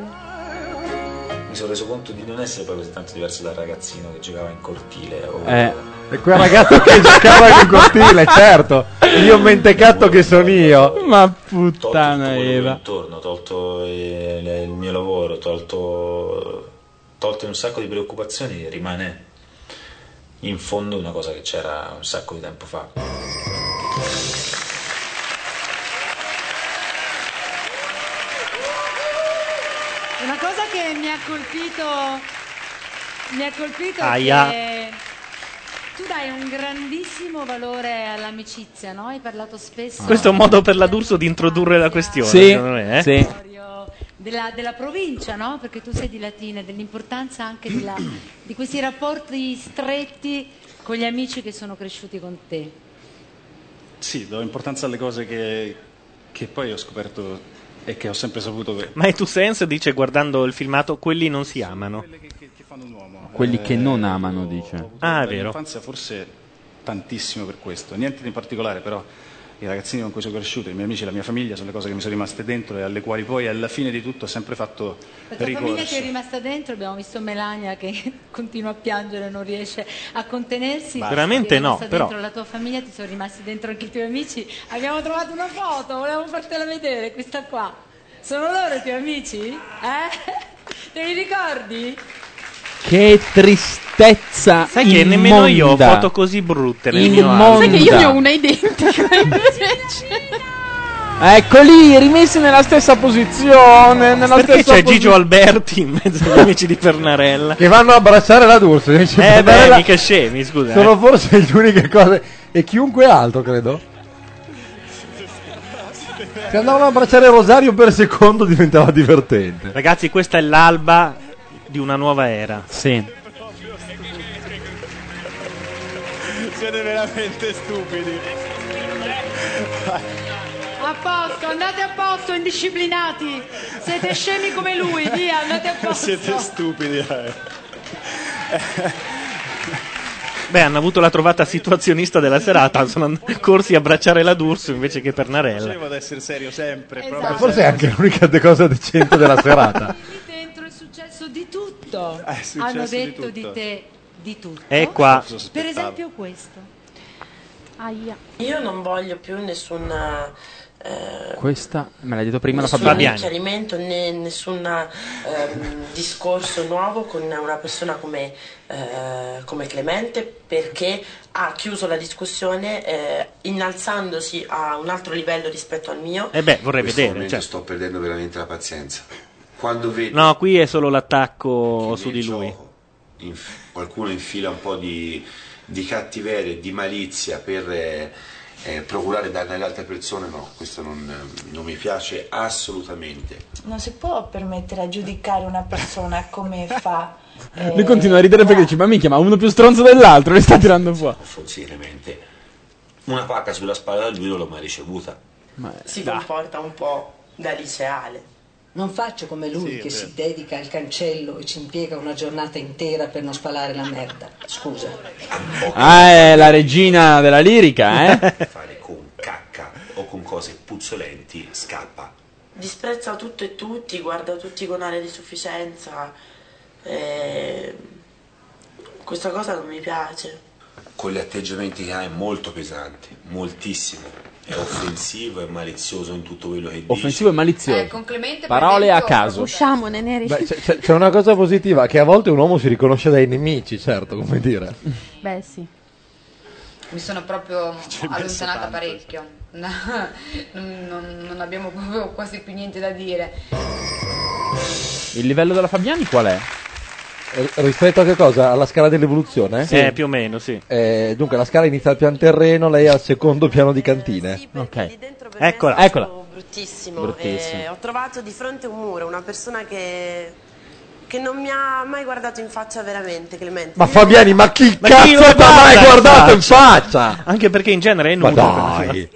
[SPEAKER 10] Mi sono reso conto di non essere poi così tanto diverso dal ragazzino che giocava in cortile o
[SPEAKER 28] Eh. E quel ragazzo che giocava in cortile, certo. Io mentecatto che sono io.
[SPEAKER 5] Ma puttana Eva.
[SPEAKER 10] intorno, tolto il, il mio lavoro, tolto, tolte un sacco di preoccupazioni, rimane in fondo una cosa che c'era un sacco di tempo fa.
[SPEAKER 6] Una cosa che mi ha colpito, mi ha colpito
[SPEAKER 2] Aia.
[SPEAKER 6] è che tu dai un grandissimo valore all'amicizia, no? Hai parlato spesso
[SPEAKER 2] Questo è un modo per la D'Urso di introdurre la questione,
[SPEAKER 5] Sì,
[SPEAKER 2] secondo me. eh?
[SPEAKER 5] sì.
[SPEAKER 6] della, della provincia, no? Perché tu sei di Latina, e dell'importanza anche della- di questi rapporti stretti con gli amici che sono cresciuti con te.
[SPEAKER 10] Sì, do importanza alle cose che, che poi ho scoperto e che ho sempre saputo che,
[SPEAKER 2] My Two Sense dice guardando il filmato quelli non si amano.
[SPEAKER 10] che fanno un uomo.
[SPEAKER 5] Quelli che non amano, dice.
[SPEAKER 2] Ah, è
[SPEAKER 10] Beh,
[SPEAKER 2] vero.
[SPEAKER 10] L'infanzia forse tantissimo per questo, niente di particolare, però i ragazzini con cui sono cresciuto, i miei amici, la mia famiglia sono le cose che mi sono rimaste dentro e alle quali poi alla fine di tutto ho sempre fatto
[SPEAKER 6] La tua famiglia che è
[SPEAKER 10] ricorso.
[SPEAKER 6] rimasta dentro, abbiamo visto Melania che continua a piangere, non riesce a contenersi.
[SPEAKER 2] Basta. Veramente
[SPEAKER 6] Ti è
[SPEAKER 2] no,
[SPEAKER 6] rimasta
[SPEAKER 2] però.
[SPEAKER 6] dentro La tua famiglia, ti sono rimasti dentro anche i tuoi amici. Abbiamo trovato una foto, volevamo fartela vedere, questa qua. Sono loro i tuoi amici? Eh? Te li ricordi?
[SPEAKER 5] Che tristezza.
[SPEAKER 2] Sai che nemmeno io ho
[SPEAKER 5] immonda.
[SPEAKER 2] foto così brutte nel mio
[SPEAKER 5] Immonda.
[SPEAKER 2] album.
[SPEAKER 7] Sai che io ne ho una identica invece.
[SPEAKER 5] Eccoli, Ecco rimessi nella stessa posizione. Nella
[SPEAKER 2] Perché
[SPEAKER 5] stessa
[SPEAKER 2] c'è
[SPEAKER 5] posi-
[SPEAKER 2] Gigio Alberti in mezzo agli amici di Pernarella?
[SPEAKER 28] Che vanno a abbracciare la D'Urso. Dice,
[SPEAKER 2] Eh beh,
[SPEAKER 28] "Bella,
[SPEAKER 2] mica scemi, scusa.
[SPEAKER 28] Sono
[SPEAKER 2] eh.
[SPEAKER 28] forse le uniche cose. E chiunque altro, credo. Se andavano a abbracciare Rosario per secondo diventava divertente.
[SPEAKER 2] Ragazzi, questa è l'alba di una nuova era.
[SPEAKER 5] Sì.
[SPEAKER 1] Siete veramente stupidi.
[SPEAKER 6] A posto, andate a posto, indisciplinati. Siete scemi come lui, via, andate a posto.
[SPEAKER 10] Siete stupidi, dai.
[SPEAKER 2] Beh, hanno avuto la trovata situazionista della serata, sono and- corsi a abbracciare la D'Urso invece che Pernarella.
[SPEAKER 10] Devo ad essere serio sempre.
[SPEAKER 28] Ma forse è anche l'unica de- cosa decente della serata.
[SPEAKER 6] dentro è successo di tutto.
[SPEAKER 10] successo
[SPEAKER 6] Hanno
[SPEAKER 10] di
[SPEAKER 6] detto di,
[SPEAKER 10] tutto.
[SPEAKER 6] te di tutto.
[SPEAKER 2] E qua.
[SPEAKER 6] Per esempio questo.
[SPEAKER 24] Io non voglio più nessun
[SPEAKER 5] Questa me l'ha detto prima la
[SPEAKER 24] nessun
[SPEAKER 5] Fabiani.
[SPEAKER 24] chiarimento né nessun ehm, discorso nuovo con una persona come, eh, come Clemente perché ha chiuso la discussione eh, innalzandosi a un altro livello rispetto al mio.
[SPEAKER 2] E Eh beh, vorrei
[SPEAKER 23] In questo
[SPEAKER 2] vedere.
[SPEAKER 23] momento sto perdendo veramente la pazienza. Quando vedo
[SPEAKER 2] No, qui è solo l'attacco su di lui.
[SPEAKER 23] inf- qualcuno infila un po' di, di cattiveria, di malizia per eh, eh, procurare danno alle altre persone, no, questo non, eh, non mi piace assolutamente.
[SPEAKER 46] Non si può permettere a giudicare una persona come fa. eh,
[SPEAKER 5] Lui continua a ridere perché dice: Ma minchia, ma uno più stronzo dell'altro, li sta tirando fuori.
[SPEAKER 23] Forse veramente una pacca sulla spalla di lui non l'ho mai ricevuta.
[SPEAKER 24] Si comporta un po' da liceale.
[SPEAKER 7] Non faccio come lui che si dedica al cancello e ci impiega una giornata intera per non spalare la merda. Scusa.
[SPEAKER 5] Ah, è la regina della lirica, eh?
[SPEAKER 23] Fare con cacca o con cose puzzolenti scappa.
[SPEAKER 24] Disprezza tutto e tutti, guarda tutti con aria di sufficienza. eh, questa cosa non mi piace.
[SPEAKER 23] con gli atteggiamenti che ha è molto pesante, moltissimo. È offensivo, è malizioso in tutto quello che dice.
[SPEAKER 5] Offensivo e
[SPEAKER 28] Eh,
[SPEAKER 5] malizioso.
[SPEAKER 24] complimenti
[SPEAKER 5] Parole a caso.
[SPEAKER 7] Usciamo, Neneri.
[SPEAKER 5] Beh,
[SPEAKER 7] Beh,
[SPEAKER 28] C'è, c'è una cosa positiva, che a volte un uomo si riconosce dai nemici, certo, come dire.
[SPEAKER 7] sì.
[SPEAKER 20] Mi sono proprio
[SPEAKER 28] Ci hai messo
[SPEAKER 20] allontanata
[SPEAKER 28] tanto,
[SPEAKER 20] parecchio. non, non- non abbiamo proprio quasi più niente da dire.
[SPEAKER 5] Il livello della Fabiani qual è?
[SPEAKER 28] Eh, Rispetto a che cosa? Alla scala dell'evoluzione?
[SPEAKER 2] Sì. Eh, più o meno, sì.
[SPEAKER 28] Eh, dunque, la scala inizia al pian terreno, lei è al secondo piano di cantine.
[SPEAKER 5] Ok.
[SPEAKER 28] Eccola.
[SPEAKER 23] bruttissimo.
[SPEAKER 28] Bruttissimo.
[SPEAKER 23] eh,
[SPEAKER 24] ho trovato di fronte un muro, una persona che, che non mi ha mai guardato in faccia veramente, Clemente.
[SPEAKER 28] Ma Fabiani, ma chi
[SPEAKER 2] Ma chi
[SPEAKER 28] cazzo
[SPEAKER 2] lo
[SPEAKER 28] ti ha mai
[SPEAKER 2] guarda
[SPEAKER 28] guardato in
[SPEAKER 2] in
[SPEAKER 28] faccia?
[SPEAKER 2] Anche perché in genere è
[SPEAKER 28] Ma
[SPEAKER 2] nudo.
[SPEAKER 28] dai.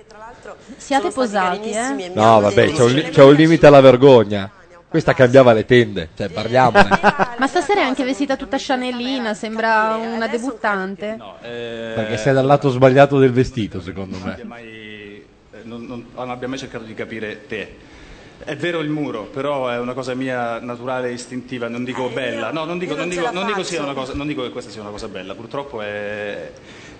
[SPEAKER 7] Siate posati, eh.
[SPEAKER 28] No, vabbè, c'è un, li- c'è un limite alla vergogna. Questa cambiava le tende, cioè parliamone.
[SPEAKER 7] Ma stasera è anche vestita tutta chanelina, sembra una debuttante.
[SPEAKER 28] Perché sei dal lato sbagliato del vestito, secondo me.
[SPEAKER 10] eh, non, non- non abbia mai cercato di capire te. È vero il muro, però è una cosa mia naturale e istintiva, non dico bella. No, non dico,
[SPEAKER 23] io non
[SPEAKER 10] non
[SPEAKER 23] ce
[SPEAKER 10] dico-
[SPEAKER 23] la
[SPEAKER 10] non dico sia
[SPEAKER 23] faccio.
[SPEAKER 10] una cosa- non dico che questa sia una cosa bella, purtroppo è,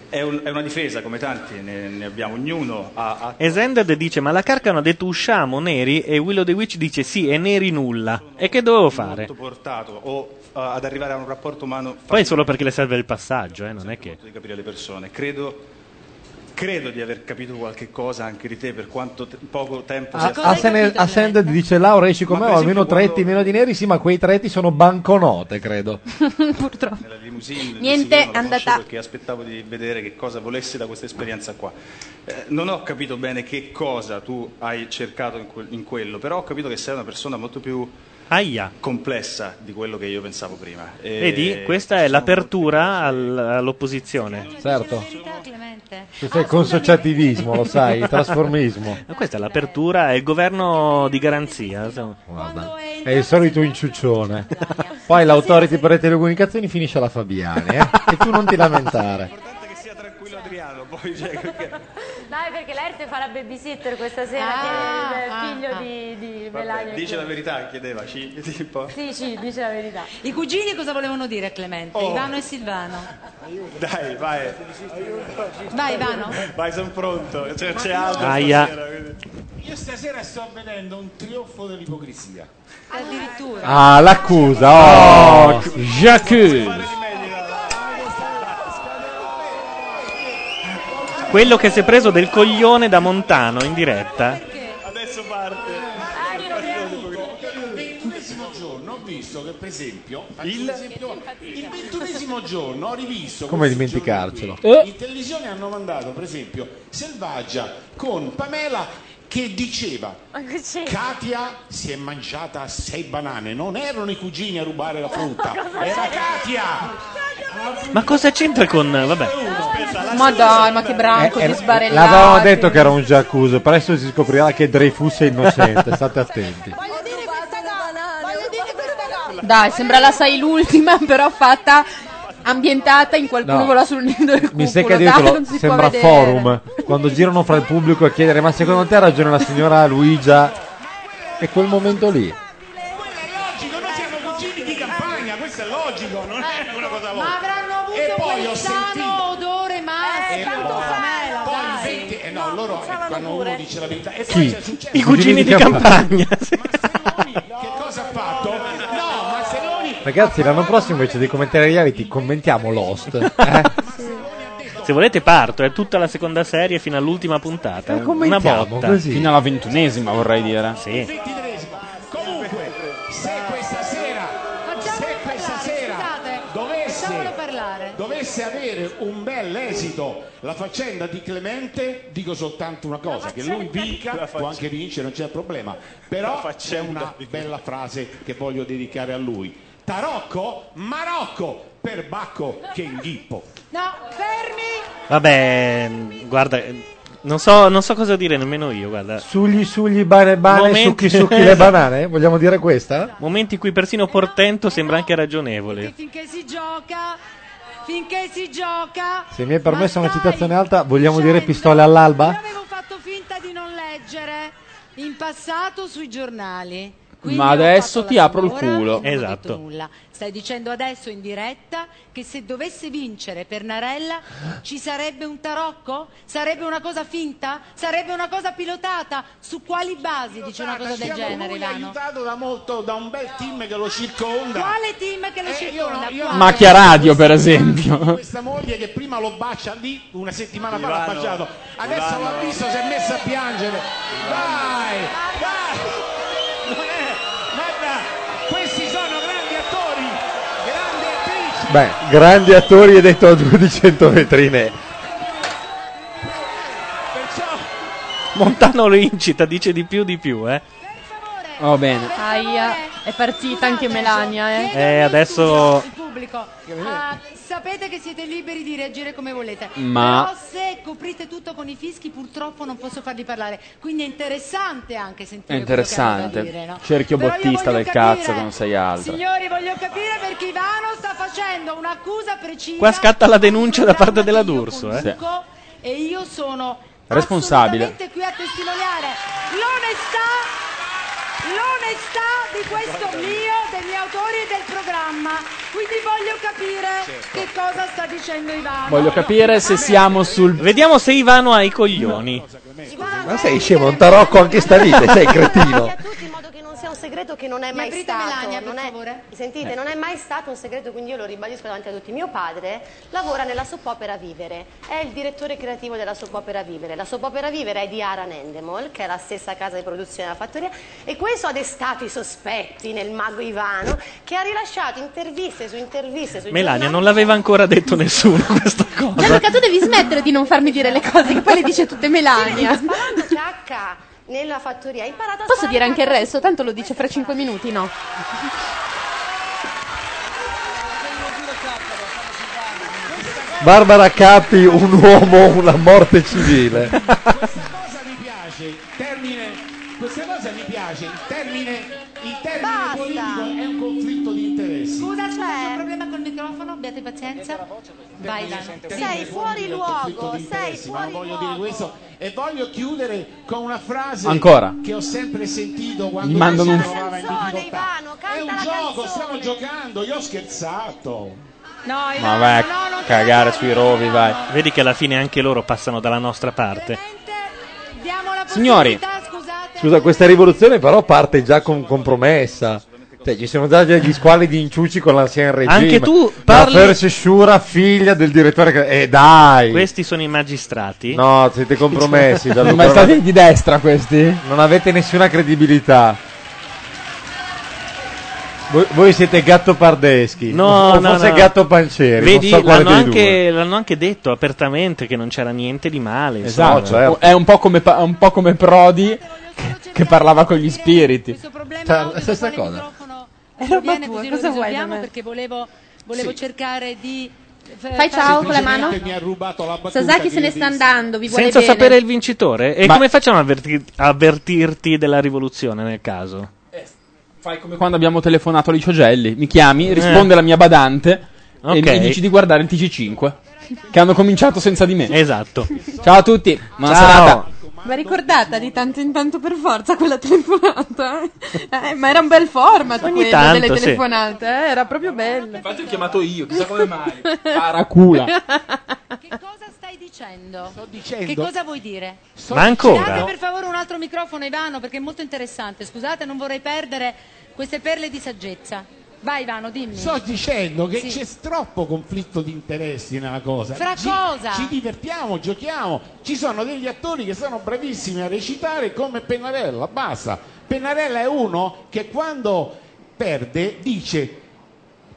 [SPEAKER 10] è un- è una difesa, come tanti ne, ne abbiamo, ognuno ha, ha
[SPEAKER 2] E Zended dice: Ma la Carcano ha detto usciamo neri. E Willow the Witch dice: Sì, è neri nulla. E che dovevo fare?
[SPEAKER 10] molto portato o eh, ad arrivare a un rapporto umano
[SPEAKER 2] Poi è solo perché le serve il passaggio, eh, non è che.
[SPEAKER 10] di capire le persone. Credo, credo di aver capito qualche cosa anche di te per quanto te- poco tempo
[SPEAKER 28] A,
[SPEAKER 10] sia
[SPEAKER 28] a Sene- a Sended dice Laura esci con
[SPEAKER 10] Ma
[SPEAKER 28] me,
[SPEAKER 10] per
[SPEAKER 28] ho
[SPEAKER 10] esempio
[SPEAKER 28] almeno
[SPEAKER 10] quando-
[SPEAKER 28] tretti meno di neri, sì, ma quei tretti sono banconote, credo.
[SPEAKER 7] Purtroppo.
[SPEAKER 10] nella limousine.
[SPEAKER 7] Niente,
[SPEAKER 10] Niente, andata.
[SPEAKER 7] andata.
[SPEAKER 10] Perché aspettavo di vedere che cosa volessi da questa esperienza qua. Eh, non ho capito bene che cosa tu hai cercato in, quel- in quello, però ho capito che sei una persona molto più complessa di quello che io pensavo prima. Eh, E-
[SPEAKER 2] Vedi, questa è l'apertura al- all'opposizione.
[SPEAKER 28] Certo.
[SPEAKER 6] Clemente.
[SPEAKER 28] Tu sei consociativismo, lo sai, trasformismo.
[SPEAKER 2] Ma questa è l'apertura, è il governo di garanzia. insomma.
[SPEAKER 28] È il solito inciuccione. Poi l'autority per le telecomunicazioni finisce alla Fabiani, eh? E tu non ti lamentare.
[SPEAKER 10] Quello Adriano, poi cioè, perché-
[SPEAKER 29] Dai, perché l'Erte fa la babysitter questa sera,
[SPEAKER 10] Ah,
[SPEAKER 29] che è il
[SPEAKER 10] ah,
[SPEAKER 29] figlio
[SPEAKER 10] ah.
[SPEAKER 29] di, di
[SPEAKER 10] Vabbè,
[SPEAKER 29] Melania.
[SPEAKER 10] dice la verità, chiedeva, scegliiti un po'.
[SPEAKER 29] Sì, sì, dice la verità.
[SPEAKER 6] I cugini cosa volevano dire, Clemente?
[SPEAKER 10] Oh.
[SPEAKER 6] Ivano e Silvano.
[SPEAKER 10] Dai, vai.
[SPEAKER 6] Vai, Ivano.
[SPEAKER 10] Vai, sono pronto. C'è, c'è Aldo
[SPEAKER 2] Aia.
[SPEAKER 10] stasera, quindi-
[SPEAKER 11] Io stasera sto vedendo un trionfo dell'ipocrisia.
[SPEAKER 6] Addirittura.
[SPEAKER 28] Ah, l'accusa, oh!
[SPEAKER 5] Oh,
[SPEAKER 28] Jacques!
[SPEAKER 2] Quello che si è preso del coglione da Montano in diretta.
[SPEAKER 10] Adesso parte.
[SPEAKER 11] Il ventunesimo giorno ho visto che per esempio faccio un esempio- il ventunesimo giorno ho rivisto
[SPEAKER 28] Come
[SPEAKER 11] questi
[SPEAKER 28] dimenticarcelo?
[SPEAKER 11] giorni qui,
[SPEAKER 28] Eh.
[SPEAKER 11] in televisione hanno mandato per esempio Selvaggia con Pamela che diceva Katia si è mangiata sei banane non erano i cugini a rubare la frutta era Katia
[SPEAKER 2] Ma cosa c'entra con. Vabbè.
[SPEAKER 7] Ma dai, ma che branco
[SPEAKER 28] Eh,
[SPEAKER 7] di
[SPEAKER 28] eh,
[SPEAKER 7] sbarellati.
[SPEAKER 28] l'avevamo detto che era un Giacuso, presto si scoprirà che Dreyfus è innocente, state attenti.
[SPEAKER 7] Dai, sembra la sai l'ultima, però fatta ambientata in qualcuno
[SPEAKER 28] No.
[SPEAKER 7] vola sul nido del cuculo.
[SPEAKER 28] Mi secca di
[SPEAKER 7] dai,
[SPEAKER 28] dirtelo,
[SPEAKER 7] non si può
[SPEAKER 28] sembra
[SPEAKER 7] vedere.
[SPEAKER 28] forum quando girano fra il pubblico a chiedere: Ma secondo te ha ragione la signora Luigia? E quel momento lì.
[SPEAKER 11] logico, noi siamo cugini di campagna, questo è logico, non è una cosa logica.
[SPEAKER 6] Ecco. Ma avranno avuto
[SPEAKER 11] e poi ho
[SPEAKER 6] quel sano
[SPEAKER 11] sentito
[SPEAKER 6] odore maschio.
[SPEAKER 11] Eh, tanto
[SPEAKER 6] Pamela,
[SPEAKER 11] fa. poi
[SPEAKER 6] dai.
[SPEAKER 11] 20 eh, no, loro eh, quando uno dice la verità e poi
[SPEAKER 2] Chi?
[SPEAKER 11] c'è successo
[SPEAKER 2] I cugini di campagna. sì.
[SPEAKER 11] che cosa ha fatto? No, Mazzelloni
[SPEAKER 2] Ecco.
[SPEAKER 28] Ragazzi, l'anno prossimo invece di commentare reality, commentiamo Lost. Eh?
[SPEAKER 2] Se volete parto, è tutta la seconda serie fino all'ultima puntata.
[SPEAKER 28] Eh,
[SPEAKER 2] Una
[SPEAKER 28] commentiamo,
[SPEAKER 2] botta.
[SPEAKER 28] così. Fino
[SPEAKER 2] alla ventunesima vorrei dire. Sì.
[SPEAKER 11] 23esimo. Comunque, se questa sera se questa sera
[SPEAKER 6] Facciamolo
[SPEAKER 11] dovesse
[SPEAKER 6] parlare.
[SPEAKER 11] dovesse avere un bel esito la faccenda di Clemente, dico soltanto una cosa, che lui vinca, può anche vincere, non c'è problema, però c'è una bella frase che voglio dedicare a lui. Tarocco, Marocco, perbacco che inghippo.
[SPEAKER 6] No, fermi.
[SPEAKER 2] Vabbè, mh, guarda, eh, non so, non so cosa dire nemmeno io, guarda.
[SPEAKER 28] Sugli, sugli, bane, bane,
[SPEAKER 2] Momenti-
[SPEAKER 28] succhi, succhi le banane. eh? Vogliamo dire questa?
[SPEAKER 2] Momenti in cui persino Portento sembra anche ragionevole.
[SPEAKER 6] Finché si gioca, finché si gioca.
[SPEAKER 28] Se mi è permessa una citazione alta, vogliamo dire pistole all'alba?
[SPEAKER 6] Ho finta di non leggere in passato sui giornali. Quindi
[SPEAKER 1] Ma
[SPEAKER 6] ho
[SPEAKER 1] adesso
[SPEAKER 6] fatto
[SPEAKER 1] ti
[SPEAKER 6] la
[SPEAKER 1] apro il
[SPEAKER 6] signora
[SPEAKER 1] culo.
[SPEAKER 6] e non ho
[SPEAKER 1] Esatto.
[SPEAKER 6] detto nulla. Stai dicendo adesso in diretta che se dovesse vincere Pernarella ci sarebbe un tarocco? Sarebbe una cosa finta? Sarebbe una cosa pilotata? Su quali basi dice una cosa del
[SPEAKER 11] Siamo
[SPEAKER 6] genere,
[SPEAKER 11] lui
[SPEAKER 6] Lano?
[SPEAKER 11] aiutato da, molto, da un bel team che lo circonda. Eh,
[SPEAKER 6] Quale team che lo circonda? Quale?
[SPEAKER 1] Macchia radio, per esempio.
[SPEAKER 11] Questa moglie che prima lo bacia lì una settimana fa l'ha
[SPEAKER 41] Milano.
[SPEAKER 11] baciato, adesso
[SPEAKER 41] Milano.
[SPEAKER 11] l'ha visto, si è messa a piangere. Dai, dai! Non è- Guarda, questi sono grandi attori, grandi attrici.
[SPEAKER 28] Beh, grandi attori e detto a due di 100 vetrine.
[SPEAKER 2] Montano lo incita, dice di più di più, eh.
[SPEAKER 1] Va bene.
[SPEAKER 7] Aia, è partita anche Melania, eh.
[SPEAKER 2] Eh,
[SPEAKER 1] Oh.
[SPEAKER 2] adesso
[SPEAKER 6] il pubblico. Ah, sapete che siete liberi di reagire come volete.
[SPEAKER 2] Ma-
[SPEAKER 6] Però se coprite tutto con i fischi, purtroppo non posso farvi parlare. Quindi è interessante anche
[SPEAKER 1] È
[SPEAKER 6] sentire. quello che hanno da
[SPEAKER 1] interessante.
[SPEAKER 6] dire, no?
[SPEAKER 1] Cerchio
[SPEAKER 6] Però io
[SPEAKER 1] bottista
[SPEAKER 6] voglio
[SPEAKER 1] del
[SPEAKER 6] capire-
[SPEAKER 1] cazzo che non sei altro.
[SPEAKER 6] Signori, voglio capire perché Ivano sta facendo un'accusa precisa.
[SPEAKER 2] qua scatta la denuncia da parte della D'Urso, eh.
[SPEAKER 6] E io sono
[SPEAKER 2] Responsabile.
[SPEAKER 6] veramente qui a testimoniare l'onestà, l'onestà di questo mio, dei miei autori e del programma. Quindi voglio capire che cosa sta dicendo Ivano.
[SPEAKER 1] Voglio capire se siamo sul.
[SPEAKER 2] Vediamo se Ivano ha i coglioni.
[SPEAKER 28] Ma sei scemo, un tarocco anche stabile, sei cretino.
[SPEAKER 33] che non sia un segreto che non è mai stato. non è- Sentite, non è mai stato un segreto, quindi io lo ribadisco davanti a tutti. Mio padre lavora nella soap opera Vivere, è il direttore creativo della soap opera Vivere. La soap opera Vivere è di Aran Endemol, che è la stessa casa di produzione della fattoria, e questo ha destato i sospetti nel mago Ivano, che ha rilasciato interviste su interviste su
[SPEAKER 2] Melania non l'aveva ancora detto nessuno questa cosa.
[SPEAKER 7] Gianluca, tu devi smettere di non farmi dire le cose che poi le dice tutte Melania.
[SPEAKER 33] sparando chiacca nella fattoria, ha imparato a
[SPEAKER 7] Posso
[SPEAKER 33] sparare
[SPEAKER 7] dire anche il resto? Tanto lo dice fra 5 minuti, no?
[SPEAKER 28] Barbara Capi, un uomo, una morte civile.
[SPEAKER 11] Cosa mi piace? Il termine, questa cosa mi piace, il termine, il termine politico è un conflitto di interessi.
[SPEAKER 6] Scusa, c'è un problema col microfono, abbiate pazienza. Vai, Lano.
[SPEAKER 11] Termine politico è un conflitto di interessi, ma non voglio dire questo. E voglio chiudere con una frase
[SPEAKER 1] Ancora.
[SPEAKER 11] che ho sempre sentito quando
[SPEAKER 1] Mi mandano
[SPEAKER 11] mi
[SPEAKER 1] un-
[SPEAKER 11] trovava in difficoltà. è un gioco, stiamo giocando, io ho scherzato.
[SPEAKER 6] No,
[SPEAKER 2] Ma vai a cagare sui rovi, vai. Vedi che alla fine anche loro passano dalla nostra parte.
[SPEAKER 28] Signori, scusa, questa rivoluzione però parte già con compromessa. Cioè, ci sono già gli squali di inciuci con l'ancien regime.
[SPEAKER 2] Anche tu parli-
[SPEAKER 28] La Perse Shura, figlia del direttore. cre- Eh, dai!
[SPEAKER 2] Questi sono i magistrati.
[SPEAKER 28] No, siete compromessi.
[SPEAKER 2] Cioè,
[SPEAKER 28] Gianluca,
[SPEAKER 2] ma
[SPEAKER 28] non-
[SPEAKER 2] state
[SPEAKER 1] di destra questi?
[SPEAKER 28] Non avete nessuna credibilità. Voi, voi siete gatto pardeschi.
[SPEAKER 2] No,
[SPEAKER 28] o
[SPEAKER 2] no,
[SPEAKER 28] forse
[SPEAKER 2] no.
[SPEAKER 28] gatto pancieri.
[SPEAKER 2] Vedi,
[SPEAKER 28] non so quale
[SPEAKER 2] l'hanno,
[SPEAKER 28] dei due.
[SPEAKER 2] anche, l'hanno anche detto apertamente che non c'era niente di male.
[SPEAKER 1] Esatto,
[SPEAKER 2] insomma.
[SPEAKER 5] certo.
[SPEAKER 1] è un po' come, pa- un po' come Prodi che- che parlava con gli spiriti.
[SPEAKER 28] stessa cosa.
[SPEAKER 6] È viene
[SPEAKER 7] tua,
[SPEAKER 6] così
[SPEAKER 7] cosa
[SPEAKER 6] lo
[SPEAKER 7] vuoi da
[SPEAKER 6] risolviamo
[SPEAKER 7] me?
[SPEAKER 6] perché volevo, volevo cercare di... eh,
[SPEAKER 7] Fai ciao con la mano.
[SPEAKER 11] Mi ha rubato la battuta.
[SPEAKER 7] Sasaki se
[SPEAKER 11] che
[SPEAKER 7] ne
[SPEAKER 11] io
[SPEAKER 7] sta
[SPEAKER 11] dissi.
[SPEAKER 7] andando, vi vuole
[SPEAKER 2] Senza
[SPEAKER 7] bene.
[SPEAKER 2] sapere il vincitore? E
[SPEAKER 1] Ma-
[SPEAKER 2] come facciamo a avverti- avvertirti della rivoluzione nel caso?
[SPEAKER 1] Fai come quando abbiamo telefonato a Licio Gelli. Mi chiami,
[SPEAKER 2] Eh.
[SPEAKER 1] risponde la mia badante.
[SPEAKER 5] e mi dici di guardare il TG5 che hanno cominciato senza di me.
[SPEAKER 2] Esatto.
[SPEAKER 5] Ciao a tutti. Buona
[SPEAKER 2] Ciao.
[SPEAKER 5] serata.
[SPEAKER 7] Ma ricordata di tanto in tanto per forza quella telefonata? eh? Eh, ma era un bel format
[SPEAKER 2] Ogni
[SPEAKER 7] quello
[SPEAKER 2] tanto,
[SPEAKER 7] delle
[SPEAKER 2] sì.
[SPEAKER 7] telefonate, eh, era proprio bello.
[SPEAKER 1] Infatti ho chiamato io, chissà come mai.
[SPEAKER 7] Ah,
[SPEAKER 5] Paracula.
[SPEAKER 6] Che cosa stai dicendo? Sto
[SPEAKER 11] dicendo-
[SPEAKER 6] Che cosa vuoi dire?
[SPEAKER 2] Ma ancora?
[SPEAKER 6] Date per favore un altro microfono, Ivano, perché è molto interessante. Scusate, non vorrei perdere queste perle di saggezza. Vai, Ivano, dimmi.
[SPEAKER 11] Sto dicendo che
[SPEAKER 6] Sì.
[SPEAKER 11] c'è troppo conflitto di interessi nella cosa.
[SPEAKER 6] Fra
[SPEAKER 11] ci,
[SPEAKER 6] cosa?
[SPEAKER 11] Ci divertiamo, giochiamo. Ci sono degli attori che sono bravissimi a recitare come Pennarella, basta. Pennarella è uno che quando perde dice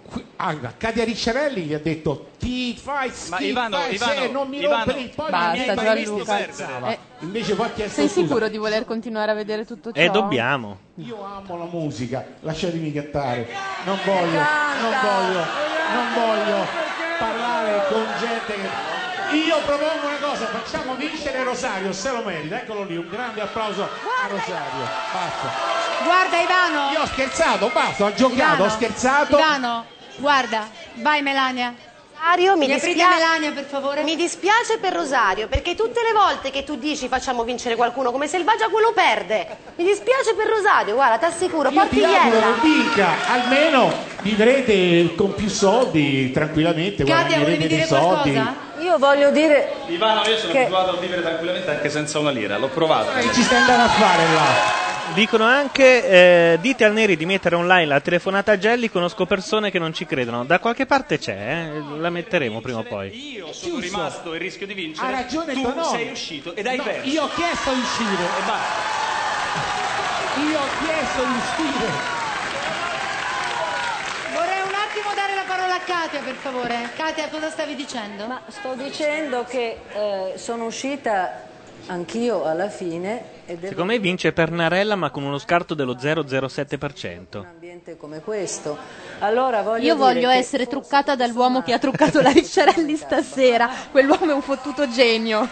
[SPEAKER 11] qui- a a Katia Ricciarelli gli ha detto ti fai schifo,
[SPEAKER 9] Ma Ivano,
[SPEAKER 11] eh,
[SPEAKER 9] Ivano,
[SPEAKER 11] se non mi
[SPEAKER 9] Ivano,
[SPEAKER 11] rompere il pollo
[SPEAKER 7] basta,
[SPEAKER 11] mi hai mai visto
[SPEAKER 7] Gianluca.
[SPEAKER 11] scherzava.
[SPEAKER 7] Eh,
[SPEAKER 11] Invece qua ha chiesto
[SPEAKER 7] Sei
[SPEAKER 11] scusa.
[SPEAKER 7] sicuro di voler continuare a vedere tutto ciò?
[SPEAKER 11] Eh, dobbiamo. Io amo la musica, lasciatemi cantare. Non voglio, non voglio, non voglio parlare con gente che... Io propongo una cosa, facciamo vincere Rosario, se lo merita. Eccolo lì, un grande applauso a Rosario. Basta.
[SPEAKER 6] Guarda, Ivano.
[SPEAKER 11] Io ho scherzato, basta, ho giocato,
[SPEAKER 6] Ivano,
[SPEAKER 11] ho scherzato.
[SPEAKER 6] Ivano, guarda, vai Melania.
[SPEAKER 33] Rosario, mi,
[SPEAKER 6] Mi aprite
[SPEAKER 33] dispia-
[SPEAKER 6] Melania, per favore?
[SPEAKER 33] Mi dispiace per Rosario, perché tutte le volte che tu dici facciamo vincere qualcuno come selvaggia, quello perde. Mi dispiace per Rosario, guarda, t'assicuro,
[SPEAKER 11] Io ti auguro che
[SPEAKER 33] portigliella.
[SPEAKER 11] vinca, almeno vivrete con più soldi tranquillamente, guadagnerete dei soldi.
[SPEAKER 8] Io voglio dire
[SPEAKER 9] Ivano, io sono
[SPEAKER 8] Che-
[SPEAKER 9] abituato a vivere tranquillamente anche senza una lira, l'ho provato.
[SPEAKER 11] Che ci stai andando a fare là?
[SPEAKER 2] Dicono anche, eh, dite al Neri di mettere online la telefonata a Gelli, conosco persone che non ci credono. Da qualche parte c'è, eh, la metteremo prima o poi.
[SPEAKER 9] Io sono rimasto il rischio di vincere.
[SPEAKER 11] Ha ragione
[SPEAKER 9] Cioè, tu
[SPEAKER 11] Tonò.
[SPEAKER 9] sei uscito ed hai
[SPEAKER 11] No,
[SPEAKER 9] perso.
[SPEAKER 11] Io ho chiesto di uscire. E Io ho chiesto di uscire.
[SPEAKER 6] Vorrei un attimo dare la parola a Katia, per favore. Katia, cosa stavi dicendo? Ma
[SPEAKER 8] sto dicendo che eh, sono uscita anch'io alla fine e devo
[SPEAKER 2] Secondo me vince Pernarella, ma con uno scarto dello 0,07%.
[SPEAKER 8] ambiente come questo. Allora voglio dire
[SPEAKER 7] Io voglio
[SPEAKER 8] che-
[SPEAKER 7] essere truccata dall'uomo che ha truccato la Ricciarelli stasera. Quell'uomo è un fottuto genio.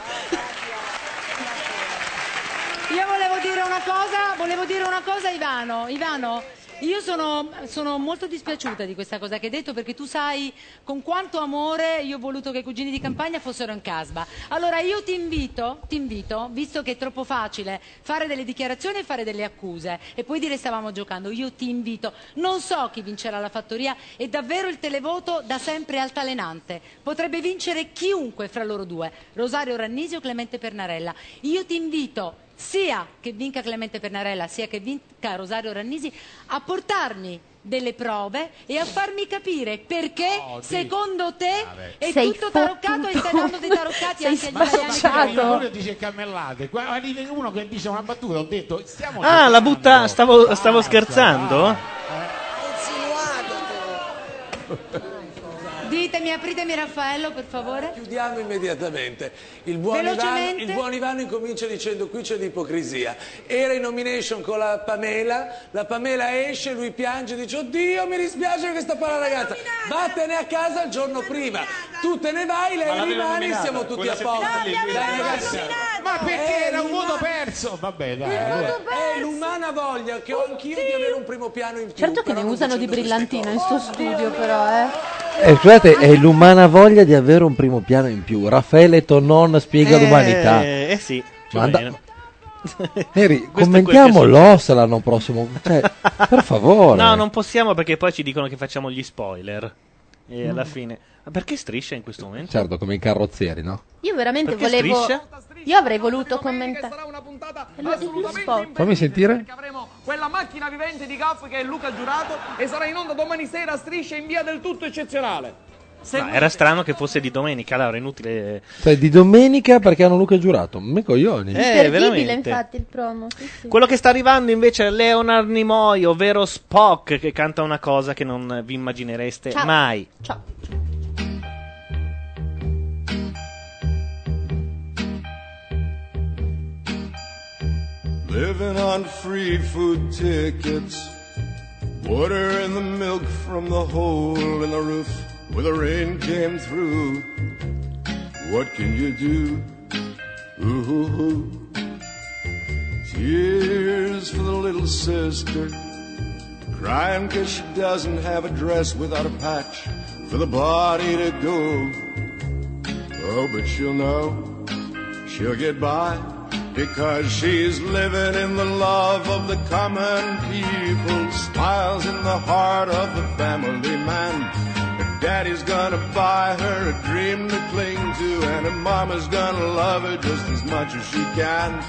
[SPEAKER 6] Io volevo dire una cosa, volevo dire una cosa Ivano, Ivano, io sono, sono molto dispiaciuta di questa cosa che hai detto perché tu sai con quanto amore io ho voluto che i cugini di campagna fossero in casba. Allora io ti invito, ti invito, visto che è troppo facile fare delle dichiarazioni e fare delle accuse e poi dire stavamo giocando, io ti invito, non so chi vincerà la fattoria, è davvero il televoto da sempre altalenante, potrebbe vincere chiunque fra loro due, Rosario Rannisi o Clemente Pernarella. Io ti invito sia che vinca Clemente Pernarella, sia che vinca Rosario Rannisi, a portarmi delle prove e a farmi capire perché secondo te è
[SPEAKER 7] Sei
[SPEAKER 6] tutto taroccato e stai dando dei taroccati
[SPEAKER 7] Sei
[SPEAKER 6] anche agli
[SPEAKER 7] spacciato.
[SPEAKER 6] italiani.
[SPEAKER 11] Quello dice cammellate. Qua arriva uno che dice una battuta, ho detto stiamo
[SPEAKER 2] Ah, la butta. Stavo, stavo scherzando?
[SPEAKER 6] Ditemi, apritemi Raffaello, per favore.
[SPEAKER 13] Chiudiamo immediatamente. Il buon, Ivano,
[SPEAKER 6] Velocemente.
[SPEAKER 13] il buon Ivano incomincia dicendo qui c'è l'ipocrisia. Era in nomination con la Pamela, la Pamela esce, lui piange e dice oddio mi dispiace che sta parola ragazza. Vattene a casa il giorno prima. Tu te ne vai,
[SPEAKER 11] Ma
[SPEAKER 13] lei
[SPEAKER 11] l'aveva
[SPEAKER 13] rimane
[SPEAKER 11] nominata,
[SPEAKER 13] siamo tutti
[SPEAKER 11] quella
[SPEAKER 13] a posto.
[SPEAKER 11] settimana lì,
[SPEAKER 13] Dai,
[SPEAKER 11] quindi-
[SPEAKER 13] ragazzi.
[SPEAKER 11] Ma perché era un voto perso? Vabbè, dai. allora.
[SPEAKER 13] È Eh, l'umana voglia che ho anch'io di avere un primo piano in più.
[SPEAKER 7] Certo che ne usano di brillantino in sto studio, però, eh.
[SPEAKER 28] Eh, scusate, è l'umana voglia di avere un primo piano in più. Raffaele Tonnon spiega
[SPEAKER 2] Eh,
[SPEAKER 28] l'umanità.
[SPEAKER 2] Eh sì. più o
[SPEAKER 28] Ma da-
[SPEAKER 2] meno. Questo è
[SPEAKER 28] Neri,
[SPEAKER 2] quel che
[SPEAKER 28] commentiamo
[SPEAKER 2] succede.
[SPEAKER 28] l'ossa l'anno prossimo. Cioè, per favore.
[SPEAKER 2] No, non possiamo perché poi ci dicono che facciamo gli spoiler. E alla
[SPEAKER 28] Mm.
[SPEAKER 2] fine. Ma perché striscia in questo momento?
[SPEAKER 28] Certo, come i carrozzieri, no?
[SPEAKER 7] Io veramente
[SPEAKER 2] Perché
[SPEAKER 7] volevo.
[SPEAKER 2] striscia?
[SPEAKER 7] Io avrei voluto commentare. Eh, Lo- spot.
[SPEAKER 28] Fammi sentire.
[SPEAKER 12] avremo quella macchina vivente di Gaff che è Luca Giurato e sarà in onda domani sera a striscia in via del tutto eccezionale.
[SPEAKER 2] No, era strano che fosse di domenica, Laura, inutile.
[SPEAKER 28] Cioè, di domenica perché hanno Luca Giurato. Me coglioni.
[SPEAKER 2] Eh, veramente.
[SPEAKER 7] il promo.
[SPEAKER 2] Quello che sta arrivando invece è Leonard Nimoy, ovvero Spock, che canta una cosa che non vi immaginereste
[SPEAKER 7] Ciao.
[SPEAKER 2] mai.
[SPEAKER 7] Ciao.
[SPEAKER 32] Living on free food tickets, water and the milk from the hole in the roof where the rain came through. What can you do? Ooh, hoo, hoo. Tears for the little sister Crying cause she doesn't have a dress without a patch for the body to go. Oh, but she'll know she'll get by because she's living in the love of the common people. Smiles in the heart of the family man. Her daddy's gonna buy her a dream to cling to, and her mama's gonna love her just as much as she can.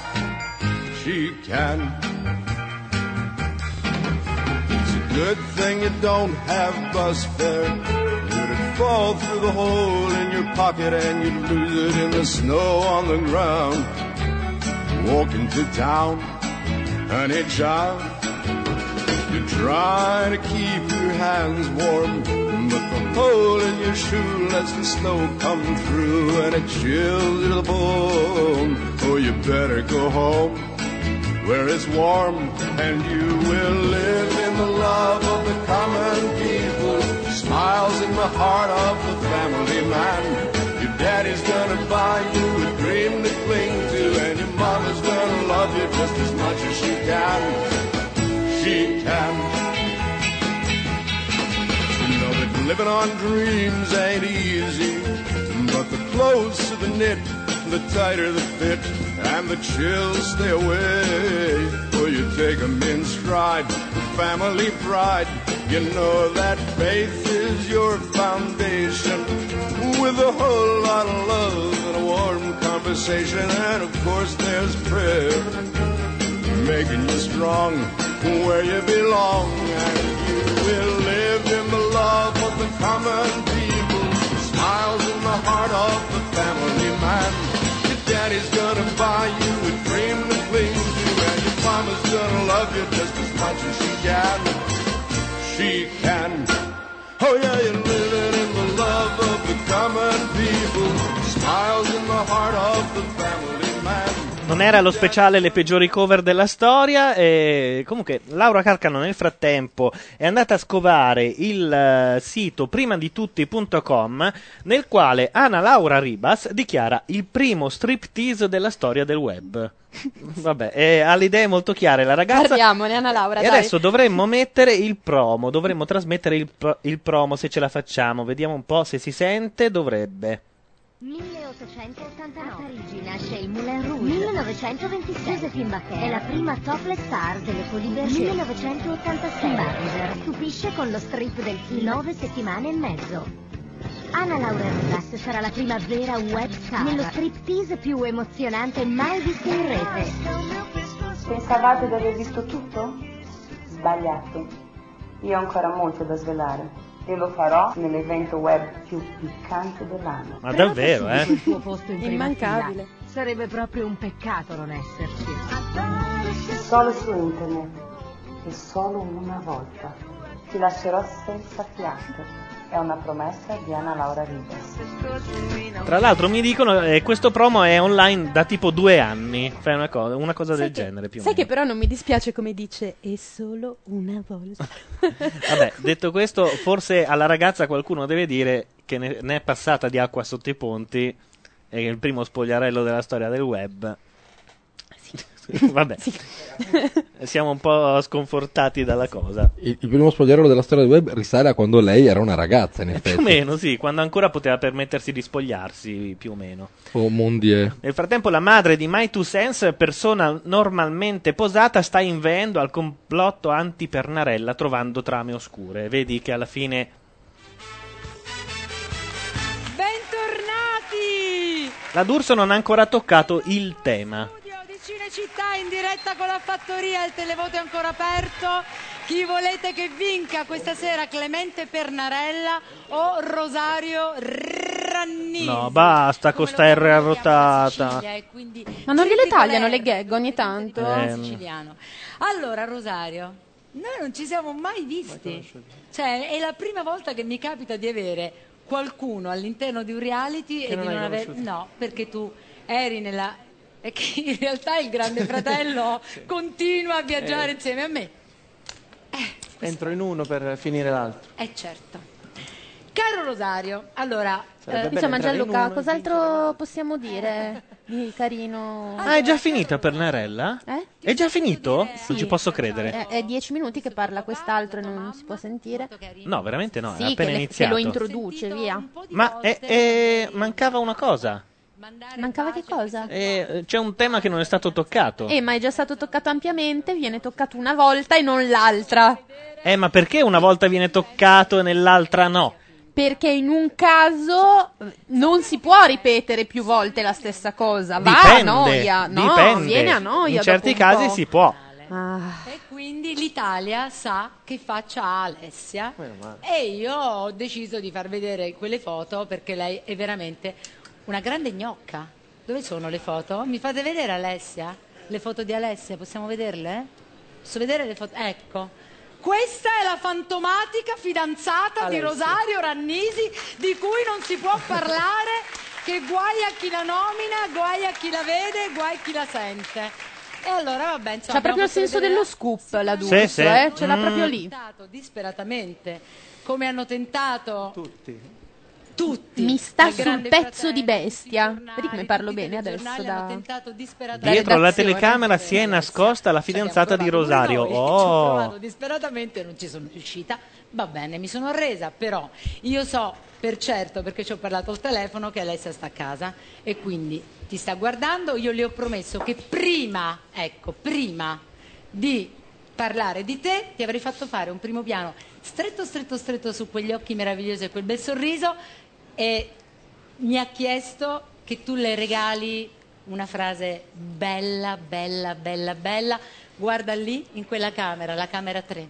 [SPEAKER 32] She can. It's a good thing you don't have bus fare. It'd fall through the hole in your pocket and you'd lose it in the snow on the ground. Walking to town, honey child. You try to keep your hands warm, but the hole in your shoe lets the snow come through and it chills you to the bone. Oh, you better go home where it's warm and you will live in the love of the common people. Smiles in the heart of the family man. Your daddy's gonna buy you a dream to cling to, and your mama's gonna love you just as much as she can. She can. You know that living on dreams ain't easy, but the closer the knit, the tighter the fit, and the chills stay away. Will you take 'em in stride? Family pride, you know that faith is your foundation. With a whole lot of love and a warm conversation, and of course there's prayer, making you strong where you belong, and you will live in the love of the common people. Smiles in the heart of the family man. Your daddy's gonna buy you a dream that cling to, and your mama's gonna love you just as much as she can. She can. Oh yeah, you're living in the love of the common people. Smiles in the heart of the family man.
[SPEAKER 2] Non era lo speciale le peggiori cover della storia. E comunque, Laura Carcano nel frattempo è andata a scovare il eh, sito primadiTutti.com nel quale Ana Laura Ribas dichiara il primo striptease della storia del web. Vabbè, eh, ha le idee molto chiare la ragazza.
[SPEAKER 7] Guardiamone, Anna Laura.
[SPEAKER 2] E
[SPEAKER 7] dai.
[SPEAKER 2] adesso dovremmo mettere il promo, dovremmo trasmettere il, pro- il promo se ce la facciamo. Vediamo un po' se si sente, dovrebbe.
[SPEAKER 23] 1889 a Parigi nasce il Moulin Rouge 1926 Josephine Baker è la prima topless star delle Folie Berger 1986 Barger stupisce con lo strip del film 9 settimane e mezzo Anna Laura Rivas sarà la prima vera web star nello striptease più emozionante mai visto in rete
[SPEAKER 37] Pensavate di aver visto tutto? Sbagliate. Io ho ancora molto da svelare e lo farò nell'evento web più piccante dell'anno.
[SPEAKER 2] Ma davvero,
[SPEAKER 37] Prenota
[SPEAKER 2] eh?
[SPEAKER 37] subito
[SPEAKER 23] tuo posto in prima
[SPEAKER 37] Immancabile.
[SPEAKER 23] fila. sarebbe proprio un peccato non esserci
[SPEAKER 37] Solo su internet e solo una volta. Ti lascerò senza fiato. È una promessa di Anna Laura Ribas.
[SPEAKER 2] Tra l'altro mi dicono eh, questo promo è online da tipo due anni. Fai una cosa, una cosa del genere più o
[SPEAKER 7] Sai che però non mi dispiace come dice è solo una volta.
[SPEAKER 2] meno. Vabbè, detto questo, forse alla ragazza qualcuno deve dire che ne, ne è passata di acqua sotto i ponti e che il primo spogliarello della storia del web. Vabbè, siamo un po' sconfortati dalla cosa.
[SPEAKER 28] Il, il primo spogliarello della storia del web risale a quando lei era una ragazza, in
[SPEAKER 2] Più o
[SPEAKER 28] effetti.
[SPEAKER 2] meno, sì, quando ancora poteva permettersi di spogliarsi, più o meno.
[SPEAKER 28] Oh, mondie.
[SPEAKER 2] Nel frattempo, la madre di My Two Sense, persona normalmente posata, sta inveendo al complotto anti-Pernarella trovando trame oscure. Vedi che alla fine.
[SPEAKER 6] Bentornati!
[SPEAKER 2] La D'Urso non ha ancora toccato il tema.
[SPEAKER 6] di Cinecittà in diretta con la fattoria, il televoto è ancora aperto. Chi volete che vinca questa sera Clemente Pernarella o Rosario Rannini?
[SPEAKER 2] No, basta con sta R arrotata.
[SPEAKER 6] Sicilia, e quindi
[SPEAKER 7] Ma non gliele tagliano le
[SPEAKER 6] circolare.
[SPEAKER 7] gag ogni tanto?
[SPEAKER 2] Eh,
[SPEAKER 6] siciliano. Allora, Rosario, noi non ci siamo mai visti. Cioè, è la prima volta che mi capita di avere qualcuno all'interno di un reality
[SPEAKER 23] Che
[SPEAKER 6] e
[SPEAKER 23] non
[SPEAKER 6] di
[SPEAKER 23] hai
[SPEAKER 6] non avere.
[SPEAKER 23] conosciuto.
[SPEAKER 6] No, perché tu eri nella. E che in realtà il grande fratello continua a viaggiare
[SPEAKER 23] Eh.
[SPEAKER 6] insieme a me.
[SPEAKER 23] Entro in uno per finire l'altro.
[SPEAKER 6] È certo. Caro Rosario, allora... eh,
[SPEAKER 7] Insomma, Gianluca, cos'altro possiamo dire eh, di carino?
[SPEAKER 2] Ah, è già finita Pernarella?
[SPEAKER 7] Eh?
[SPEAKER 2] È già finito?
[SPEAKER 7] Sì.
[SPEAKER 2] Non ci posso credere.
[SPEAKER 7] È, è dieci minuti che parla quest'altro e non si può sentire.
[SPEAKER 2] No, veramente no, è
[SPEAKER 7] Sì, che,
[SPEAKER 2] appena
[SPEAKER 7] le- che
[SPEAKER 2] iniziato.
[SPEAKER 7] lo introduce, via.
[SPEAKER 2] Ma è- è- mancava una cosa.
[SPEAKER 7] Mancava che cosa?
[SPEAKER 2] Eh, c'è un tema che non è stato toccato.
[SPEAKER 7] Eh, ma è già stato toccato ampiamente, viene toccato una volta e non l'altra.
[SPEAKER 2] Eh, ma perché una volta viene toccato e nell'altra no?
[SPEAKER 7] Perché in un caso eh, non si può ripetere più volte la stessa cosa. Va
[SPEAKER 2] dipende.
[SPEAKER 7] a noia, no?
[SPEAKER 2] dipende.
[SPEAKER 7] Viene a noia.
[SPEAKER 2] In certi
[SPEAKER 7] dopo un
[SPEAKER 2] casi
[SPEAKER 7] po'.
[SPEAKER 2] si può.
[SPEAKER 7] Ah.
[SPEAKER 6] Eh, E quindi l'Italia sa che faccia ha Alessia
[SPEAKER 2] male.
[SPEAKER 6] e io ho deciso di far vedere quelle foto perché lei è veramente una grande gnocca. Dove sono le foto? Mi fate vedere Alessia? Le foto di Alessia, possiamo vederle? Posso vedere le foto? Ecco. Questa è la fantomatica fidanzata di
[SPEAKER 8] Alessia.
[SPEAKER 6] Rosario Rannisi di cui non si può parlare, che guai a chi la nomina, guai a chi la vede, guai a chi la sente. E allora vabbè, insomma,
[SPEAKER 7] C'ha
[SPEAKER 6] abbiamo
[SPEAKER 7] proprio il
[SPEAKER 6] fatto
[SPEAKER 7] senso
[SPEAKER 6] vedere-
[SPEAKER 7] dello scoop la
[SPEAKER 6] Sì,
[SPEAKER 7] D'Urso,
[SPEAKER 6] sì.
[SPEAKER 7] eh? Ce l'ha
[SPEAKER 6] Mm.
[SPEAKER 7] proprio lì.
[SPEAKER 6] tentato disperatamente, come hanno tentato tutti. Tutti.
[SPEAKER 7] Mi sta
[SPEAKER 6] Il
[SPEAKER 7] sul
[SPEAKER 6] Grande
[SPEAKER 7] pezzo di bestia. Vedi come parlo bene adesso da...
[SPEAKER 2] Dietro la
[SPEAKER 6] redazione.
[SPEAKER 2] telecamera si è nascosta la fidanzata di Rosario.
[SPEAKER 6] Ho provato
[SPEAKER 2] Oh,
[SPEAKER 6] disperatamente, non ci sono riuscita. Va bene, mi sono resa, però io so per certo, perché ci ho parlato al telefono, che Alessia sta a casa e quindi ti sta guardando. Io le ho promesso che prima, ecco, prima di parlare di te, ti avrei fatto fare un primo piano stretto, stretto, stretto su quegli occhi meravigliosi e quel bel sorriso e mi ha chiesto che tu le regali una frase bella, bella, bella, bella. Guarda lì in quella camera, la camera 3.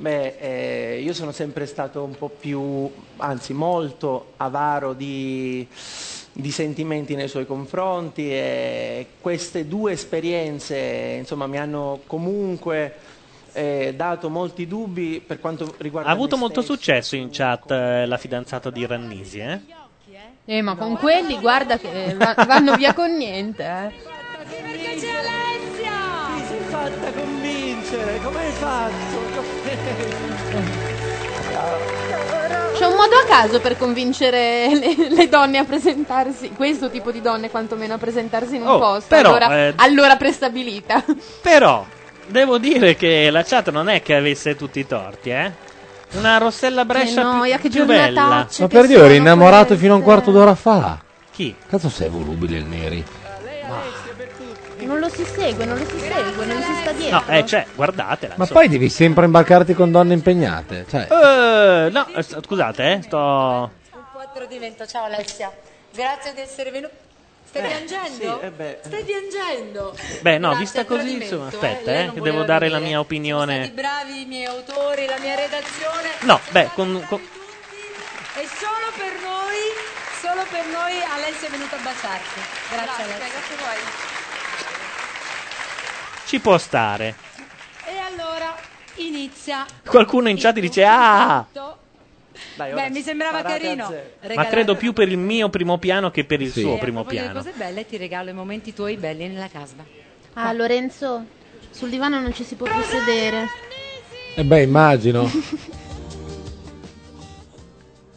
[SPEAKER 29] Beh, eh, io sono sempre stato un po' più, anzi molto avaro di, di sentimenti nei suoi confronti e queste due esperienze insomma, mi hanno comunque eh, dato molti dubbi per quanto
[SPEAKER 2] ha
[SPEAKER 29] riguarda...
[SPEAKER 2] avuto
[SPEAKER 29] me
[SPEAKER 2] molto
[SPEAKER 29] stesso.
[SPEAKER 2] successo in chat eh, la fidanzata di Rannisi, eh?
[SPEAKER 7] Eh, ma con quelli, guarda che va- vanno via con niente, eh.
[SPEAKER 6] Perché c'è Alessia!
[SPEAKER 29] Ti sei fatta convincere, come hai fatto?
[SPEAKER 7] C'è un modo a caso per convincere le, le donne a presentarsi, questo tipo di donne quantomeno a presentarsi in un
[SPEAKER 2] Oh,
[SPEAKER 7] posto,
[SPEAKER 2] però,
[SPEAKER 7] allora,
[SPEAKER 2] eh,
[SPEAKER 7] allora prestabilita.
[SPEAKER 2] Però, devo dire che la chat non è che avesse tutti i torti, eh? Una Rossella Brescia
[SPEAKER 7] Che noia,
[SPEAKER 2] più,
[SPEAKER 7] che
[SPEAKER 2] più bella.
[SPEAKER 7] giornatacce
[SPEAKER 28] Ma per Dio, eri innamorato fino a un quarto d'ora fa.
[SPEAKER 2] Chi?
[SPEAKER 28] Cazzo sei volubile il Neri.
[SPEAKER 7] Non lo si segue, non lo si segue, non si sta dietro.
[SPEAKER 2] No, eh, cioè, guardatela.
[SPEAKER 28] Ma
[SPEAKER 2] insomma.
[SPEAKER 28] poi devi sempre imbarcarti con donne impegnate. Cioè,
[SPEAKER 2] Eh, no, eh, scusate, eh, sto...
[SPEAKER 6] Quattro divento, ciao Alessia. Grazie di essere venuto. Stai
[SPEAKER 29] Eh,
[SPEAKER 6] piangendo?
[SPEAKER 29] sì, eh beh.
[SPEAKER 6] Stai piangendo?
[SPEAKER 2] Beh, no,
[SPEAKER 6] Grazie
[SPEAKER 2] vista
[SPEAKER 6] al
[SPEAKER 2] così, eh.
[SPEAKER 6] tradimento,
[SPEAKER 2] insomma,
[SPEAKER 6] eh,
[SPEAKER 2] aspetta,
[SPEAKER 6] lei
[SPEAKER 2] eh,
[SPEAKER 6] non
[SPEAKER 2] che
[SPEAKER 6] voleva
[SPEAKER 2] devo dare la
[SPEAKER 6] venire.
[SPEAKER 2] mia
[SPEAKER 6] Stati
[SPEAKER 2] opinione.
[SPEAKER 6] bravi i miei autori, la mia redazione.
[SPEAKER 2] No, beh, con- con-
[SPEAKER 6] E solo per noi, solo per noi Alessia è venuta a baciarti. Grazie, Alessia. Grazie a voi.
[SPEAKER 2] ci può stare.
[SPEAKER 6] E allora inizia.
[SPEAKER 2] Qualcuno in chat dice, ah...
[SPEAKER 6] Beh, mi sembrava
[SPEAKER 29] sparate a
[SPEAKER 6] carino.
[SPEAKER 29] zero.
[SPEAKER 2] Ma
[SPEAKER 6] regalare-
[SPEAKER 2] credo più per il mio primo piano che per il
[SPEAKER 6] Eh,
[SPEAKER 2] suo
[SPEAKER 6] a
[SPEAKER 2] primo
[SPEAKER 6] proposito di
[SPEAKER 2] piano.
[SPEAKER 6] cose belle, ti regalo i momenti tuoi belli nella casba.
[SPEAKER 7] Ah, Lorenzo, sul divano non ci si può più sedere.
[SPEAKER 28] eh beh, immagino.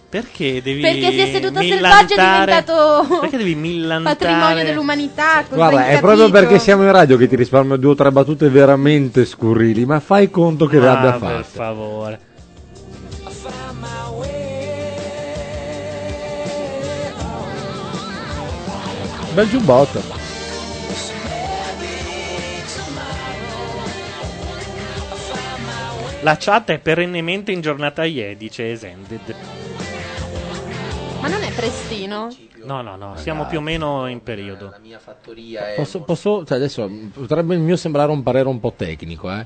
[SPEAKER 2] Perché devi
[SPEAKER 7] Perché si è seduta selvaggia è
[SPEAKER 2] millantare-
[SPEAKER 7] diventato
[SPEAKER 2] Perché devi millantare
[SPEAKER 7] patrimonio dell'umanità. cosa
[SPEAKER 28] Guarda,
[SPEAKER 7] hai
[SPEAKER 28] è proprio
[SPEAKER 7] capito?
[SPEAKER 28] perché siamo in radio che ti risparmio due o tre battute veramente scurrili, ma fai conto che le
[SPEAKER 2] Ah,
[SPEAKER 28] abbia
[SPEAKER 2] per
[SPEAKER 28] fatte.
[SPEAKER 2] favore.
[SPEAKER 28] Bel giubbotto.
[SPEAKER 2] La chat è perennemente in giornata IE, dice Esended.
[SPEAKER 7] Ma non è prestino?
[SPEAKER 2] No, no, no, siamo più o meno in periodo. La
[SPEAKER 29] mia fattoria
[SPEAKER 28] Posso, posso- cioè adesso potrebbe il mio sembrare un parere un po' tecnico, eh.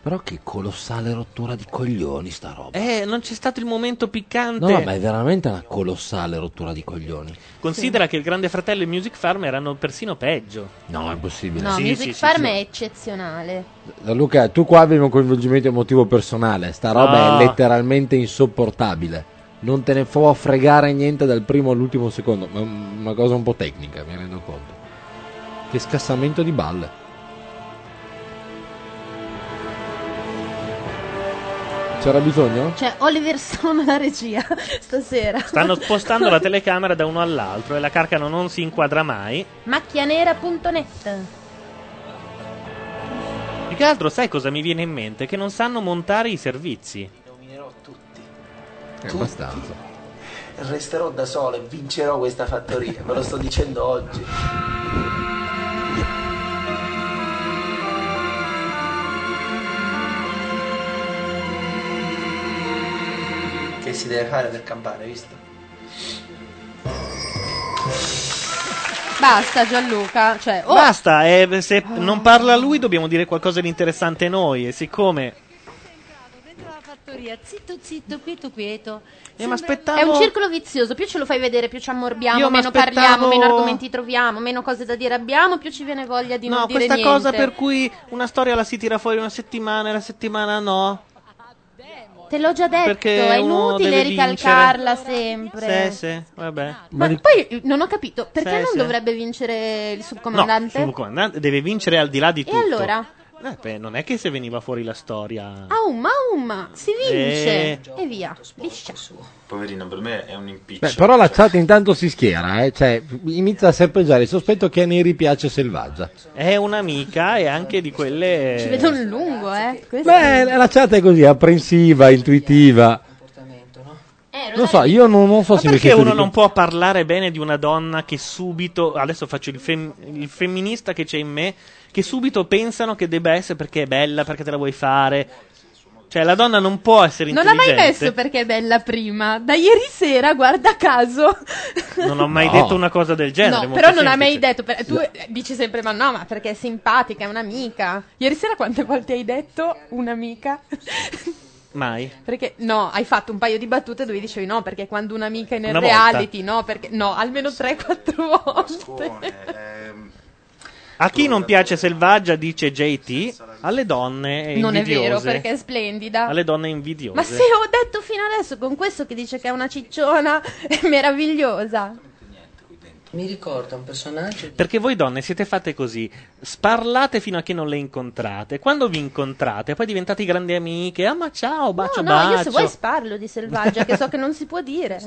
[SPEAKER 28] Però che colossale rottura di coglioni sta roba.
[SPEAKER 2] Eh, non c'è stato il momento piccante.
[SPEAKER 28] No, ma è veramente una colossale rottura di coglioni.
[SPEAKER 2] Considera che il Grande Fratello e Music Farm erano persino peggio.
[SPEAKER 28] No, è impossibile.
[SPEAKER 7] No, Music Farm è eccezionale.
[SPEAKER 28] Eh, Luca, tu qua avevi un coinvolgimento emotivo personale. Sta roba
[SPEAKER 2] No.
[SPEAKER 28] è letteralmente insopportabile. Non te ne può fregare niente dal primo all'ultimo secondo. Ma è un- una cosa un po' tecnica, mi rendo conto. Che scassamento di balle. C'era bisogno?
[SPEAKER 7] Cioè, Oliver Stone alla regia stasera.
[SPEAKER 2] Stanno spostando la telecamera da uno all'altro e la carcano non si inquadra mai.
[SPEAKER 7] Macchianera.net.
[SPEAKER 2] Più che altro, sai cosa mi viene in mente? Che non sanno montare i servizi.
[SPEAKER 28] Eh, abbastanza.
[SPEAKER 29] Resterò da solo e vincerò questa fattoria, ve lo sto dicendo oggi.
[SPEAKER 24] Che si deve fare per campare, visto?
[SPEAKER 7] Basta Gianluca, cioè, oh,
[SPEAKER 2] Basta, eh, se non parla lui dobbiamo dire qualcosa di interessante noi. E siccome
[SPEAKER 6] Fattoria, zitto zitto, quieto quieto.
[SPEAKER 2] Eh, ma aspettavo-
[SPEAKER 7] è un circolo vizioso, più ce lo fai vedere, più ci ammorbiamo,
[SPEAKER 2] Io
[SPEAKER 7] meno
[SPEAKER 2] m'aspettavo-
[SPEAKER 7] parliamo, meno argomenti troviamo, meno cose da dire abbiamo, più ci viene voglia di
[SPEAKER 2] No,
[SPEAKER 7] non dire
[SPEAKER 2] questa
[SPEAKER 7] niente.
[SPEAKER 2] cosa per cui una storia la si tira fuori una settimana e la settimana no.
[SPEAKER 7] Te l'ho già detto,
[SPEAKER 2] Perché
[SPEAKER 7] è
[SPEAKER 2] uno deve
[SPEAKER 7] inutile ricalcarla sempre.
[SPEAKER 2] Sì, sì, vabbè.
[SPEAKER 7] Ma poi eh, non ho capito, perché
[SPEAKER 2] Sì,
[SPEAKER 7] non
[SPEAKER 2] sì.
[SPEAKER 7] dovrebbe vincere il
[SPEAKER 2] No,
[SPEAKER 7] subcomandante?
[SPEAKER 2] il comandante deve vincere al di là di
[SPEAKER 7] e
[SPEAKER 2] tutto.
[SPEAKER 7] allora? Ah,
[SPEAKER 2] Eh, beh, non è che se veniva fuori la storia.
[SPEAKER 7] Aum, aum, um, si vince!
[SPEAKER 2] Eh.
[SPEAKER 7] E via, liscia.
[SPEAKER 24] Poverino, per me è un impiccio.
[SPEAKER 28] Beh, però la chat intanto si schiera, eh. cioè, inizia a serpeggiare il sospetto che a Neri piace Selvaggia.
[SPEAKER 2] È un'amica e anche di quelle.
[SPEAKER 7] Ci vedo un lungo, eh. Questo-
[SPEAKER 28] Beh, la chat è così, apprensiva, intuitiva. Non so, io non, non so
[SPEAKER 2] Ma
[SPEAKER 28] se mi
[SPEAKER 2] perché
[SPEAKER 28] sento
[SPEAKER 2] uno
[SPEAKER 28] di-
[SPEAKER 2] non può parlare bene di una donna che subito. Adesso faccio il, fem- il femminista che c'è in me. Che subito pensano che debba essere perché è bella, perché te la vuoi fare. Cioè, la donna non può essere
[SPEAKER 7] Non l'ha mai
[SPEAKER 2] intelligente.
[SPEAKER 7] messo perché è bella prima. Da ieri sera, guarda caso.
[SPEAKER 2] Non ho mai
[SPEAKER 28] No.
[SPEAKER 2] detto una cosa del genere.
[SPEAKER 7] no,
[SPEAKER 2] molto
[SPEAKER 7] però non ha
[SPEAKER 2] semplice.
[SPEAKER 7] mai detto. per- tu eh, dici sempre, ma no, ma perché è simpatica, è un'amica. Ieri sera quante volte hai detto un'amica?
[SPEAKER 2] Mai.
[SPEAKER 7] Perché no, hai fatto un paio di battute dove dicevi no, perché quando un'amica è nel
[SPEAKER 2] Una volta.
[SPEAKER 7] reality, no, perché no, almeno 3-4 volte.
[SPEAKER 2] A chi non piace selvaggia, dice JT, alle donne
[SPEAKER 7] non è vero,
[SPEAKER 2] invidiose.
[SPEAKER 7] perché è splendida.
[SPEAKER 2] Alle donne invidiose.
[SPEAKER 7] Ma se ho detto fino adesso con questo che dice che è una cicciona è meravigliosa.
[SPEAKER 8] Mi ricorda un personaggio
[SPEAKER 2] Perché voi donne siete fatte così, sparlate fino a che non le incontrate. Quando vi incontrate, poi diventate grandi amiche. Ah, ma ciao, bacio,
[SPEAKER 7] No, no,
[SPEAKER 2] bacio.
[SPEAKER 7] io se vuoi sparlo di selvaggia, che so che non si può dire.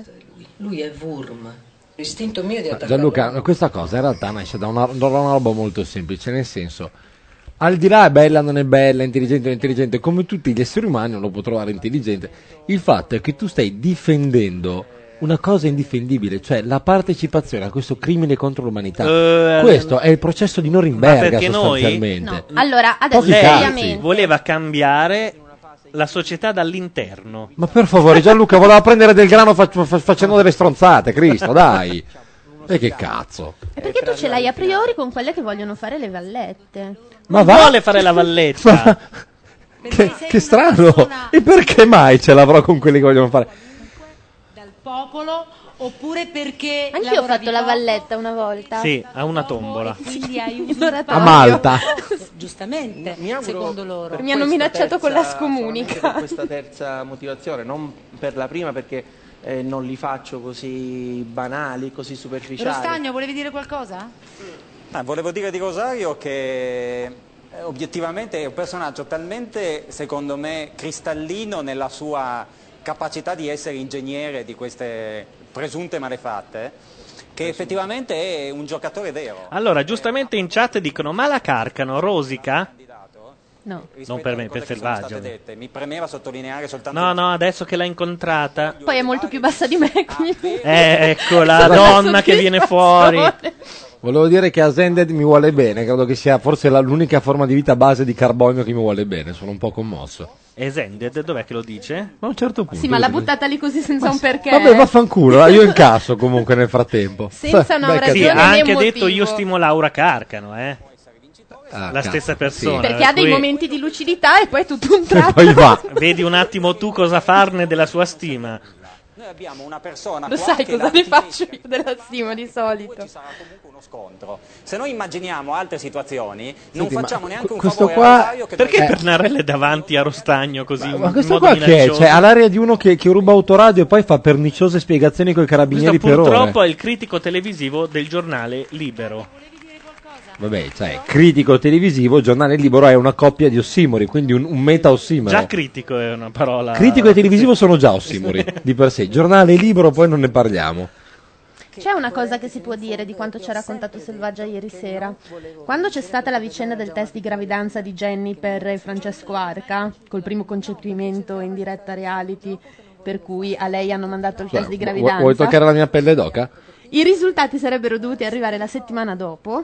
[SPEAKER 8] Lui è Wurm. L'istinto mio di
[SPEAKER 28] Ma
[SPEAKER 8] attaccare.
[SPEAKER 28] Gianluca, questa cosa in realtà nasce da una, da una roba molto semplice, nel senso, al di là è bella, non è bella, intelligente, non è intelligente, come tutti gli esseri umani uno può trovare intelligente, il fatto è che tu stai difendendo una cosa indifendibile, cioè la partecipazione a questo crimine contro l'umanità.
[SPEAKER 2] Eh,
[SPEAKER 28] questo è il processo di Norimberga
[SPEAKER 2] perché noi-
[SPEAKER 28] sostanzialmente.
[SPEAKER 2] No.
[SPEAKER 7] Allora, adesso
[SPEAKER 28] Lei-
[SPEAKER 2] Lei
[SPEAKER 7] seriamente.
[SPEAKER 2] voleva cambiare la società dall'interno.
[SPEAKER 28] Ma per favore, Gianluca voleva prendere del grano fac- fa- facendo delle stronzate, Cristo, dai. E che cazzo?
[SPEAKER 7] E perché tu ce l'hai a priori con quelle che vogliono fare le vallette?
[SPEAKER 28] Ma
[SPEAKER 2] non
[SPEAKER 28] va-
[SPEAKER 2] vuole fare la valletta.
[SPEAKER 28] Ma- che, che strano! E perché mai ce l'avrò con quelli che vogliono fare?
[SPEAKER 6] Dal popolo oppure perché.
[SPEAKER 7] Anch'io ho fatto la valletta una volta.
[SPEAKER 2] Sì, ha una tombola.
[SPEAKER 6] Quindi hai
[SPEAKER 7] usurpato-
[SPEAKER 28] A Malta.
[SPEAKER 6] Giustamente, secondo loro.
[SPEAKER 7] Mi hanno minacciato con la scomunica.
[SPEAKER 29] Per questa terza motivazione, non per la prima perché eh, non li faccio così banali, così superficiali.
[SPEAKER 6] Rostagno, volevi dire qualcosa?
[SPEAKER 30] Ah, volevo dire di Rosario che eh, obiettivamente è un personaggio talmente, secondo me, cristallino nella sua capacità di essere ingegnere di queste presunte malefatte, che effettivamente è un giocatore vero.
[SPEAKER 2] Allora, giustamente in chat dicono: Ma la carcano, rosica?
[SPEAKER 7] No.
[SPEAKER 2] Non per me, per selvaggio.
[SPEAKER 30] Vedete, Mi premeva sottolineare soltanto
[SPEAKER 2] No, no, adesso che l'ha incontrata.
[SPEAKER 7] Poi è molto più bassa di me, quindi...
[SPEAKER 2] Eh, ecco la
[SPEAKER 28] Sono
[SPEAKER 2] donna che viene fuori.
[SPEAKER 28] Volevo dire che Ascended mi vuole bene, credo che sia forse la- l'unica forma di vita a base di carbonio che mi vuole bene, sono un po' commosso.
[SPEAKER 2] Esended, dov'è che lo dice?
[SPEAKER 28] Ma a un certo
[SPEAKER 2] Ah.
[SPEAKER 28] punto.
[SPEAKER 7] Sì, ma l'ha buttata lì così senza un perché.
[SPEAKER 28] Vabbè, vaffanculo, eh, io incasso comunque nel frattempo.
[SPEAKER 7] Senza una
[SPEAKER 28] Beh,
[SPEAKER 7] ragione
[SPEAKER 2] Sì,
[SPEAKER 28] cazzo.
[SPEAKER 2] ha anche
[SPEAKER 7] motivo.
[SPEAKER 2] detto io stimo Laura Carcano, eh.
[SPEAKER 28] Ah,
[SPEAKER 2] La
[SPEAKER 28] cazzo,
[SPEAKER 2] stessa
[SPEAKER 28] sì.
[SPEAKER 2] persona. eh,
[SPEAKER 7] Perché
[SPEAKER 30] eh,
[SPEAKER 7] ha dei
[SPEAKER 2] per cui
[SPEAKER 7] momenti di lucidità e poi è tutto un tratto.
[SPEAKER 2] Vedi un attimo tu cosa farne della sua stima.
[SPEAKER 30] noi abbiamo una persona
[SPEAKER 7] Lo
[SPEAKER 30] qua
[SPEAKER 7] sai
[SPEAKER 30] che
[SPEAKER 7] cosa
[SPEAKER 30] la-
[SPEAKER 7] ne faccio io della stima di solito?
[SPEAKER 30] uno scontro. Se noi immaginiamo altre situazioni, non
[SPEAKER 28] Senti, ma
[SPEAKER 30] facciamo neanche un
[SPEAKER 28] questo
[SPEAKER 30] favore
[SPEAKER 28] qua-
[SPEAKER 30] a Rosario che
[SPEAKER 2] Perché
[SPEAKER 28] Eh.
[SPEAKER 2] Pernarella è davanti a Rostagno così in
[SPEAKER 28] Ma questo
[SPEAKER 2] modo
[SPEAKER 28] qua che è?
[SPEAKER 2] minaccioso?
[SPEAKER 28] Cioè, ha l'aria di uno che, che ruba autoradio e poi fa perniciose spiegazioni coi
[SPEAKER 2] Questo
[SPEAKER 28] carabinieri per ore.
[SPEAKER 2] purtroppo è il critico televisivo del giornale Libero.
[SPEAKER 28] Vabbè, sai, critico televisivo, giornale libero è una coppia di ossimori, quindi un, un meta-ossimoro.
[SPEAKER 2] Già critico è una parola.
[SPEAKER 28] critico e televisivo sono già ossimori di per sé. Giornale libero poi non ne parliamo.
[SPEAKER 7] C'è una cosa che si può dire di quanto ci ha raccontato Selvaggia ieri sera. Quando c'è stata la vicenda del test di gravidanza di Jenny per Francesco Arca, col primo concepimento in diretta reality, per cui a lei hanno mandato il
[SPEAKER 30] Cioè,
[SPEAKER 7] test di
[SPEAKER 28] Vuoi-
[SPEAKER 7] gravidanza,
[SPEAKER 28] Vuoi toccare la mia pelle d'oca?
[SPEAKER 7] i risultati sarebbero dovuti arrivare la settimana dopo,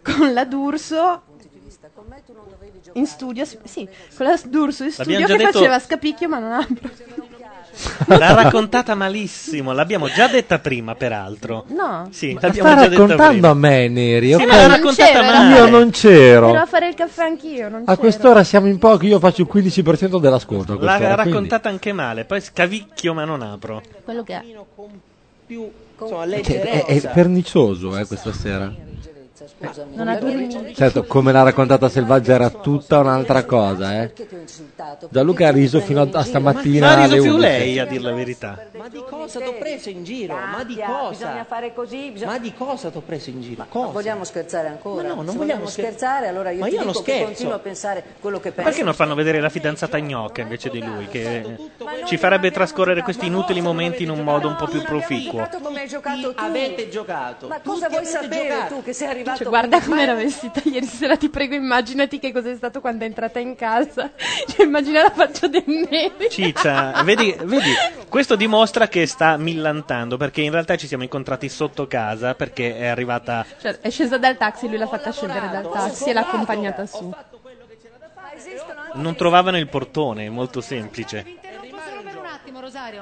[SPEAKER 7] con la D'Urso in studio, sì, con la D'Urso in
[SPEAKER 2] L'abbiamo già
[SPEAKER 7] studio che
[SPEAKER 2] detto-
[SPEAKER 7] faceva scapicchio ma non ha...
[SPEAKER 2] L'ha raccontata malissimo, l'abbiamo già detta prima, peraltro.
[SPEAKER 7] No.
[SPEAKER 2] Sì,
[SPEAKER 28] La
[SPEAKER 2] l'abbiamo
[SPEAKER 28] sta
[SPEAKER 2] già detta prima.
[SPEAKER 28] raccontando a me, Neri. ok?
[SPEAKER 7] Eh, ma non c'ero, era-
[SPEAKER 28] Io non c'ero. Ah.
[SPEAKER 7] Però a fare il caffè anch'io, non
[SPEAKER 28] A
[SPEAKER 7] c'ero.
[SPEAKER 28] quest'ora siamo in pochi, io faccio il 15% dell'ascolto. a
[SPEAKER 2] L'ha
[SPEAKER 28] quest'ora, quindi-
[SPEAKER 2] raccontata anche male, poi scavicchio ma non apro.
[SPEAKER 7] Quello che è.
[SPEAKER 8] Più, insomma,
[SPEAKER 28] Cioè,
[SPEAKER 8] leggere.
[SPEAKER 28] è, è pernicioso eh, questa sera.
[SPEAKER 8] Scusami.
[SPEAKER 7] Non ha due minuti.
[SPEAKER 28] Certo, come l'ha raccontata Selvaggia era tutta un'altra cosa. Eh. Gianluca ha riso fino a, a stamattina.
[SPEAKER 2] Ma ha riso
[SPEAKER 28] alle
[SPEAKER 2] più
[SPEAKER 28] 11.
[SPEAKER 2] lei, a dir la verità.
[SPEAKER 8] Ma di cosa t'ho preso in giro? Ma di
[SPEAKER 19] Katia,
[SPEAKER 8] cosa?
[SPEAKER 19] bisogna fare così, bisogna-
[SPEAKER 8] Ma di cosa t'ho preso in giro?
[SPEAKER 19] Ma vogliamo scherzare ancora?
[SPEAKER 8] Ma no, non
[SPEAKER 19] Se
[SPEAKER 8] vogliamo scher-
[SPEAKER 19] scherzare, allora io
[SPEAKER 8] Ma
[SPEAKER 19] ti
[SPEAKER 8] io non
[SPEAKER 19] dico che
[SPEAKER 8] scherzo.
[SPEAKER 19] continuo a pensare quello che penso.
[SPEAKER 2] Perché non fanno vedere la fidanzata gnocca invece di lui, che ci farebbe trascorrere questi inutili momenti in un modo un po' più proficuo?
[SPEAKER 19] Giocato come hai giocato tu.
[SPEAKER 8] Avete giocato.
[SPEAKER 19] Ma
[SPEAKER 8] Tutti
[SPEAKER 19] cosa vuoi
[SPEAKER 8] avete
[SPEAKER 19] sapere
[SPEAKER 8] giocato.
[SPEAKER 19] tu che sei arrivato
[SPEAKER 7] Cioè, guarda
[SPEAKER 19] con- ma-
[SPEAKER 7] come era vestita ieri sera, ti prego, immaginati che cos'è stato quando è entrata in casa. Cioè, immagina la faccia del neri.
[SPEAKER 2] Ciccia, vedi, vedi, questo dimostra che sta millantando perché in realtà ci siamo incontrati sotto casa perché è arrivata.
[SPEAKER 7] Cioè, è scesa dal taxi, lui l'ha fatta scendere dal taxi e l'ha accompagnata su.
[SPEAKER 2] Non trovavano il portone, è molto semplice.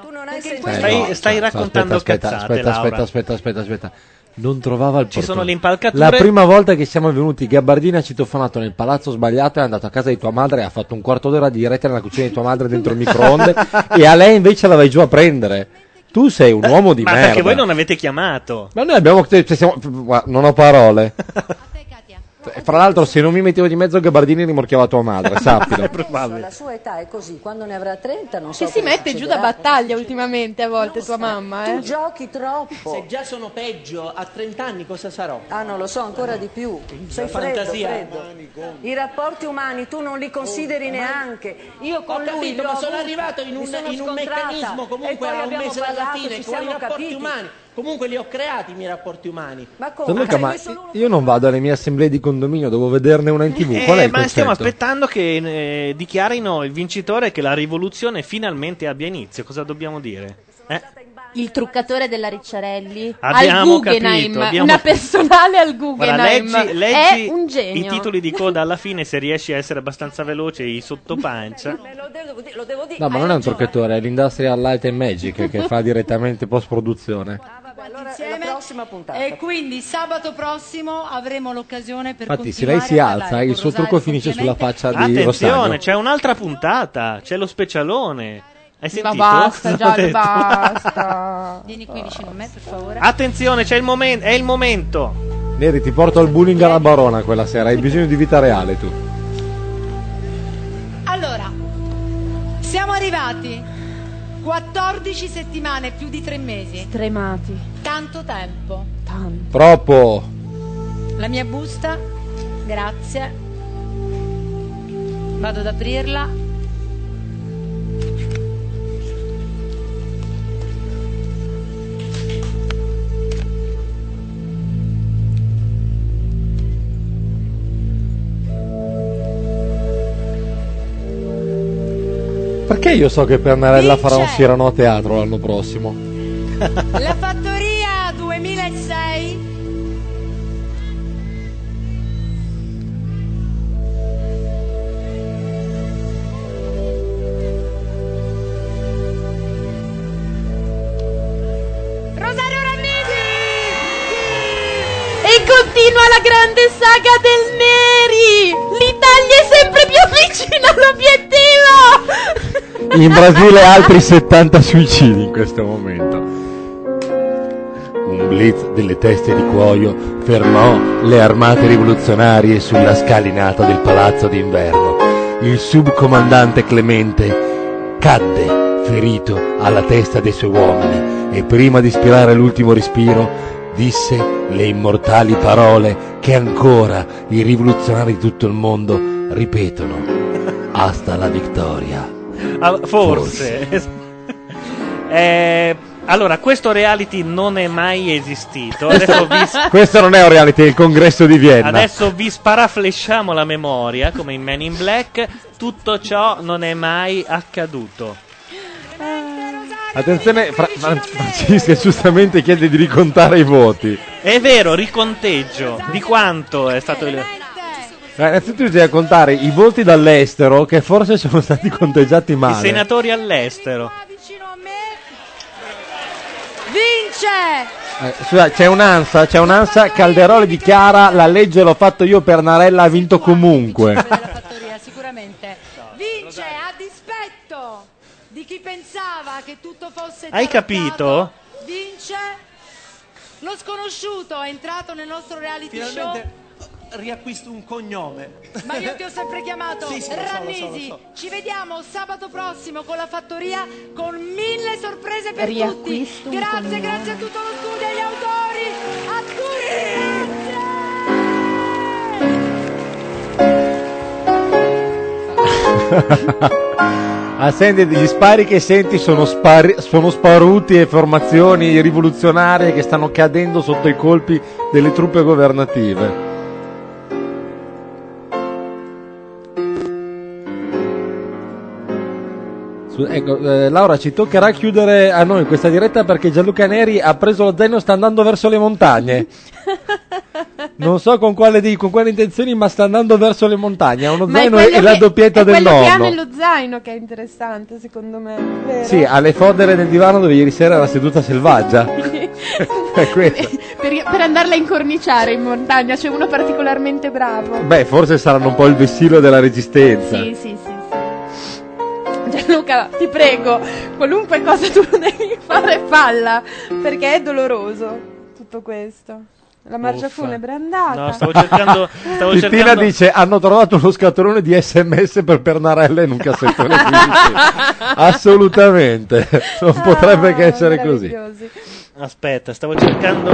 [SPEAKER 19] Tu non hai
[SPEAKER 28] Eh,
[SPEAKER 19] sentito.
[SPEAKER 2] Stai,
[SPEAKER 28] no,
[SPEAKER 2] stai
[SPEAKER 28] no,
[SPEAKER 2] raccontando
[SPEAKER 28] aspetta,
[SPEAKER 2] cazzate,
[SPEAKER 28] aspetta, aspetta,
[SPEAKER 2] Laura.
[SPEAKER 28] aspetta, aspetta, aspetta. Non trovava il
[SPEAKER 2] Ci sono
[SPEAKER 28] portone.
[SPEAKER 2] le impalcature.
[SPEAKER 28] La prima volta che siamo venuti, Gabbardini ha citofonato nel palazzo sbagliato, è andato a casa di tua madre e ha fatto un quarto d'ora di rete nella cucina di tua madre dentro il microonde e a lei invece la vai giù a prendere. Tu sei un uomo di
[SPEAKER 2] Ma
[SPEAKER 28] merda.
[SPEAKER 2] Ah, perché voi non avete chiamato?
[SPEAKER 28] Ma noi abbiamo. cioè, siamo- guarda, non ho parole. Eh, Fra l'altro, se non mi mettevo di mezzo, Gabardini rimorchiava tua madre, sappilo.
[SPEAKER 19] La sua età è così, quando ne avrà 30 non so
[SPEAKER 7] Che Cioè, si
[SPEAKER 19] cosa
[SPEAKER 7] mette giù da
[SPEAKER 19] succederà.
[SPEAKER 7] battaglia ultimamente a volte tua mamma, eh.
[SPEAKER 19] Tu giochi troppo.
[SPEAKER 8] Se già sono peggio, a 30 anni cosa sarò?
[SPEAKER 19] Ah, non lo so, ancora di più. Sei freddo,
[SPEAKER 8] fantasia.
[SPEAKER 19] freddo. I rapporti umani tu non li consideri neanche. Io con
[SPEAKER 8] Oh, Ho
[SPEAKER 19] lui
[SPEAKER 8] capito,
[SPEAKER 19] l'ho
[SPEAKER 8] ma sono
[SPEAKER 19] avuto,
[SPEAKER 8] arrivato in
[SPEAKER 19] mi
[SPEAKER 8] un,
[SPEAKER 19] sono
[SPEAKER 8] in un
[SPEAKER 19] scontrata,
[SPEAKER 8] meccanismo
[SPEAKER 19] e
[SPEAKER 8] comunque
[SPEAKER 19] poi
[SPEAKER 8] a un
[SPEAKER 19] abbiamo
[SPEAKER 8] mese dalla
[SPEAKER 19] parlato,
[SPEAKER 8] fine
[SPEAKER 19] ci
[SPEAKER 8] con i
[SPEAKER 19] siamo
[SPEAKER 8] rapporti
[SPEAKER 19] capiti.
[SPEAKER 8] umani. Comunque li ho creati i miei rapporti umani.
[SPEAKER 19] Ma
[SPEAKER 8] Cioè,
[SPEAKER 28] Gianluca, ma io non vado alle mie assemblee di condominio, devo vederne una in tv.
[SPEAKER 2] Eh,
[SPEAKER 28] Qual è il
[SPEAKER 2] ma stiamo
[SPEAKER 28] concetto?
[SPEAKER 2] aspettando che eh, dichiarino il vincitore e che la rivoluzione finalmente abbia inizio. Cosa dobbiamo dire? Eh?
[SPEAKER 7] Il truccatore della Ricciarelli al
[SPEAKER 2] Abbiamo
[SPEAKER 7] Guggenheim,
[SPEAKER 2] capito, abbiamo-
[SPEAKER 7] una personale al
[SPEAKER 2] Guarda,
[SPEAKER 7] Guggenheim.
[SPEAKER 2] leggi,
[SPEAKER 7] è
[SPEAKER 2] leggi
[SPEAKER 7] un genio.
[SPEAKER 2] i titoli di coda alla fine se riesci a essere abbastanza veloce i sottopancia.
[SPEAKER 19] Lo devo, di- lo devo dire.
[SPEAKER 28] No, ma
[SPEAKER 19] Hai
[SPEAKER 28] non è un
[SPEAKER 19] ragione.
[SPEAKER 28] truccatore, è l'Industrial Light and Magic che fa direttamente post-produzione.
[SPEAKER 19] Allora, è la prossima puntata.
[SPEAKER 6] E quindi sabato prossimo avremo l'occasione per
[SPEAKER 28] Infatti, se lei
[SPEAKER 6] continuare
[SPEAKER 28] si
[SPEAKER 6] a parlare
[SPEAKER 28] alza, il
[SPEAKER 6] con
[SPEAKER 28] suo
[SPEAKER 6] Rosario,
[SPEAKER 28] trucco finisce
[SPEAKER 6] con
[SPEAKER 28] sulla
[SPEAKER 6] Clemente.
[SPEAKER 28] faccia di
[SPEAKER 2] Attenzione,
[SPEAKER 28] Rossano.
[SPEAKER 2] c'è un'altra puntata, c'è lo specialone.
[SPEAKER 28] Eh
[SPEAKER 2] Hai sentito?
[SPEAKER 7] basta,
[SPEAKER 2] L'ho
[SPEAKER 7] già,
[SPEAKER 2] detto.
[SPEAKER 7] basta.
[SPEAKER 6] Vieni qui vicino a me, per favore.
[SPEAKER 1] Ah.
[SPEAKER 2] Attenzione, c'è il momento, è il momento.
[SPEAKER 28] Neri, ti porto al bullying alla barona quella sera, hai bisogno di vita reale tu.
[SPEAKER 6] Allora, siamo arrivati 14 settimane, più di 3 mesi.
[SPEAKER 7] Stremati.
[SPEAKER 6] Tanto tempo.
[SPEAKER 28] Troppo!
[SPEAKER 6] La mia busta, grazie. Vado ad aprirla.
[SPEAKER 28] Perché io so che Pernarella farà un Sirano a teatro l'anno prossimo?
[SPEAKER 6] La fattoria 2006.
[SPEAKER 7] Rosario Rannesi! E continua la grande saga del Neri! L'Italia è sempre più vicina all'obiettivo!
[SPEAKER 28] In Brasile altri 70 suicidi in questo momento. Un blitz delle teste di cuoio fermò le armate rivoluzionarie sulla scalinata del palazzo d'inverno. Il subcomandante Clemente cadde ferito alla testa dei suoi uomini e prima di ispirare l'ultimo respiro disse le immortali parole che ancora i rivoluzionari di tutto il mondo ripetono. Hasta la vittoria.
[SPEAKER 2] Ah, forse. Eh, allora, questo reality non è mai esistito. Adesso vi,
[SPEAKER 28] Questo non è un reality, è il congresso di Vienna.
[SPEAKER 2] adesso vi sparaflesciamo la memoria, come in Men in Black. Tutto ciò non è mai accaduto.
[SPEAKER 28] Attenzione, Fra- Fran- Francesca giustamente chiede di ricontare i voti.
[SPEAKER 2] È vero, riconteggio di quanto è stato il.
[SPEAKER 28] Ma innanzitutto bisogna contare i voti dall'estero che forse sono stati conteggiati
[SPEAKER 2] I
[SPEAKER 28] male.
[SPEAKER 2] senatori all'estero.
[SPEAKER 6] Vince!
[SPEAKER 28] Eh, scusa, c'è un'ansa, c'è un'ansa, Calderoli dichiara la legge l'ho fatto io per Narella, ha vinto comunque.
[SPEAKER 2] Ecco.
[SPEAKER 6] Fattoria, sicuramente. Vince a dispetto di chi pensava che tutto fosse
[SPEAKER 2] Hai capito?
[SPEAKER 6] Vince lo sconosciuto è entrato nel nostro reality
[SPEAKER 29] Finalmente riacquisto un cognome.
[SPEAKER 6] show. Ma io ti ho sempre chiamato
[SPEAKER 29] Sì, sì, lo so, lo so, lo
[SPEAKER 6] Rannisi.
[SPEAKER 29] so.
[SPEAKER 6] Ci vediamo sabato prossimo con la fattoria con mille sorprese per
[SPEAKER 10] Riacquisto un
[SPEAKER 6] tutti. Grazie,
[SPEAKER 10] cognome.
[SPEAKER 6] grazie a tutto lo studio, agli autori, a tutti.
[SPEAKER 28] Ah, senti, gli spari che senti sono, spari- sono sparuti e formazioni rivoluzionarie che stanno cadendo sotto i colpi delle truppe governative. Su- ecco, eh, Laura, ci toccherà chiudere a noi questa diretta perché Gianluca Neri ha preso lo zaino e sta andando verso le montagne. Non so con quale, di- con quali intenzioni, ma sta andando verso le montagne. Ha uno
[SPEAKER 7] Ma è
[SPEAKER 28] zaino
[SPEAKER 7] quello
[SPEAKER 28] e la
[SPEAKER 7] che-
[SPEAKER 28] doppietta
[SPEAKER 7] è
[SPEAKER 28] del
[SPEAKER 7] quello che ha
[SPEAKER 28] nonno.
[SPEAKER 7] nello zaino che è interessante, secondo me. vero?
[SPEAKER 28] Sì, alle fodere del divano dove ieri sera era seduta selvaggia. È questo.
[SPEAKER 7] per, per andarla a incorniciare in montagna c'è uno particolarmente bravo.
[SPEAKER 28] Beh, forse saranno un po' il vessillo della resistenza.
[SPEAKER 7] Sì, sì, sì, sì. Gianluca, ti prego, qualunque cosa tu devi fare, falla, perché è doloroso tutto questo. La marcia
[SPEAKER 2] Uffa.
[SPEAKER 7] funebre è andata.
[SPEAKER 2] No, stavo cercando. Stavo
[SPEAKER 28] Titina
[SPEAKER 2] cercando...
[SPEAKER 28] dice: Hanno trovato uno scatolone di sms per Pernarella in un cassetto Assolutamente, non potrebbe
[SPEAKER 2] Ah,
[SPEAKER 28] che essere così.
[SPEAKER 2] Aspetta, stavo cercando.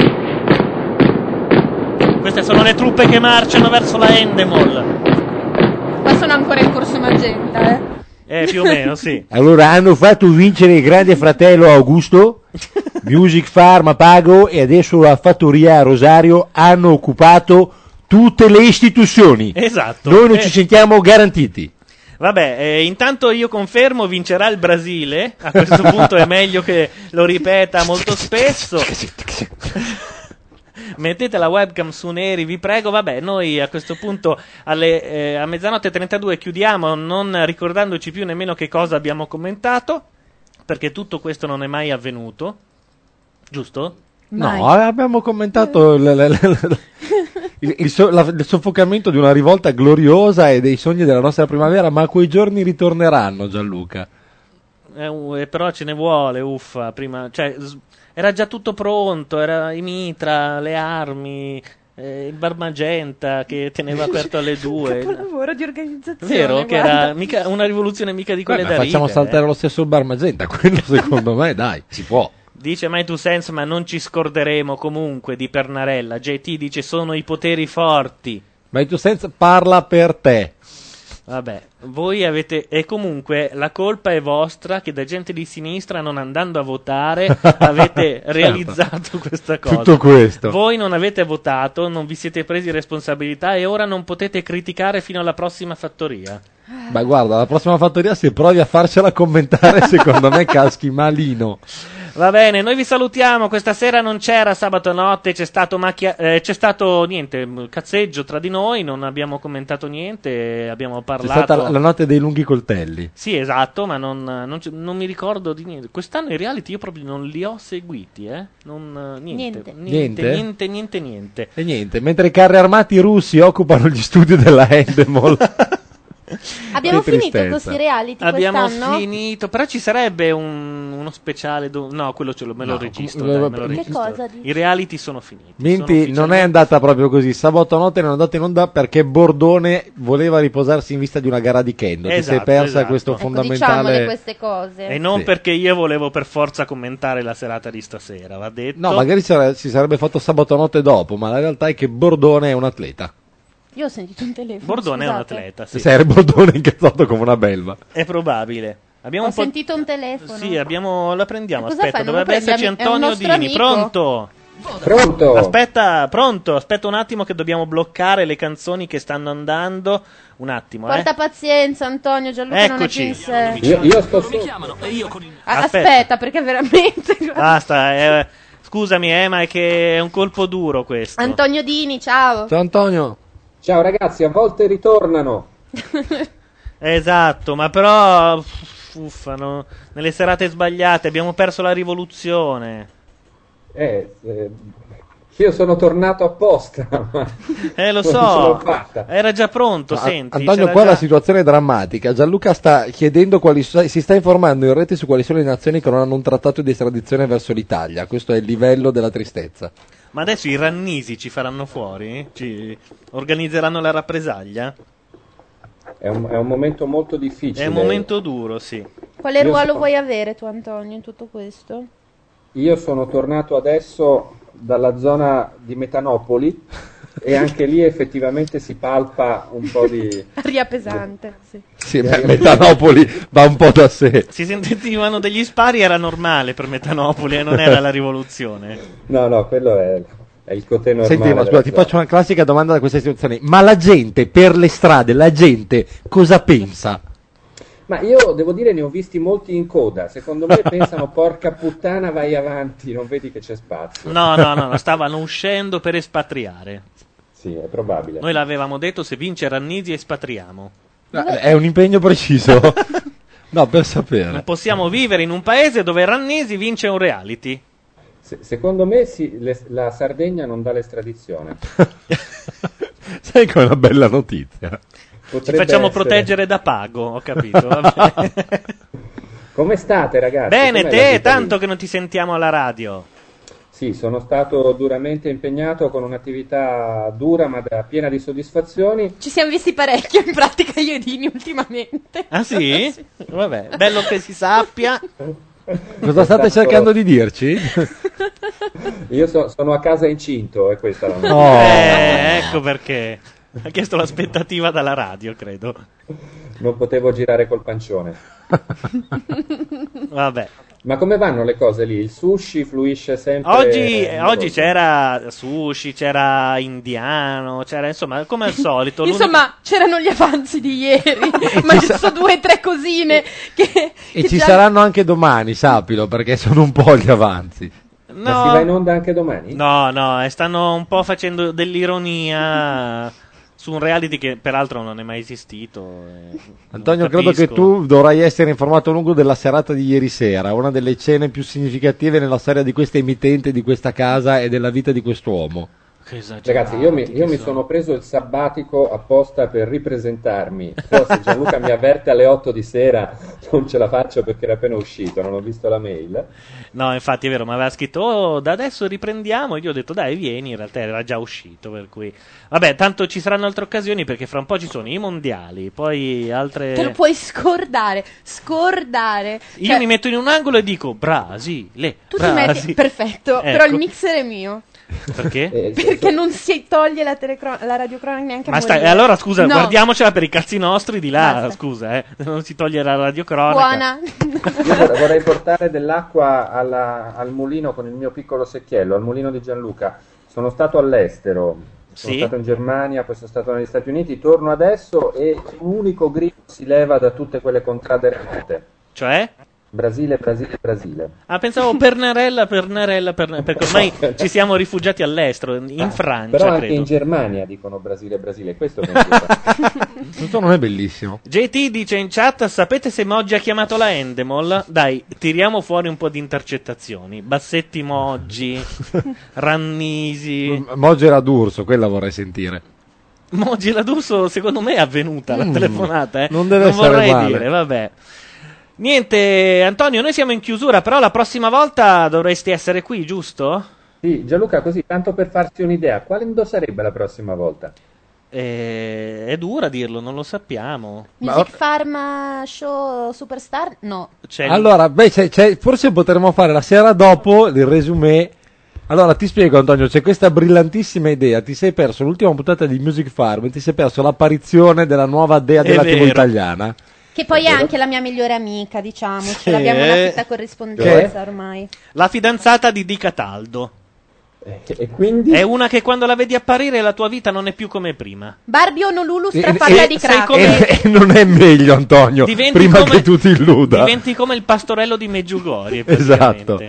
[SPEAKER 2] Queste sono le truppe che marciano verso la Endemol.
[SPEAKER 7] Ma sono ancora in corso magenta, eh.
[SPEAKER 2] Eh, più o meno, sì.
[SPEAKER 28] Allora, hanno fatto vincere il grande fratello Augusto, Music Farm a Pago e adesso la fattoria a Rosario hanno occupato tutte le istituzioni.
[SPEAKER 2] Esatto.
[SPEAKER 28] Noi non ci
[SPEAKER 2] Eh.
[SPEAKER 28] sentiamo garantiti.
[SPEAKER 2] Vabbè, eh, intanto io confermo vincerà il Brasile. A questo punto è meglio che lo ripeta molto spesso. Mettete la webcam su Neri, vi prego. Vabbè, noi a questo punto alle, eh, a mezzanotte 32 chiudiamo, non ricordandoci più nemmeno che cosa abbiamo commentato, perché tutto questo non è mai avvenuto. Giusto?
[SPEAKER 28] No, abbiamo
[SPEAKER 2] Eh.
[SPEAKER 28] commentato il, il- il- il- il so- la- il soffocamento di una rivolta gloriosa e dei sogni della nostra primavera, ma quei giorni ritorneranno, Gianluca.
[SPEAKER 2] Eh, u- eh, però ce ne vuole, uffa. Prima, cioè, s- era già tutto pronto, era i mitra, le armi, eh, il Barmagenta che teneva aperto alle due.
[SPEAKER 7] Lavoro di organizzazione.
[SPEAKER 2] Vero che
[SPEAKER 7] guarda.
[SPEAKER 2] era mica una rivoluzione mica di quelle
[SPEAKER 28] Ma
[SPEAKER 2] da
[SPEAKER 28] facciamo
[SPEAKER 2] ridere,
[SPEAKER 28] saltare
[SPEAKER 2] eh.
[SPEAKER 28] lo stesso il bar magenta, quello secondo me, dai, si può.
[SPEAKER 2] Dice My Two Sense, ma non ci scorderemo comunque di Pernarella. JT dice sono i poteri forti.
[SPEAKER 28] Ma il tuo senso parla per te.
[SPEAKER 2] Vabbè, voi avete. E comunque la colpa è vostra che da gente di sinistra, non andando a votare, avete
[SPEAKER 28] Certo.
[SPEAKER 2] realizzato questa cosa.
[SPEAKER 28] Tutto questo.
[SPEAKER 2] Voi non avete votato, non vi siete presi responsabilità e ora non potete criticare fino alla prossima fattoria.
[SPEAKER 28] Ma guarda, la prossima fattoria se provi a farcela commentare, secondo me caschi malino.
[SPEAKER 2] Va bene, noi vi salutiamo. Questa sera non c'era sabato notte, c'è stato, macchia- eh, c'è stato niente, mh, cazzeggio tra di noi, non abbiamo commentato niente, abbiamo
[SPEAKER 28] C'è
[SPEAKER 2] parlato.
[SPEAKER 28] stata la- la notte dei lunghi coltelli.
[SPEAKER 2] Sì, esatto, ma non, non ci- non mi ricordo di niente. Quest'anno i reality io proprio non li ho seguiti, eh? Non, eh, niente,
[SPEAKER 10] Niente.
[SPEAKER 2] niente,
[SPEAKER 28] Niente?
[SPEAKER 2] niente, niente, niente.
[SPEAKER 28] E niente, mentre i carri armati russi occupano gli studi della Endemol.
[SPEAKER 10] Abbiamo
[SPEAKER 2] Che
[SPEAKER 10] finito
[SPEAKER 2] tristezza.
[SPEAKER 10] questi reality
[SPEAKER 2] Abbiamo
[SPEAKER 10] quest'anno?
[SPEAKER 2] finito, però ci sarebbe un- uno speciale. do- no, quello ce lo, me lo registro.
[SPEAKER 28] com-
[SPEAKER 2] dai, me lo
[SPEAKER 28] Che
[SPEAKER 2] registro.
[SPEAKER 10] cosa dici?
[SPEAKER 2] I reality sono finiti.
[SPEAKER 28] Minti non è andata proprio così. Sabato notte non è andata in onda perché Bordone voleva riposarsi in vista di una gara di Kendo. Ti sei
[SPEAKER 2] Esatto,
[SPEAKER 28] persa
[SPEAKER 2] esatto.
[SPEAKER 28] questo
[SPEAKER 2] Ecco,
[SPEAKER 10] Diciamole
[SPEAKER 28] fondamentale. Eh,
[SPEAKER 10] queste cose.
[SPEAKER 2] E non
[SPEAKER 28] Sì.
[SPEAKER 2] perché io volevo per forza commentare la serata di stasera, va detto.
[SPEAKER 28] No, magari si sare- si sarebbe fatto sabato notte dopo, ma la realtà è che Bordone è un atleta.
[SPEAKER 10] Io ho sentito un telefono.
[SPEAKER 2] Bordone è un
[SPEAKER 10] scusate.
[SPEAKER 2] atleta,
[SPEAKER 28] Se
[SPEAKER 2] Ah, sì.
[SPEAKER 28] Sei Bordone incazzato come una belva.
[SPEAKER 2] È probabile. Abbiamo
[SPEAKER 10] Ho
[SPEAKER 2] un po'
[SPEAKER 10] sentito un telefono.
[SPEAKER 2] Sì, eh, abbiamo, la prendiamo.
[SPEAKER 10] Eh, cosa
[SPEAKER 2] Aspetta,
[SPEAKER 10] fai? Non lo
[SPEAKER 2] dovrebbe
[SPEAKER 10] prendi,
[SPEAKER 2] esserci
[SPEAKER 10] ami- è un
[SPEAKER 2] Antonio Dini.
[SPEAKER 10] nostro amico.
[SPEAKER 2] Pronto?
[SPEAKER 41] Pronto?
[SPEAKER 2] Aspetta, pronto. Aspetta un attimo che dobbiamo bloccare le canzoni che stanno andando. Un attimo, eh.
[SPEAKER 10] Porta pazienza, Antonio. Gianluca non è
[SPEAKER 2] Eccoci.
[SPEAKER 10] più in sé.
[SPEAKER 41] sto
[SPEAKER 10] Ah,
[SPEAKER 2] Aspetta.
[SPEAKER 10] Aspetta. perché veramente.
[SPEAKER 2] Basta, eh, scusami, eh, ma è che è un colpo duro questo.
[SPEAKER 10] Antonio Dini, ciao.
[SPEAKER 28] Ciao Antonio.
[SPEAKER 41] Ciao ragazzi, a volte ritornano.
[SPEAKER 2] Esatto, ma però uff, uffa, no, nelle serate sbagliate abbiamo perso la rivoluzione.
[SPEAKER 41] Eh, eh, io sono tornato apposta. ma
[SPEAKER 2] Eh, lo
[SPEAKER 41] non ce l'ho
[SPEAKER 2] so.
[SPEAKER 41] fatta.
[SPEAKER 2] Era già pronto,
[SPEAKER 28] No, a-
[SPEAKER 2] senti.
[SPEAKER 28] Antonio,
[SPEAKER 2] c'era
[SPEAKER 28] qua
[SPEAKER 2] già-
[SPEAKER 28] la situazione è drammatica. Gianluca sta chiedendo quali so- si sta informando in rete su quali sono le nazioni che non hanno un trattato di estradizione verso l'Italia. Questo è il livello della tristezza.
[SPEAKER 2] Ma adesso i rannisi ci faranno fuori? Ci organizzeranno la rappresaglia?
[SPEAKER 41] È un, è un momento molto difficile.
[SPEAKER 2] È un momento duro, sì.
[SPEAKER 10] Quale
[SPEAKER 41] Io
[SPEAKER 10] ruolo
[SPEAKER 41] sono-
[SPEAKER 10] vuoi avere tu, Antonio, in tutto questo?
[SPEAKER 41] Io sono tornato adesso dalla zona di Metanopoli e anche lì effettivamente si palpa un po' di...
[SPEAKER 10] Aria pesante. Sì.
[SPEAKER 28] Sì, beh, Metanopoli va un po' da sé.
[SPEAKER 2] Si sentivano degli spari, era normale per Metanopoli, eh, non era la rivoluzione.
[SPEAKER 41] No, no, quello è, è il cotè normale.
[SPEAKER 28] Senti, ma
[SPEAKER 41] della
[SPEAKER 28] scusa, ti
[SPEAKER 41] zona.
[SPEAKER 28] faccio una classica domanda da questa situazione. Ma la gente per le strade, la gente cosa pensa?
[SPEAKER 41] Ma io devo dire ne ho visti molti in coda, secondo me pensano porca puttana vai avanti, non vedi che c'è spazio.
[SPEAKER 2] No, no, no, no, stavano uscendo per espatriare.
[SPEAKER 41] Sì, è probabile. Eh.
[SPEAKER 2] Noi l'avevamo detto, se vince Rannisi espatriamo.
[SPEAKER 28] È un impegno preciso. no, per
[SPEAKER 2] Non
[SPEAKER 28] sapere.
[SPEAKER 2] possiamo vivere in un paese dove Rannisi vince un reality.
[SPEAKER 41] Se- secondo me sì, le- la Sardegna non dà l'estradizione.
[SPEAKER 28] Sai che è una bella notizia.
[SPEAKER 2] Ci
[SPEAKER 41] Potrebbe
[SPEAKER 2] facciamo
[SPEAKER 41] essere-
[SPEAKER 2] proteggere da pago, ho capito. vabbè.
[SPEAKER 41] Come state ragazzi?
[SPEAKER 2] Bene,
[SPEAKER 41] Com'è la
[SPEAKER 2] te,
[SPEAKER 41] vita
[SPEAKER 2] tanto che non ti sentiamo alla radio.
[SPEAKER 41] lì? Sì, sono stato duramente impegnato con un'attività dura ma da- piena di soddisfazioni.
[SPEAKER 10] Ci siamo visti parecchio in pratica io e Dini ultimamente.
[SPEAKER 2] Ah sì? Vabbè, bello che si sappia.
[SPEAKER 28] Cosa state cercando di dirci?
[SPEAKER 41] Io so- sono a casa incinto, è questa la
[SPEAKER 28] No.
[SPEAKER 2] Eh, ecco perché. Ha chiesto l'aspettativa dalla radio, credo.
[SPEAKER 41] Eh, Non potevo girare col pancione.
[SPEAKER 2] Vabbè.
[SPEAKER 41] Ma come vanno le cose lì? Il sushi fluisce sempre.
[SPEAKER 2] Oggi,
[SPEAKER 41] eh,
[SPEAKER 2] oggi c'era sushi, c'era indiano, c'era insomma, come al solito. l'unico-
[SPEAKER 10] Insomma, c'erano gli avanzi di ieri, ma ci sono due o tre cosine che,
[SPEAKER 28] E
[SPEAKER 10] che
[SPEAKER 28] ci
[SPEAKER 10] già-
[SPEAKER 28] saranno anche domani, sappilo, perché sono un po' gli avanzi.
[SPEAKER 41] Ma si va in onda anche domani?
[SPEAKER 2] No, no, eh, stanno un po' facendo dell'ironia su un reality che peraltro non è mai esistito. eh.
[SPEAKER 28] Antonio,
[SPEAKER 2] Non
[SPEAKER 28] credo che
[SPEAKER 2] capisco.
[SPEAKER 28] tu dovrai essere informato a lungo della serata di ieri sera, una delle cene più significative nella storia di questa emittente, di questa casa e della vita di quest'uomo.
[SPEAKER 41] Ragazzi, io, mi, io mi sono preso il sabbatico apposta per ripresentarmi. Poi se Gianluca mi avverte alle 8 di sera, non ce la faccio perché era appena uscito, non ho visto la mail.
[SPEAKER 2] No, infatti è vero, ma aveva scritto "Oh, da adesso riprendiamo". E Io ho detto "Dai, vieni", in realtà era già uscito, per cui Vabbè, tanto ci saranno altre occasioni perché fra un po' ci sono i mondiali, poi altre
[SPEAKER 10] Te lo puoi scordare, scordare.
[SPEAKER 2] Io
[SPEAKER 10] Cioè,
[SPEAKER 2] mi metto in un angolo e dico "Brasile".
[SPEAKER 10] tu ti metti perfetto,
[SPEAKER 2] Ah, Ecco.
[SPEAKER 10] però il mixer è mio,
[SPEAKER 2] perché?
[SPEAKER 41] Eh,
[SPEAKER 10] perché non si toglie la, telecron- la radiocronaca neanche
[SPEAKER 2] Ma
[SPEAKER 10] a
[SPEAKER 2] stai,
[SPEAKER 10] morire.
[SPEAKER 2] allora scusa,
[SPEAKER 10] No,
[SPEAKER 2] guardiamocela per i cazzi nostri di là, scusa, eh. Non si toglie la radiocronaca.
[SPEAKER 10] Buona.
[SPEAKER 41] Io vor- vorrei portare dell'acqua alla- al mulino con il mio piccolo secchiello, al mulino di Gianluca. Sono stato all'estero, sono
[SPEAKER 2] Sì.
[SPEAKER 41] stato in Germania, poi sono stato negli Stati Uniti, torno adesso e un unico grido si leva da tutte quelle contrade remote.
[SPEAKER 2] Cioè?
[SPEAKER 41] Brasile, Brasile, Brasile.
[SPEAKER 2] Ah, pensavo Pernarella, Pernarella, Pernarella, perché ormai ci siamo rifugiati all'estero, in Francia,
[SPEAKER 41] Ah, Però anche
[SPEAKER 2] credo.
[SPEAKER 41] in Germania dicono Brasile, Brasile, questo mi preoccupa.
[SPEAKER 28] Questo non è bellissimo.
[SPEAKER 2] JT dice in chat: Sapete se Moggi ha chiamato la Endemol? Dai, tiriamo fuori un po' di intercettazioni. Bassetti Moggi, Rannisi.
[SPEAKER 28] Mm, Moggi era d'Urso, quella vorrei sentire.
[SPEAKER 2] Moggi Ladusso, secondo me è avvenuta la
[SPEAKER 28] Mm.
[SPEAKER 2] telefonata. eh.
[SPEAKER 28] Non deve essere
[SPEAKER 2] vorrei
[SPEAKER 28] male.
[SPEAKER 2] dire, vabbè. Niente, Antonio, noi siamo in chiusura, però la prossima volta dovresti essere qui, giusto?
[SPEAKER 41] Sì, Gianluca, così, tanto per farsi un'idea, quando sarebbe la prossima volta?
[SPEAKER 2] Eh, è dura dirlo, non lo sappiamo.
[SPEAKER 7] Music Pharma Show Superstar? No.
[SPEAKER 2] C'è
[SPEAKER 28] Allora, beh, c'è- c'è- forse potremmo fare la sera dopo il resumé. Allora, ti spiego, Antonio, c'è questa brillantissima idea. Ti sei perso l'ultima puntata di Music Farm, ti sei perso l'apparizione della nuova dea
[SPEAKER 2] È
[SPEAKER 28] della TV
[SPEAKER 2] vero.
[SPEAKER 28] italiana.
[SPEAKER 7] Che poi è anche la mia migliore amica, diciamo.
[SPEAKER 2] Sì.
[SPEAKER 7] Ce l'abbiamo una fitta corrispondenza
[SPEAKER 2] Cioè?
[SPEAKER 7] ormai.
[SPEAKER 2] La fidanzata di Di Cataldo.
[SPEAKER 41] Eh, E quindi?
[SPEAKER 2] È una che quando la vedi apparire la tua vita non è più come prima.
[SPEAKER 7] Barbie Onolulu strafatta di
[SPEAKER 2] sei
[SPEAKER 7] crack.
[SPEAKER 2] come-
[SPEAKER 28] E non è meglio, Antonio,
[SPEAKER 2] Diventi
[SPEAKER 28] prima
[SPEAKER 2] come-
[SPEAKER 28] che tu ti illuda.
[SPEAKER 2] Diventi come il pastorello di Meggiugorie.
[SPEAKER 28] Esatto.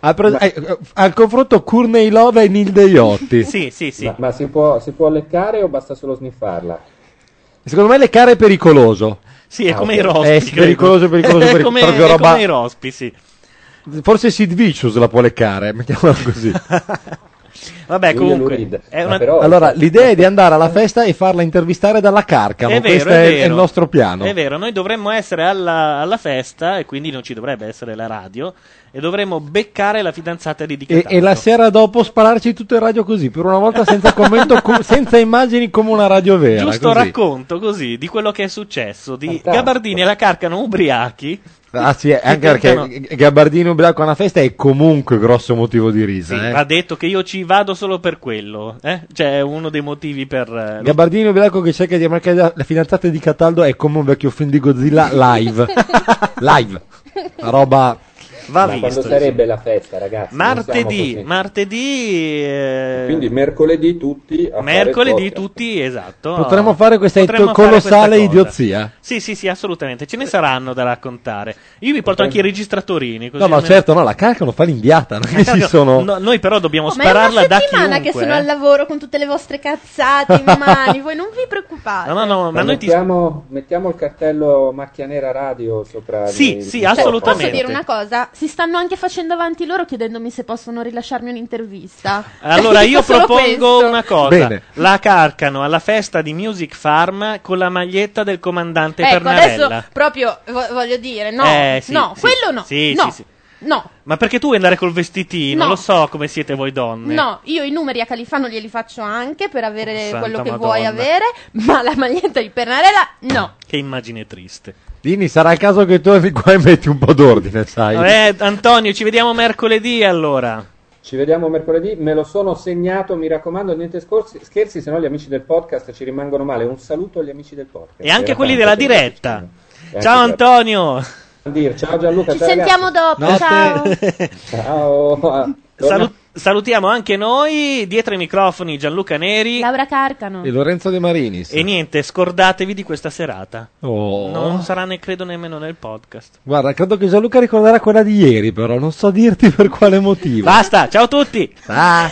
[SPEAKER 28] Al, pro- eh, al confronto Curneilova e Nilde Iotti.
[SPEAKER 2] sì, sì.
[SPEAKER 41] Ma, ma si, può, si può leccare o basta solo sniffarla?
[SPEAKER 28] Secondo me le care è pericoloso.
[SPEAKER 2] Sì, è
[SPEAKER 41] Ah,
[SPEAKER 2] come
[SPEAKER 41] ok.
[SPEAKER 2] i rospi.
[SPEAKER 28] È
[SPEAKER 2] credo.
[SPEAKER 28] pericoloso, pericoloso,
[SPEAKER 2] è
[SPEAKER 28] pericoloso,
[SPEAKER 2] come,
[SPEAKER 28] proprio
[SPEAKER 2] è
[SPEAKER 28] roba-
[SPEAKER 2] come i rospi, sì.
[SPEAKER 28] Forse Sid Vicious la può leccare, mettiamola così.
[SPEAKER 2] Vabbè,
[SPEAKER 28] Lui è
[SPEAKER 2] comunque. È una...
[SPEAKER 28] allora, l'idea è di andare alla festa e farla intervistare dalla carcamo.
[SPEAKER 2] È vero,
[SPEAKER 28] diciamo, Questo
[SPEAKER 2] è
[SPEAKER 28] è,
[SPEAKER 2] vero.
[SPEAKER 28] il nostro piano.
[SPEAKER 2] È vero, noi dovremmo essere alla, alla festa e quindi non ci dovrebbe essere la radio e dovremmo beccare la fidanzata di Di
[SPEAKER 28] E,
[SPEAKER 2] Cataldo.
[SPEAKER 28] e la sera dopo spararci tutto in radio così, per una volta senza commento, co- senza immagini come una radio vera.
[SPEAKER 2] Giusto
[SPEAKER 28] così.
[SPEAKER 2] racconto così di quello che è successo di Gabardini e la Carcano ubriachi.
[SPEAKER 28] Ah sì,
[SPEAKER 2] che
[SPEAKER 28] anche
[SPEAKER 2] tentano-
[SPEAKER 28] perché Gabardino ubriaco a una festa è comunque grosso motivo di risa. eh.
[SPEAKER 2] Ha detto che io ci vado solo per quello. Eh? Cioè, è uno dei motivi per. eh, lo-
[SPEAKER 28] Gabardino ubriaco che cerca di ammarcare la, la fidanzata di Cataldo è come un vecchio film di Godzilla live. live. Una roba...
[SPEAKER 2] Va
[SPEAKER 41] ma
[SPEAKER 2] visto,
[SPEAKER 41] quando sarebbe
[SPEAKER 2] sì.
[SPEAKER 41] la festa, ragazzi? non siamo
[SPEAKER 2] martedì,
[SPEAKER 41] così.
[SPEAKER 2] martedì. eh,
[SPEAKER 41] Quindi mercoledì tutti a
[SPEAKER 2] mercoledì
[SPEAKER 41] fare
[SPEAKER 2] tutti, esatto.
[SPEAKER 28] Potremmo fare questa
[SPEAKER 2] Potremmo fare
[SPEAKER 28] colossale
[SPEAKER 2] questa cosa.
[SPEAKER 28] idiozia.
[SPEAKER 2] Sì, sì, sì, assolutamente. Ce ne saranno da raccontare. Io vi porto anche i registratorini. Così
[SPEAKER 28] No, no,
[SPEAKER 2] almeno-
[SPEAKER 28] certo, no, la carcano fa l'indiata, non è che
[SPEAKER 2] Cacchio,
[SPEAKER 28] ci sono...
[SPEAKER 2] no, noi però dobbiamo
[SPEAKER 7] Oh, ma è una
[SPEAKER 2] spararla da
[SPEAKER 7] settimana
[SPEAKER 2] chiunque.
[SPEAKER 7] che sono
[SPEAKER 2] eh.
[SPEAKER 7] al lavoro con tutte le vostre cazzate in mano. Voi non vi preoccupate.
[SPEAKER 2] No, no, no, ma
[SPEAKER 41] Ma
[SPEAKER 2] noi ti
[SPEAKER 41] mettiamo, mettiamo il cartello macchia nera radio sopra.
[SPEAKER 2] Sì,
[SPEAKER 41] il-
[SPEAKER 2] sì,
[SPEAKER 41] il
[SPEAKER 7] Posso dire una
[SPEAKER 41] microfono.
[SPEAKER 7] cosa? Si stanno anche facendo avanti loro chiedendomi se possono rilasciarmi un'intervista.
[SPEAKER 2] Allora io
[SPEAKER 7] Solo
[SPEAKER 2] propongo
[SPEAKER 7] questo.
[SPEAKER 2] una cosa.
[SPEAKER 28] Bene.
[SPEAKER 2] La carcano alla festa di Music Farm con la maglietta del comandante
[SPEAKER 7] Ecco, adesso
[SPEAKER 2] Pernarella.
[SPEAKER 7] proprio vo- voglio dire, no,
[SPEAKER 2] Eh, sì,
[SPEAKER 7] no,
[SPEAKER 2] sì.
[SPEAKER 7] quello no,
[SPEAKER 2] Sì,
[SPEAKER 7] no,
[SPEAKER 2] sì, sì.
[SPEAKER 7] no,
[SPEAKER 2] Ma perché tu vuoi andare col vestitino?
[SPEAKER 7] No.
[SPEAKER 2] Lo so come siete voi donne.
[SPEAKER 7] no, io i numeri a Califano glieli faccio anche per avere
[SPEAKER 2] eh. Santa
[SPEAKER 7] quello che
[SPEAKER 2] Madonna.
[SPEAKER 7] vuoi avere, ma la maglietta di Pernarella no.
[SPEAKER 2] Che immagine triste.
[SPEAKER 28] Dini, sarà il caso che torni qua e metti un po' d'ordine, sai?
[SPEAKER 2] Eh, Antonio, ci vediamo mercoledì allora.
[SPEAKER 41] Ci vediamo mercoledì, me lo sono segnato, mi raccomando, niente scorsi- scherzi, se no gli amici del podcast ci rimangono male. Un saluto agli amici del podcast.
[SPEAKER 28] Eh,
[SPEAKER 2] E anche
[SPEAKER 41] Era
[SPEAKER 2] quelli
[SPEAKER 41] tanto
[SPEAKER 2] della
[SPEAKER 41] che-
[SPEAKER 2] diretta.
[SPEAKER 41] anche
[SPEAKER 2] Ciao
[SPEAKER 28] certo.
[SPEAKER 41] quelli.
[SPEAKER 2] Antonio.
[SPEAKER 41] Ciao Gianluca,
[SPEAKER 7] Ci
[SPEAKER 41] ciao
[SPEAKER 7] sentiamo dopo,
[SPEAKER 41] ragazzi.
[SPEAKER 7] ciao.
[SPEAKER 41] Ciao.
[SPEAKER 2] Salu- salutiamo anche noi, dietro i microfoni Gianluca Neri.
[SPEAKER 7] Laura Carcano.
[SPEAKER 28] E Lorenzo De Marinis.
[SPEAKER 2] E niente, scordatevi di questa serata.
[SPEAKER 28] Oh.
[SPEAKER 2] Non sarà, ne credo, nemmeno nel podcast.
[SPEAKER 28] Guarda, credo che Gianluca ricorderà quella di ieri, però non so dirti per quale motivo.
[SPEAKER 2] Basta, ciao a tutti.
[SPEAKER 28] Ah.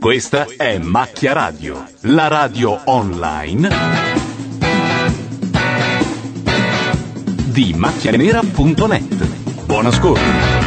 [SPEAKER 34] Questa è Macchia Radio, la radio online di macchianera.net. Buon ascolto.